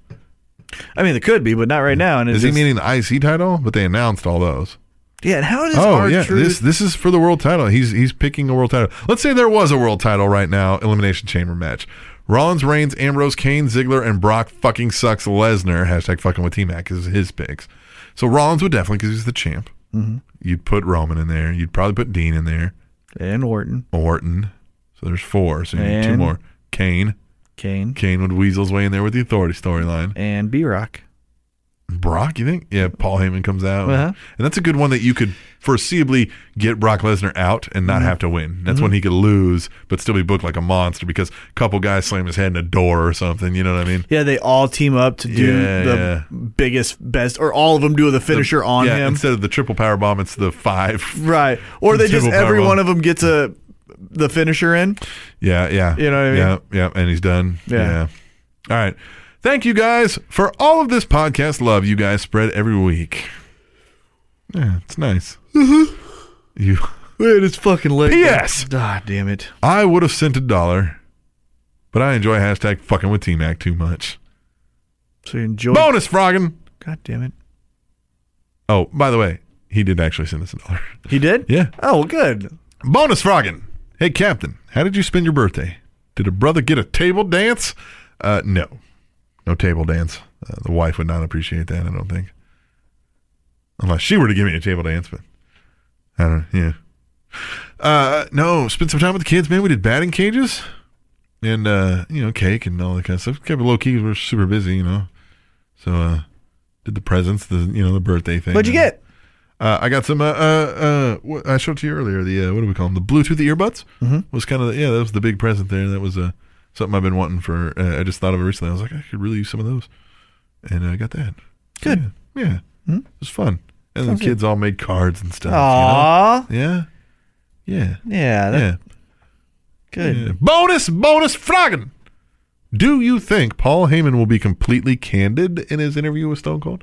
B: I mean, there could be, but not right now. And it's
C: Is he
B: just-
C: meaning the IC title? But they announced all those.
B: Yeah, and how does
C: Oh
B: our
C: yeah,
B: truth?
C: this this is for the world title. He's he's picking a world title. Let's say there was a world title right now, elimination chamber match. Rollins, Reigns, Ambrose, Kane, Ziggler, and Brock fucking sucks Lesnar. Hashtag fucking with T Mac is his picks. So Rollins would definitely because he's the champ.
B: Mm-hmm.
C: You'd put Roman in there. You'd probably put Dean in there.
B: and Orton,
C: Orton. So there's four. So you need two
B: And-
C: more. Kane.
B: Kane,
C: Kane would weasel his way in there with the authority storyline.
B: and B Rock.
C: Brock, you think? Yeah, Paul Heyman comes out.
B: Uh-huh.
C: And that's a good one that you could foreseeably get Brock Lesnar out and
B: Mm-hmm.
C: not have to win. That's when he could lose, but still be booked like a monster because a couple guys slam his head in a door or something. You know what I mean?
B: Yeah, they all team up to do
C: Yeah,
B: the biggest, best, or all of them do the finisher on
C: yeah,
B: him.
C: Instead of the triple power bomb, it's the five.
B: Right. Or they just
C: Triple power
B: every
C: bomb.
B: one of them gets a the finisher in.
C: Yeah, yeah.
B: You know what I mean?
C: Yeah, yeah. And he's done.
B: Yeah.
C: All right. Thank you guys for all of this podcast love you guys spread every week. Yeah, it's nice. Mm-hmm. You.
B: It is fucking late.
C: P.S.
B: Ah, damn it.
C: I would have sent a dollar, but I enjoy hashtag fucking with T Mac too much.
B: So you enjoy.
C: Bonus frogging.
B: God damn it.
C: Oh, by the way, he did actually send us a dollar.
B: He did.
C: Yeah.
B: Oh, well, good.
C: Bonus frogging. Hey, Captain, how did you spend your birthday? Did a brother get a table dance? Uh, no, no table dance. Uh, the wife would not appreciate that, I don't think. Unless she were to give me a table dance, but I don't. Yeah. Uh, no, spent some time with the kids, man. We did batting cages, and uh, you know, cake and all that kind of stuff. Kept it low key. We were super busy, you know. So uh, did the presents, the you know, the birthday thing.
B: What'd you get?
C: Uh, I got some. Uh, uh, uh, what I showed to you earlier. The uh, what do we call them? The Bluetooth earbuds
B: Mm-hmm.
C: was kind of yeah. That was the big present there. That was uh, something I've been wanting for. Uh, I just thought of it recently. I was like, I could really use some of those, and uh, I got that. So,
B: Good. Hmm?
C: Yeah, yeah. it was fun. And the kids all made cards and stuff.
B: Aw.
C: You know? Yeah, yeah,
B: Yeah. That's
C: yeah.
B: Good.
C: Yeah. Bonus, bonus, flogging. Do you think Paul Heyman will be completely candid in his interview with Stone Cold?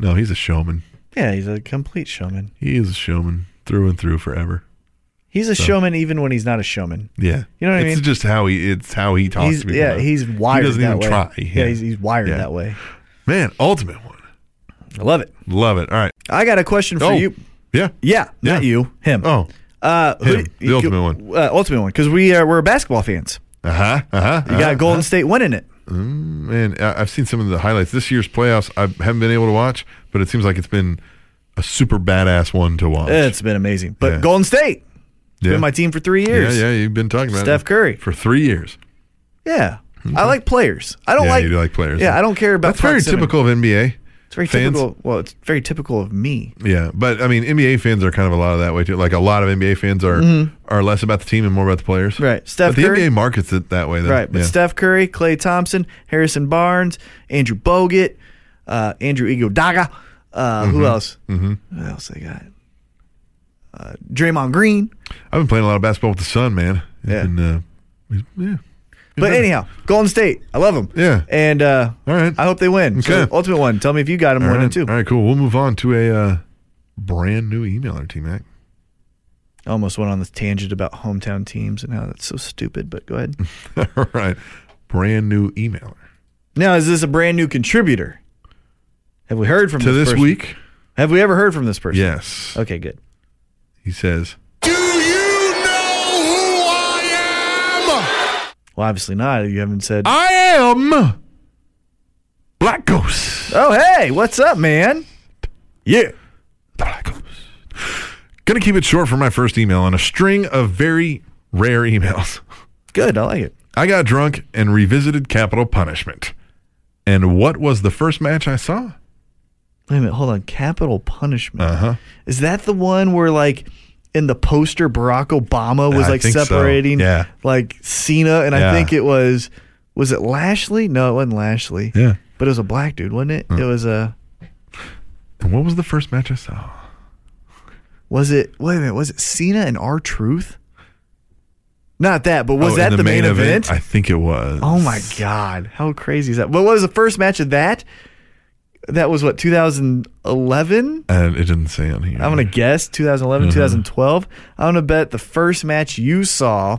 C: No, he's a showman.
B: Yeah, he's a complete showman.
C: He is a showman through and through forever.
B: He's a showman even when he's not a showman.
C: Yeah,
B: You know what I
C: it's
B: mean?
C: just how he it's how he talks
B: He's
C: Oh, to people.
B: yeah,
C: now.
B: he's wired
C: He doesn't
B: that
C: even
B: way.
C: try.
B: Yeah, he's, he's wired
C: Yeah.
B: that way.
C: man, ultimate one.
B: I love it.
C: Love it. All right.
B: I got a question for
C: oh,
B: you.
C: yeah,
B: Yeah, not
C: Yeah.
B: you, him.
C: Oh,
B: uh,
C: him, the ultimate one.
B: Uh, ultimate one, because we are we're basketball fans.
C: uh huh, uh huh.
B: You got Golden State winning it.
C: man. I- I've seen some of the highlights this year's playoffs. I haven't been able to watch, but it seems like it's been a super badass one to watch.
B: It's been amazing. But
C: Yeah.
B: Golden State
C: yeah.
B: been my team for three years.
C: Yeah, yeah. You've been talking about
B: Steph
C: it
B: Curry.
C: for three years.
B: Yeah. I like players. I don't
C: Yeah,
B: like
C: you do like players.
B: Yeah, I don't care about
C: That's very
B: proximity.
C: typical of NBA.
B: It's very
C: fans.
B: typical. Well, it's very typical of me.
C: Yeah, but I mean, NBA fans are kind of a lot of that way too. Like a lot of NBA fans are are less about the team and more about the players.
B: Mm-hmm. Right. Steph
C: but the
B: Curry-
C: NBA markets it that way. Though.
B: Right. But
C: yeah.
B: Steph Curry, Clay Thompson, Harrison Barnes, Andrew Bogut, uh, Andrew Iguodala. Uh, Who else? Mm-hmm. Who else they got? Uh, Draymond Green.
C: I've been playing a lot of basketball with the son, man. It's
B: Yeah.
C: been, uh, he's- yeah.
B: But
C: Yeah.
B: anyhow, Golden State. I love them.
C: Yeah.
B: And uh,
C: All right.
B: I hope they win. So
C: Okay.
B: ultimate one. Tell me if you got them
C: All
B: winning
C: right.
B: too.
C: All right, cool. We'll move on to a uh, brand new emailer, T Mac.
B: I almost went on this tangent about hometown teams and how that's so stupid. But go ahead.
C: All right, brand new emailer
B: now, is this a brand new contributor? Have we heard from
C: to this
B: person?
C: week.
B: Have we ever heard from this person?
C: Yes,
B: Okay, good.
C: he says.
B: Well, obviously not. You haven't said.
C: I am Black Ghost.
B: Oh, hey, what's up, man?
C: Yeah. The Black Ghost. Gonna keep it short for my first email on a string of very rare emails.
B: Good, I like it.
C: I got drunk and revisited Capital Punishment. And what was the first match I saw?
B: Wait a minute, hold on. Capital punishment.
C: Uh huh.
B: Is that the one where like in the poster Barack Obama was
C: I
B: like
C: think so,
B: separating
C: yeah.
B: like Cena and
C: Yeah.
B: I think it was was it Lashley? No, it wasn't Lashley.
C: Yeah. Mm.
B: But it was a black dude, wasn't it? It was a
C: And what was the first match I saw?
B: was it wait a minute, was it Cena and R Truth? Not that, but
C: Oh,
B: was
C: in
B: that the, main, event?
C: I think it was.
B: oh my god. How crazy is that? What was the first match of that? that was what 2011.
C: And it didn't say on here.
B: I'm gonna guess 2011,
C: Mhm.
B: 2012. I'm gonna bet the first match you saw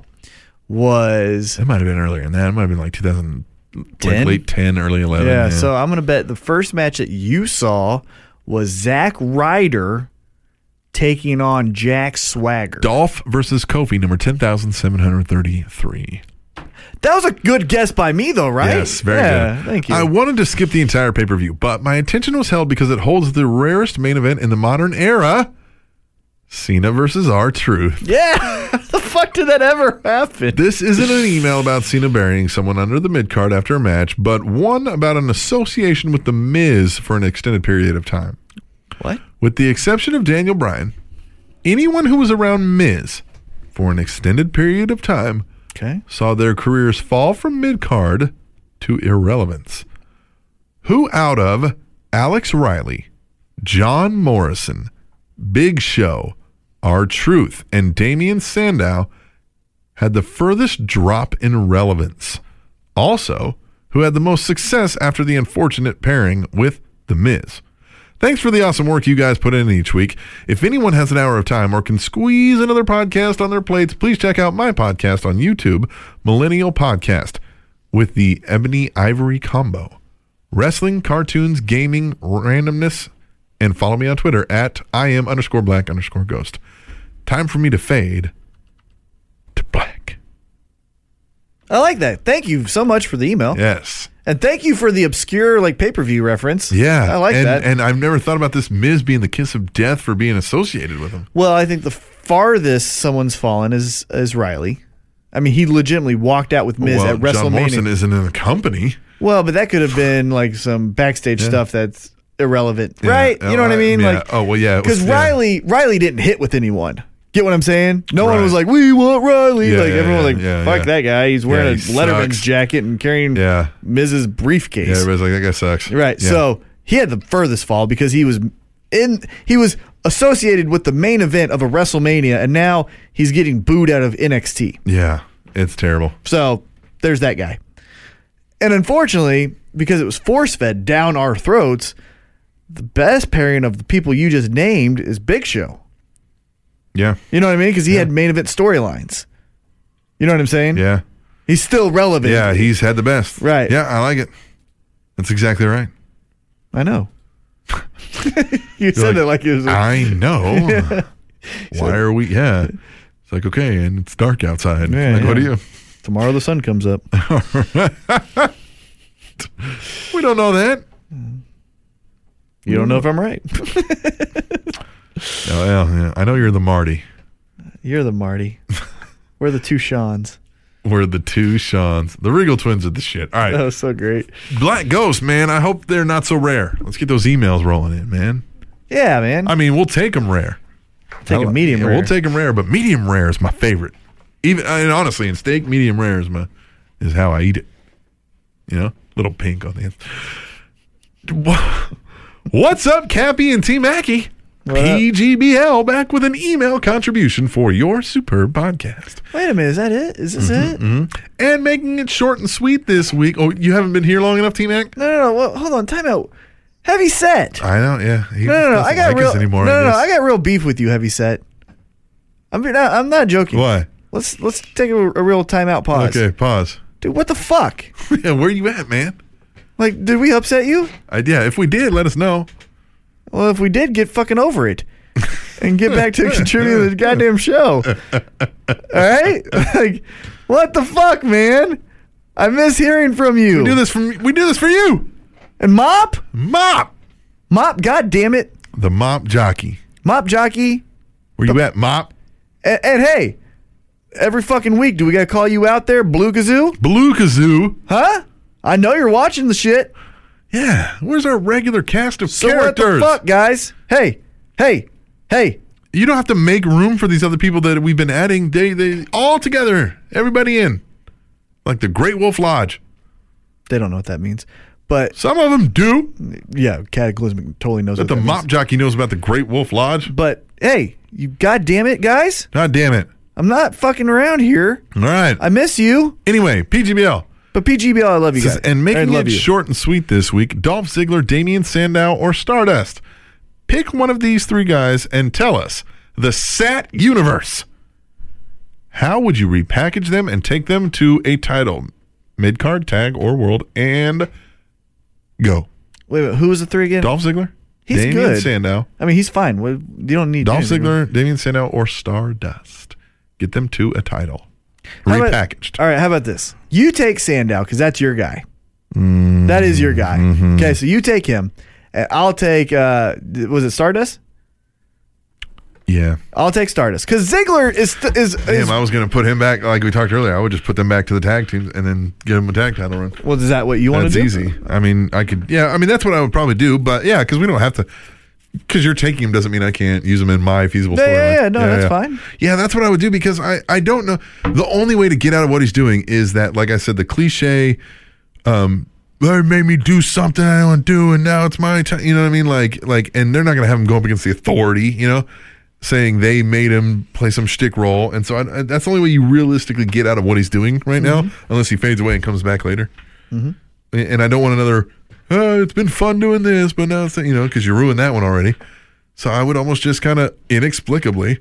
B: was
C: It might have been earlier than that. It might have been like 2000, like
B: 10?
C: late 10, early 11.
B: yeah, So I'm gonna bet the first match that you saw was Zack Ryder taking on Jack Swagger.
C: Dolph versus Kofi, number 10,733.
B: That was a good guess by me, though, right?
C: Yes, very
B: yeah,
C: good.
B: Thank you.
C: I wanted to skip the entire pay per view, but my attention was held because it holds the rarest main event in the modern era Cena versus R Truth.
B: yeah. the fuck did that ever happen?
C: This isn't an email about Cena burying someone under the mid card after a match, but one about an association with The Miz for an extended period of time.
B: What?
C: With the exception of Daniel Bryan, anyone who was around Miz for an extended period of time
B: Okay.
C: saw their careers fall from mid card to irrelevance. Who out of Alex Riley, John Morrison, Big Show, R Truth, and Damian Sandow had the furthest drop in relevance? Also, who had the most success after the unfortunate pairing with The Miz? Thanks for the awesome work you guys put in each week. If anyone has an hour of time or can squeeze another podcast on their plates, please check out my podcast on YouTube, Millennial Podcast, with the Ebony Ivory combo. Wrestling, cartoons, gaming, randomness, and follow me on Twitter at I am underscore black underscore ghost. Time for me to fade to black.
B: I like that. Thank you so much for the email.
C: Yes.
B: And thank you for the obscure like pay per view reference.
C: Yeah.
B: I like
C: and,
B: that.
C: And I've never thought about this Miz being the kiss of death for being associated with him.
B: well, I think the farthest someone's fallen is is Riley. I mean, he legitimately walked out with Miz
C: well,
B: at
C: John
B: WrestleMania.
C: Morrison isn't in the company.
B: well, but that could have been like some backstage
C: Yeah.
B: stuff that's irrelevant,
C: Yeah,
B: right?
C: uh,
B: you know what I mean?
C: yeah.
B: Like,
C: Oh, well, yeah, it was-
B: because
C: yeah.
B: Riley Riley didn't hit with anyone. Get what I'm saying? No one
C: Right.
B: was like, "We want Riley."
C: Yeah,
B: like
C: yeah,
B: everyone was
C: yeah, yeah,
B: like, "Fuck
C: yeah.
B: that guy! He's wearing
C: Yeah,
B: a
C: he
B: Letterman's
C: sucks.
B: jacket and carrying
C: Yeah.
B: Miz's
C: Yeah,
B: briefcase."
C: everybody's like, that guy sucks.
B: Right.
C: Yeah.
B: So he had the furthest fall because he was in he was associated with the main event of a WrestleMania and now he's getting booed out of NXT.
C: Yeah, it's terrible.
B: So there's that guy. And unfortunately, because it was force fed down our throats, the best pairing of the people you just named is Big Show.
C: Yeah,
B: You know what I mean? Because he had main event storylines. You know what I'm saying?
C: yeah,
B: He's still relevant.
C: yeah. He's had the best.
B: Right.
C: Yeah, I like it. That's exactly right.
B: I know. you
C: like,
B: said
C: "Ah."
B: it like it was. a-
C: I know. Why are we? Yeah. It's like okay, and it's dark outside.
B: Yeah,
C: like, What do
B: yeah.
C: you?
B: Tomorrow the sun comes up.
C: We don't know that.
B: You don't know if I'm right.
C: Oh, yeah, yeah. I know you're the Marty.
B: You're the Marty. We're the two Sean's.
C: We're the two Sean's. The Regal twins are the shit. All right.
B: That was so great.
C: Black Ghost, man. I hope they're not so rare. Let's get those emails rolling in, man.
B: Yeah, man.
C: I mean, we'll take them rare.
B: Take a
C: I-
B: medium
C: yeah,
B: rare.
C: We'll take them rare, but medium rare is my favorite. Even and honestly, in steak, medium rare is my is how I eat it. You know, little pink on the end. Wha- What's up, Cappy and T Mackey?
B: up?
C: PGBL back with an email contribution for your superb podcast.
B: Wait a minute. Is that it? Is this
C: Mm-hmm,
B: it?
C: And making it short and sweet this week. Oh, you haven't been here long enough, T Mac?
B: No, no, no. Well, hold on. Time out. Heavy set.
C: I know, yeah. He
B: No, no, no. I got real.
C: anymore,
B: no,
C: I
B: no, no.
C: guess.
B: I got real beef with you, heavy set. I'm not. I'm not joking.
C: Why?
B: Let's let's take a, a real timeout pause.
C: Okay, pause.
B: Dude, what the fuck?
C: yeah, where you at, man?
B: Like, did we upset you?
C: I, yeah, if we did, let us know.
B: Well, if we did, get fucking over it and get back to contributing to the goddamn show. All right? Like, what the fuck, man? I miss hearing from you.
C: We do this from we do this for you.
B: And Mop?
C: Mop.
B: Mop, god damn it.
C: The mop jockey.
B: Mop Jockey.
C: Where you at, mop?
B: And, and hey, every fucking week, do we got to call you out there, Blue Kazoo?
C: Blue Kazoo.
B: Huh? I know you're watching the shit.
C: Yeah. Where's our regular cast of
B: So
C: characters?
B: what the fuck, guys? Hey, hey, hey.
C: You don't have to make room for these other people that we've been adding. They they all together. Everybody in. Like the Great Wolf Lodge.
B: They don't know what that means. But
C: Some of them do.
B: yeah, Cataclysmic totally knows
C: But
B: what
C: the
B: that means.
C: mop jockey knows about the Great Wolf Lodge.
B: But hey, you goddamn it, guys!
C: God damn it.
B: I'm not fucking around here.
C: All right.
B: I miss you.
C: Anyway, PGBL.
B: But PGBL, I love you guys.
C: Says, and making
B: I love
C: it
B: you.
C: short and sweet this week, Dolph Ziggler, Damian Sandow, or Stardust. Pick one of these three guys and tell us the Sat Universe. How would you repackage them and take them to a title, mid card, tag, or world, and go?
B: Wait, wait, who was the three again?
C: Dolph Ziggler,
B: He's
C: Damian
B: good.
C: Sandow,
B: I mean, he's fine. What- You don't need
C: Dolph
B: anything.
C: Ziggler, Damian Sandow, or Stardust. Get them to a title,
B: How about-
C: repackaged.
B: all right, how about this? You take Sandow because that's your guy.
C: Mm-hmm.
B: That is your guy. Okay, so you take him. And I'll take. Uh, th- was it Stardust?
C: yeah.
B: I'll take Stardust because Ziggler is th- is, is
C: Damn, I was going to put him back like we talked earlier. I would just put them back to the tag teams and then give them a tag title run.
B: well. Is that what you want to
C: That's
B: do?
C: easy. I mean, I could. Yeah, I mean that's what I would probably do. But yeah, because we don't have to. Because you're taking him doesn't mean I can't use him in my feasible.
B: Yeah, yeah,
C: storyline.
B: yeah, no, that's fine.
C: Yeah, that's what I would do because I I don't know. The only way to get out of what he's doing is that, like I said, the cliche. Um, they made me do something I don't do, and now it's my time. You know what I mean? Like, like, and they're not gonna have him go up against the authority. You know, saying they made him play some shtick role, and so I, I- that's the only way you realistically get out of what he's doing right now,
B: Mm-hmm.
C: unless he fades away and comes back later and I don't want another. Oh, it's been fun doing this, but now it's you know because you ruined that one already. So I would almost just kind of inexplicably,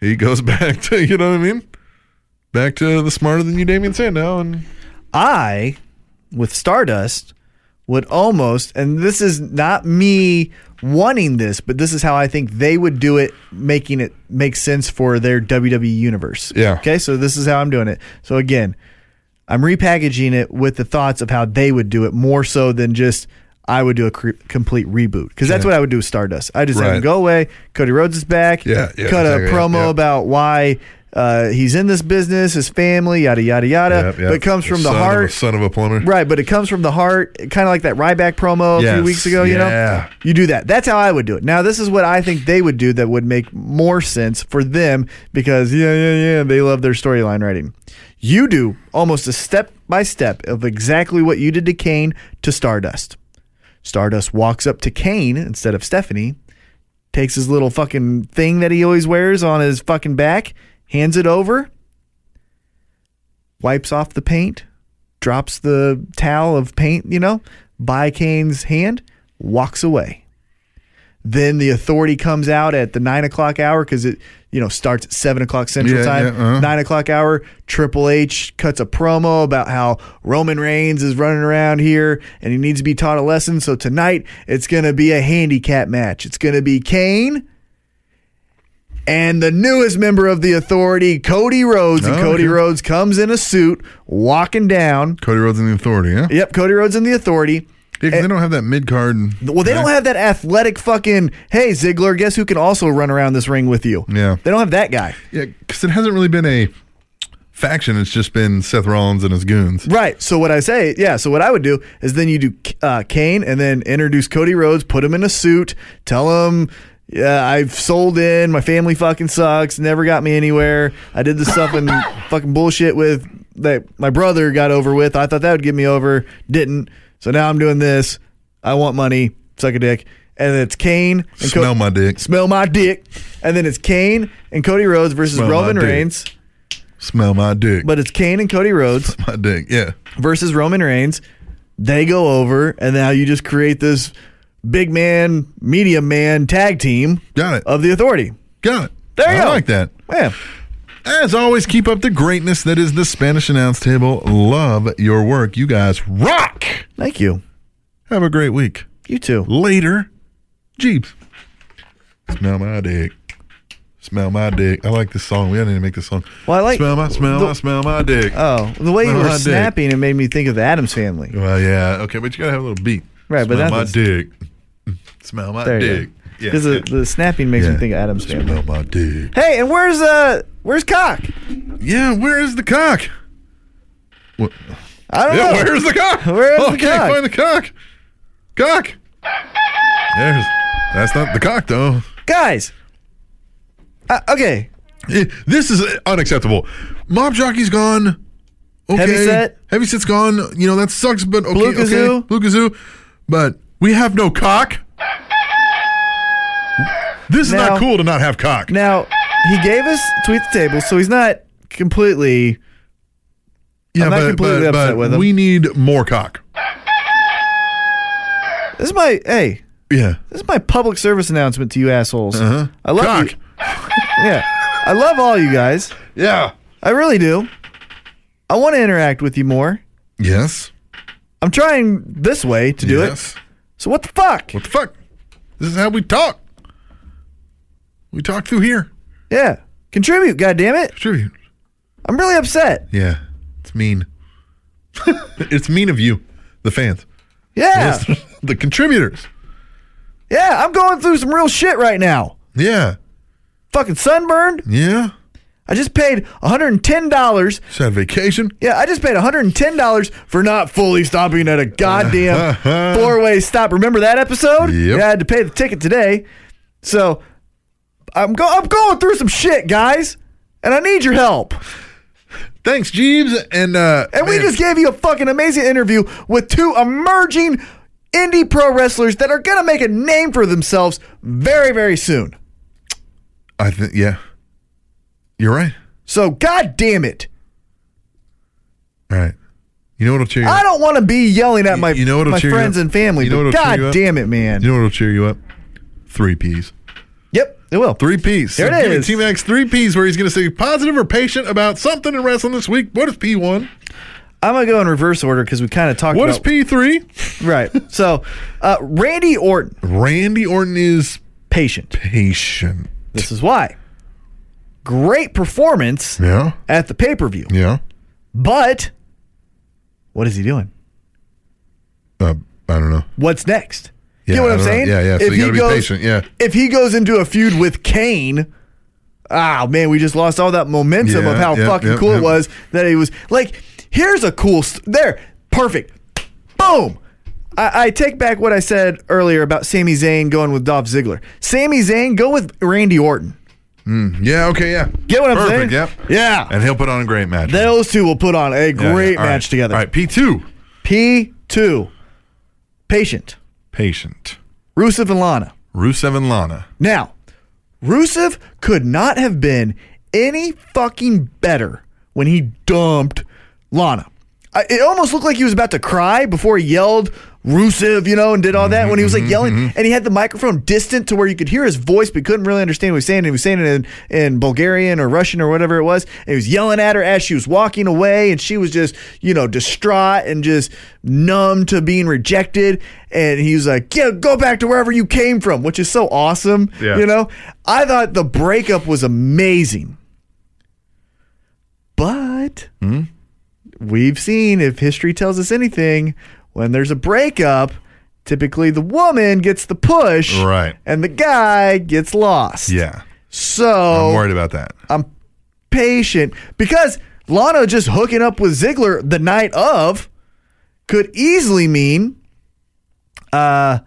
C: he goes back to you know what I mean, back to the smarter than you Damien Sandow, and
B: I, with Stardust, would almost, and this is not me wanting this, but this is how I think they would do it, making it make sense for their WWE universe.
C: Yeah.
B: Okay, so this is how I'm doing it. So again, I'm repackaging it with the thoughts of how they would do it more so than just I would do a cre- complete reboot because that's what I would do with Stardust. I just have him
C: Right.
B: go away. Cody Rhodes is back.
C: Yeah, yeah,
B: cut
C: exactly,
B: a
C: yeah,
B: promo
C: yeah.
B: about why uh, he's in this business, his family, yada yada yada.
C: Yep, yep.
B: But it comes from the
C: son of a-
B: heart.
C: son of a plumber,
B: Right, but it comes from the heart, kind of like that Ryback promo a few
C: Yes,
B: weeks ago. You
C: yeah.
B: know, you do that. That's how I would do it. Now, this is what I think they would do that would make more sense for them because yeah, yeah, yeah, they love their storyline writing. You do almost a step by step of exactly what you did to Kane to Stardust. Stardust walks up to Kane instead of Stephanie, takes his little fucking thing that he always wears on his fucking back, hands it over, wipes off the paint, drops the towel of paint, you know, by Kane's hand, walks away. Then the authority comes out at the nine o'clock hour because it, you know, starts at seven o'clock central
C: Yeah,
B: time.
C: yeah, uh-huh.
B: Nine o'clock hour. Triple H cuts a promo about how Roman Reigns is running around here and he needs to be taught a lesson. So tonight it's going to be a handicap match. It's going to be Kane and the newest member of the authority, Cody Rhodes. and
C: Oh,
B: Cody
C: okay.
B: Rhodes comes in a suit, walking down.
C: Cody Rhodes and the Authority. Yeah, yeah.
B: Yep, Cody Rhodes and the authority.
C: 'cause they don't have that mid card.
B: Well, they don't have that athletic fucking, hey, Ziggler, guess who can also run around this ring with you?
C: Yeah.
B: They don't have that guy.
C: Yeah, because it hasn't really been a faction. It's just been Seth Rollins and his goons.
B: Right. So what I say, yeah. So what I would do is then you do uh, Kane and then introduce Cody Rhodes, put him in a suit, tell him, yeah, I've sold in, my family fucking sucks, never got me anywhere. I did this stuff and fucking bullshit with that my brother got over with. I thought that would get me over, didn't. So now I'm doing this. I want money. Suck a dick. And it's Kane and Co-
C: Smell my dick.
B: Smell my dick. And then it's Kane and Cody Rhodes versus
C: Smell my
B: Roman
C: dick.
B: Reigns.
C: Smell my dick.
B: But it's Kane and Cody Rhodes
C: my dick. Yeah.
B: versus Roman Reigns. They go over, and now you just create this big man, medium man tag team
C: Got it.
B: of the authority.
C: Got it.
B: Uh, There you
C: I
B: go.
C: like that.
B: Yeah.
C: As always, keep up the greatness that is the Spanish Announce Table. Love your work. You guys rock.
B: Thank you.
C: Have a great week.
B: You too.
C: Later, Jeeps. Smell my dick. Smell my dick. I like this song. We didn't make this song.
B: Well, I like-
C: Smell my, smell
B: the-
C: my, smell my dick.
B: Oh, the way you
C: Smell
B: were
C: my dick.
B: snapping, it made me think of the Adams family.
C: Well, yeah. Okay, but you got to have a little beat.
B: Right, but
C: smell my
B: that's-
C: dick. Smell my
B: There you
C: dick.
B: go.
C: Yeah.
B: Because the, the snapping makes me
C: Yeah.
B: think of Adams family.
C: Smell my dick.
B: Hey, and where's uh, where's cock?
C: Yeah, where is the cock? What?
B: I don't
C: Yeah,
B: know.
C: where's the cock?
B: Where is Oh.
C: oh,
B: the
C: can't
B: cock?
C: find the cock. Cock. There's. That's not the cock though.
B: Guys. Uh, okay.
C: Eh, This is uh, unacceptable. Mob jockey's gone. Okay.
B: Heavyset?
C: Heavyset's gone. You know that sucks, but okay.
B: Blue Kazoo?
C: Okay. Blue Kazoo. But we have no cock. This is
B: Now-
C: not cool to not have cock.
B: Now he gave us tweet the table, so he's not completely
C: Yeah,
B: I'm not
C: but,
B: completely
C: but-
B: upset
C: but
B: with him.
C: We need more cock.
B: This is my hey.
C: Yeah.
B: This is my public service announcement to you assholes.
C: Uh-huh.
B: I love
C: Cock.
B: you. yeah, I love all you guys.
C: Yeah.
B: I really do. I want to interact with you more.
C: Yes.
B: I'm trying this way to do
C: yes.
B: it. So what the fuck?
C: What the fuck? This is how we talk. We talk through here.
B: Yeah, contribute. God damn it!
C: Tribute.
B: I'm really upset.
C: Yeah. It's mean. it's mean of you, the fans.
B: Yeah,
C: the contributors.
B: yeah. I'm going through some real shit right now.
C: Yeah.
B: Fucking sunburned.
C: Yeah.
B: I just paid 110 dollars
C: Just had vacation.
B: Yeah, I just paid $110 for not fully stopping at a goddamn four way stop. Remember that episode?
C: Yep.
B: Yeah, I had to pay the ticket today. So I'm, go- I'm going through some shit, guys, and I need your help.
C: Thanks, Jeeves. And uh
B: And we
C: man,
B: just gave you a fucking amazing interview with two emerging indie pro wrestlers that are going to make a name for themselves very, very soon.
C: I think yeah. You're right.
B: So, god damn it.
C: All right. You know what'll cheer you
B: I
C: up?
B: don't want to be yelling at
C: You-
B: my,
C: you know what'll
B: my
C: cheer you
B: friends
C: up?
B: and family.
C: You know
B: but
C: what'll cheer
B: god
C: you up?
B: damn it, man.
C: You know what'll cheer you up? Three P's.
B: yep, it will.
C: Three P's.
B: There it is.
C: T Max three P's where he's gonna say positive or patient about something in wrestling this week. What is P one?
B: I'm gonna go in reverse order because we kind of talked
C: What is
B: about
C: P three?
B: right. So, uh, Randy Orton,
C: Randy Orton is
B: patient.
C: patient.
B: This is why. Great performance
C: Yeah.
B: at the pay per view,
C: Yeah.
B: but what is he doing?
C: Uh, I don't know.
B: What's next?
C: Yeah,
B: you know what
C: I
B: I'm
C: don't know.
B: saying?
C: Yeah, yeah. So you gotta be patient, yeah.
B: If he goes into a feud with Kane, ah man, we just lost all that momentum
C: Yeah,
B: of how
C: yep,
B: fucking
C: yep,
B: cool
C: yep.
B: it was that he was like, here's a cool st- there, perfect, boom. I, I take back what I said earlier about Sami Zayn going with Dolph Ziggler. Sami Zayn go with Randy Orton.
C: Yeah. Okay. Yeah.
B: Get what I'm
C: Perfect,
B: saying?
C: Yep.
B: Yeah.
C: And he'll put on a great match.
B: Those two will put on a
C: Yeah, yeah.
B: great
C: All right.
B: match together.
C: All right. P two.
B: P two, patient
C: Patient.
B: Rusev and Lana.
C: Rusev and Lana.
B: Now, Rusev could not have been any fucking better when he dumped Lana. I, it almost looked like he was about to cry before he yelled Rusev, you know, and did all that when he was like yelling, and he had the microphone distant to where you could hear his voice, but couldn't really understand what he was saying. And he was saying it in, in Bulgarian or Russian or whatever it was. And he was yelling at her as she was walking away, and she was just, you know, distraught and just numb to being rejected. And he was like, "Yeah, go back to wherever you came from," which is so awesome.
C: Yeah.
B: You know, I thought the breakup was amazing. But
C: Hmm?
B: we've seen if history tells us anything, when there's a breakup, typically the woman gets the push
C: Right.
B: and the guy gets lost.
C: Yeah. I'm
B: So I'm,
C: worried about that.
B: patient because Lana just hooking up with Ziggler the night of could easily mean uh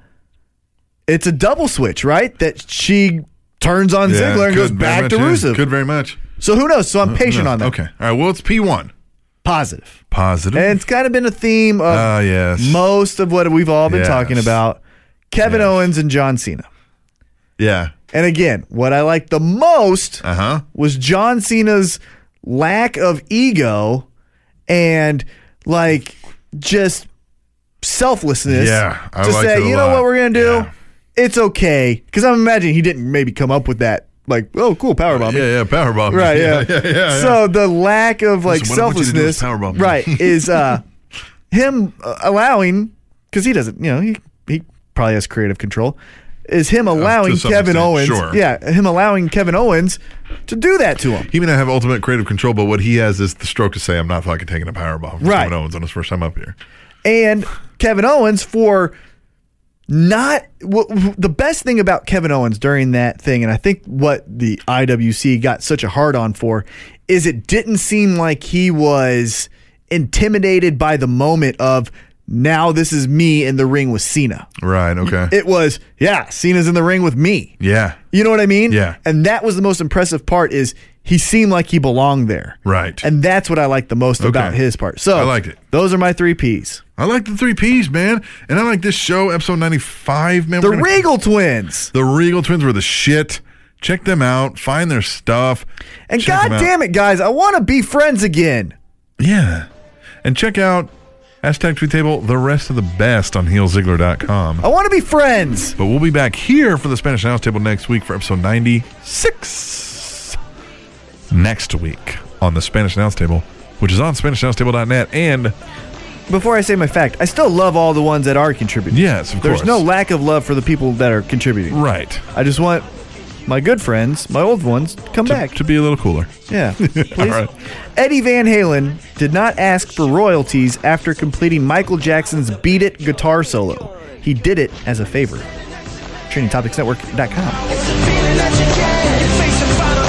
B: it's a double switch, right? That she turns on
C: Yeah,
B: Ziggler
C: could
B: and goes
C: very
B: back
C: much,
B: to
C: yeah.
B: Rusev.
C: Could very much.
B: So who knows? So I'm patient
C: Uh, No,
B: on that.
C: Okay. All right. Well, it's P one.
B: Positive.
C: Positive.
B: And it's kind of been a theme of
C: Ah, yes.
B: most of what we've all been
C: Yes.
B: talking about Kevin
C: Yes.
B: Owens and John Cena.
C: yeah.
B: And again, what I liked the most
C: Uh huh.
B: was John Cena's lack of ego and like just selflessness
C: Yeah, I
B: to
C: liked
B: say,
C: it a
B: you know
C: lot.
B: what we're going to do?
C: Yeah.
B: It's okay. Because I'm imagining he didn't maybe come up with that. Like, oh, cool, powerbomb. me.
C: Yeah. Yeah. Powerbomb.
B: Right. Yeah.
C: Yeah. Yeah. yeah.
B: So the lack of like
C: Listen, what I want you to do is
B: selflessness,
C: powerbomb me.
B: right, is uh, him uh, allowing because he doesn't, you know, he he probably has creative control. Is him allowing
C: some
B: Kevin
C: extent,
B: Owens?
C: sure.
B: Yeah, him allowing Kevin Owens to do that to him.
C: He may not have ultimate creative control, but what he has is the stroke to say, "I'm not fucking taking a powerbomb." from
B: Right.
C: Kevin Owens on his first time up here.
B: and Kevin Owens for not w- w- the best thing about Kevin Owens during that thing, and I think what the IWC got such a hard on for is it didn't seem like he was intimidated by the moment of now this is me in the ring with Cena.
C: Right. Okay.
B: It was yeah, Cena's in the ring with me.
C: yeah.
B: You know what I mean?
C: Yeah.
B: And that was the most impressive part is he seemed like he belonged there.
C: Right.
B: And that's what I liked the most about his part. So
C: I liked it.
B: Those are my three P's.
C: I like the three P's, man, and I like this show, episode 95, man.
B: The
C: We're gonna-
B: Regal twins.
C: The Regal twins were the shit. Check them out. Find their stuff.
B: And
C: Check
B: god
C: them out.
B: damn it, guys, I want to be friends again.
C: Yeah. And check out hashtag tweet table, the rest of the best on heelzigler.com.
B: I want to be friends.
C: But we'll be back here for the Spanish Announce Table next week for episode 96. Next week on the Spanish Announce Table, which is on SpanishAnnounceTable.net. And
B: Before I say my fact, I still love all the ones that are contributing.
C: Yes, of
B: There's
C: course.
B: no lack of love for the people that are contributing.
C: right.
B: I just want my good friends, my old ones, to come
C: To,
B: back.
C: to be a little cooler.
B: yeah. Please.
C: All right.
B: Eddie Van Halen did not ask for royalties after completing Michael Jackson's Beat It guitar solo. He did it as a favor. TrainingTopicsNetwork.com.
Q: It's the feeling that you get. You face the final